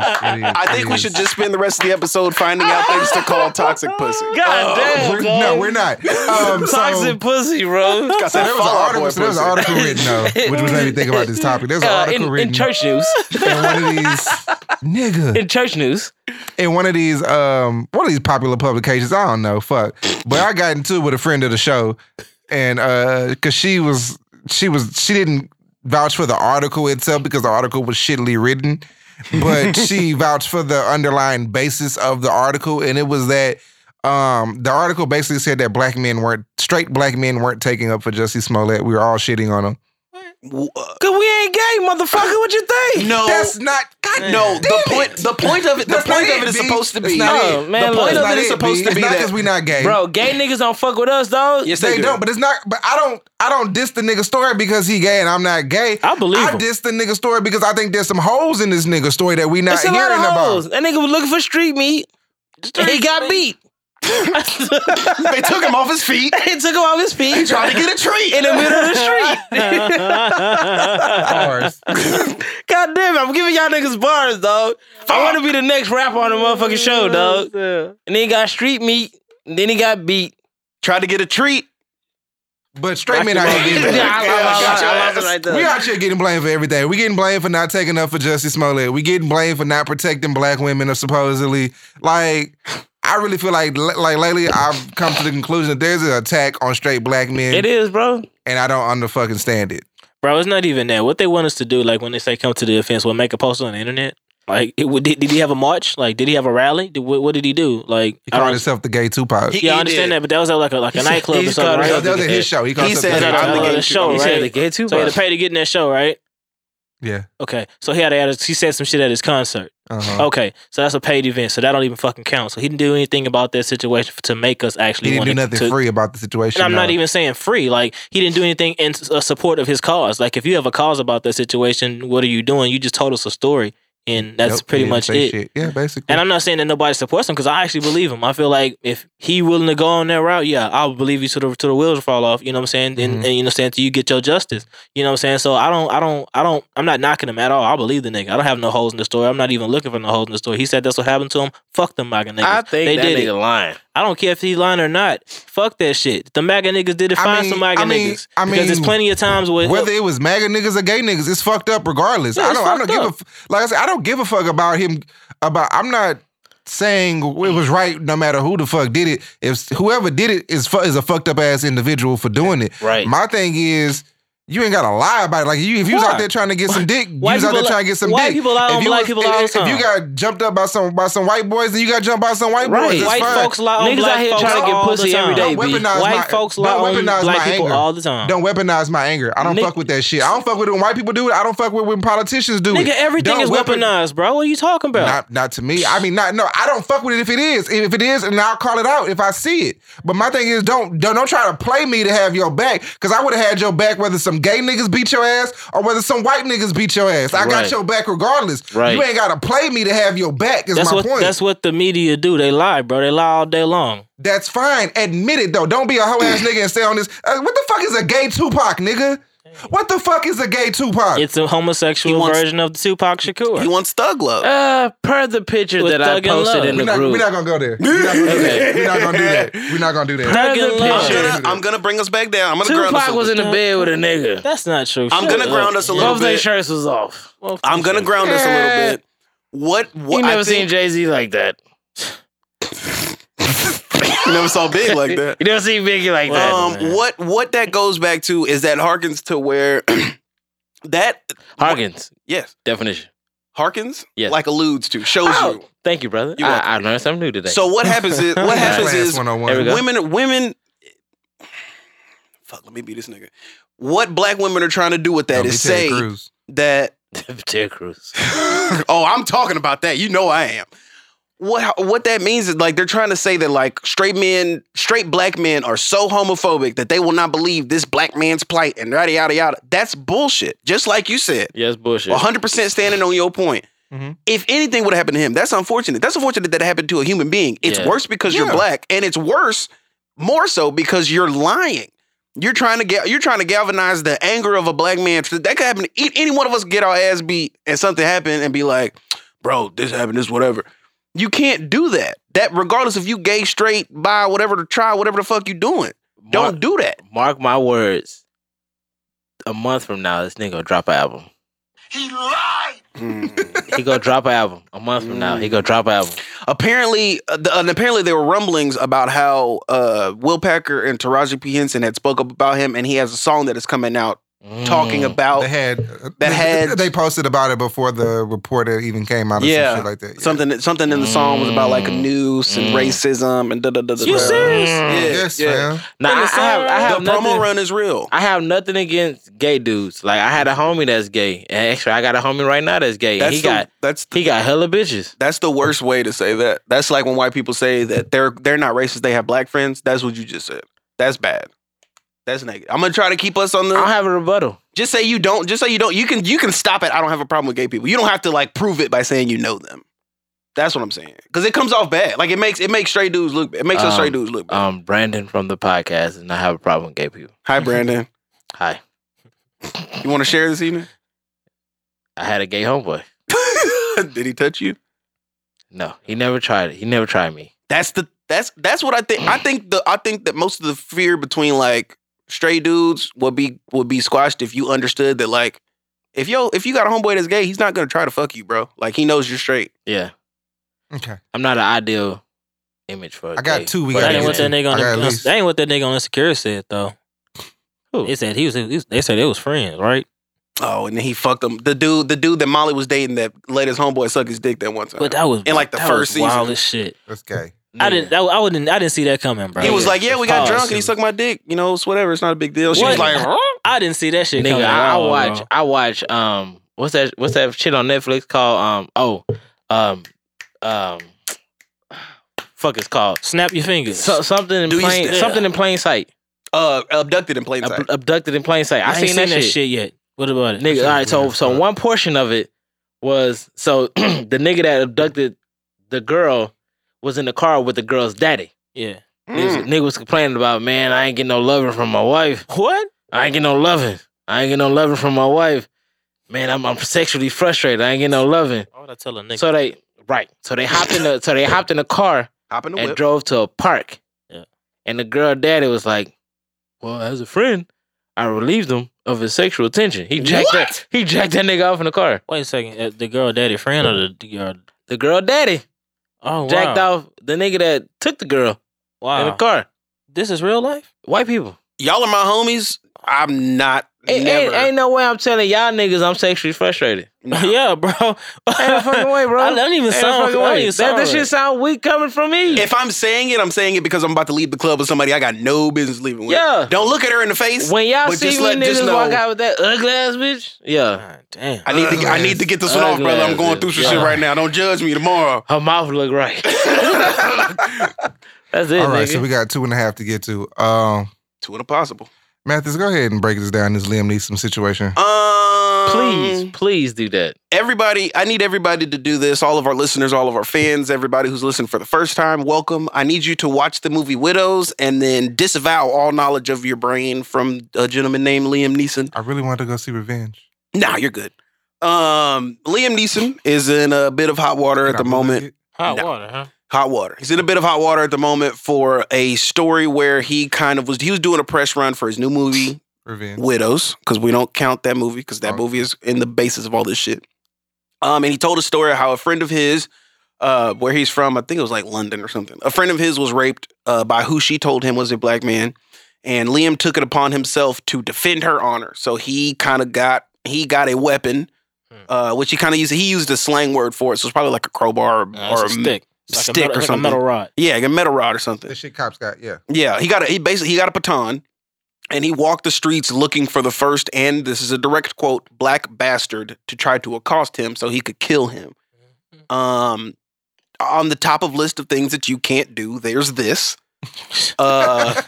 [SPEAKER 4] it is,
[SPEAKER 3] I think
[SPEAKER 4] it
[SPEAKER 3] we
[SPEAKER 4] is.
[SPEAKER 3] should just spend the rest of the episode finding out things to call toxic pussy.
[SPEAKER 2] God damn,
[SPEAKER 4] We're-
[SPEAKER 2] dog.
[SPEAKER 4] no, we're not. Um, so,
[SPEAKER 2] toxic pussy, bro.
[SPEAKER 3] Got
[SPEAKER 4] so
[SPEAKER 3] that
[SPEAKER 4] there was an
[SPEAKER 3] Fall Out Boy
[SPEAKER 4] article. so There was an
[SPEAKER 3] pussy.
[SPEAKER 4] article written, though, which was made me think about this topic. There's an
[SPEAKER 2] Uh,
[SPEAKER 4] article
[SPEAKER 2] in,
[SPEAKER 4] written
[SPEAKER 2] in church news.
[SPEAKER 4] in one of these nigga
[SPEAKER 2] In church news.
[SPEAKER 4] in one of these um one of these popular publications. I don't know, fuck. But I got into it with a friend of the show, and uh, cause she was she was she didn't vouch for the article itself because the article was shittily written, but she vouched for the underlying basis of the article, and it was that. Um, the article basically said that black men weren't straight black men weren't taking up for Jussie Smollett. We were all shitting on him.
[SPEAKER 2] Cause we ain't gay, motherfucker. What you think?
[SPEAKER 3] No,
[SPEAKER 4] That's not God,
[SPEAKER 3] Oh, no. The
[SPEAKER 4] damn
[SPEAKER 3] point.
[SPEAKER 4] it.
[SPEAKER 3] The point of it. The
[SPEAKER 4] That's
[SPEAKER 3] point
[SPEAKER 4] not
[SPEAKER 3] of it is
[SPEAKER 4] B.
[SPEAKER 3] supposed to
[SPEAKER 4] That's
[SPEAKER 3] be.
[SPEAKER 4] not
[SPEAKER 2] No,
[SPEAKER 4] it.
[SPEAKER 2] Oh, man,
[SPEAKER 3] the
[SPEAKER 2] look.
[SPEAKER 3] point
[SPEAKER 4] It's
[SPEAKER 3] of
[SPEAKER 4] not
[SPEAKER 3] it is
[SPEAKER 4] it,
[SPEAKER 3] supposed
[SPEAKER 4] B.
[SPEAKER 3] to be
[SPEAKER 4] it's not
[SPEAKER 3] that.
[SPEAKER 4] because we not gay,
[SPEAKER 2] Bro, gay niggas don't fuck with us, dog.
[SPEAKER 3] yes,
[SPEAKER 4] They don't, but it's not. But I don't. I don't diss the nigga story because he gay and I'm not gay.
[SPEAKER 5] I believe
[SPEAKER 4] I
[SPEAKER 5] him.
[SPEAKER 4] diss the nigga story because I think there's some holes in this nigga story that we not
[SPEAKER 2] It's a
[SPEAKER 4] hearing
[SPEAKER 2] lot of hoes.
[SPEAKER 4] about.
[SPEAKER 2] That nigga was looking for street meat. and he got beat.
[SPEAKER 3] they took him off his feet,
[SPEAKER 2] He took him off his feet
[SPEAKER 3] trying to get a treat.
[SPEAKER 2] in the middle of the street.
[SPEAKER 4] Bars.
[SPEAKER 2] God damn it, I'm giving y'all niggas bars, dog. I want to be the next rapper on the motherfucking show, dog. And then he got street meat. And then he got beat.
[SPEAKER 3] Tried to get a treat.
[SPEAKER 4] But straight men out here
[SPEAKER 2] Yeah,
[SPEAKER 4] getting.
[SPEAKER 2] I, I lost it. I lost it right
[SPEAKER 4] We
[SPEAKER 2] there.
[SPEAKER 4] out here getting blamed for everything. We getting blamed for not taking up for Justice Smollett. We getting blamed for not protecting black women, or supposedly. Like, I really feel like like lately I've come to the conclusion that there's an attack on straight black men,
[SPEAKER 2] It is, bro.
[SPEAKER 4] and I don't under fucking stand it.
[SPEAKER 5] Bro, it's not even that. What they want us to do, like when they say come to the offense, well, make a post on the internet. Like, it, would- did, did he have a march? Like, did he have a rally? Did, what, what did he do? Like,
[SPEAKER 4] He
[SPEAKER 5] I
[SPEAKER 4] called
[SPEAKER 5] don't,
[SPEAKER 4] himself the gay Tupac.
[SPEAKER 3] He-
[SPEAKER 5] yeah, I
[SPEAKER 3] he
[SPEAKER 5] understand
[SPEAKER 3] did.
[SPEAKER 5] that, but that was at like a, like a nightclub or
[SPEAKER 2] he's called
[SPEAKER 5] something, right?
[SPEAKER 4] that was in his show. He called
[SPEAKER 3] He
[SPEAKER 4] himself
[SPEAKER 3] said that
[SPEAKER 4] the gay
[SPEAKER 3] I'm
[SPEAKER 5] I'm
[SPEAKER 3] the
[SPEAKER 4] Tupac.
[SPEAKER 3] gay
[SPEAKER 5] the show,
[SPEAKER 2] He
[SPEAKER 5] right?
[SPEAKER 2] said the gay too.
[SPEAKER 5] so he had to pay to get in that show, right?
[SPEAKER 4] Yeah.
[SPEAKER 5] Okay, so he had to, add- he said some shit at his concert.
[SPEAKER 4] Uh-huh.
[SPEAKER 5] Okay, so that's a paid event, so that don't even fucking count. So he didn't do anything about that situation f- to make us actually.
[SPEAKER 4] He didn't
[SPEAKER 5] want
[SPEAKER 4] do
[SPEAKER 5] to-
[SPEAKER 4] nothing
[SPEAKER 5] to,
[SPEAKER 4] free about the situation.
[SPEAKER 5] And I'm not
[SPEAKER 4] no.
[SPEAKER 5] even saying free. Like he didn't do anything in s- uh, support of his cause. Like if you have a cause about that situation, what are you doing? You just told us a story, and that's
[SPEAKER 4] Nope, he
[SPEAKER 5] pretty
[SPEAKER 4] didn't
[SPEAKER 5] much
[SPEAKER 4] say
[SPEAKER 5] it.
[SPEAKER 4] shit. Yeah, basically.
[SPEAKER 5] And I'm not saying that nobody supports him because I actually believe him. I feel like if he willing to go on that route, yeah, I would believe you to the to the wheels fall off. You know what I'm saying? And,
[SPEAKER 4] Mhm.
[SPEAKER 5] and you know what I'm saying? Till you get your justice. You know what I'm saying? So I don't, I don't, I don't. I'm not knocking him at all. I believe the nigga. I don't have no holes in the story. I'm not even looking for no holes in the story. He said that's what happened to him. Fuck them MAGA niggas.
[SPEAKER 2] I think
[SPEAKER 5] they
[SPEAKER 2] that
[SPEAKER 5] did it.
[SPEAKER 2] nigga lying.
[SPEAKER 5] I don't care if he's lying or not. Fuck that shit. The MAGA niggas did it.
[SPEAKER 4] I
[SPEAKER 5] Find
[SPEAKER 4] mean-
[SPEAKER 5] some MAGA
[SPEAKER 4] I mean-
[SPEAKER 5] niggas.
[SPEAKER 4] I
[SPEAKER 5] because there's
[SPEAKER 4] mean,
[SPEAKER 5] plenty of times where
[SPEAKER 4] Whether it was MAGA niggas or gay niggas, it's fucked up regardless.
[SPEAKER 5] Yeah,
[SPEAKER 4] I
[SPEAKER 5] it's
[SPEAKER 4] don't. I don't
[SPEAKER 5] fucked
[SPEAKER 4] give a.
[SPEAKER 5] up.
[SPEAKER 4] f- Like I said, I don't give a fuck about him. About I'm not saying it was right no matter who the fuck did it. If whoever did it is fu- is a fucked up ass individual for doing it.
[SPEAKER 2] Right.
[SPEAKER 4] My thing is. You ain't gotta lie about it. Like you, if you was
[SPEAKER 5] Why?
[SPEAKER 4] out there trying to get some dick, you
[SPEAKER 5] Why
[SPEAKER 4] was out
[SPEAKER 5] people
[SPEAKER 4] there
[SPEAKER 5] li-
[SPEAKER 4] trying to get some
[SPEAKER 5] why
[SPEAKER 4] dick.
[SPEAKER 5] people lie
[SPEAKER 4] If
[SPEAKER 5] on
[SPEAKER 4] you
[SPEAKER 5] black
[SPEAKER 4] was- eh,
[SPEAKER 5] people all the
[SPEAKER 4] if, if you got jumped up by some by some white boys, then you got jumped by some white
[SPEAKER 2] Right.
[SPEAKER 4] boys. It's
[SPEAKER 5] White
[SPEAKER 4] fine.
[SPEAKER 5] folks lie on
[SPEAKER 2] Niggas
[SPEAKER 5] black
[SPEAKER 2] out here
[SPEAKER 5] folks
[SPEAKER 2] trying to get
[SPEAKER 5] all the
[SPEAKER 2] pussy
[SPEAKER 5] time.
[SPEAKER 2] every day,
[SPEAKER 4] Don't
[SPEAKER 2] B.
[SPEAKER 4] weaponize
[SPEAKER 5] White
[SPEAKER 4] my,
[SPEAKER 5] folks lie
[SPEAKER 4] don't
[SPEAKER 5] on
[SPEAKER 4] weaponize
[SPEAKER 5] black
[SPEAKER 4] my
[SPEAKER 5] people
[SPEAKER 4] anger.
[SPEAKER 5] all the time.
[SPEAKER 4] Don't weaponize my anger. I don't
[SPEAKER 2] Nigga-
[SPEAKER 4] fuck with that shit. I don't fuck with it when white people do it. I don't fuck with it when politicians do it.
[SPEAKER 5] Nigga, everything
[SPEAKER 4] Don't
[SPEAKER 5] is
[SPEAKER 4] weapon-
[SPEAKER 5] weaponized, bro. What are you talking about?
[SPEAKER 4] Not, not to me. I mean, not no. I don't fuck with it if it is. If it is, and I'll call it out if I see it. But my thing is, don't don't, don't try to play me to have your back, because I would have had your back whether some gay niggas beat your ass or whether some white niggas beat your ass. I
[SPEAKER 2] Right.
[SPEAKER 4] got your back regardless.
[SPEAKER 2] Right.
[SPEAKER 4] You ain't got to play me to have your back. Is
[SPEAKER 5] that's
[SPEAKER 4] my
[SPEAKER 5] what
[SPEAKER 4] point.
[SPEAKER 5] that's what the media do. They lie, bro. They lie all day long.
[SPEAKER 4] That's fine. Admit it though. Don't be a hoe ass nigga and stay on this. Uh, what the fuck is a gay Tupac, nigga? What the fuck is a gay Tupac?
[SPEAKER 5] It's a homosexual
[SPEAKER 3] He wants-
[SPEAKER 5] version of the Tupac Shakur.
[SPEAKER 3] He wants thug love.
[SPEAKER 2] Uh, per the picture
[SPEAKER 5] With
[SPEAKER 2] that I
[SPEAKER 5] Thug and
[SPEAKER 2] posted
[SPEAKER 5] Love.
[SPEAKER 2] in
[SPEAKER 4] we're,
[SPEAKER 2] the
[SPEAKER 4] not,
[SPEAKER 2] group.
[SPEAKER 4] we're not gonna go there. We're not gonna do that. We're not gonna do that. We're not gonna do that.
[SPEAKER 5] Thug and
[SPEAKER 2] per the
[SPEAKER 5] Love.
[SPEAKER 3] I'm
[SPEAKER 2] picture.
[SPEAKER 3] gonna, I'm gonna bring us back down. I'm gonna ground us.
[SPEAKER 2] Tupac
[SPEAKER 3] a
[SPEAKER 2] was in the bed with a nigga.
[SPEAKER 5] that's not true.
[SPEAKER 3] I'm
[SPEAKER 5] Shut
[SPEAKER 3] gonna
[SPEAKER 5] up.
[SPEAKER 3] ground us a little
[SPEAKER 2] Both their
[SPEAKER 3] bit.
[SPEAKER 2] shirts was off.
[SPEAKER 5] Well,
[SPEAKER 3] I'm gonna ground us a little bit. What? What?
[SPEAKER 2] You
[SPEAKER 3] I
[SPEAKER 2] never
[SPEAKER 3] think-
[SPEAKER 2] seen Jay Z like that.
[SPEAKER 3] You never saw Big like that.
[SPEAKER 2] You never seen Biggie like that.
[SPEAKER 5] Well,
[SPEAKER 3] Um, what what that goes back to is that harkens to where that
[SPEAKER 2] Hawkins
[SPEAKER 3] yes
[SPEAKER 2] definition.
[SPEAKER 3] harkens
[SPEAKER 2] Yes.
[SPEAKER 3] like alludes to shows
[SPEAKER 2] Oh, thank you, brother.
[SPEAKER 3] You welcome.
[SPEAKER 2] I, I learned something new
[SPEAKER 3] you.
[SPEAKER 2] today.
[SPEAKER 3] So what happens is what happens
[SPEAKER 4] Class
[SPEAKER 3] is
[SPEAKER 4] 101.
[SPEAKER 2] There we go.
[SPEAKER 3] women women fuck let me be this nigga. What black women are trying to do with that
[SPEAKER 4] Don't
[SPEAKER 3] is
[SPEAKER 4] be
[SPEAKER 3] say
[SPEAKER 4] Terry Crews.
[SPEAKER 3] that
[SPEAKER 2] Ted Cruz.
[SPEAKER 3] oh I'm talking about that you know I am. what what that means is like they're trying to say that like straight men, straight black men are so homophobic that they will not believe this black man's plight and yada yada yada. That's bullshit. Just like you said,
[SPEAKER 2] Yes, bullshit.
[SPEAKER 3] 100 percent standing on your point.
[SPEAKER 4] Mhm.
[SPEAKER 3] If anything would have happened to him, that's unfortunate. That's unfortunate that it happened to a human being. It's
[SPEAKER 2] Yeah.
[SPEAKER 3] worse because you're
[SPEAKER 4] Yeah.
[SPEAKER 3] black, and it's worse more so because you're lying. You're trying to get you're trying to galvanize the anger of a black man. That could happen. to e- Any one of us could get our ass beat, and something happened, and be like, "Bro, this happened. This whatever." You can't do that. That regardless if you gay, straight, bi, whatever, try whatever the fuck you doing.
[SPEAKER 2] Mark,
[SPEAKER 3] Don't do that.
[SPEAKER 2] mark my words. A month from now, this nigga gonna drop an album. He gonna drop an album. A month from now, he gonna drop an album.
[SPEAKER 3] apparently, uh, the, and apparently there were rumblings about how uh, Will Packer and Taraji P Henson had spoke up about him, and he has a song that is coming out talking
[SPEAKER 2] Mm.
[SPEAKER 3] about
[SPEAKER 4] They had
[SPEAKER 3] Oh, That had-
[SPEAKER 4] they posted about it before the reporter even came out. Or
[SPEAKER 3] Yeah.
[SPEAKER 4] some shit like that. Yeah.
[SPEAKER 3] something. that- Something in the song was about like
[SPEAKER 2] Mm.
[SPEAKER 3] noose and
[SPEAKER 2] Mm.
[SPEAKER 3] racism and da da da da.
[SPEAKER 5] You
[SPEAKER 3] da.
[SPEAKER 5] serious?
[SPEAKER 3] Yeah,
[SPEAKER 4] Yes,
[SPEAKER 3] Mm. yeah.
[SPEAKER 4] man.
[SPEAKER 2] Nah, I, I have, I have
[SPEAKER 3] the
[SPEAKER 2] nothing,
[SPEAKER 3] promo run is real.
[SPEAKER 2] I have nothing against gay dudes. Like I had a homie that's gay, and actually I got a homie right now that's gay. and
[SPEAKER 3] That's
[SPEAKER 2] he
[SPEAKER 3] the,
[SPEAKER 2] got
[SPEAKER 3] that's the,
[SPEAKER 2] he got hella bitches.
[SPEAKER 3] that's the worst way to say that. That's like when white people say that they're they're not racist. They have black friends. That's what you just said. That's bad. That's negative. I'm gonna try to keep us on
[SPEAKER 2] I
[SPEAKER 3] the.
[SPEAKER 2] don't have a rebuttal.
[SPEAKER 3] Just say you don't. Just say you don't. You can you can stop it. I don't have a problem with gay people. You don't have to like prove it by saying you know them. That's what I'm saying. Because it comes off bad. Like it makes it makes straight dudes look. bad. It makes
[SPEAKER 2] Um,
[SPEAKER 3] us straight dudes look. Bad.
[SPEAKER 2] Um, Brandon from the podcast, and I have a problem with gay people.
[SPEAKER 3] Hi Brandon.
[SPEAKER 2] Hi,
[SPEAKER 3] You want to share this evening?
[SPEAKER 2] I had a gay homeboy.
[SPEAKER 3] Did he touch you?
[SPEAKER 2] No, he never tried it. He never tried me.
[SPEAKER 3] That's the that's that's what I think. I think the I think that most of the fear between like straight dudes would be would be squashed if you understood that like if yo if you got a homeboy that's gay, he's not gonna try to fuck you, bro. Like he knows you're straight.
[SPEAKER 2] Yeah,
[SPEAKER 4] Okay.
[SPEAKER 2] I'm not an ideal image for. I
[SPEAKER 4] I got two. We
[SPEAKER 2] But
[SPEAKER 5] That
[SPEAKER 4] got
[SPEAKER 5] ain't
[SPEAKER 2] Yeah.
[SPEAKER 5] what that nigga on
[SPEAKER 4] I got at
[SPEAKER 5] the,
[SPEAKER 4] least-
[SPEAKER 5] that ain't what that nigga on Insecure said though.
[SPEAKER 2] Who?
[SPEAKER 5] They said he was, he was- They said they was friends, right?
[SPEAKER 3] Oh, and then he fucked him. The dude, the dude that Molly was dating that let his homeboy suck his dick that one time.
[SPEAKER 5] But that was
[SPEAKER 3] In, like, the
[SPEAKER 5] that
[SPEAKER 3] first
[SPEAKER 5] was wild
[SPEAKER 3] season.
[SPEAKER 5] as shit.
[SPEAKER 4] That's gay.
[SPEAKER 5] I didn't. That, I wouldn't. I didn't see that coming, bro.
[SPEAKER 3] he was
[SPEAKER 2] yeah.
[SPEAKER 3] like, "Yeah, we got
[SPEAKER 5] Pause.
[SPEAKER 3] drunk, and he sucked my dick. You know, it's whatever. It's not a big deal." She was
[SPEAKER 5] What?
[SPEAKER 3] like, "Huh?"
[SPEAKER 5] I didn't see that shit
[SPEAKER 2] Nigga,
[SPEAKER 5] coming. at
[SPEAKER 2] I, I
[SPEAKER 5] all,
[SPEAKER 2] watch.
[SPEAKER 5] bro.
[SPEAKER 2] I watch. Um, what's that? What's that shit on Netflix called? Um, oh, um, um, fuck it's called.
[SPEAKER 5] Snap your fingers.
[SPEAKER 2] So, something in
[SPEAKER 3] Do you
[SPEAKER 2] plain.
[SPEAKER 3] still-
[SPEAKER 2] Something in plain sight.
[SPEAKER 3] "Uh, abducted in plain
[SPEAKER 2] Ab-
[SPEAKER 3] sight."
[SPEAKER 2] abducted in plain sight. I,
[SPEAKER 5] ain't
[SPEAKER 2] seen, that, shit.
[SPEAKER 5] yet. What about it?
[SPEAKER 2] Nigga, all right. So,
[SPEAKER 4] weird as
[SPEAKER 2] so
[SPEAKER 4] fuck.
[SPEAKER 2] one portion of it was so the nigga that abducted the girl was in the car with the girl's daddy.
[SPEAKER 5] Yeah.
[SPEAKER 2] Nigga,
[SPEAKER 3] Mm.
[SPEAKER 2] nigga was complaining about, man, I ain't getting no loving from my wife.
[SPEAKER 5] What?
[SPEAKER 2] I ain't getting no loving. I ain't getting no loving from my wife. Man, I'm, I'm sexually frustrated. I ain't getting no loving.
[SPEAKER 5] Why would I tell a nigga?
[SPEAKER 2] So they right. So they hopped in the so they hopped in the car
[SPEAKER 3] Hop in the
[SPEAKER 2] and
[SPEAKER 3] whip.
[SPEAKER 2] drove to a park.
[SPEAKER 5] Yeah.
[SPEAKER 2] And the girl daddy was like, Well, as a friend, I relieved him of his sexual tension. He jacked that he jacked that nigga off in the car.
[SPEAKER 5] Wait a second. Uh, the girl daddy friend or the, the girl?
[SPEAKER 2] The girl daddy
[SPEAKER 5] Oh wow.
[SPEAKER 2] jacked off the nigga that took the girl
[SPEAKER 5] Wow.
[SPEAKER 2] in the car.
[SPEAKER 5] This is real life.
[SPEAKER 2] White people.
[SPEAKER 3] Y'all are my homies. I'm not.
[SPEAKER 2] Ain't,
[SPEAKER 3] never.
[SPEAKER 2] ain't, ain't no way I'm telling y'all niggas I'm sexually frustrated.
[SPEAKER 5] yeah, bro. ain't
[SPEAKER 2] Ain't no fucking way, bro.
[SPEAKER 5] I don't
[SPEAKER 2] Ain't
[SPEAKER 5] even
[SPEAKER 2] no
[SPEAKER 5] sound.
[SPEAKER 2] fucking
[SPEAKER 5] I don't
[SPEAKER 2] way.
[SPEAKER 5] even
[SPEAKER 2] That,
[SPEAKER 5] sound
[SPEAKER 2] that
[SPEAKER 5] right.
[SPEAKER 2] shit sound weak coming from me.
[SPEAKER 3] if I'm saying it, I'm saying it because I'm about to leave the club with somebody I got no business leaving with.
[SPEAKER 2] Yeah.
[SPEAKER 3] Don't look at her in the face.
[SPEAKER 2] when y'all
[SPEAKER 3] but
[SPEAKER 2] see
[SPEAKER 3] just
[SPEAKER 2] me
[SPEAKER 3] let- just
[SPEAKER 2] niggas walk
[SPEAKER 3] know-
[SPEAKER 2] out with that ugly ass bitch, yeah.
[SPEAKER 5] God damn.
[SPEAKER 3] I need to. I need to get this one off, brother. I'm going through some shit right now. Don't judge me tomorrow.
[SPEAKER 2] Her mouth look right. That's it,
[SPEAKER 4] All right,
[SPEAKER 2] nigga.
[SPEAKER 4] so we got two and a half to get to. Um,
[SPEAKER 3] Two and impossible.
[SPEAKER 4] Mathis, go ahead and break this down. This Liam Neeson situation.
[SPEAKER 3] Um,
[SPEAKER 2] please, please do that.
[SPEAKER 3] everybody, I need everybody to do this. All of our listeners, all of our fans, everybody who's listening for the first time, welcome. I need you to watch the movie Widows and then disavow all knowledge of your brain from a gentleman named Liam Neeson.
[SPEAKER 4] I really wanted to go see Revenge.
[SPEAKER 3] Nah, you're good. Um, Liam Neeson is in a bit of hot water at
[SPEAKER 4] Did I
[SPEAKER 3] the
[SPEAKER 4] bootleg
[SPEAKER 3] moment.
[SPEAKER 4] it?
[SPEAKER 5] Hot
[SPEAKER 3] No.
[SPEAKER 5] water, huh?
[SPEAKER 3] Hot water. He's in a bit of hot water at the moment for a story where he kind of was he was doing a press run for his new movie
[SPEAKER 4] Revenge.
[SPEAKER 3] Widows, because we don't count that movie because that
[SPEAKER 4] Oh.
[SPEAKER 3] movie is in the basis of all this shit. Um, and he told a story how a friend of his, uh, where he's from, I think it was like London or something. A friend of his was raped uh, by who she told him was a black man, and Liam took it upon himself to defend her honor. So he kind of got he got a weapon.
[SPEAKER 5] Hmm.
[SPEAKER 3] Uh, which he kind of used. He used a slang word for it, so it's probably like a crowbar or,
[SPEAKER 5] Nah, it's
[SPEAKER 3] or
[SPEAKER 5] a stick. It's like
[SPEAKER 3] stick
[SPEAKER 5] a
[SPEAKER 3] or
[SPEAKER 5] metal, it's like a
[SPEAKER 3] something.
[SPEAKER 5] metal rod.
[SPEAKER 3] yeah, like a metal rod or something.
[SPEAKER 4] The shit cops got. Yeah.
[SPEAKER 3] Yeah, he got a, he basically he got a baton, and he walked the streets looking for the first and this is a direct quote black bastard to try to accost him so he could kill him. Um, on the top of list of things that you can't do, there's this. Uh,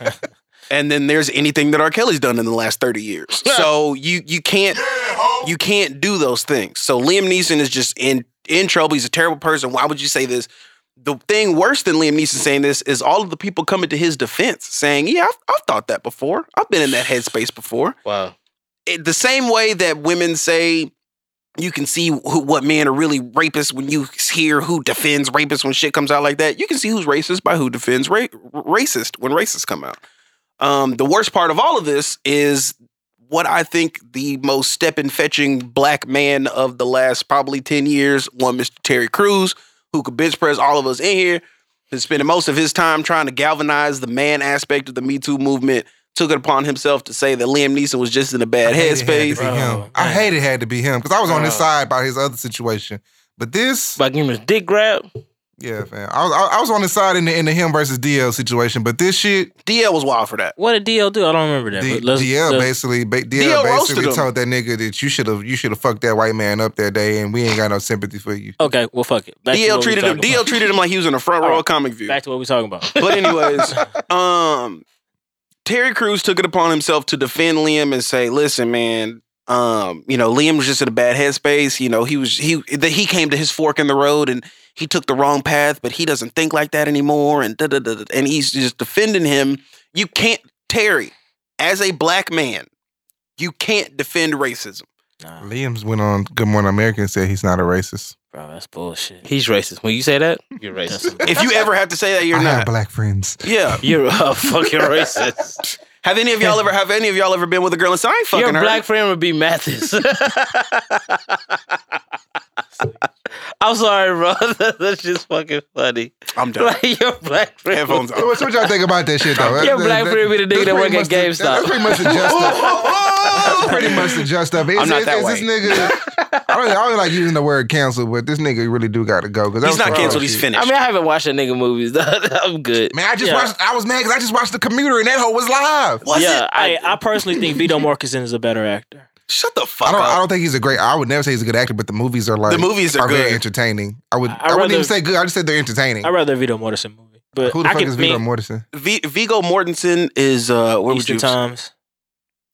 [SPEAKER 3] and then there's anything that R. Kelly's done in the last 30 years. So you you can't you can't do those things. So Liam Neeson is just in in trouble. He's a terrible person. Why would you say this? The thing worse than Liam Neeson saying this is all of the people coming to his defense saying, "Yeah, I've, I've thought that before. I've been in that headspace before."
[SPEAKER 2] Wow.
[SPEAKER 3] it, the same way that women say you can see who, what men are really rapists when you hear who defends rapists when shit comes out like that. You can see who's racist by who defends ra- racist when racists come out. Um, the worst part of all of this is what I think the most step and fetching black man of the last probably 10 years, one Mr. Terry Crews, who could bench press all of us in here, is spending most of his time trying to galvanize the man aspect of the Me Too movement, took it upon himself to say that Liam Neeson was just in a bad
[SPEAKER 4] I hate it had to
[SPEAKER 3] headspace.
[SPEAKER 4] be him.
[SPEAKER 5] Bro,
[SPEAKER 4] I
[SPEAKER 5] man.
[SPEAKER 4] hate it had to be him because I was on his
[SPEAKER 2] Bro.
[SPEAKER 4] side about his other situation. But this,
[SPEAKER 2] By giving him a dick grab.
[SPEAKER 4] yeah, fam, I was I, I was on his side in the in the him versus DL situation. But this shit,
[SPEAKER 3] DL was wild for that.
[SPEAKER 5] What did DL do? I don't remember that.
[SPEAKER 4] D,
[SPEAKER 5] but let's-
[SPEAKER 4] DL
[SPEAKER 5] let's-
[SPEAKER 4] basically ba-
[SPEAKER 3] DL
[SPEAKER 4] DL,
[SPEAKER 3] roasted
[SPEAKER 4] basically
[SPEAKER 3] him.
[SPEAKER 4] told that nigga that you should have you should have fucked that white man up that day, and we ain't got no sympathy for you.
[SPEAKER 5] Okay, well, fuck it. Back to what
[SPEAKER 3] DL
[SPEAKER 5] we
[SPEAKER 3] treated him.
[SPEAKER 5] talking
[SPEAKER 3] DL
[SPEAKER 5] about.
[SPEAKER 3] treated him like he was in a front row
[SPEAKER 5] Alright.
[SPEAKER 3] of comic view.
[SPEAKER 5] Back to what we talking about.
[SPEAKER 3] But anyways, um, Terry Crews took it upon himself to defend Liam and say, "Listen, man, um, you know Liam was just in a bad headspace. You know he was he that he came to his fork in the road and he took the wrong path, but he doesn't think like that anymore." And da da da. da. And he's just defending him. You can't, Terry, as a black man, you can't defend racism.
[SPEAKER 5] Nah,
[SPEAKER 4] Liam's went on Good Morning America and said he's not a racist.
[SPEAKER 5] bro, that's bullshit.
[SPEAKER 2] He's racist. When you say that, you're
[SPEAKER 5] That's
[SPEAKER 2] racist.
[SPEAKER 5] some-
[SPEAKER 3] If you ever have to say that, you're
[SPEAKER 4] I have
[SPEAKER 3] not.
[SPEAKER 4] black friends.
[SPEAKER 3] yeah.
[SPEAKER 2] You're a fucking racist.
[SPEAKER 3] Have any of y'all ever have any of y'all ever been with a girl and said, "I ain't fucking
[SPEAKER 2] Your
[SPEAKER 3] her"?
[SPEAKER 2] black friend would be Mathis. I'm sorry, bro. That's just fucking funny.
[SPEAKER 3] I'm done.
[SPEAKER 2] Like your black friend.
[SPEAKER 3] Headphones
[SPEAKER 4] So
[SPEAKER 3] on.
[SPEAKER 4] What, what y'all think about that shit though?
[SPEAKER 2] Yeah, Black Friend be the nigga
[SPEAKER 4] that's
[SPEAKER 2] that work
[SPEAKER 4] pretty
[SPEAKER 2] at
[SPEAKER 4] much the-
[SPEAKER 2] GameStop.
[SPEAKER 4] That's pretty much the gist of That's pretty much the gist of it. Is,
[SPEAKER 3] I'm not
[SPEAKER 4] is,
[SPEAKER 3] that
[SPEAKER 4] is
[SPEAKER 3] way.
[SPEAKER 4] this nigga? I don't, I don't like using the word canceled, but this nigga really do got to go because
[SPEAKER 3] He's not canceled. He's finished.
[SPEAKER 2] I mean, I haven't watched that nigga movies. though. I'm good.
[SPEAKER 4] Man, I just
[SPEAKER 5] Yeah.
[SPEAKER 4] watched. I was mad because I just watched the commuter and that hoe was live.
[SPEAKER 3] Was
[SPEAKER 2] yeah,
[SPEAKER 3] it?
[SPEAKER 5] I, I personally think Vito Marquezine is a better actor.
[SPEAKER 3] Shut the fuck
[SPEAKER 4] I don't.
[SPEAKER 3] up.
[SPEAKER 4] I don't think he's a great. I would never say he's a good actor, but the movies are like
[SPEAKER 3] The movies are
[SPEAKER 4] very
[SPEAKER 3] good.
[SPEAKER 4] entertaining. I would.
[SPEAKER 5] I- I'd
[SPEAKER 4] I, wouldn't
[SPEAKER 5] rather-
[SPEAKER 4] even say good. I just said they're entertaining.
[SPEAKER 5] I'd rather a Vito Mortensen movie. But
[SPEAKER 4] Who the
[SPEAKER 5] I
[SPEAKER 4] fuck
[SPEAKER 5] can
[SPEAKER 4] is Viggo
[SPEAKER 5] mean,
[SPEAKER 4] Mortensen?
[SPEAKER 3] v- Vigo Mortensen is uh where
[SPEAKER 5] Easter
[SPEAKER 3] would you
[SPEAKER 5] Times.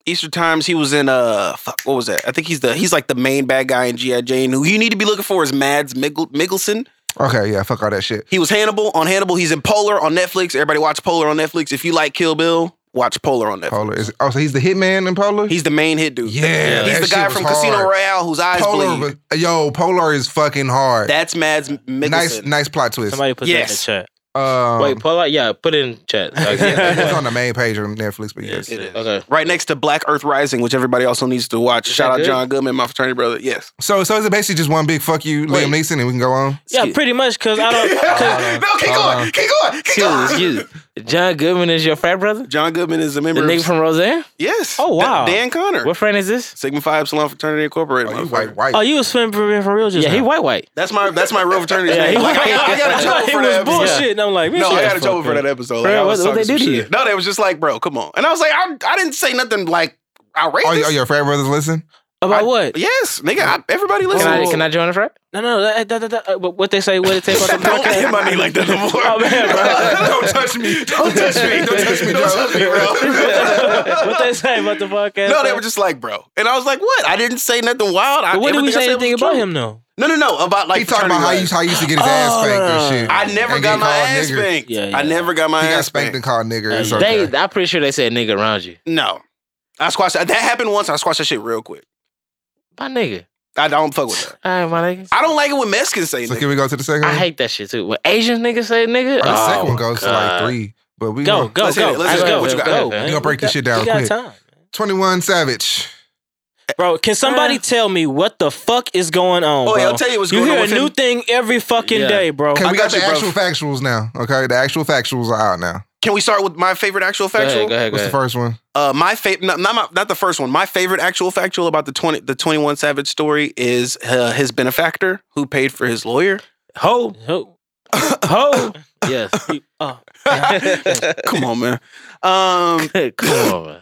[SPEAKER 3] Easter Times. He was in uh fuck what was that? I think he's the he's like the main bad guy in GI Jane. Who you need to be looking for is Mads Miggle- Mickelson.
[SPEAKER 4] Okay, yeah, fuck all that shit.
[SPEAKER 3] He was Hannibal on Hannibal. He's in Polar on Netflix. Everybody watch Polar on Netflix. If you like Kill Bill, watch Polar on Netflix.
[SPEAKER 4] Polar. Is, oh, so he's the hitman in Polar.
[SPEAKER 3] He's the main hit dude.
[SPEAKER 4] yeah,
[SPEAKER 3] he's
[SPEAKER 4] that
[SPEAKER 3] the
[SPEAKER 4] shit
[SPEAKER 3] guy
[SPEAKER 4] was
[SPEAKER 3] from
[SPEAKER 4] hard.
[SPEAKER 3] Casino Royale whose eyes
[SPEAKER 4] Polar.
[SPEAKER 3] bleed.
[SPEAKER 4] was- Yo, Polar is fucking hard.
[SPEAKER 3] That's Mads Mickelson.
[SPEAKER 4] nice, nice plot twist.
[SPEAKER 5] Somebody put
[SPEAKER 3] Yes.
[SPEAKER 5] that in the chat.
[SPEAKER 4] um,
[SPEAKER 2] Wait, pull out. Yeah, put it in chat. So I can-
[SPEAKER 4] yeah, it's on the main page of Netflix, but yes.
[SPEAKER 3] It is.
[SPEAKER 2] Okay.
[SPEAKER 3] Right next to Black Earth Rising, which everybody also needs to watch.
[SPEAKER 2] Is
[SPEAKER 3] Shout
[SPEAKER 2] that
[SPEAKER 3] out
[SPEAKER 2] good?
[SPEAKER 3] John Goodman, my fraternity brother. Yes.
[SPEAKER 4] So, so is it basically just one big fuck you, Liam Neeson, and we can go on?
[SPEAKER 5] Yeah, pretty much because I don't. 'cause-
[SPEAKER 3] no, keep going. Keep going. Keep going.
[SPEAKER 2] Excuse you. John Goodman is your frat brother?
[SPEAKER 3] John Goodman is a
[SPEAKER 2] The
[SPEAKER 3] member
[SPEAKER 2] nigga
[SPEAKER 3] of
[SPEAKER 2] from Roseanne?
[SPEAKER 3] Yes.
[SPEAKER 5] Oh,
[SPEAKER 3] Da-
[SPEAKER 5] wow.
[SPEAKER 3] Dan Connor.
[SPEAKER 2] What friend is this?
[SPEAKER 3] Sigma Phi Epsilon Fraternity Incorporated.
[SPEAKER 4] Oh, you
[SPEAKER 3] motherfucker.
[SPEAKER 4] white, white.
[SPEAKER 5] oh, you was swimming for, for real just
[SPEAKER 2] Yeah, he
[SPEAKER 5] now.
[SPEAKER 2] white white.
[SPEAKER 3] That's my that's my real fraternity.
[SPEAKER 5] Yeah,
[SPEAKER 3] name.
[SPEAKER 5] he
[SPEAKER 3] Like, I, got, I got in trouble
[SPEAKER 5] It
[SPEAKER 3] for
[SPEAKER 5] was
[SPEAKER 3] that.
[SPEAKER 5] bullshit.
[SPEAKER 3] episode.
[SPEAKER 5] And I'm like, man,
[SPEAKER 3] No,
[SPEAKER 5] shut
[SPEAKER 3] I got
[SPEAKER 5] the
[SPEAKER 3] in trouble
[SPEAKER 5] fuck
[SPEAKER 3] for
[SPEAKER 5] up.
[SPEAKER 3] that episode. Like,
[SPEAKER 2] Bro,
[SPEAKER 3] I was
[SPEAKER 2] what- what
[SPEAKER 3] talking
[SPEAKER 2] they
[SPEAKER 3] some
[SPEAKER 2] do to
[SPEAKER 3] shit. No, they was just like, bro, come on. And I was like, I, I didn't say nothing like outrageous.
[SPEAKER 4] Oh, you- oh, your frat brothers listen?
[SPEAKER 5] About
[SPEAKER 3] I-
[SPEAKER 5] what?
[SPEAKER 3] Yes, nigga. I, everybody
[SPEAKER 2] Can
[SPEAKER 3] listen.
[SPEAKER 5] Oh.
[SPEAKER 2] I, can I join the frat?
[SPEAKER 5] No, no, that, that, that, that, uh, what they say, what it takes on the
[SPEAKER 3] Don't
[SPEAKER 5] podcast.
[SPEAKER 3] hit my knee like that no more.
[SPEAKER 5] Oh, man, bro.
[SPEAKER 3] Don't touch me. Don't touch me. Don't touch me. Don't touch me, bro.
[SPEAKER 5] what they say about the podcast.
[SPEAKER 3] No, they were just like, bro. And I was like, what? I didn't say nothing wild. I,
[SPEAKER 5] But what did we
[SPEAKER 3] everything I
[SPEAKER 5] say
[SPEAKER 3] said was
[SPEAKER 5] anything about
[SPEAKER 3] true.
[SPEAKER 5] him, though?
[SPEAKER 3] No, no, no. About like
[SPEAKER 4] he talking about how you,
[SPEAKER 3] fraternity
[SPEAKER 4] how you used to get his
[SPEAKER 5] Oh,
[SPEAKER 4] ass spanked
[SPEAKER 5] no, no,
[SPEAKER 2] uh,
[SPEAKER 4] and
[SPEAKER 5] no.
[SPEAKER 4] shit.
[SPEAKER 3] I never
[SPEAKER 4] And
[SPEAKER 3] got
[SPEAKER 4] get
[SPEAKER 3] my
[SPEAKER 4] called
[SPEAKER 3] ass
[SPEAKER 4] nigger.
[SPEAKER 3] spanked.
[SPEAKER 5] Yeah, yeah.
[SPEAKER 3] I never got my
[SPEAKER 4] He got
[SPEAKER 3] ass
[SPEAKER 4] spanked
[SPEAKER 3] spanked.
[SPEAKER 4] and called nigger. It's
[SPEAKER 5] Yeah.
[SPEAKER 4] okay.
[SPEAKER 2] They, I'm pretty sure they said nigga around you.
[SPEAKER 3] No. I squashed that. That happened once. I squashed that shit real quick.
[SPEAKER 2] My nigga.
[SPEAKER 3] I don't fuck with that.
[SPEAKER 2] All right, my nigga.
[SPEAKER 3] I don't like it when Mexicans say
[SPEAKER 4] so
[SPEAKER 3] nigga.
[SPEAKER 4] can we go to the second
[SPEAKER 2] I
[SPEAKER 4] one?
[SPEAKER 2] hate that shit too. When Asian niggas say nigga,
[SPEAKER 4] Oh, the second
[SPEAKER 2] oh
[SPEAKER 4] one goes to like
[SPEAKER 2] God.
[SPEAKER 4] three. But we
[SPEAKER 5] Go,
[SPEAKER 4] gonna-
[SPEAKER 5] go,
[SPEAKER 3] Let's hit
[SPEAKER 5] go.
[SPEAKER 3] it. Let's
[SPEAKER 2] hit
[SPEAKER 5] Let's
[SPEAKER 2] it.
[SPEAKER 5] go.
[SPEAKER 2] What you got?
[SPEAKER 5] Go,
[SPEAKER 2] We
[SPEAKER 5] man.
[SPEAKER 4] gonna break
[SPEAKER 5] We
[SPEAKER 4] this
[SPEAKER 5] got-
[SPEAKER 4] shit down
[SPEAKER 5] we got
[SPEAKER 4] quick.
[SPEAKER 5] time.
[SPEAKER 4] 21 Savage.
[SPEAKER 3] Oh,
[SPEAKER 5] Bro, can somebody
[SPEAKER 2] Uh.
[SPEAKER 5] tell me what the fuck is going on?
[SPEAKER 3] Oh,
[SPEAKER 5] bro?
[SPEAKER 3] yeah, I'll tell you what's
[SPEAKER 5] You
[SPEAKER 3] going on
[SPEAKER 5] hear
[SPEAKER 3] with
[SPEAKER 5] a new
[SPEAKER 3] him.
[SPEAKER 5] thing every fucking
[SPEAKER 2] Yeah.
[SPEAKER 5] day, bro.
[SPEAKER 4] Okay,
[SPEAKER 3] I
[SPEAKER 4] we got,
[SPEAKER 3] got
[SPEAKER 4] the
[SPEAKER 3] you,
[SPEAKER 4] actual
[SPEAKER 3] bro.
[SPEAKER 4] factuals now. Okay, the actual factuals are out now.
[SPEAKER 3] Can we start with my favorite actual
[SPEAKER 2] Go
[SPEAKER 3] factual?
[SPEAKER 2] ahead, go ahead, go
[SPEAKER 4] What's the
[SPEAKER 2] ahead.
[SPEAKER 4] first one?
[SPEAKER 3] Uh, my favorite, not not, my, not the first one. My favorite actual factual about the twenty, the twenty one Savage story is uh, his benefactor who paid for his lawyer.
[SPEAKER 2] Ho,
[SPEAKER 5] Oh,
[SPEAKER 2] ho. Yes.
[SPEAKER 5] you- oh.
[SPEAKER 3] Come on, man. Um,
[SPEAKER 2] Come on, man.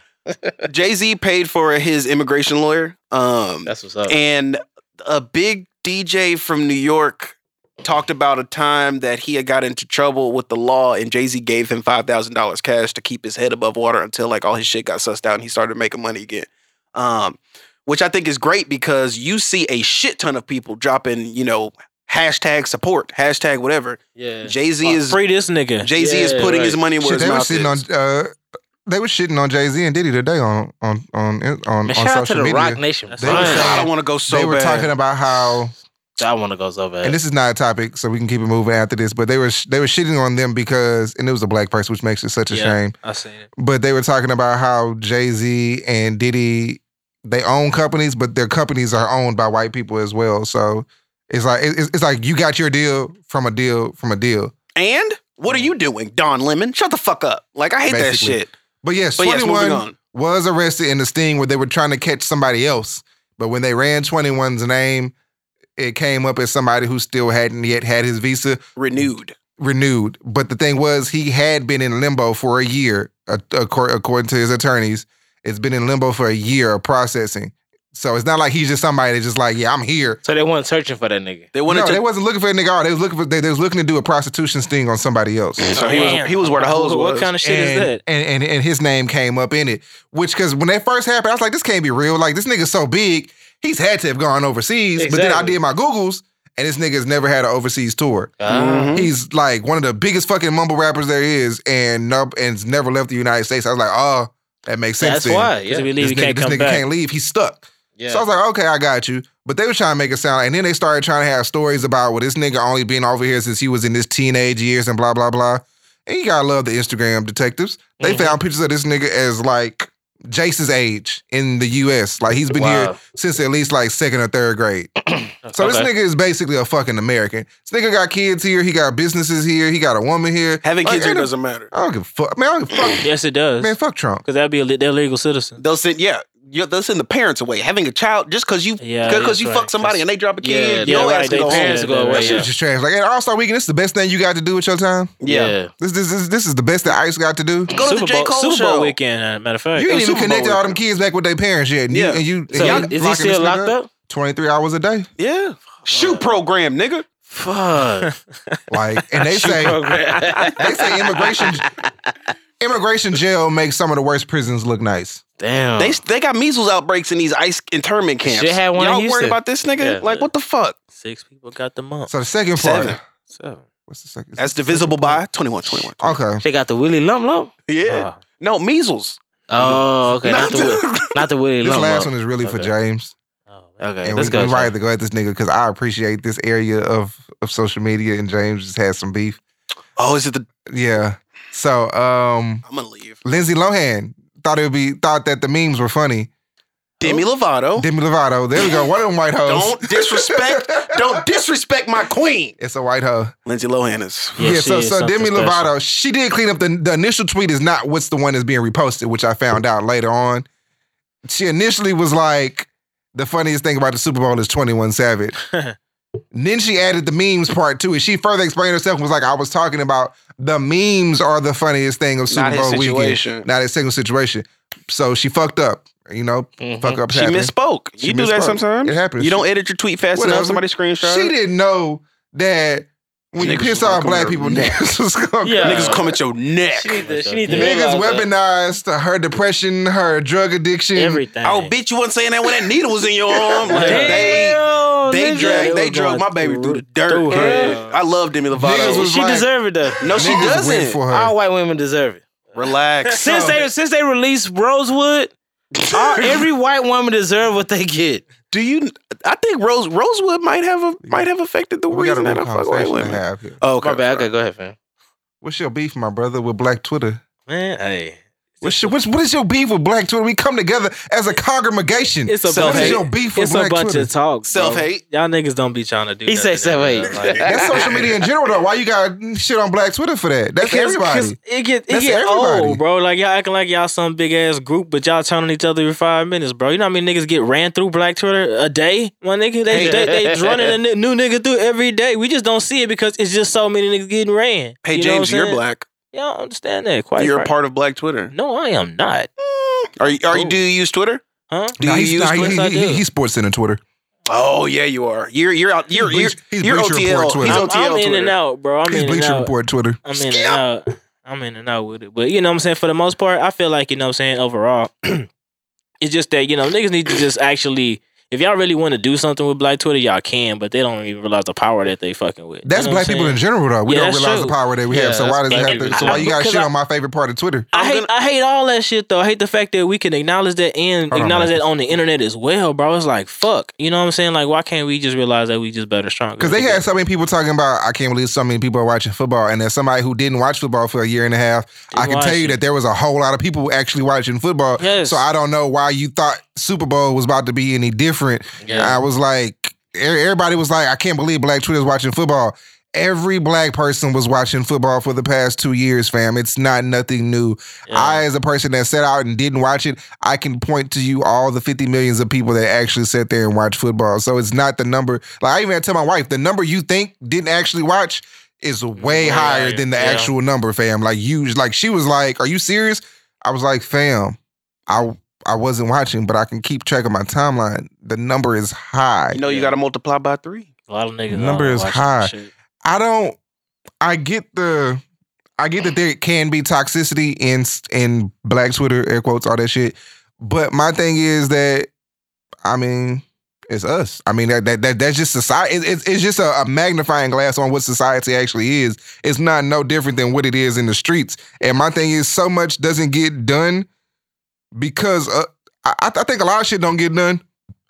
[SPEAKER 3] Jay Z paid for his immigration lawyer. Um,
[SPEAKER 2] That's what's up.
[SPEAKER 3] and a big DJ from New York talked about a time that he had got into trouble with the law, and Jay Z gave him five thousand dollars cash to keep his head above water until like all his shit got sussed out and he started making money again. Um, which I think is great because you see a shit ton of people dropping, you know, hashtag support, hashtag whatever.
[SPEAKER 2] Yeah.
[SPEAKER 3] Jay Z is
[SPEAKER 5] Free this nigga.
[SPEAKER 3] Jay Z is
[SPEAKER 2] Yeah,
[SPEAKER 3] putting
[SPEAKER 2] right.
[SPEAKER 3] his money where
[SPEAKER 4] Shit,
[SPEAKER 3] his
[SPEAKER 4] they were
[SPEAKER 3] mouth is.
[SPEAKER 4] sitting on. Uh, they were shitting on Jay Z and Diddy today on on on on, on
[SPEAKER 2] Man, shout
[SPEAKER 4] social
[SPEAKER 2] out to the
[SPEAKER 4] media.
[SPEAKER 2] Rock Nation.
[SPEAKER 5] That's
[SPEAKER 4] They
[SPEAKER 2] brand.
[SPEAKER 4] were
[SPEAKER 3] God, I
[SPEAKER 4] saying-
[SPEAKER 3] want to go so
[SPEAKER 4] they were
[SPEAKER 3] bad.
[SPEAKER 4] talking about how,
[SPEAKER 2] I want to go so bad.
[SPEAKER 4] and this is not a topic, so we can keep it moving after this. But they were sh- they were shitting on them because, and it was a black person, which makes it such a
[SPEAKER 5] Yeah.
[SPEAKER 4] shame.
[SPEAKER 5] I seen it.
[SPEAKER 4] But they were talking about how Jay Z and Diddy they own companies, but their companies are owned by white people as well. So it's like it's, it's like you got your deal from a deal from a deal.
[SPEAKER 3] and what are you doing, Don Lemon? Shut the fuck up. Like I hate
[SPEAKER 4] Basically.
[SPEAKER 3] that shit.
[SPEAKER 4] But yes,
[SPEAKER 3] But yes,
[SPEAKER 4] twenty
[SPEAKER 3] moving
[SPEAKER 4] one
[SPEAKER 3] on.
[SPEAKER 4] was arrested in the sting where they were trying to catch somebody else. But when they ran 21's name, it came up as somebody who still hadn't yet had his visa
[SPEAKER 3] Renewed.
[SPEAKER 4] renewed. But the thing was, he had been in limbo for a year, a- acor- according to his attorneys. It's been in limbo for a year of processing. So it's not like he's just somebody that's just like, yeah, I'm here.
[SPEAKER 2] so they weren't searching for that nigga.
[SPEAKER 3] They wanted
[SPEAKER 4] no,
[SPEAKER 3] to.
[SPEAKER 4] they wasn't looking for a nigga. at all. They was looking for they, they was looking to do a prostitution sting on somebody else.
[SPEAKER 3] so he was,
[SPEAKER 5] Damn.
[SPEAKER 3] he was where the hoes
[SPEAKER 5] What,
[SPEAKER 3] was.
[SPEAKER 5] what kind of shit
[SPEAKER 4] and,
[SPEAKER 5] is that?
[SPEAKER 4] And, and and his name came up in it, which because when that first happened, I was like, this can't be real. Like this nigga's so big, he's had to have gone overseas. But then I
[SPEAKER 2] Exactly.
[SPEAKER 4] did my googles, and this nigga's never had an overseas tour.
[SPEAKER 2] Uh,
[SPEAKER 5] Uh-huh.
[SPEAKER 4] He's like one of the biggest fucking mumble rappers there is, and no, and's never left the United States. I was like, oh, that makes sense.
[SPEAKER 2] that's
[SPEAKER 4] then.
[SPEAKER 2] why.
[SPEAKER 5] Because if
[SPEAKER 2] Yeah.
[SPEAKER 5] we leave,
[SPEAKER 4] This
[SPEAKER 5] he
[SPEAKER 4] nigga,
[SPEAKER 5] can't
[SPEAKER 4] this
[SPEAKER 5] come
[SPEAKER 4] nigga
[SPEAKER 5] back.
[SPEAKER 4] can't leave. He's stuck.
[SPEAKER 2] yeah.
[SPEAKER 4] So I was like, okay, I got you. But they were trying to make it sound, and then they started trying to have stories about well, this nigga only been over here since he was in his teenage years, and blah blah blah. And you gotta love the Instagram detectives. They
[SPEAKER 2] Mhm.
[SPEAKER 4] found pictures of this nigga as like Jace's age in the U.S. Like he's been
[SPEAKER 2] Wow.
[SPEAKER 4] here since at least like second or third grade. so this
[SPEAKER 2] Okay.
[SPEAKER 4] nigga is basically a fucking American. This nigga got kids here. He got businesses here. He got a woman here.
[SPEAKER 3] Having
[SPEAKER 4] Like,
[SPEAKER 3] kids here
[SPEAKER 4] ain't no-
[SPEAKER 3] doesn't matter.
[SPEAKER 4] I don't give a fuck. Man, I don't give a fuck.
[SPEAKER 5] Yes, it does.
[SPEAKER 4] Man,
[SPEAKER 5] Because
[SPEAKER 4] fuck Trump.
[SPEAKER 5] that'd be a li- they're legal citizen.
[SPEAKER 3] They'll send yeah, you they'll send the parents away. Having a child just because you
[SPEAKER 5] Yeah,
[SPEAKER 3] because
[SPEAKER 5] that's
[SPEAKER 3] you
[SPEAKER 5] right.
[SPEAKER 3] fuck somebody and they drop a
[SPEAKER 2] Yeah,
[SPEAKER 3] kid,
[SPEAKER 2] yeah,
[SPEAKER 3] your
[SPEAKER 2] right,
[SPEAKER 3] ass can
[SPEAKER 2] they
[SPEAKER 3] go
[SPEAKER 2] parents
[SPEAKER 3] home.
[SPEAKER 2] go
[SPEAKER 5] Yeah,
[SPEAKER 2] away.
[SPEAKER 5] that
[SPEAKER 4] Shit
[SPEAKER 2] Yeah.
[SPEAKER 4] was just trash. Like, All Star Weekend, this is the best thing you got to do with your time.
[SPEAKER 3] Yeah.
[SPEAKER 2] Yeah.
[SPEAKER 4] This this is this is the best that Ice got to do.
[SPEAKER 3] Go to the
[SPEAKER 5] Super
[SPEAKER 3] J
[SPEAKER 5] Bowl,
[SPEAKER 3] Cole
[SPEAKER 5] Super
[SPEAKER 3] show.
[SPEAKER 5] Bowl weekend, uh, matter of fact.
[SPEAKER 4] You ain't
[SPEAKER 3] was
[SPEAKER 4] even
[SPEAKER 3] Super Bowl
[SPEAKER 4] connected all them
[SPEAKER 3] weekend.
[SPEAKER 4] kids back with their parents yet. And
[SPEAKER 3] Yeah.
[SPEAKER 4] you and you
[SPEAKER 2] So
[SPEAKER 4] and
[SPEAKER 2] is he still locked up?
[SPEAKER 4] Twenty three hours a day.
[SPEAKER 3] Yeah, shoot program, nigga.
[SPEAKER 2] Fuck.
[SPEAKER 4] Like and they say they say immigration immigration jail makes some of the worst prisons look nice.
[SPEAKER 2] Damn.
[SPEAKER 3] They they got measles outbreaks in these ice internment camps.
[SPEAKER 2] Shit had one in
[SPEAKER 3] Y'all worried
[SPEAKER 2] Houston.
[SPEAKER 3] about this nigga?
[SPEAKER 2] Yeah.
[SPEAKER 3] like what the fuck?
[SPEAKER 5] Six people got the month.
[SPEAKER 4] So the second part.
[SPEAKER 3] Seven.
[SPEAKER 5] So,
[SPEAKER 4] What's the second?
[SPEAKER 3] That's divisible by 21, 21.
[SPEAKER 4] Okay.
[SPEAKER 2] They got the Willie Lump Lump.
[SPEAKER 3] Yeah.
[SPEAKER 5] uh,
[SPEAKER 3] No measles.
[SPEAKER 2] Oh, okay. Not, the, Wi- not the Willie
[SPEAKER 4] This
[SPEAKER 2] Lump
[SPEAKER 4] last
[SPEAKER 2] Lump.
[SPEAKER 4] one is really for
[SPEAKER 5] Okay.
[SPEAKER 4] James,
[SPEAKER 5] oh, man.
[SPEAKER 2] Okay,
[SPEAKER 4] and
[SPEAKER 2] let's
[SPEAKER 4] we,
[SPEAKER 2] go.
[SPEAKER 4] we right to go at this nigga because I appreciate this area of, of social media, and James just had some beef.
[SPEAKER 3] Oh, is it the?
[SPEAKER 4] Yeah. So um,
[SPEAKER 3] I'm gonna leave.
[SPEAKER 4] Lindsay Lohan thought it would be thought that the memes were funny.
[SPEAKER 3] Demi Lovato.
[SPEAKER 4] Demi Lovato, there we go, one of them white hoes.
[SPEAKER 3] Don't disrespect. don't disrespect my queen.
[SPEAKER 4] It's a white hoe.
[SPEAKER 3] Lindsay Lohan is.
[SPEAKER 4] Yeah. so
[SPEAKER 5] she is
[SPEAKER 4] so
[SPEAKER 5] something
[SPEAKER 4] Demi
[SPEAKER 5] special.
[SPEAKER 4] Lovato, she did clean up the the initial tweet is not what's the one that's being reposted, which I found out later on. She initially was like, the funniest thing about the Super Bowl is Twenty One Savage. then she added the memes part too, and she further explained herself and was like, I was talking about the memes are the funniest thing of Super
[SPEAKER 3] Not his
[SPEAKER 4] Bowl weekend,
[SPEAKER 3] situation.
[SPEAKER 4] not a single situation. So she fucked up, you know,
[SPEAKER 2] Mm-hmm.
[SPEAKER 4] fuck up.
[SPEAKER 3] She
[SPEAKER 4] happened.
[SPEAKER 3] misspoke.
[SPEAKER 4] She
[SPEAKER 3] you do that
[SPEAKER 4] misspoke.
[SPEAKER 3] sometimes.
[SPEAKER 4] It happens.
[SPEAKER 3] You don't edit your tweet fast
[SPEAKER 4] Whatever.
[SPEAKER 3] enough. Somebody screenshot.
[SPEAKER 4] She
[SPEAKER 3] it.
[SPEAKER 4] didn't know that when you
[SPEAKER 3] Niggas
[SPEAKER 4] piss
[SPEAKER 3] was
[SPEAKER 4] off
[SPEAKER 3] coming
[SPEAKER 4] black
[SPEAKER 3] to-
[SPEAKER 4] people, niggas was going
[SPEAKER 2] Yeah.
[SPEAKER 3] Niggas come at your neck.
[SPEAKER 2] She need to, she need to
[SPEAKER 5] Yeah.
[SPEAKER 4] Niggas
[SPEAKER 2] realize that.
[SPEAKER 4] weaponized her depression, her drug addiction.
[SPEAKER 5] Everything.
[SPEAKER 3] Oh, bitch, you wasn't saying that when that needle was in your arm. Like, they Oh, they
[SPEAKER 5] nigga.
[SPEAKER 3] drug
[SPEAKER 5] They
[SPEAKER 3] they
[SPEAKER 5] were
[SPEAKER 3] drug
[SPEAKER 5] going
[SPEAKER 3] my baby through the dirt.
[SPEAKER 5] through her.
[SPEAKER 3] Yeah. I love Demi
[SPEAKER 4] Niggas
[SPEAKER 3] Lovato.
[SPEAKER 4] was
[SPEAKER 2] She
[SPEAKER 4] like-
[SPEAKER 2] deserve it though.
[SPEAKER 3] no, she
[SPEAKER 4] Niggas went
[SPEAKER 3] doesn't.
[SPEAKER 4] for her.
[SPEAKER 2] All white women deserve it.
[SPEAKER 3] Relax.
[SPEAKER 2] Since they since they released Rosewood, all, every white woman deserve what they get.
[SPEAKER 3] Do you? I think Rose Rosewood might have a might have affected the
[SPEAKER 4] we got a
[SPEAKER 3] reason that
[SPEAKER 4] real
[SPEAKER 3] I fuck white
[SPEAKER 4] conversation to
[SPEAKER 3] women.
[SPEAKER 4] have here.
[SPEAKER 3] Oh,
[SPEAKER 2] My bad.
[SPEAKER 3] sorry.
[SPEAKER 2] Okay, go ahead, fam.
[SPEAKER 4] What's your beef, my brother, with Black Twitter?
[SPEAKER 5] Man, hey.
[SPEAKER 4] What's your, what's, what is your beef with Black Twitter? We come together as a congregation.
[SPEAKER 5] It's a
[SPEAKER 4] what
[SPEAKER 5] bunch
[SPEAKER 4] is
[SPEAKER 5] of-
[SPEAKER 4] your beef with
[SPEAKER 5] It's a
[SPEAKER 4] Black
[SPEAKER 5] bunch
[SPEAKER 4] Twitter?
[SPEAKER 5] of talk. bro.
[SPEAKER 3] Self-hate.
[SPEAKER 5] Y'all niggas don't be trying to do
[SPEAKER 2] He say
[SPEAKER 5] nothing in
[SPEAKER 2] self-hate.
[SPEAKER 5] that, like-
[SPEAKER 4] That's social media in general, though. Why you got shit on Black Twitter for that? That's
[SPEAKER 5] Because-
[SPEAKER 4] everybody.
[SPEAKER 5] because It get it
[SPEAKER 4] That's
[SPEAKER 5] get
[SPEAKER 4] everybody.
[SPEAKER 5] old, bro. Like y'all acting like y'all some big ass group, but y'all turning each other every five minutes, bro. You know how many niggas get ran through Black Twitter a day? My nigga, they they, they running a ni- new nigga through every day. We just don't see it because it's just so many niggas getting ran.
[SPEAKER 3] Hey
[SPEAKER 5] You know what
[SPEAKER 3] James,
[SPEAKER 5] I'm
[SPEAKER 3] you're
[SPEAKER 5] saying?
[SPEAKER 3] black.
[SPEAKER 5] Y'all don't understand that? Quite
[SPEAKER 3] you're a
[SPEAKER 5] right.
[SPEAKER 3] part of Black Twitter.
[SPEAKER 5] No, I am not.
[SPEAKER 3] Are you? Are you? Do you use Twitter?
[SPEAKER 5] Huh?
[SPEAKER 3] Do
[SPEAKER 4] Nah,
[SPEAKER 3] you
[SPEAKER 4] he's,
[SPEAKER 3] use
[SPEAKER 4] nah, he,
[SPEAKER 3] Twitter?
[SPEAKER 5] I
[SPEAKER 4] he, he,
[SPEAKER 5] do.
[SPEAKER 4] he sports in Twitter.
[SPEAKER 3] Oh yeah, you are. You're you're out. You're you're,
[SPEAKER 4] Bleach- he's
[SPEAKER 3] you're
[SPEAKER 4] Bleacher Report
[SPEAKER 3] OTL.
[SPEAKER 4] Twitter.
[SPEAKER 3] He's
[SPEAKER 5] I'm,
[SPEAKER 3] OTL.
[SPEAKER 5] I'm in
[SPEAKER 3] Twitter.
[SPEAKER 5] and out, bro. I'm
[SPEAKER 4] He's
[SPEAKER 5] in and
[SPEAKER 4] Bleacher
[SPEAKER 5] out.
[SPEAKER 4] Report Twitter.
[SPEAKER 5] I'm in and out. I'm in and out with it. But you know what I'm saying? For the most part, I feel like, you know what I'm saying, overall, it's just that, you know, niggas need to just actually if y'all really want to do something with black Twitter, y'all can, but they don't even realize the power that they fucking with. You
[SPEAKER 4] That's
[SPEAKER 5] know what
[SPEAKER 4] black
[SPEAKER 5] I'm
[SPEAKER 4] people in
[SPEAKER 5] saying?
[SPEAKER 4] general though. We
[SPEAKER 5] Yeah,
[SPEAKER 4] don't
[SPEAKER 5] that's
[SPEAKER 4] realize
[SPEAKER 5] true.
[SPEAKER 4] the power that we have. So
[SPEAKER 2] Yeah,
[SPEAKER 4] why does it
[SPEAKER 2] that's-
[SPEAKER 4] have to?
[SPEAKER 2] I-
[SPEAKER 4] So why you got
[SPEAKER 5] because
[SPEAKER 4] shit
[SPEAKER 5] I-
[SPEAKER 4] on my favorite part of Twitter?
[SPEAKER 5] I
[SPEAKER 3] I'm
[SPEAKER 5] hate
[SPEAKER 3] gonna-
[SPEAKER 5] I hate all that shit though. I hate the fact that we can acknowledge that and
[SPEAKER 4] Hold on,
[SPEAKER 5] acknowledge
[SPEAKER 4] man.
[SPEAKER 5] that on the internet as well, bro. It's like fuck. You know what I'm saying? Like why can't we just realize that we just better stronger?
[SPEAKER 4] Because they had so many people talking about, I can't believe so many people are watching football. And as somebody who didn't watch football for a year and a half, I
[SPEAKER 5] Didn't
[SPEAKER 4] can tell
[SPEAKER 5] watch
[SPEAKER 4] you
[SPEAKER 5] it.
[SPEAKER 4] that there was a whole lot of people actually watching football.
[SPEAKER 5] Yes.
[SPEAKER 4] So I don't know why you thought Super Bowl was about to be any different.
[SPEAKER 2] Yeah.
[SPEAKER 4] I was like, e- everybody was like, I can't believe Black Twitter's watching football. Every black person was watching football for the past two years, fam. It's not nothing new.
[SPEAKER 5] Yeah.
[SPEAKER 4] I, as a person that sat out and didn't watch it, I can point to you all the 50 millions of people that actually sat there and watched football. So it's not the number. Like I even had to tell my wife, the number you think didn't actually watch is way, higher
[SPEAKER 5] higher.
[SPEAKER 4] than the
[SPEAKER 5] Yeah.
[SPEAKER 4] actual number, fam. Like you, like she was like, "Are you serious?" I was like, "Fam, I." I wasn't watching, but I can keep track of my timeline. The number is high.
[SPEAKER 3] You know you got to multiply by three.
[SPEAKER 5] a lot of niggas.
[SPEAKER 4] Number
[SPEAKER 5] out
[SPEAKER 4] is
[SPEAKER 5] watching
[SPEAKER 4] high.
[SPEAKER 5] that shit.
[SPEAKER 4] I don't. I get the. I get that there can be toxicity in in Black Twitter, air quotes, all that shit. But my thing is that, I mean, it's us. I mean that that, that that's just society. It, it's it's just a, a magnifying glass on what society actually is. It's not no different than what it is in the streets. And my thing is, so much doesn't get done because uh, I I I think a lot of shit don't get done.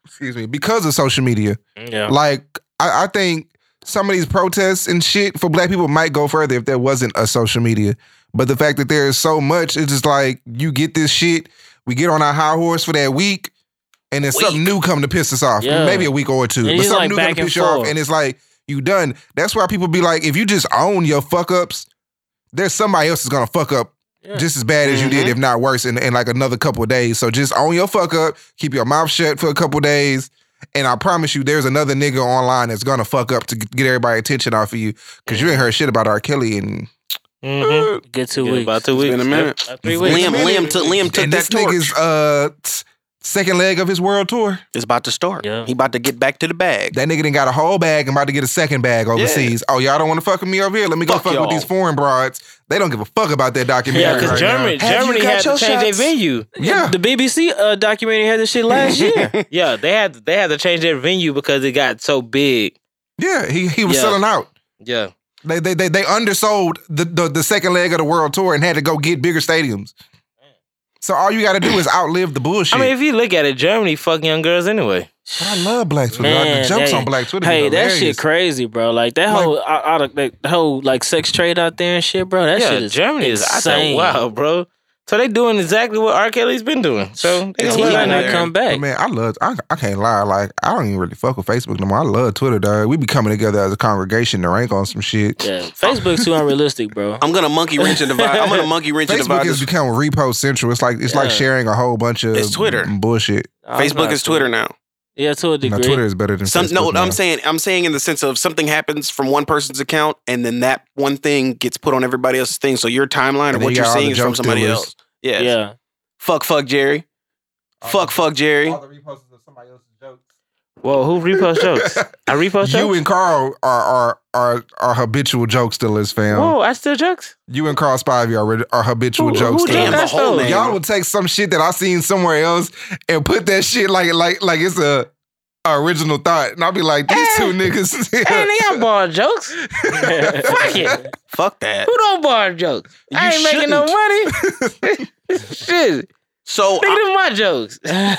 [SPEAKER 4] Excuse me, because of social media.
[SPEAKER 5] Yeah.
[SPEAKER 4] Like, I, I think some of these protests and shit for black people might go further if there wasn't a social media. But the fact that there is so much, it's just like you get this shit, we get on our high horse for that week, and then something new come to piss us off.
[SPEAKER 5] Yeah.
[SPEAKER 4] Maybe a week or two.
[SPEAKER 5] And
[SPEAKER 4] but
[SPEAKER 5] it's
[SPEAKER 4] something
[SPEAKER 5] like
[SPEAKER 4] new come
[SPEAKER 5] back
[SPEAKER 4] to
[SPEAKER 5] and
[SPEAKER 4] piss you off.
[SPEAKER 5] forth.
[SPEAKER 4] And it's like, you done. That's why people be like, if you just own your fuck ups, there's somebody else is gonna fuck up
[SPEAKER 5] Yeah.
[SPEAKER 4] just as bad as you did,
[SPEAKER 3] Mhm.
[SPEAKER 4] if not worse, in, in like another couple of days. So just own your fuck up, keep your mouth shut for a couple of days, and I promise you, there's another nigga online that's gonna fuck up to g- get everybody attention off of you because you ain't heard shit about R. Kelly and
[SPEAKER 2] Mhm.
[SPEAKER 5] Good two
[SPEAKER 2] Yeah,
[SPEAKER 5] weeks.
[SPEAKER 2] About two
[SPEAKER 3] It's
[SPEAKER 2] weeks.
[SPEAKER 3] been a minute.
[SPEAKER 5] About three weeks.
[SPEAKER 3] Liam, Liam took Liam took
[SPEAKER 4] and
[SPEAKER 3] that
[SPEAKER 4] this
[SPEAKER 3] torch.
[SPEAKER 4] nigga's uh t- second leg of his world tour.
[SPEAKER 3] It's about to start.
[SPEAKER 5] Yeah.
[SPEAKER 3] He about to get back to the bag.
[SPEAKER 4] That nigga did got a whole bag and about to get a second bag overseas. Oh y'all don't want to fuck with me over here? Let me go
[SPEAKER 3] Fuck
[SPEAKER 4] fuck,
[SPEAKER 3] y'all.
[SPEAKER 4] with these foreign broads. They don't give a fuck about that documentary.
[SPEAKER 2] Yeah,
[SPEAKER 4] right
[SPEAKER 2] because
[SPEAKER 4] now.
[SPEAKER 2] Germany,
[SPEAKER 3] Have you
[SPEAKER 2] Germany
[SPEAKER 3] got
[SPEAKER 2] had to
[SPEAKER 3] your
[SPEAKER 2] change their
[SPEAKER 3] shots?
[SPEAKER 2] venue.
[SPEAKER 4] yeah.
[SPEAKER 5] The BBC uh, documentary had this shit last year.
[SPEAKER 2] Yeah, they had they had to change their venue because it got so big.
[SPEAKER 4] Yeah, he he was
[SPEAKER 2] Yeah.
[SPEAKER 4] selling out.
[SPEAKER 2] Yeah,
[SPEAKER 4] They they they, they undersold the, the the second leg of the world tour and had to go get bigger stadiums. So all you got to do is outlive the bullshit.
[SPEAKER 2] I mean, if you look at it, Germany fuck young girls anyway.
[SPEAKER 4] but I love Black Twitter. dog.
[SPEAKER 5] Man,
[SPEAKER 4] the jokes
[SPEAKER 5] hey,
[SPEAKER 4] on Black Twitter.
[SPEAKER 5] Hey,
[SPEAKER 4] be
[SPEAKER 5] that shit
[SPEAKER 4] hilarious.
[SPEAKER 5] crazy, bro. Like that
[SPEAKER 4] Like-
[SPEAKER 5] whole out, out of, that whole like sex trade out there and shit, bro. That
[SPEAKER 2] yeah,
[SPEAKER 5] shit is
[SPEAKER 2] Germany is I said,
[SPEAKER 5] insane.
[SPEAKER 2] wow, bro. So they doing exactly what R. Kelly's been doing. So they gonna
[SPEAKER 3] It's
[SPEAKER 5] He
[SPEAKER 2] let
[SPEAKER 5] might
[SPEAKER 2] that
[SPEAKER 5] not
[SPEAKER 2] nigga-
[SPEAKER 5] come back.
[SPEAKER 4] But man, I love. I, I can't lie. Like I don't even really fuck with Facebook no more. I love Twitter, dog. We be coming together as a congregation to rank on some shit.
[SPEAKER 5] yeah, Facebook's too unrealistic, bro.
[SPEAKER 3] I'm gonna monkey wrench and divide. I'm gonna monkey wrench and
[SPEAKER 4] Facebook
[SPEAKER 3] divide.
[SPEAKER 4] has
[SPEAKER 3] This.
[SPEAKER 4] become repo central. It's like it's like
[SPEAKER 5] Yeah.
[SPEAKER 4] sharing a whole bunch of
[SPEAKER 3] It's Twitter.
[SPEAKER 4] bullshit.
[SPEAKER 5] I'm
[SPEAKER 3] Facebook
[SPEAKER 5] not
[SPEAKER 3] is
[SPEAKER 5] sure.
[SPEAKER 3] Twitter now.
[SPEAKER 5] Yeah, to a
[SPEAKER 4] No,
[SPEAKER 5] degree.
[SPEAKER 4] Twitter is better than
[SPEAKER 3] Some,
[SPEAKER 4] Facebook.
[SPEAKER 3] no,
[SPEAKER 4] now.
[SPEAKER 3] I'm saying I'm saying in the sense of something happens from one person's account, and then that one thing gets put on everybody else's thing. So your timeline
[SPEAKER 4] And
[SPEAKER 3] or
[SPEAKER 4] then
[SPEAKER 3] what
[SPEAKER 4] you
[SPEAKER 3] you're
[SPEAKER 4] got all
[SPEAKER 3] seeing
[SPEAKER 4] the
[SPEAKER 3] is from
[SPEAKER 4] junk
[SPEAKER 3] somebody
[SPEAKER 4] dealers.
[SPEAKER 3] else. Yeah.
[SPEAKER 5] Yeah,
[SPEAKER 3] Fuck, fuck Jerry. fuck, fuck Jerry.
[SPEAKER 4] the reposts of somebody else's jokes.
[SPEAKER 2] Whoa, who repost jokes? I repost
[SPEAKER 4] You
[SPEAKER 2] jokes.
[SPEAKER 4] and Carl are are are, are habitual joke stealers, fam.
[SPEAKER 2] Whoa, Oh, I still jokes.
[SPEAKER 4] You and Carl Spivey are, are habitual
[SPEAKER 2] Who-
[SPEAKER 4] joke
[SPEAKER 2] who
[SPEAKER 4] stealers.
[SPEAKER 3] Damn, the
[SPEAKER 2] That's
[SPEAKER 3] whole
[SPEAKER 2] dope.
[SPEAKER 3] name.
[SPEAKER 4] Y'all will take some shit that I seen somewhere else and put that shit like like like it's a, a original thought, and I'll be like, these two niggas.
[SPEAKER 2] Hey, they don't bar jokes. Fuck it.
[SPEAKER 3] fuck that.
[SPEAKER 2] Who don't bar jokes? I
[SPEAKER 3] You
[SPEAKER 2] ain't making no
[SPEAKER 3] shouldn't.
[SPEAKER 2] money. Shit,
[SPEAKER 3] So
[SPEAKER 2] think of my jokes.
[SPEAKER 5] I
[SPEAKER 2] I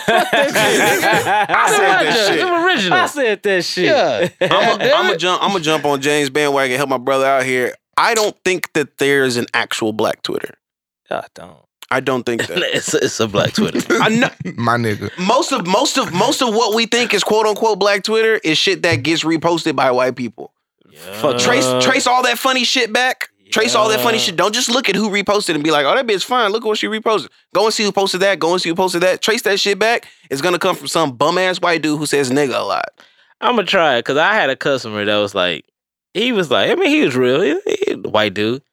[SPEAKER 3] said
[SPEAKER 2] my
[SPEAKER 3] that
[SPEAKER 2] jokes.
[SPEAKER 3] shit.
[SPEAKER 2] I'm original.
[SPEAKER 5] I said that shit.
[SPEAKER 2] Yeah.
[SPEAKER 3] I'm
[SPEAKER 2] Damn
[SPEAKER 3] gonna
[SPEAKER 2] it.
[SPEAKER 3] jump. I'm gonna jump on James bandwagon. Help my brother out here. I don't think that there's an actual Black Twitter.
[SPEAKER 5] I don't.
[SPEAKER 3] I don't think that.
[SPEAKER 2] it's, it's a black Twitter.
[SPEAKER 3] I know,
[SPEAKER 4] My nigga,
[SPEAKER 3] most of most of most of what we think is quote unquote Black Twitter is shit that gets reposted by white people.
[SPEAKER 2] Fuck
[SPEAKER 3] Trace
[SPEAKER 5] Uh,
[SPEAKER 3] trace all that funny shit back. Trace all that funny
[SPEAKER 5] yeah.
[SPEAKER 3] shit. Don't just look at who reposted and be like, "Oh, that bitch fine. Look at what she reposted." Go and see who posted that. Go and see who posted that. Trace that shit back. It's gonna come from some bum ass white dude who says nigga a lot.
[SPEAKER 2] I'm gonna try it because I had a customer that was like, he was like, I mean, he was real, he, he- white dude.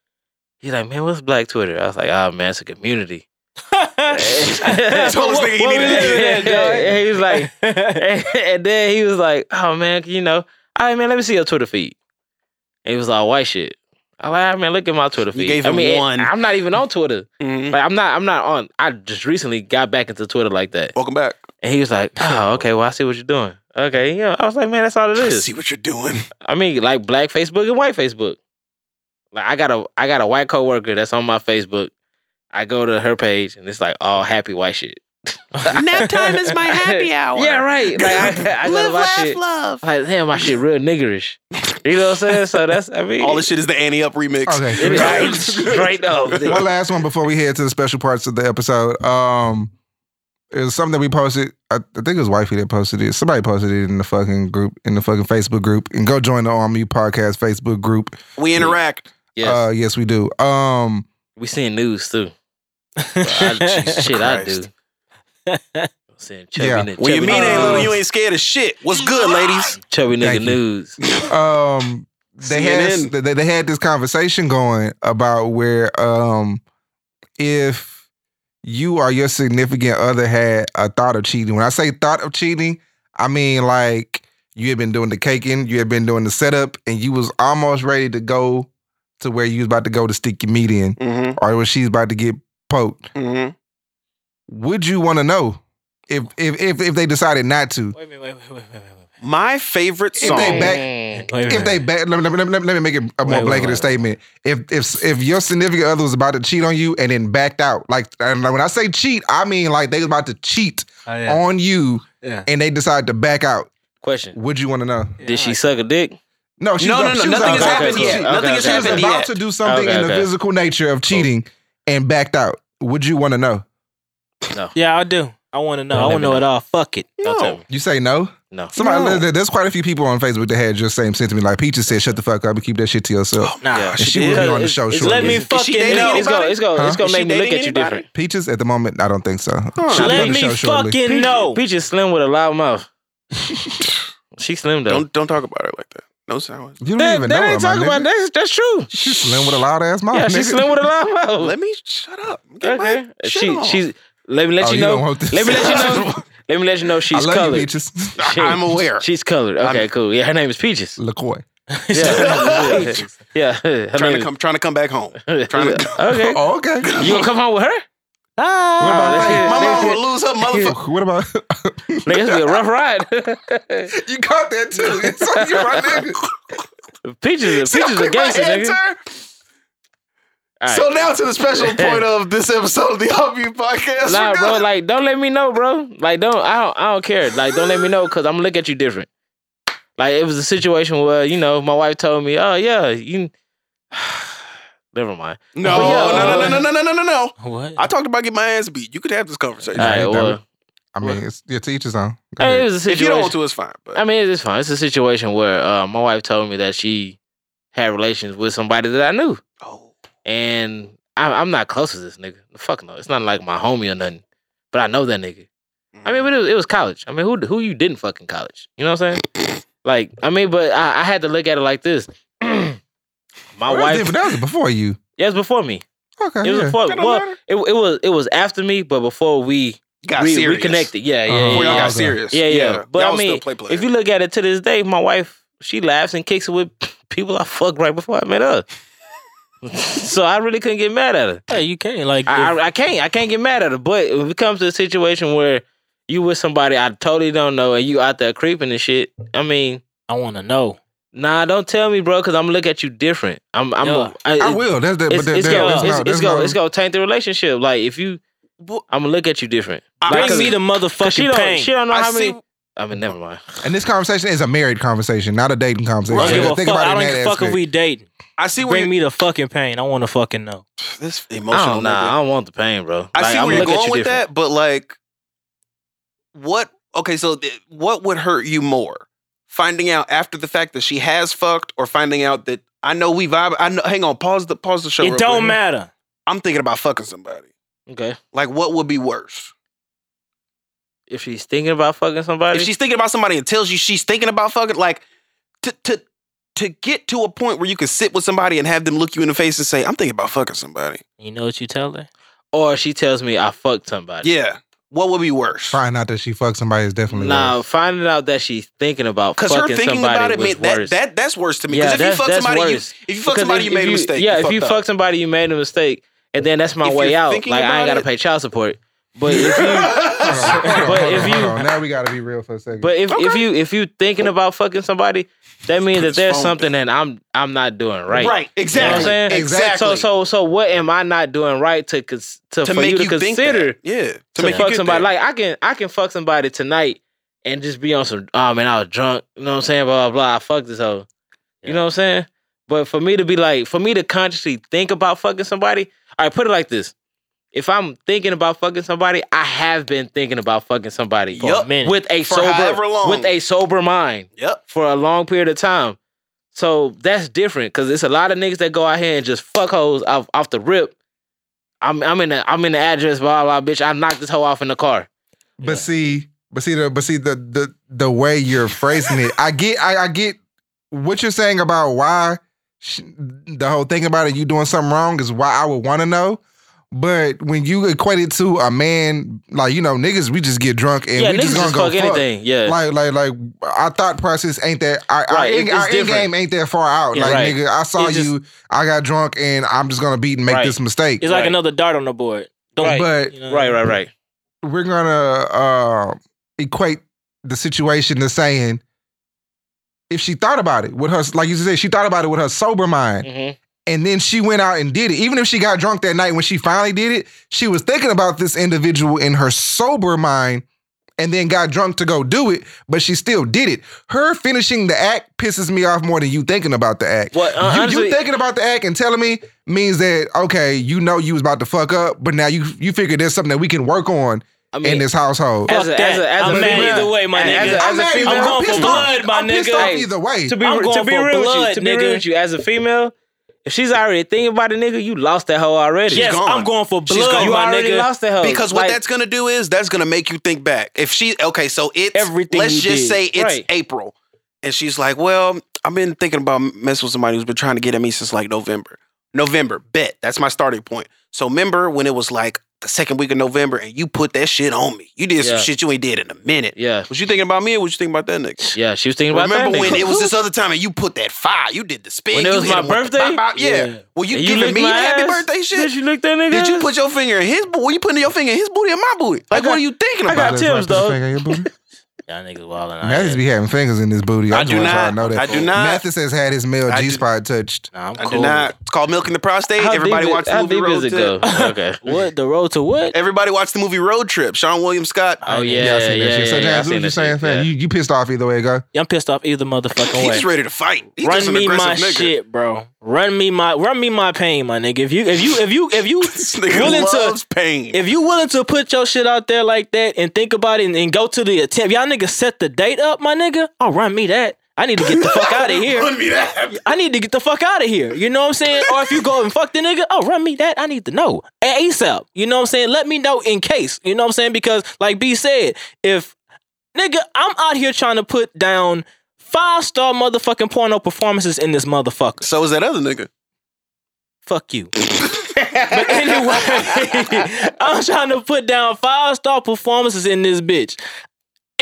[SPEAKER 2] He's like, man, what's Black Twitter? I was like, ah, man, it's a community.
[SPEAKER 3] Told this nigga he
[SPEAKER 2] What
[SPEAKER 3] needed
[SPEAKER 2] we
[SPEAKER 3] that.
[SPEAKER 2] living at, dog? And he was like, and, and then he was like, oh man, you know, all right, man, let me see your Twitter feed. And he was like, white shit. I'm like, "All right, man, look at my Twitter feed.
[SPEAKER 3] gave
[SPEAKER 2] I
[SPEAKER 3] him
[SPEAKER 2] mean,
[SPEAKER 3] one.
[SPEAKER 2] I'm not even on Twitter.
[SPEAKER 3] Mhm.
[SPEAKER 2] Like, I'm not, I'm not on. I just recently got back into Twitter like that.
[SPEAKER 3] Welcome back.
[SPEAKER 2] And he was like, oh, okay, well, I see what you're doing. Okay, yeah. I was like, man, that's all it
[SPEAKER 3] I
[SPEAKER 2] is.
[SPEAKER 3] see what you're doing.
[SPEAKER 2] I mean, like black Facebook and white Facebook. Like I got a I got a white coworker that's on my Facebook. I go to her page and it's like all happy white shit.
[SPEAKER 8] Nap time is my happy hour.
[SPEAKER 2] Yeah, right. Like I, I go to
[SPEAKER 8] Live,
[SPEAKER 2] my
[SPEAKER 8] laugh,
[SPEAKER 2] shit.
[SPEAKER 8] love.
[SPEAKER 2] Like damn, my shit real niggerish. You know what I'm saying? So that's I mean
[SPEAKER 3] All this shit is the Annie Up remix.
[SPEAKER 2] it is
[SPEAKER 4] Okay.
[SPEAKER 2] like straight up.
[SPEAKER 4] one last uh, one before we head to the special parts of the episode. Um, it was something that we posted. I, I think it was wifey that posted it. Somebody posted it in the fucking group, in the fucking Facebook group. And go join the Army Podcast Facebook group.
[SPEAKER 3] We interact.
[SPEAKER 2] Yes,
[SPEAKER 4] Uh, yes, we do. Um,
[SPEAKER 2] we seeing news too. But I, shit, I do.
[SPEAKER 3] Christ.
[SPEAKER 2] I'm Seeing chubby,
[SPEAKER 4] Yeah.
[SPEAKER 2] nigga-
[SPEAKER 3] When
[SPEAKER 2] chubby
[SPEAKER 3] you meet
[SPEAKER 2] nigga
[SPEAKER 3] ain't little,
[SPEAKER 2] news.
[SPEAKER 3] you ain't scared of shit. What's good, ladies?
[SPEAKER 2] chubby
[SPEAKER 4] Thank
[SPEAKER 2] nigga
[SPEAKER 4] you.
[SPEAKER 2] news.
[SPEAKER 4] um, they had
[SPEAKER 3] CNN.
[SPEAKER 4] they, they had this conversation going about where um, if you or your significant other had a thought of cheating. When I say thought of cheating, I mean like you had been doing the caking, you had been doing the setup, and you was almost ready to go to where you was about to go to stick your meat in,
[SPEAKER 3] Mm-hmm.
[SPEAKER 4] or where she's about to get poked.
[SPEAKER 3] Mm-hmm.
[SPEAKER 4] Would you want to know if if if if they decided not to?
[SPEAKER 5] Wait, wait, wait, wait, wait, wait,
[SPEAKER 3] My favorite
[SPEAKER 4] If they
[SPEAKER 3] song.
[SPEAKER 4] back-
[SPEAKER 2] Mm.
[SPEAKER 5] wait, wait.
[SPEAKER 4] if they ba- let, me, let, me, let me- let me make it a more
[SPEAKER 5] Wait, wait,
[SPEAKER 4] blanketed
[SPEAKER 5] wait.
[SPEAKER 4] statement. If if if your significant other was about to cheat on you and then backed out, like and like, when I say cheat, I mean like they was about to cheat
[SPEAKER 5] Oh, yeah.
[SPEAKER 4] on you
[SPEAKER 5] Yeah.
[SPEAKER 4] and they decided to back out.
[SPEAKER 2] Question:
[SPEAKER 4] Would you want to know?
[SPEAKER 5] Yeah,
[SPEAKER 2] Did she suck a dick?
[SPEAKER 4] No, she
[SPEAKER 3] no,
[SPEAKER 4] was,
[SPEAKER 3] no, no.
[SPEAKER 4] she was
[SPEAKER 3] Nothing has
[SPEAKER 4] about to-
[SPEAKER 2] okay,
[SPEAKER 3] happened
[SPEAKER 2] cool.
[SPEAKER 3] yet.
[SPEAKER 2] Okay,
[SPEAKER 3] Nothing has
[SPEAKER 2] okay.
[SPEAKER 4] She was
[SPEAKER 3] happened
[SPEAKER 4] about
[SPEAKER 3] yet.
[SPEAKER 4] to do something
[SPEAKER 2] Okay,
[SPEAKER 4] in the
[SPEAKER 2] okay.
[SPEAKER 4] physical nature of cheating and backed out. Would you want to know?
[SPEAKER 5] Yeah, I do. I want to know.
[SPEAKER 2] Don't
[SPEAKER 5] I
[SPEAKER 2] let
[SPEAKER 5] want to
[SPEAKER 2] me
[SPEAKER 5] know
[SPEAKER 2] know.
[SPEAKER 5] it all. Fuck it.
[SPEAKER 2] Don't tell me.
[SPEAKER 4] You say no.
[SPEAKER 2] No.
[SPEAKER 4] Somebody,
[SPEAKER 3] No.
[SPEAKER 4] there- there's quite a few people on Facebook that had your same sentiment. Like Peaches said, "Shut the fuck up and keep that shit to yourself."
[SPEAKER 5] Nah.
[SPEAKER 3] Yeah.
[SPEAKER 4] and she
[SPEAKER 3] did.
[SPEAKER 4] will be on the
[SPEAKER 2] It's-
[SPEAKER 4] show
[SPEAKER 2] it's
[SPEAKER 4] shortly.
[SPEAKER 5] Let me
[SPEAKER 3] Is she
[SPEAKER 5] fucking
[SPEAKER 3] dating
[SPEAKER 5] know.
[SPEAKER 2] It's gonna, it's gonna,
[SPEAKER 4] Huh?
[SPEAKER 2] it's
[SPEAKER 3] Is
[SPEAKER 2] gonna
[SPEAKER 3] she
[SPEAKER 2] make me look
[SPEAKER 3] dating
[SPEAKER 2] at you
[SPEAKER 3] anybody?
[SPEAKER 2] different.
[SPEAKER 4] Peaches at the moment, I don't think so. She'll be on
[SPEAKER 5] Let
[SPEAKER 4] the
[SPEAKER 5] me
[SPEAKER 4] show shortly.
[SPEAKER 5] fucking know.
[SPEAKER 2] Peach is slim with a loud mouth. she slim though.
[SPEAKER 3] Don't don't talk about it like that. No sound.
[SPEAKER 4] You don't
[SPEAKER 2] that
[SPEAKER 4] even
[SPEAKER 2] that
[SPEAKER 4] know
[SPEAKER 2] ain't
[SPEAKER 4] her, my
[SPEAKER 2] talking
[SPEAKER 4] nigga.
[SPEAKER 2] about that's that's true.
[SPEAKER 4] She's slim with a loud ass mouth.
[SPEAKER 2] yeah,
[SPEAKER 4] nigga.
[SPEAKER 2] she's slim with a loud mouth.
[SPEAKER 3] Let me shut up. Get
[SPEAKER 2] okay.
[SPEAKER 3] my shit
[SPEAKER 2] She
[SPEAKER 3] off.
[SPEAKER 2] she's let me let
[SPEAKER 4] Oh,
[SPEAKER 2] you
[SPEAKER 4] you
[SPEAKER 2] know.
[SPEAKER 4] don't want this.
[SPEAKER 2] let me let you know. let me let you know she's
[SPEAKER 4] I love
[SPEAKER 2] colored.
[SPEAKER 4] you, bitches.
[SPEAKER 2] She-
[SPEAKER 3] I'm aware.
[SPEAKER 2] She's colored. Okay, cool. Yeah, her name is Peaches.
[SPEAKER 4] LaCroix.
[SPEAKER 2] Yeah. yeah. Her
[SPEAKER 3] trying to
[SPEAKER 2] name
[SPEAKER 3] come trying to come back home.
[SPEAKER 2] is-
[SPEAKER 3] trying to-
[SPEAKER 2] Okay.
[SPEAKER 4] Oh, okay. What
[SPEAKER 2] You gonna come home with her? Ah,
[SPEAKER 4] about-
[SPEAKER 2] that's it.
[SPEAKER 3] My
[SPEAKER 2] That's
[SPEAKER 3] mom
[SPEAKER 2] it.
[SPEAKER 3] would lose her motherfucker.
[SPEAKER 4] What about
[SPEAKER 2] Nigga, this be a rough ride.
[SPEAKER 4] you? Caught that too? It's on you, my nigga.
[SPEAKER 2] Peaches,
[SPEAKER 3] See how
[SPEAKER 2] Peaches a
[SPEAKER 3] quick my
[SPEAKER 2] gangster,
[SPEAKER 3] head
[SPEAKER 2] nigga.
[SPEAKER 3] turned?
[SPEAKER 2] All right.
[SPEAKER 3] So now to the special point of this episode of the Hobby Podcast.
[SPEAKER 2] nah,
[SPEAKER 3] We're
[SPEAKER 2] bro.
[SPEAKER 3] done.
[SPEAKER 2] Like, don't let me know, bro. Like, don't. I don't. I don't care. Like, don't let me know because I'm gonna look at you different. Like, it was a situation where you know my wife told me, "Oh yeah, you." Never mind.
[SPEAKER 3] no,
[SPEAKER 2] Oh, yeah.
[SPEAKER 3] no, no, no, no, no, no, no, no.
[SPEAKER 5] What?
[SPEAKER 3] I talked about getting my ass beat. You could have this conversation.
[SPEAKER 2] All right. Well,
[SPEAKER 4] I mean, it's your teacher's on. Go
[SPEAKER 2] hey, it
[SPEAKER 4] ahead.
[SPEAKER 2] was a
[SPEAKER 3] if you
[SPEAKER 2] situation.
[SPEAKER 3] don't want to, it's fine. But
[SPEAKER 2] I mean, it's fine. It's a situation where uh, my wife told me that she had relations with somebody that I knew,
[SPEAKER 3] oh,
[SPEAKER 2] and I, I'm not close with this nigga. Fuck no. It's not like my homie or nothing, but I know that nigga. I mean, but it was, it was college. I mean, who who you didn't fuck in college? You know what I'm saying? like, I mean, but I, I had to look at it like this. my
[SPEAKER 4] Well, that's
[SPEAKER 2] wife,
[SPEAKER 4] different. That was before you.
[SPEAKER 2] yeah, it was before me.
[SPEAKER 4] Okay.
[SPEAKER 3] Oh,
[SPEAKER 2] It was
[SPEAKER 4] yeah.
[SPEAKER 2] before.
[SPEAKER 3] That don't
[SPEAKER 2] Well,
[SPEAKER 3] matter.
[SPEAKER 2] it, it was it was after me, but before we
[SPEAKER 3] got
[SPEAKER 2] re-
[SPEAKER 3] serious.
[SPEAKER 2] reconnected. Yeah, yeah,
[SPEAKER 4] Uh-huh.
[SPEAKER 2] yeah,
[SPEAKER 3] Before y'all
[SPEAKER 2] yeah.
[SPEAKER 3] got serious.
[SPEAKER 2] Yeah, yeah. But
[SPEAKER 3] y'all
[SPEAKER 2] I
[SPEAKER 3] was still
[SPEAKER 2] mean,
[SPEAKER 3] play player.
[SPEAKER 2] If you look at it to this day, my wife she laughs and kicks it with people I fucked right before I met her. so I really couldn't get mad at her.
[SPEAKER 5] Hey, you can't like.
[SPEAKER 2] I, I, I can't I can't get mad at her. But if it comes to a situation where you with somebody I totally don't know and you out there creeping and shit, I mean,
[SPEAKER 5] I want to know.
[SPEAKER 2] nah, don't tell me, bro, because I'm gonna look at you different. I'm I'm
[SPEAKER 5] Yeah.
[SPEAKER 2] I,
[SPEAKER 4] I will. That's that.
[SPEAKER 2] It's,
[SPEAKER 4] But there-
[SPEAKER 2] it's,
[SPEAKER 4] there-
[SPEAKER 2] gonna,
[SPEAKER 4] there's
[SPEAKER 2] it's,
[SPEAKER 4] no-
[SPEAKER 2] it's
[SPEAKER 4] there's
[SPEAKER 2] gonna
[SPEAKER 4] no-
[SPEAKER 2] it's gonna taint the relationship. Like if you,
[SPEAKER 3] Well-
[SPEAKER 2] I'm gonna look at you different.
[SPEAKER 3] I,
[SPEAKER 5] Bring
[SPEAKER 3] I,
[SPEAKER 5] me the motherfucking
[SPEAKER 2] Cause she don't
[SPEAKER 5] pain.
[SPEAKER 2] she don't know
[SPEAKER 3] I
[SPEAKER 2] how
[SPEAKER 3] see-
[SPEAKER 2] many. I mean, never mind.
[SPEAKER 4] And this conversation is a married conversation, not a dating conversation.
[SPEAKER 5] I don't give a
[SPEAKER 4] Think
[SPEAKER 5] fuck.
[SPEAKER 4] about it
[SPEAKER 5] I don't
[SPEAKER 4] in
[SPEAKER 5] give a
[SPEAKER 4] that
[SPEAKER 5] fuck if
[SPEAKER 4] aspect.
[SPEAKER 5] we dating.
[SPEAKER 3] I see where
[SPEAKER 5] Bring
[SPEAKER 3] you-
[SPEAKER 5] me the fucking pain. I want to fucking know.
[SPEAKER 3] this
[SPEAKER 2] I
[SPEAKER 3] emotional.
[SPEAKER 2] don't know.
[SPEAKER 3] nigga.
[SPEAKER 2] I don't want the pain, bro.
[SPEAKER 3] I
[SPEAKER 2] Like,
[SPEAKER 3] see
[SPEAKER 2] I'ma
[SPEAKER 3] where you're
[SPEAKER 2] look at
[SPEAKER 3] going
[SPEAKER 2] you
[SPEAKER 3] with
[SPEAKER 2] different.
[SPEAKER 3] that, but like, what? Okay, so th- what would hurt you more? Finding out after the fact that she has fucked, or finding out that I know we vibe. I know. Hang on, pause the pause the show. real
[SPEAKER 5] it don't
[SPEAKER 3] quick.
[SPEAKER 5] matter.
[SPEAKER 3] I'm thinking about fucking somebody.
[SPEAKER 2] Okay.
[SPEAKER 3] Like, what would be worse?
[SPEAKER 2] If she's thinking about fucking somebody,
[SPEAKER 3] If she's thinking about somebody and tells you she's thinking about fucking, like, to to to get to a point where you can sit with somebody and have them look you in the face and say, "I'm thinking about fucking somebody."
[SPEAKER 5] You know what you tell her?
[SPEAKER 2] or she tells me I fucked somebody.
[SPEAKER 3] Yeah. What would be worse?
[SPEAKER 4] Find out that she fucked somebody is definitely
[SPEAKER 2] Now
[SPEAKER 4] worse.
[SPEAKER 2] finding out that she's thinking about
[SPEAKER 3] Because her
[SPEAKER 2] fucking
[SPEAKER 3] thinking
[SPEAKER 2] somebody
[SPEAKER 3] about it
[SPEAKER 2] was
[SPEAKER 3] meant
[SPEAKER 2] worse.
[SPEAKER 3] that, that that's worse to me. Because
[SPEAKER 2] Yeah,
[SPEAKER 3] if you
[SPEAKER 2] that's-
[SPEAKER 3] fuck
[SPEAKER 2] that's
[SPEAKER 3] somebody, you,
[SPEAKER 2] worse.
[SPEAKER 3] if you fuck
[SPEAKER 2] Because
[SPEAKER 3] somebody, you made a
[SPEAKER 2] you-
[SPEAKER 3] mistake.
[SPEAKER 2] Yeah, if you
[SPEAKER 3] fucked
[SPEAKER 2] fuck
[SPEAKER 3] up.
[SPEAKER 2] somebody, you made a mistake, and then that's my
[SPEAKER 3] If
[SPEAKER 2] way
[SPEAKER 3] you're
[SPEAKER 2] out.
[SPEAKER 3] thinking
[SPEAKER 2] Like I ain't
[SPEAKER 3] about
[SPEAKER 2] gotta
[SPEAKER 3] it-
[SPEAKER 2] pay child support. But if
[SPEAKER 4] Hold on, hold
[SPEAKER 2] you,
[SPEAKER 4] on, hold
[SPEAKER 2] but
[SPEAKER 4] on,
[SPEAKER 2] if
[SPEAKER 4] hold
[SPEAKER 2] you,
[SPEAKER 4] on. now we got to be real for a second.
[SPEAKER 2] but if, if you if you thinking about fucking somebody, that means that
[SPEAKER 3] his
[SPEAKER 2] there's
[SPEAKER 3] phone
[SPEAKER 2] something that I'm I'm not doing right.
[SPEAKER 3] Right.
[SPEAKER 2] You know what
[SPEAKER 3] Exactly.
[SPEAKER 2] I'm saying?
[SPEAKER 3] Exactly.
[SPEAKER 2] So so so what am I not doing right to cons- to,
[SPEAKER 3] to
[SPEAKER 2] for
[SPEAKER 3] make
[SPEAKER 2] you
[SPEAKER 3] you,
[SPEAKER 2] to
[SPEAKER 3] think that.
[SPEAKER 2] consider
[SPEAKER 3] Yeah.
[SPEAKER 2] to,
[SPEAKER 3] make you
[SPEAKER 2] fuck
[SPEAKER 3] get
[SPEAKER 2] somebody?
[SPEAKER 3] there.
[SPEAKER 2] Like I can I can fuck somebody tonight and just be on some oh man, I was drunk, you know what I'm saying? Blah blah blah. I fucked this hoe. You know what I'm saying? But for me to be like, for me to consciously think about fucking somebody, all right, put it like this. If I'm thinking about fucking somebody, I have been thinking about fucking somebody
[SPEAKER 3] For a Yup.
[SPEAKER 5] minute.
[SPEAKER 2] with a
[SPEAKER 3] For
[SPEAKER 2] sober
[SPEAKER 3] however long.
[SPEAKER 2] with a sober mind
[SPEAKER 3] Yep.
[SPEAKER 2] for a long period of time. So that's different because it's a lot of niggas that go out here and just fuck hoes off, off the rip. I'm I'm in the I'm in the address blah blah bitch. I knocked this hoe off in the car.
[SPEAKER 4] But see, but see the but see the the the way you're phrasing it. I get I, I get what you're saying about why sh the whole thing about it. You doing something wrong is why I would want to know. But when you equate it to a man, like you know, niggas, we just get drunk and
[SPEAKER 2] yeah,
[SPEAKER 4] we
[SPEAKER 2] niggas
[SPEAKER 4] just
[SPEAKER 2] just,
[SPEAKER 4] gonna go
[SPEAKER 2] fuck anything. Yeah,
[SPEAKER 4] Like, like, like, our thought process ain't that. Our, our,
[SPEAKER 2] Right, it-
[SPEAKER 4] end,
[SPEAKER 2] it's
[SPEAKER 4] our end
[SPEAKER 2] different.
[SPEAKER 4] game ain't that far out.
[SPEAKER 2] Yeah,
[SPEAKER 4] like,
[SPEAKER 2] right.
[SPEAKER 4] nigga, I saw
[SPEAKER 2] It's just-
[SPEAKER 4] you. I got drunk, and I'm just gonna beat and make
[SPEAKER 2] Right.
[SPEAKER 4] this mistake.
[SPEAKER 5] It's like
[SPEAKER 2] Right.
[SPEAKER 5] another dart on the board. Don't
[SPEAKER 2] Right.
[SPEAKER 4] But
[SPEAKER 5] you know?
[SPEAKER 2] right, right, right.
[SPEAKER 4] we're gonna uh, equate the situation to saying if she thought about it with her, like you said, she thought about it with her sober mind,
[SPEAKER 2] Mhm.
[SPEAKER 4] and then she went out and did it. Even if she got drunk that night when she finally did it, she was thinking about this individual in her sober mind. And then got drunk to go do it, but she still did it. Her finishing the act pisses me off more than you thinking about the act.
[SPEAKER 2] Well, uh,
[SPEAKER 4] You,
[SPEAKER 2] honestly,
[SPEAKER 4] you thinking about the act and telling me means that okay, you know you was about to fuck up, but now you you figure there's something that we can work on
[SPEAKER 2] I
[SPEAKER 4] in
[SPEAKER 2] mean,
[SPEAKER 4] this household.
[SPEAKER 2] as a,
[SPEAKER 5] Fuck
[SPEAKER 2] as a,
[SPEAKER 5] that.
[SPEAKER 2] as a
[SPEAKER 5] I'm mad
[SPEAKER 2] female-
[SPEAKER 5] either way, my
[SPEAKER 2] as
[SPEAKER 5] nigga.
[SPEAKER 2] a, as a
[SPEAKER 4] mad either
[SPEAKER 2] female,
[SPEAKER 4] way.
[SPEAKER 5] I'm going
[SPEAKER 4] pissed
[SPEAKER 5] for
[SPEAKER 4] off.
[SPEAKER 5] blood, my
[SPEAKER 4] I'm pissed
[SPEAKER 5] nigga.
[SPEAKER 4] off
[SPEAKER 5] Hey,
[SPEAKER 4] either way.
[SPEAKER 2] to be
[SPEAKER 5] I'm
[SPEAKER 2] to
[SPEAKER 5] going
[SPEAKER 2] be
[SPEAKER 5] for
[SPEAKER 2] real with you,
[SPEAKER 5] blood,
[SPEAKER 2] to be real
[SPEAKER 5] nigga.
[SPEAKER 2] with you, as a female, if she's already thinking about a nigga, you lost that hoe already.
[SPEAKER 5] Yes,
[SPEAKER 3] gone.
[SPEAKER 5] I'm going for
[SPEAKER 3] She's
[SPEAKER 5] blood,
[SPEAKER 3] gone.
[SPEAKER 2] you
[SPEAKER 5] my
[SPEAKER 2] already
[SPEAKER 5] nigga.
[SPEAKER 2] lost that hoe
[SPEAKER 3] Because
[SPEAKER 2] Oh,
[SPEAKER 3] what
[SPEAKER 2] Like,
[SPEAKER 3] that's gonna do is that's gonna make you think back. If she okay, so it's
[SPEAKER 5] Everything
[SPEAKER 3] Let's
[SPEAKER 5] you
[SPEAKER 3] just
[SPEAKER 5] did.
[SPEAKER 3] say it's
[SPEAKER 2] Right.
[SPEAKER 3] April, and she's like, "Well, I've been thinking about messing with somebody who's been trying to get at me since like November. November, bet that's my starting point. So remember when it was like the second week of November, and you put that shit on me. You did some
[SPEAKER 2] Yeah.
[SPEAKER 3] shit you ain't did in a minute.
[SPEAKER 2] yeah,
[SPEAKER 3] Was you thinking about me, or was you thinking about that nigga?
[SPEAKER 2] yeah. She was thinking about
[SPEAKER 3] Remember
[SPEAKER 2] that
[SPEAKER 3] when
[SPEAKER 2] nigga.
[SPEAKER 3] it was this other time and you put that fire? You did the spin.
[SPEAKER 2] When it
[SPEAKER 3] you
[SPEAKER 2] was
[SPEAKER 3] hit
[SPEAKER 2] my
[SPEAKER 3] him with the
[SPEAKER 2] birthday?
[SPEAKER 3] bop, bop. Yeah.
[SPEAKER 5] Yeah.
[SPEAKER 3] Well, you
[SPEAKER 2] And
[SPEAKER 3] giving
[SPEAKER 2] licked
[SPEAKER 3] me
[SPEAKER 2] my
[SPEAKER 3] happy
[SPEAKER 2] ass?
[SPEAKER 3] birthday shit.
[SPEAKER 2] Did you lick that nigga?
[SPEAKER 3] Did you
[SPEAKER 2] ass?
[SPEAKER 3] put your finger in his booty? Were you putting your finger in his booty or my booty? Like,
[SPEAKER 2] got-
[SPEAKER 3] what are you thinking
[SPEAKER 2] I
[SPEAKER 3] about?
[SPEAKER 2] got Tim's
[SPEAKER 4] Put your
[SPEAKER 2] though.
[SPEAKER 4] finger in your booty.
[SPEAKER 5] Y'all niggas wildin'. out
[SPEAKER 4] Mathis
[SPEAKER 5] here.
[SPEAKER 4] be having fingers in this booty. I,
[SPEAKER 3] I
[SPEAKER 4] just
[SPEAKER 3] do
[SPEAKER 4] want y'all to
[SPEAKER 3] not.
[SPEAKER 4] know that.
[SPEAKER 3] I do not.
[SPEAKER 4] Mathis has had his male
[SPEAKER 3] I do-
[SPEAKER 4] G spot touched.
[SPEAKER 5] Nah, I'm
[SPEAKER 3] I
[SPEAKER 5] cool.
[SPEAKER 3] did not. It's called Milking the Prostate.
[SPEAKER 2] How
[SPEAKER 3] Everybody
[SPEAKER 2] deep,
[SPEAKER 3] watched
[SPEAKER 2] it,
[SPEAKER 3] the
[SPEAKER 2] how
[SPEAKER 3] movie
[SPEAKER 2] deep
[SPEAKER 3] Road
[SPEAKER 2] is it go?
[SPEAKER 3] Trip.
[SPEAKER 2] Okay.
[SPEAKER 5] What the road to what?
[SPEAKER 3] Everybody watched the movie Road Trip. Sean William Scott.
[SPEAKER 2] Oh yeah,
[SPEAKER 4] I
[SPEAKER 2] yeah,
[SPEAKER 4] seen
[SPEAKER 2] yeah,
[SPEAKER 4] that shit. So
[SPEAKER 2] yeah, I
[SPEAKER 4] James,
[SPEAKER 2] seen
[SPEAKER 4] what you
[SPEAKER 2] that
[SPEAKER 4] saying,
[SPEAKER 2] shit,
[SPEAKER 4] fam?
[SPEAKER 2] yeah.
[SPEAKER 4] You, you pissed off either way, go.
[SPEAKER 5] I'm pissed off either motherfucking
[SPEAKER 3] He's
[SPEAKER 5] way.
[SPEAKER 3] just ready to fight. He's just
[SPEAKER 5] run
[SPEAKER 3] an
[SPEAKER 5] me
[SPEAKER 3] aggressive
[SPEAKER 5] my
[SPEAKER 3] nigga.
[SPEAKER 5] shit, bro. Run me my run me my pain, my nigga. If you if you if you if you
[SPEAKER 3] This nigga
[SPEAKER 5] willing
[SPEAKER 3] loves
[SPEAKER 5] to
[SPEAKER 3] pain.
[SPEAKER 5] if you willing to put your shit out there like that and think about it and, and go to the attempt, y'all niggas set the date up, my nigga. Oh, run me that. I need to get the fuck out of here.
[SPEAKER 3] Run me that.
[SPEAKER 5] I need to get the fuck out of here. You know what I'm saying? Or if you go and fuck the nigga, oh, run me that. I need to know. ASAP. You know what I'm saying? Let me know in case. You know what I'm saying? Because, like B said, if nigga, I'm out here trying to put down five star motherfucking porno performances in this motherfucker.
[SPEAKER 3] So is that other nigga.
[SPEAKER 5] Fuck you. but anyway, I'm trying to put down five star performances in this bitch.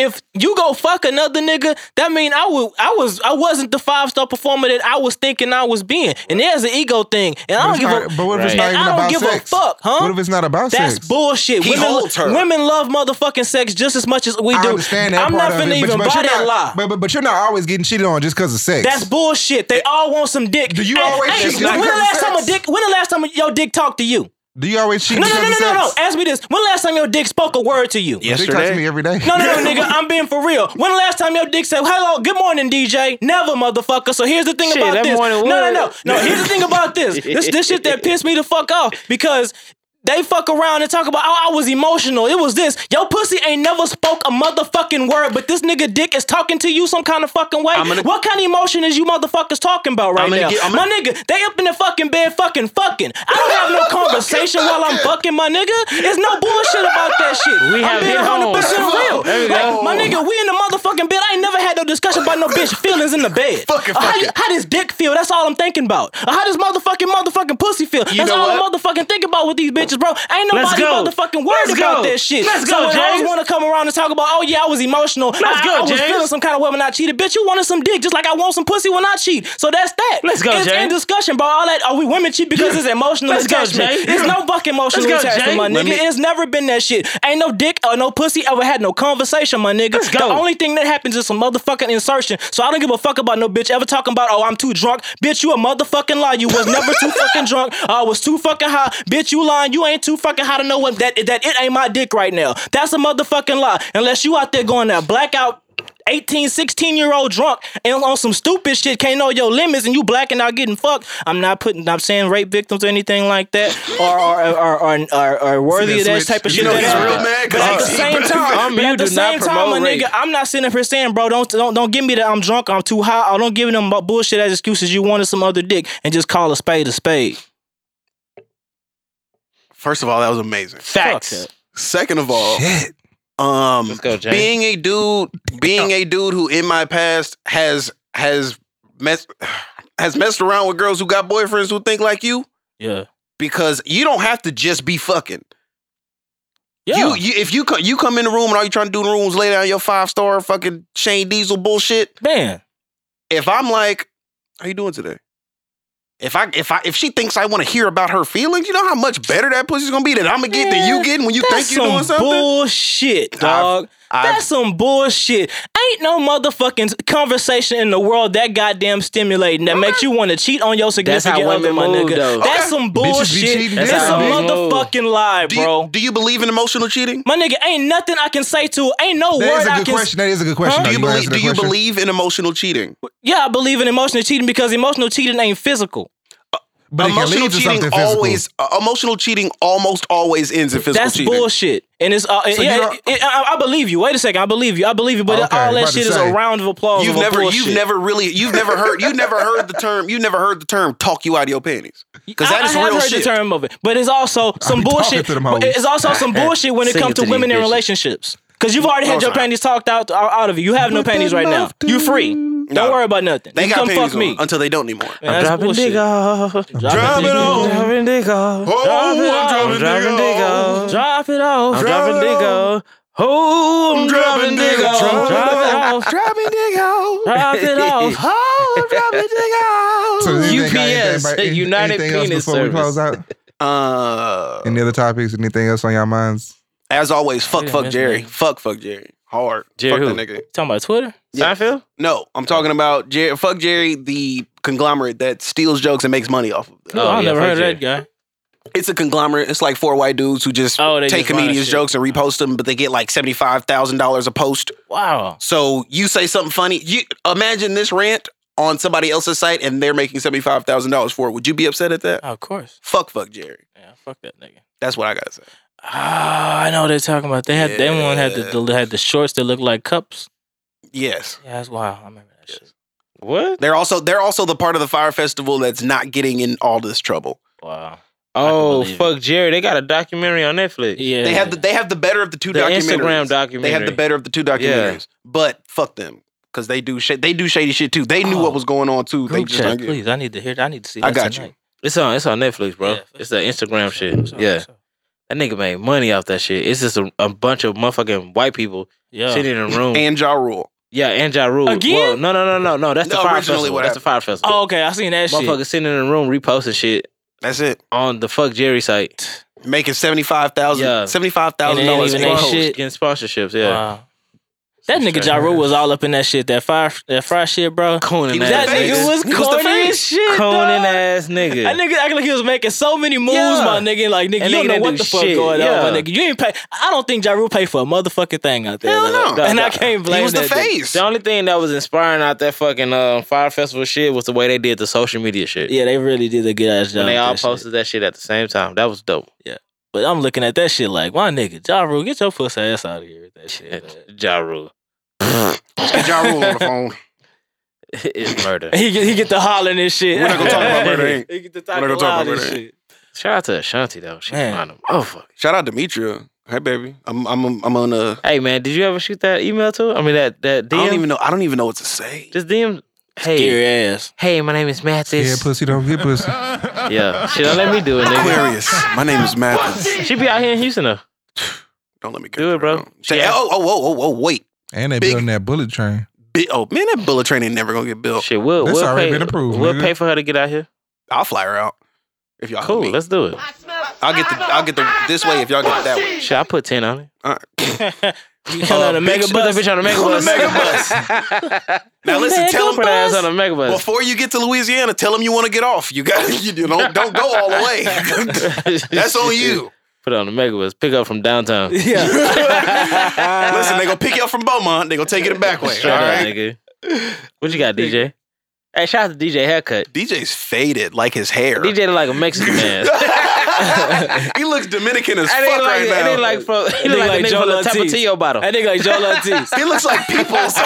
[SPEAKER 5] If you go fuck another nigga, that mean I would I was I wasn't the five star performer that I was thinking I was being, and there's an ego thing, and I don't give a
[SPEAKER 4] But what if it's
[SPEAKER 2] Right.
[SPEAKER 4] not
[SPEAKER 5] and
[SPEAKER 4] even
[SPEAKER 5] I don't
[SPEAKER 4] about
[SPEAKER 5] give
[SPEAKER 4] sex?
[SPEAKER 5] a fuck, huh?
[SPEAKER 4] What if it's not about
[SPEAKER 5] That's
[SPEAKER 4] sex?
[SPEAKER 5] bullshit.
[SPEAKER 3] He
[SPEAKER 5] women,
[SPEAKER 3] holds her.
[SPEAKER 5] women love motherfucking sex just as much as we do.
[SPEAKER 4] I understand that
[SPEAKER 5] I'm
[SPEAKER 4] part
[SPEAKER 5] not
[SPEAKER 4] of
[SPEAKER 5] finna
[SPEAKER 4] it, but-
[SPEAKER 5] even
[SPEAKER 4] but,
[SPEAKER 5] buy
[SPEAKER 4] you're
[SPEAKER 5] that
[SPEAKER 4] not,
[SPEAKER 5] lie.
[SPEAKER 4] But, but but you're not always getting cheated on just because of sex.
[SPEAKER 5] That's bullshit. They all want some dick.
[SPEAKER 4] Do you
[SPEAKER 5] Ask-
[SPEAKER 4] always
[SPEAKER 5] ask-
[SPEAKER 4] cheat just
[SPEAKER 5] When the
[SPEAKER 4] because of
[SPEAKER 5] last
[SPEAKER 4] sex?
[SPEAKER 5] time a dick? When the last time your dick talked to you?
[SPEAKER 4] Do you always cheat
[SPEAKER 5] No, no,
[SPEAKER 4] because
[SPEAKER 5] no, no,
[SPEAKER 4] of
[SPEAKER 5] no, no.
[SPEAKER 4] sex?
[SPEAKER 5] Ask me this. When the last time your dick spoke a word to you?
[SPEAKER 4] Dick talks to me
[SPEAKER 3] Yesterday.
[SPEAKER 4] every day.
[SPEAKER 5] No, no, no, nigga. I'm being for real. When the last time your dick said, hello, good morning, DJ? Never, motherfucker. So here's the thing
[SPEAKER 2] Shit,
[SPEAKER 5] about
[SPEAKER 2] that
[SPEAKER 5] this.
[SPEAKER 2] morning
[SPEAKER 5] no, no, no.
[SPEAKER 2] wood.
[SPEAKER 5] No, here's the thing about this. This this shit that pissed me the fuck off because they fuck around and talk about, oh, I was emotional. It was this. Your pussy ain't never spoke a motherfucking word, but this nigga dick is talking to you some kind of fucking way.
[SPEAKER 3] gonna-
[SPEAKER 5] what kind of emotion is you motherfuckers talking about right
[SPEAKER 3] I'm gonna
[SPEAKER 5] now?
[SPEAKER 3] get- I'm
[SPEAKER 5] my nigga, they up in the fucking bed fucking fucking. I don't have no conversation while I'm fucking, my nigga. There's no bullshit about that shit.
[SPEAKER 2] We
[SPEAKER 5] I'm
[SPEAKER 2] have
[SPEAKER 5] being
[SPEAKER 2] hit home.
[SPEAKER 5] 100% real.
[SPEAKER 2] There we
[SPEAKER 5] Like,
[SPEAKER 2] go.
[SPEAKER 5] my nigga, we in the motherfucking bed. I ain't never had no discussion about no bitch feelings in the bed.
[SPEAKER 3] Fucking
[SPEAKER 5] Or how,
[SPEAKER 3] fucking.
[SPEAKER 5] how does dick feel? That's all I'm thinking about. Or how does Uh, motherfucking motherfucking pussy feel? That's
[SPEAKER 3] know
[SPEAKER 5] all
[SPEAKER 3] what?
[SPEAKER 5] I'm motherfucking thinking about with these bitches, bro. Ain't
[SPEAKER 2] Let's
[SPEAKER 5] nobody
[SPEAKER 2] go.
[SPEAKER 5] motherfucking worried
[SPEAKER 2] Let's
[SPEAKER 5] about
[SPEAKER 2] go.
[SPEAKER 5] that shit.
[SPEAKER 2] Let's
[SPEAKER 5] so
[SPEAKER 2] go,
[SPEAKER 5] when hoes
[SPEAKER 2] James.
[SPEAKER 5] want to come around and talk about, oh yeah, I was emotional.
[SPEAKER 2] Let's
[SPEAKER 5] I,
[SPEAKER 2] go,
[SPEAKER 5] I was
[SPEAKER 2] James.
[SPEAKER 5] feeling some kind of way when I cheated. Bitch, you wanted some dick just like I want some pussy when I cheat. So that's that.
[SPEAKER 2] Let's go,
[SPEAKER 5] It's in
[SPEAKER 2] James.
[SPEAKER 5] discussion, bro. All that, oh, we women cheat because it's emotional
[SPEAKER 2] Let's go,
[SPEAKER 5] attachment.
[SPEAKER 2] James.
[SPEAKER 5] It's no fucking emotional
[SPEAKER 2] Let's go,
[SPEAKER 5] attachment, my
[SPEAKER 2] James. Let
[SPEAKER 5] nigga.
[SPEAKER 2] me-
[SPEAKER 5] It's never been that shit. Ain't no dick or no pussy ever had no conversation, my nigga.
[SPEAKER 2] Let's
[SPEAKER 5] The
[SPEAKER 2] go.
[SPEAKER 5] only thing that happens is some motherfucking insertion. So I don't give a fuck about no bitch ever talking about, oh, I'm too drunk. Bitch, you a motherfucking lie. You was never too fucking drunk. I was too fucking high. Bitch, you lying. You ain't too fucking high to know what that that it ain't my dick right now. That's a motherfucking lie. Unless you out there going that blackout. 18, 16 year old drunk and on some stupid shit, can't know your limits, and you blacking out getting fucked. I'm not putting, I'm saying rape victims or anything like that, or or or or, or, or worthy
[SPEAKER 4] See
[SPEAKER 5] of
[SPEAKER 4] that
[SPEAKER 5] that
[SPEAKER 4] switch?
[SPEAKER 5] type of
[SPEAKER 4] You
[SPEAKER 5] shit.
[SPEAKER 4] know
[SPEAKER 5] that
[SPEAKER 4] he's
[SPEAKER 5] happened.
[SPEAKER 4] real
[SPEAKER 3] mad
[SPEAKER 5] But at the same time,
[SPEAKER 2] Um,
[SPEAKER 5] but
[SPEAKER 2] you
[SPEAKER 5] at the
[SPEAKER 2] do not
[SPEAKER 5] same time, my
[SPEAKER 2] promote
[SPEAKER 5] nigga,
[SPEAKER 2] rape.
[SPEAKER 5] I'm not sitting up here saying, bro, don't don't don't give me that I'm drunk, I'm too high, or don't give me them bu- bullshit as excuses. You wanted some other dick, and just call a spade a spade.
[SPEAKER 3] First of all, that was amazing.
[SPEAKER 2] Facts.
[SPEAKER 5] Fuck
[SPEAKER 3] Second of all,
[SPEAKER 4] Shit.
[SPEAKER 3] um,
[SPEAKER 2] Let's go, James.
[SPEAKER 3] being a dude, being a dude who in my past has has mess has messed around with girls who got boyfriends who think like you
[SPEAKER 5] Yeah,
[SPEAKER 3] because you don't have to just be fucking.
[SPEAKER 5] yeah.
[SPEAKER 3] You, you if you come you come in the room and all you trying to do in the room is lay down your five star fucking Shane Diesel bullshit.
[SPEAKER 5] man,
[SPEAKER 3] If I'm like, how you doing today? If I if I if she thinks I want to hear about her feelings, you know how much better that pussy's gonna be that I'm gonna get than you getting when you
[SPEAKER 5] that's
[SPEAKER 3] think you're doing
[SPEAKER 5] some
[SPEAKER 3] something.
[SPEAKER 5] bullshit, dog.
[SPEAKER 3] I've-
[SPEAKER 5] That's some bullshit. Ain't no motherfucking conversation in the world that goddamn stimulating that makes you want to cheat on your
[SPEAKER 2] That's how
[SPEAKER 5] significant other,
[SPEAKER 2] women
[SPEAKER 5] my
[SPEAKER 2] move,
[SPEAKER 5] nigga.
[SPEAKER 2] though.
[SPEAKER 5] That's
[SPEAKER 3] Okay.
[SPEAKER 5] some
[SPEAKER 4] Bitches be
[SPEAKER 5] bullshit.
[SPEAKER 4] cheating.
[SPEAKER 5] That's,
[SPEAKER 2] That's
[SPEAKER 5] a
[SPEAKER 2] how women move.
[SPEAKER 5] motherfucking lie,
[SPEAKER 3] do, you-
[SPEAKER 5] bro.
[SPEAKER 3] do you believe in emotional cheating?
[SPEAKER 5] my nigga, ain't nothing I can say to. Ain't no
[SPEAKER 4] That
[SPEAKER 5] word
[SPEAKER 4] is a
[SPEAKER 5] I
[SPEAKER 4] good
[SPEAKER 5] can.
[SPEAKER 4] question. That is a good question.
[SPEAKER 5] Huh?
[SPEAKER 4] though.
[SPEAKER 3] Do you
[SPEAKER 4] You gonna
[SPEAKER 3] believe
[SPEAKER 4] answer that
[SPEAKER 3] do you
[SPEAKER 4] question?
[SPEAKER 3] believe in emotional cheating?
[SPEAKER 5] Yeah, I believe in emotional cheating because emotional cheating ain't physical.
[SPEAKER 4] But it can
[SPEAKER 3] emotional
[SPEAKER 4] lead to something
[SPEAKER 3] cheating
[SPEAKER 4] physical.
[SPEAKER 3] always uh, emotional cheating almost always ends in physical
[SPEAKER 5] That's
[SPEAKER 3] cheating.
[SPEAKER 5] bullshit, and it's uh,
[SPEAKER 4] So you
[SPEAKER 5] yeah,
[SPEAKER 4] don't-
[SPEAKER 5] it- it- I, I believe you. Wait a second, I believe you. I believe you, but
[SPEAKER 4] Okay,
[SPEAKER 5] all that
[SPEAKER 4] about to
[SPEAKER 5] shit is
[SPEAKER 4] say.
[SPEAKER 5] a round of applause.
[SPEAKER 3] You've
[SPEAKER 5] of a
[SPEAKER 3] never
[SPEAKER 5] bullshit.
[SPEAKER 3] you've never really you've never heard you never heard the term you never heard the term talk you out of your panties. Because
[SPEAKER 5] I-
[SPEAKER 3] that is
[SPEAKER 5] I have
[SPEAKER 3] real
[SPEAKER 5] heard
[SPEAKER 3] shit.
[SPEAKER 5] the term of it, but it's also some
[SPEAKER 4] be talking
[SPEAKER 5] bullshit.
[SPEAKER 4] to them
[SPEAKER 5] but
[SPEAKER 4] hoes.
[SPEAKER 5] It's also some bullshit when it
[SPEAKER 2] Sing
[SPEAKER 5] comes
[SPEAKER 2] it
[SPEAKER 5] to
[SPEAKER 2] to
[SPEAKER 5] women
[SPEAKER 2] these
[SPEAKER 5] in
[SPEAKER 2] bitches.
[SPEAKER 5] relationships. Cause you've already
[SPEAKER 3] No,
[SPEAKER 5] had your
[SPEAKER 3] it's not.
[SPEAKER 5] panties talked out out of you. You have no panties right now. You free. Don't worry about nothing.
[SPEAKER 3] They
[SPEAKER 5] you
[SPEAKER 3] got
[SPEAKER 5] come
[SPEAKER 3] panties
[SPEAKER 5] fuck me.
[SPEAKER 3] on until they don't anymore.
[SPEAKER 5] Man, that's bullshit.
[SPEAKER 2] off.
[SPEAKER 5] Drop,
[SPEAKER 3] Drop
[SPEAKER 5] it
[SPEAKER 3] it
[SPEAKER 5] off.
[SPEAKER 3] off.
[SPEAKER 2] Dropping dick off.
[SPEAKER 3] Oh, I'm dropping dick off.
[SPEAKER 5] Drop it off.
[SPEAKER 2] I'm dropping dick off. Oh, I'm dropping dick off.
[SPEAKER 5] Drop it off.
[SPEAKER 3] Drop it, dig out.
[SPEAKER 5] Drop it off.
[SPEAKER 3] Oh, drop it, dig
[SPEAKER 4] So does anything got
[SPEAKER 2] UPS,
[SPEAKER 4] anything about- any-
[SPEAKER 2] United
[SPEAKER 4] anything else
[SPEAKER 2] Penis
[SPEAKER 4] before we close out?
[SPEAKER 3] out. Uh,
[SPEAKER 4] Any other topics? Anything else on your minds?
[SPEAKER 3] as always, fuck,
[SPEAKER 5] Yeah,
[SPEAKER 3] fuck
[SPEAKER 5] that's
[SPEAKER 3] Jerry.
[SPEAKER 5] nice.
[SPEAKER 3] Fuck, fuck Jerry. Hard.
[SPEAKER 2] Jerry
[SPEAKER 3] fuck
[SPEAKER 2] who?
[SPEAKER 3] that nigga.
[SPEAKER 5] Talking about Twitter?
[SPEAKER 2] Seinfeld?
[SPEAKER 3] No, I'm talking about Jerry, fuck Jerry, the conglomerate that steals jokes and makes money off of them.
[SPEAKER 5] No, I
[SPEAKER 2] yeah,
[SPEAKER 5] never
[SPEAKER 2] fuck
[SPEAKER 5] heard of that
[SPEAKER 2] Jerry.
[SPEAKER 5] guy.
[SPEAKER 3] It's a conglomerate. It's like four white dudes who just
[SPEAKER 5] Oh, they
[SPEAKER 3] take
[SPEAKER 5] just run that
[SPEAKER 3] comedians'
[SPEAKER 5] shit.
[SPEAKER 3] jokes and repost them, but they get like seventy five thousand dollars a post.
[SPEAKER 5] Wow.
[SPEAKER 3] So you say something funny. You imagine this rant on somebody else's site, and they're making seventy five thousand dollars for it. Would you be upset at that?
[SPEAKER 5] Oh, of course.
[SPEAKER 3] Fuck, fuck Jerry.
[SPEAKER 5] Yeah, fuck that nigga.
[SPEAKER 3] That's what I gotta say.
[SPEAKER 5] Ah, I know what they're talking about. They had they one had the, the had the shorts that look like cups.
[SPEAKER 3] Yes.
[SPEAKER 5] Yeah, that's wild. I remember that shit.
[SPEAKER 2] What?
[SPEAKER 3] They're also they're also the part of the fire festival that's not getting in all this trouble.
[SPEAKER 5] Wow.
[SPEAKER 2] Oh,
[SPEAKER 5] believe it.
[SPEAKER 2] fuck Jerry. They got a documentary on Netflix.
[SPEAKER 5] Yeah.
[SPEAKER 3] They have the they have the better of the two
[SPEAKER 2] The
[SPEAKER 3] documentaries.
[SPEAKER 2] Instagram documentary.
[SPEAKER 3] They have the better of the two documentaries. But fuck them. Cause they do shit. They do shady shit too. They knew
[SPEAKER 5] Oh.
[SPEAKER 3] what was going on too. they
[SPEAKER 5] group
[SPEAKER 3] just don't
[SPEAKER 5] chat,
[SPEAKER 3] get-
[SPEAKER 5] please. I need to hear. I need to see. That
[SPEAKER 3] I got you.
[SPEAKER 5] tonight.
[SPEAKER 2] It's on it's on Netflix, bro.
[SPEAKER 5] Yeah.
[SPEAKER 2] It's the Instagram
[SPEAKER 5] For sure,
[SPEAKER 2] shit.
[SPEAKER 5] for sure,
[SPEAKER 2] Yeah.
[SPEAKER 5] for sure.
[SPEAKER 2] That nigga made money off that shit. It's just a, a bunch of motherfucking white people
[SPEAKER 5] Yeah.
[SPEAKER 2] sitting in a room.
[SPEAKER 3] And Ja Rule.
[SPEAKER 2] yeah, and Ja Rule.
[SPEAKER 5] Again?
[SPEAKER 2] Whoa, no, no, no, no, no. That's
[SPEAKER 3] No,
[SPEAKER 2] the fire
[SPEAKER 3] originally
[SPEAKER 2] festival.
[SPEAKER 3] what
[SPEAKER 2] That's the fire festival.
[SPEAKER 5] Oh, okay. I seen that
[SPEAKER 2] Motherfucker
[SPEAKER 5] shit.
[SPEAKER 2] sitting in a room reposting shit
[SPEAKER 3] That's it.
[SPEAKER 2] on the fuck Jerry site.
[SPEAKER 3] Making seventy five thousand
[SPEAKER 2] Yeah.
[SPEAKER 3] seventy five thousand
[SPEAKER 5] And it ain't
[SPEAKER 3] dollars
[SPEAKER 5] even
[SPEAKER 3] a
[SPEAKER 5] that
[SPEAKER 3] post.
[SPEAKER 5] Oh, shit.
[SPEAKER 2] Getting sponsorships, yeah.
[SPEAKER 5] Wow. That nigga
[SPEAKER 2] Straight
[SPEAKER 5] Ja Rule
[SPEAKER 2] ass.
[SPEAKER 5] was all up in that shit. That fire, that fry shit, bro.
[SPEAKER 2] Cooning
[SPEAKER 3] was
[SPEAKER 2] ass.
[SPEAKER 5] That nigga
[SPEAKER 3] face.
[SPEAKER 5] was
[SPEAKER 3] He was the
[SPEAKER 5] corny as
[SPEAKER 3] face.
[SPEAKER 5] shit.
[SPEAKER 2] Conan
[SPEAKER 5] dog.
[SPEAKER 2] ass nigga.
[SPEAKER 5] That nigga acting like he was making so many moves,
[SPEAKER 2] Yeah.
[SPEAKER 5] my nigga. Like nigga,
[SPEAKER 2] And
[SPEAKER 5] you
[SPEAKER 2] nigga
[SPEAKER 5] don't know
[SPEAKER 2] didn't
[SPEAKER 5] what
[SPEAKER 2] do
[SPEAKER 5] the fuck
[SPEAKER 2] shit.
[SPEAKER 5] going on, my
[SPEAKER 2] Yeah.
[SPEAKER 5] nigga. You ain't pay. I don't think Ja Rule paid for a motherfucking thing out there.
[SPEAKER 3] Hell
[SPEAKER 5] dog.
[SPEAKER 3] no.
[SPEAKER 5] And I
[SPEAKER 2] Dog.
[SPEAKER 5] can't blame
[SPEAKER 3] He was the
[SPEAKER 5] that nigga.
[SPEAKER 3] face.
[SPEAKER 2] The only thing that was inspiring out that fucking uh, fire festival shit was the way they did the social media shit.
[SPEAKER 5] Yeah, they really did a good ass job.
[SPEAKER 2] When they
[SPEAKER 5] with
[SPEAKER 2] all
[SPEAKER 5] that shit.
[SPEAKER 2] posted that shit at the same time. That was dope.
[SPEAKER 5] But I'm looking at that shit like, my nigga, Ja Rule, get your pussy ass out of here with that shit. man.
[SPEAKER 2] Ja Rule.
[SPEAKER 3] Ja Rule on the phone.
[SPEAKER 2] it's murder.
[SPEAKER 5] he get he get the hollering and shit.
[SPEAKER 3] We're not gonna talk about murder, ain't.
[SPEAKER 5] he get the
[SPEAKER 3] We're not
[SPEAKER 5] talking
[SPEAKER 3] gonna talk
[SPEAKER 5] loud
[SPEAKER 3] about
[SPEAKER 5] and
[SPEAKER 3] murder, ain't.
[SPEAKER 5] shit.
[SPEAKER 2] Shout out to Ashanti though. She
[SPEAKER 5] Man.
[SPEAKER 2] fine. Oh fuck.
[SPEAKER 3] Shout out Demetria. Hey baby. I'm I'm I'm on a
[SPEAKER 2] Hey man, did you ever shoot that email to? her? I mean that that
[SPEAKER 3] I
[SPEAKER 2] DM.
[SPEAKER 3] don't even know I don't even know what to say.
[SPEAKER 2] Just DM. Hey,
[SPEAKER 5] Scary ass.
[SPEAKER 2] hey, my name is
[SPEAKER 4] Yeah,
[SPEAKER 2] Mathis.
[SPEAKER 4] pussy don't get pussy.
[SPEAKER 2] Yeah, she don't let me do it, nigga.
[SPEAKER 3] Aquarius. My name is Mathis.
[SPEAKER 2] She be out here in Houston though.
[SPEAKER 3] Don't let me get
[SPEAKER 2] Do it, bro.
[SPEAKER 3] Say,
[SPEAKER 2] Yeah.
[SPEAKER 3] oh, oh, oh, oh, oh, wait.
[SPEAKER 4] And they
[SPEAKER 3] Big-
[SPEAKER 4] building that bullet train.
[SPEAKER 3] Bi- oh man, that bullet train ain't never gonna get built.
[SPEAKER 2] Shit, we'll
[SPEAKER 4] That's
[SPEAKER 2] we'll
[SPEAKER 4] already
[SPEAKER 2] pay,
[SPEAKER 4] been approved,
[SPEAKER 2] we'll
[SPEAKER 4] nigga.
[SPEAKER 2] pay for her to get out here.
[SPEAKER 3] I'll fly her out. If y'all
[SPEAKER 2] Cool,
[SPEAKER 3] cool,
[SPEAKER 2] let's do it.
[SPEAKER 3] I'll get the I'll get the this way if y'all get that way.
[SPEAKER 2] Shit, I put ten on it.
[SPEAKER 3] All right.
[SPEAKER 5] You come out
[SPEAKER 3] Uh,
[SPEAKER 5] a mega
[SPEAKER 2] Put that
[SPEAKER 5] bus.
[SPEAKER 2] bitch on the mega
[SPEAKER 3] On the
[SPEAKER 2] bus.
[SPEAKER 3] mega bus. Now listen, tell
[SPEAKER 2] Put her ass on
[SPEAKER 3] them
[SPEAKER 2] the mega bus.
[SPEAKER 3] before you get to Louisiana, tell them you want to get off. You got you don't don't go all the way. That's on you.
[SPEAKER 2] Put her on the mega bus. Pick up from downtown.
[SPEAKER 5] Yeah.
[SPEAKER 3] Listen, they gonna pick you up from Beaumont. They gonna take you the back way.
[SPEAKER 2] Straight
[SPEAKER 3] All
[SPEAKER 2] up,
[SPEAKER 3] right.
[SPEAKER 2] nigga. What you got, DJ? Hey, shout out to DJ Haircut.
[SPEAKER 3] DJ's faded like his hair.
[SPEAKER 2] DJ look like a Mexican man.
[SPEAKER 3] he looks Dominican as
[SPEAKER 2] I
[SPEAKER 3] fuck
[SPEAKER 2] didn't like,
[SPEAKER 3] right
[SPEAKER 2] it. I
[SPEAKER 3] now.
[SPEAKER 2] didn't like from, he
[SPEAKER 5] Nigga
[SPEAKER 2] look like
[SPEAKER 5] like
[SPEAKER 2] the
[SPEAKER 5] Joe
[SPEAKER 2] nigga from the
[SPEAKER 5] Ortiz.
[SPEAKER 2] Tapatio bottle.
[SPEAKER 5] That nigga like Joel Ortiz.
[SPEAKER 3] he looks like peoples. they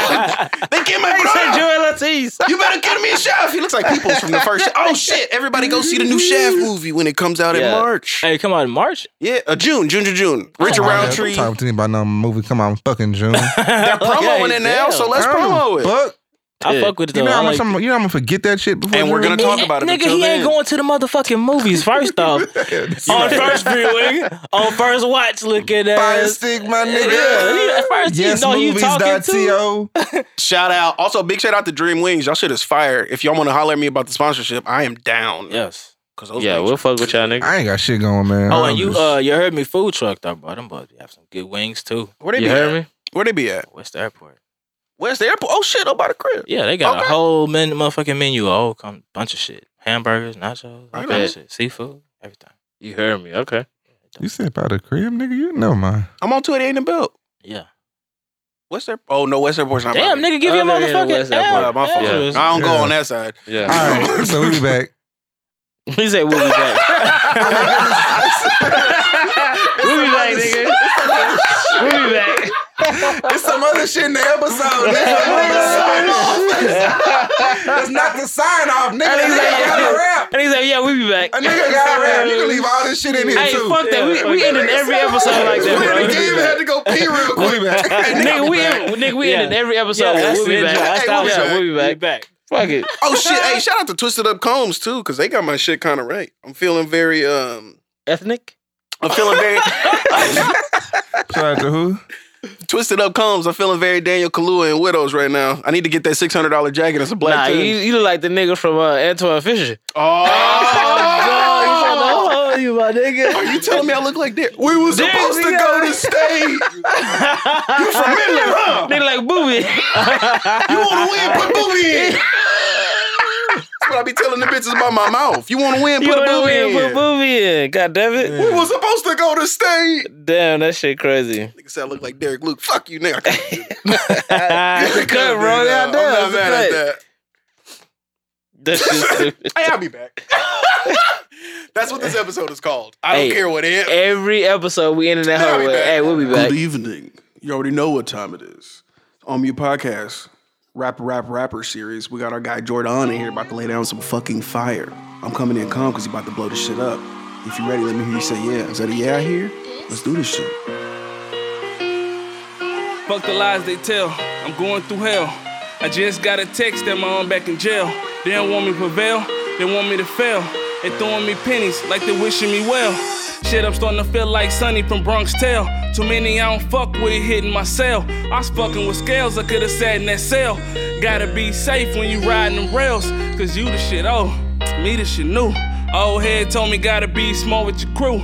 [SPEAKER 3] get my
[SPEAKER 2] Said
[SPEAKER 3] brother.
[SPEAKER 2] Joel Ortiz.
[SPEAKER 3] You better give me a chef. He looks like peoples from the first. Oh shit! Everybody go see the new chef movie when it comes out in
[SPEAKER 2] Yeah.
[SPEAKER 3] March.
[SPEAKER 5] Hey, come on, March.
[SPEAKER 3] Yeah, uh, June, June, June, June. Richard
[SPEAKER 4] Come on, man.
[SPEAKER 3] Roundtree.
[SPEAKER 4] Don't talk to me about no movie. Come on, fucking June.
[SPEAKER 3] They're promoing
[SPEAKER 5] Okay,
[SPEAKER 3] it now,
[SPEAKER 5] damn.
[SPEAKER 3] so let's promo it.
[SPEAKER 4] Fuck.
[SPEAKER 5] I
[SPEAKER 2] Yeah.
[SPEAKER 5] fuck with it though.
[SPEAKER 4] You know,
[SPEAKER 5] I
[SPEAKER 4] how much
[SPEAKER 5] like
[SPEAKER 4] I'm, you know I'm gonna forget that shit before.
[SPEAKER 3] And we're
[SPEAKER 4] June?
[SPEAKER 3] gonna talk about it.
[SPEAKER 5] Nigga,
[SPEAKER 3] until
[SPEAKER 5] he
[SPEAKER 3] then.
[SPEAKER 5] ain't going to the motherfucking movies. First off, on first viewing, on first watch, looking
[SPEAKER 4] fire
[SPEAKER 5] at
[SPEAKER 4] stick, my
[SPEAKER 5] Yeah,
[SPEAKER 4] nigga.
[SPEAKER 5] he- at first
[SPEAKER 4] Yes,
[SPEAKER 5] you know who you talking to.
[SPEAKER 4] movies.to.
[SPEAKER 3] Shout out. Also, big shout out to Dream Wings. Y'all shit is fire. If y'all want to holler at me about the sponsorship, I am down.
[SPEAKER 5] Yes.
[SPEAKER 3] Cause those
[SPEAKER 2] Yeah,
[SPEAKER 3] wings-
[SPEAKER 2] we'll fuck with y'all, nigga.
[SPEAKER 4] I ain't got shit going, man.
[SPEAKER 5] Oh,
[SPEAKER 4] I'm
[SPEAKER 5] and you
[SPEAKER 4] just-
[SPEAKER 5] uh you heard me food truck though, bro. Them boys have some good wings too.
[SPEAKER 3] where they
[SPEAKER 2] You
[SPEAKER 3] be
[SPEAKER 2] heard
[SPEAKER 3] at?
[SPEAKER 2] me?
[SPEAKER 3] Where they be at?
[SPEAKER 5] Where's the airport?
[SPEAKER 3] Where's the airport? Oh shit! Up by the crib.
[SPEAKER 5] Yeah, they got
[SPEAKER 3] Okay.
[SPEAKER 5] a whole men, motherfucking menu, a whole com- bunch of shit. Hamburgers, nachos, all
[SPEAKER 3] Right
[SPEAKER 5] kind
[SPEAKER 2] on.
[SPEAKER 5] of shit. Seafood, everything.
[SPEAKER 2] You heard me? Okay.
[SPEAKER 4] You said by the crib, nigga. You know my
[SPEAKER 3] I'm on two eighty eight in the belt.
[SPEAKER 5] Yeah.
[SPEAKER 3] What's their? Oh no, West Airport's not.
[SPEAKER 5] Damn,
[SPEAKER 3] by me.
[SPEAKER 5] nigga, give me a
[SPEAKER 2] Other than the
[SPEAKER 5] motherfucking
[SPEAKER 2] West Airport.
[SPEAKER 5] air-
[SPEAKER 3] Yeah, my fault.
[SPEAKER 5] address.
[SPEAKER 3] I don't go
[SPEAKER 4] Yeah.
[SPEAKER 3] on that side.
[SPEAKER 4] All
[SPEAKER 2] Yeah.
[SPEAKER 4] right, so we be back.
[SPEAKER 2] he said we'll be back. we'll be back, nigga. We'll be back.
[SPEAKER 4] It's some other shit in the episode. That's not the sign off, nigga. That nigga got a rap.
[SPEAKER 2] And he's like, yeah, we'll be back.
[SPEAKER 4] A nigga got a rap. You can leave all this shit in here
[SPEAKER 2] Hey,
[SPEAKER 4] too.
[SPEAKER 2] fuck that. We, we ended every episode like that,
[SPEAKER 4] We in the game
[SPEAKER 2] bro.
[SPEAKER 4] had to go pee real quick.
[SPEAKER 2] Nigga, we end- nigga, we
[SPEAKER 5] Yeah.
[SPEAKER 2] ended every episode.
[SPEAKER 5] Yeah,
[SPEAKER 2] with
[SPEAKER 5] that's
[SPEAKER 2] we'll
[SPEAKER 5] the
[SPEAKER 2] be
[SPEAKER 5] intro.
[SPEAKER 2] back. Yeah,
[SPEAKER 5] That's the outro.
[SPEAKER 2] we'll be
[SPEAKER 5] Be
[SPEAKER 2] back.
[SPEAKER 5] back.
[SPEAKER 2] Fuck it.
[SPEAKER 3] Oh shit! Hey, shout out to Twisted Up Combs too, cause they got my shit kind of right. I'm feeling very um.
[SPEAKER 2] Ethnic?
[SPEAKER 3] I'm feeling very
[SPEAKER 4] Shout out to who?
[SPEAKER 3] Twisted Up Combs. I'm feeling very Daniel Kaluuya and Widows right now. I need to get that six hundred dollar jacket. It's a black.
[SPEAKER 2] Nah, you,
[SPEAKER 3] tee.
[SPEAKER 2] you look like the nigga from uh, Antoine Fisher.
[SPEAKER 3] Oh,
[SPEAKER 2] Oh, you my nigga.
[SPEAKER 3] Are you telling me I look like that? We was
[SPEAKER 2] Damn,
[SPEAKER 3] supposed to
[SPEAKER 2] nigga.
[SPEAKER 3] go to state. You from Midland, huh?
[SPEAKER 2] Nigga like Booby.
[SPEAKER 3] You want to win? Put booty in. That's what I be telling the bitches about my mouth. You want to win?
[SPEAKER 2] You
[SPEAKER 3] Put a
[SPEAKER 2] wanna
[SPEAKER 3] booty
[SPEAKER 2] win, put
[SPEAKER 3] in.
[SPEAKER 2] Booby in. God damn it.
[SPEAKER 3] We was supposed to go to state.
[SPEAKER 2] Damn, that shit crazy.
[SPEAKER 3] Nigga said I look like Derek Luke. Fuck you, nigga. I couldn't do that.
[SPEAKER 2] It's a cut, bro. Yeah,
[SPEAKER 3] I'm
[SPEAKER 2] I know,
[SPEAKER 3] not
[SPEAKER 2] it's a
[SPEAKER 3] mad
[SPEAKER 2] cut.
[SPEAKER 3] at that.
[SPEAKER 2] That shit's stupid.
[SPEAKER 3] Hey, I'll be back. That's what this episode is called. I don't
[SPEAKER 2] Hey.
[SPEAKER 3] care what it is.
[SPEAKER 2] Every episode we ending that
[SPEAKER 3] I'll be
[SPEAKER 2] hallway.
[SPEAKER 3] back.
[SPEAKER 2] Hey, we'll be back.
[SPEAKER 9] Good evening. You already know what time it is. On Mute Podcast, Rap Rap Rapper series. We got our guy Jordan in here about to lay down some fucking fire. I'm coming in calm because he about to blow this shit up. If you ready, let me hear you say yeah. Is that a yeah I hear? Let's do this shit.
[SPEAKER 10] Fuck the lies they tell. I'm going through hell. I just got a text that my aunt back in jail. They don't want me to prevail. They want me to fail. They throwing me pennies like they wishing me well. Shit, I'm starting to feel like Sonny from Bronx Tale. Too many I don't fuck with hitting my cell. I was fucking with scales, I could've sat in that cell. Gotta be safe when you riding them rails, cause you the shit, oh, me the shit new. Old head told me gotta be smart with your crew.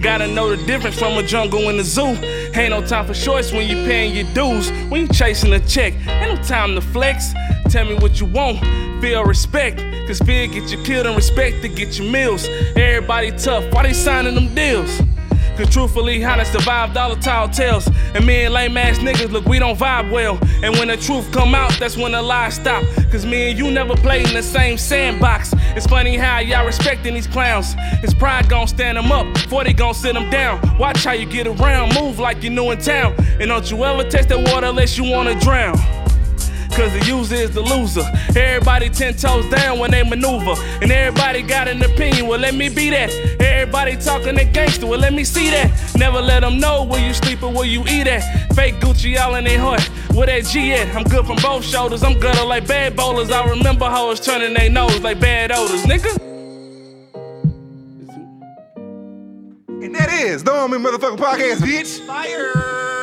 [SPEAKER 10] Gotta know the difference from a jungle and a zoo. Ain't no time for shorts when you paying your dues. When you chasing a check, ain't no time to flex. Tell me what you want, feel respect. Cause fear get you killed and respect to get your meals. Everybody tough, why they signing them deals? Cause truthfully, how they survived all the tall tales. And me and lame ass niggas, look, we don't vibe well. And when the truth come out, that's when the lies stop. Cause me and you never played in the same sandbox. It's funny how y'all respecting these clowns. His pride gon' stand them up, 40 gon' sit them down. Watch how you get around, move like you new in town. And don't you ever test that water unless you wanna drown. Cause the user is the loser. Everybody ten toes down when they maneuver. And everybody got an opinion, well let me be that. Everybody talking that gangster, well let me see that. Never let them know where you sleep or where you eat at. Fake Gucci all in their heart. Where that G at? I'm good from both shoulders. I'm gutter like bad bowlers. I remember hoes turning their nose like bad odors, nigga.
[SPEAKER 4] And that is the Homie Motherfucking Podcast, bitch.
[SPEAKER 9] Fire.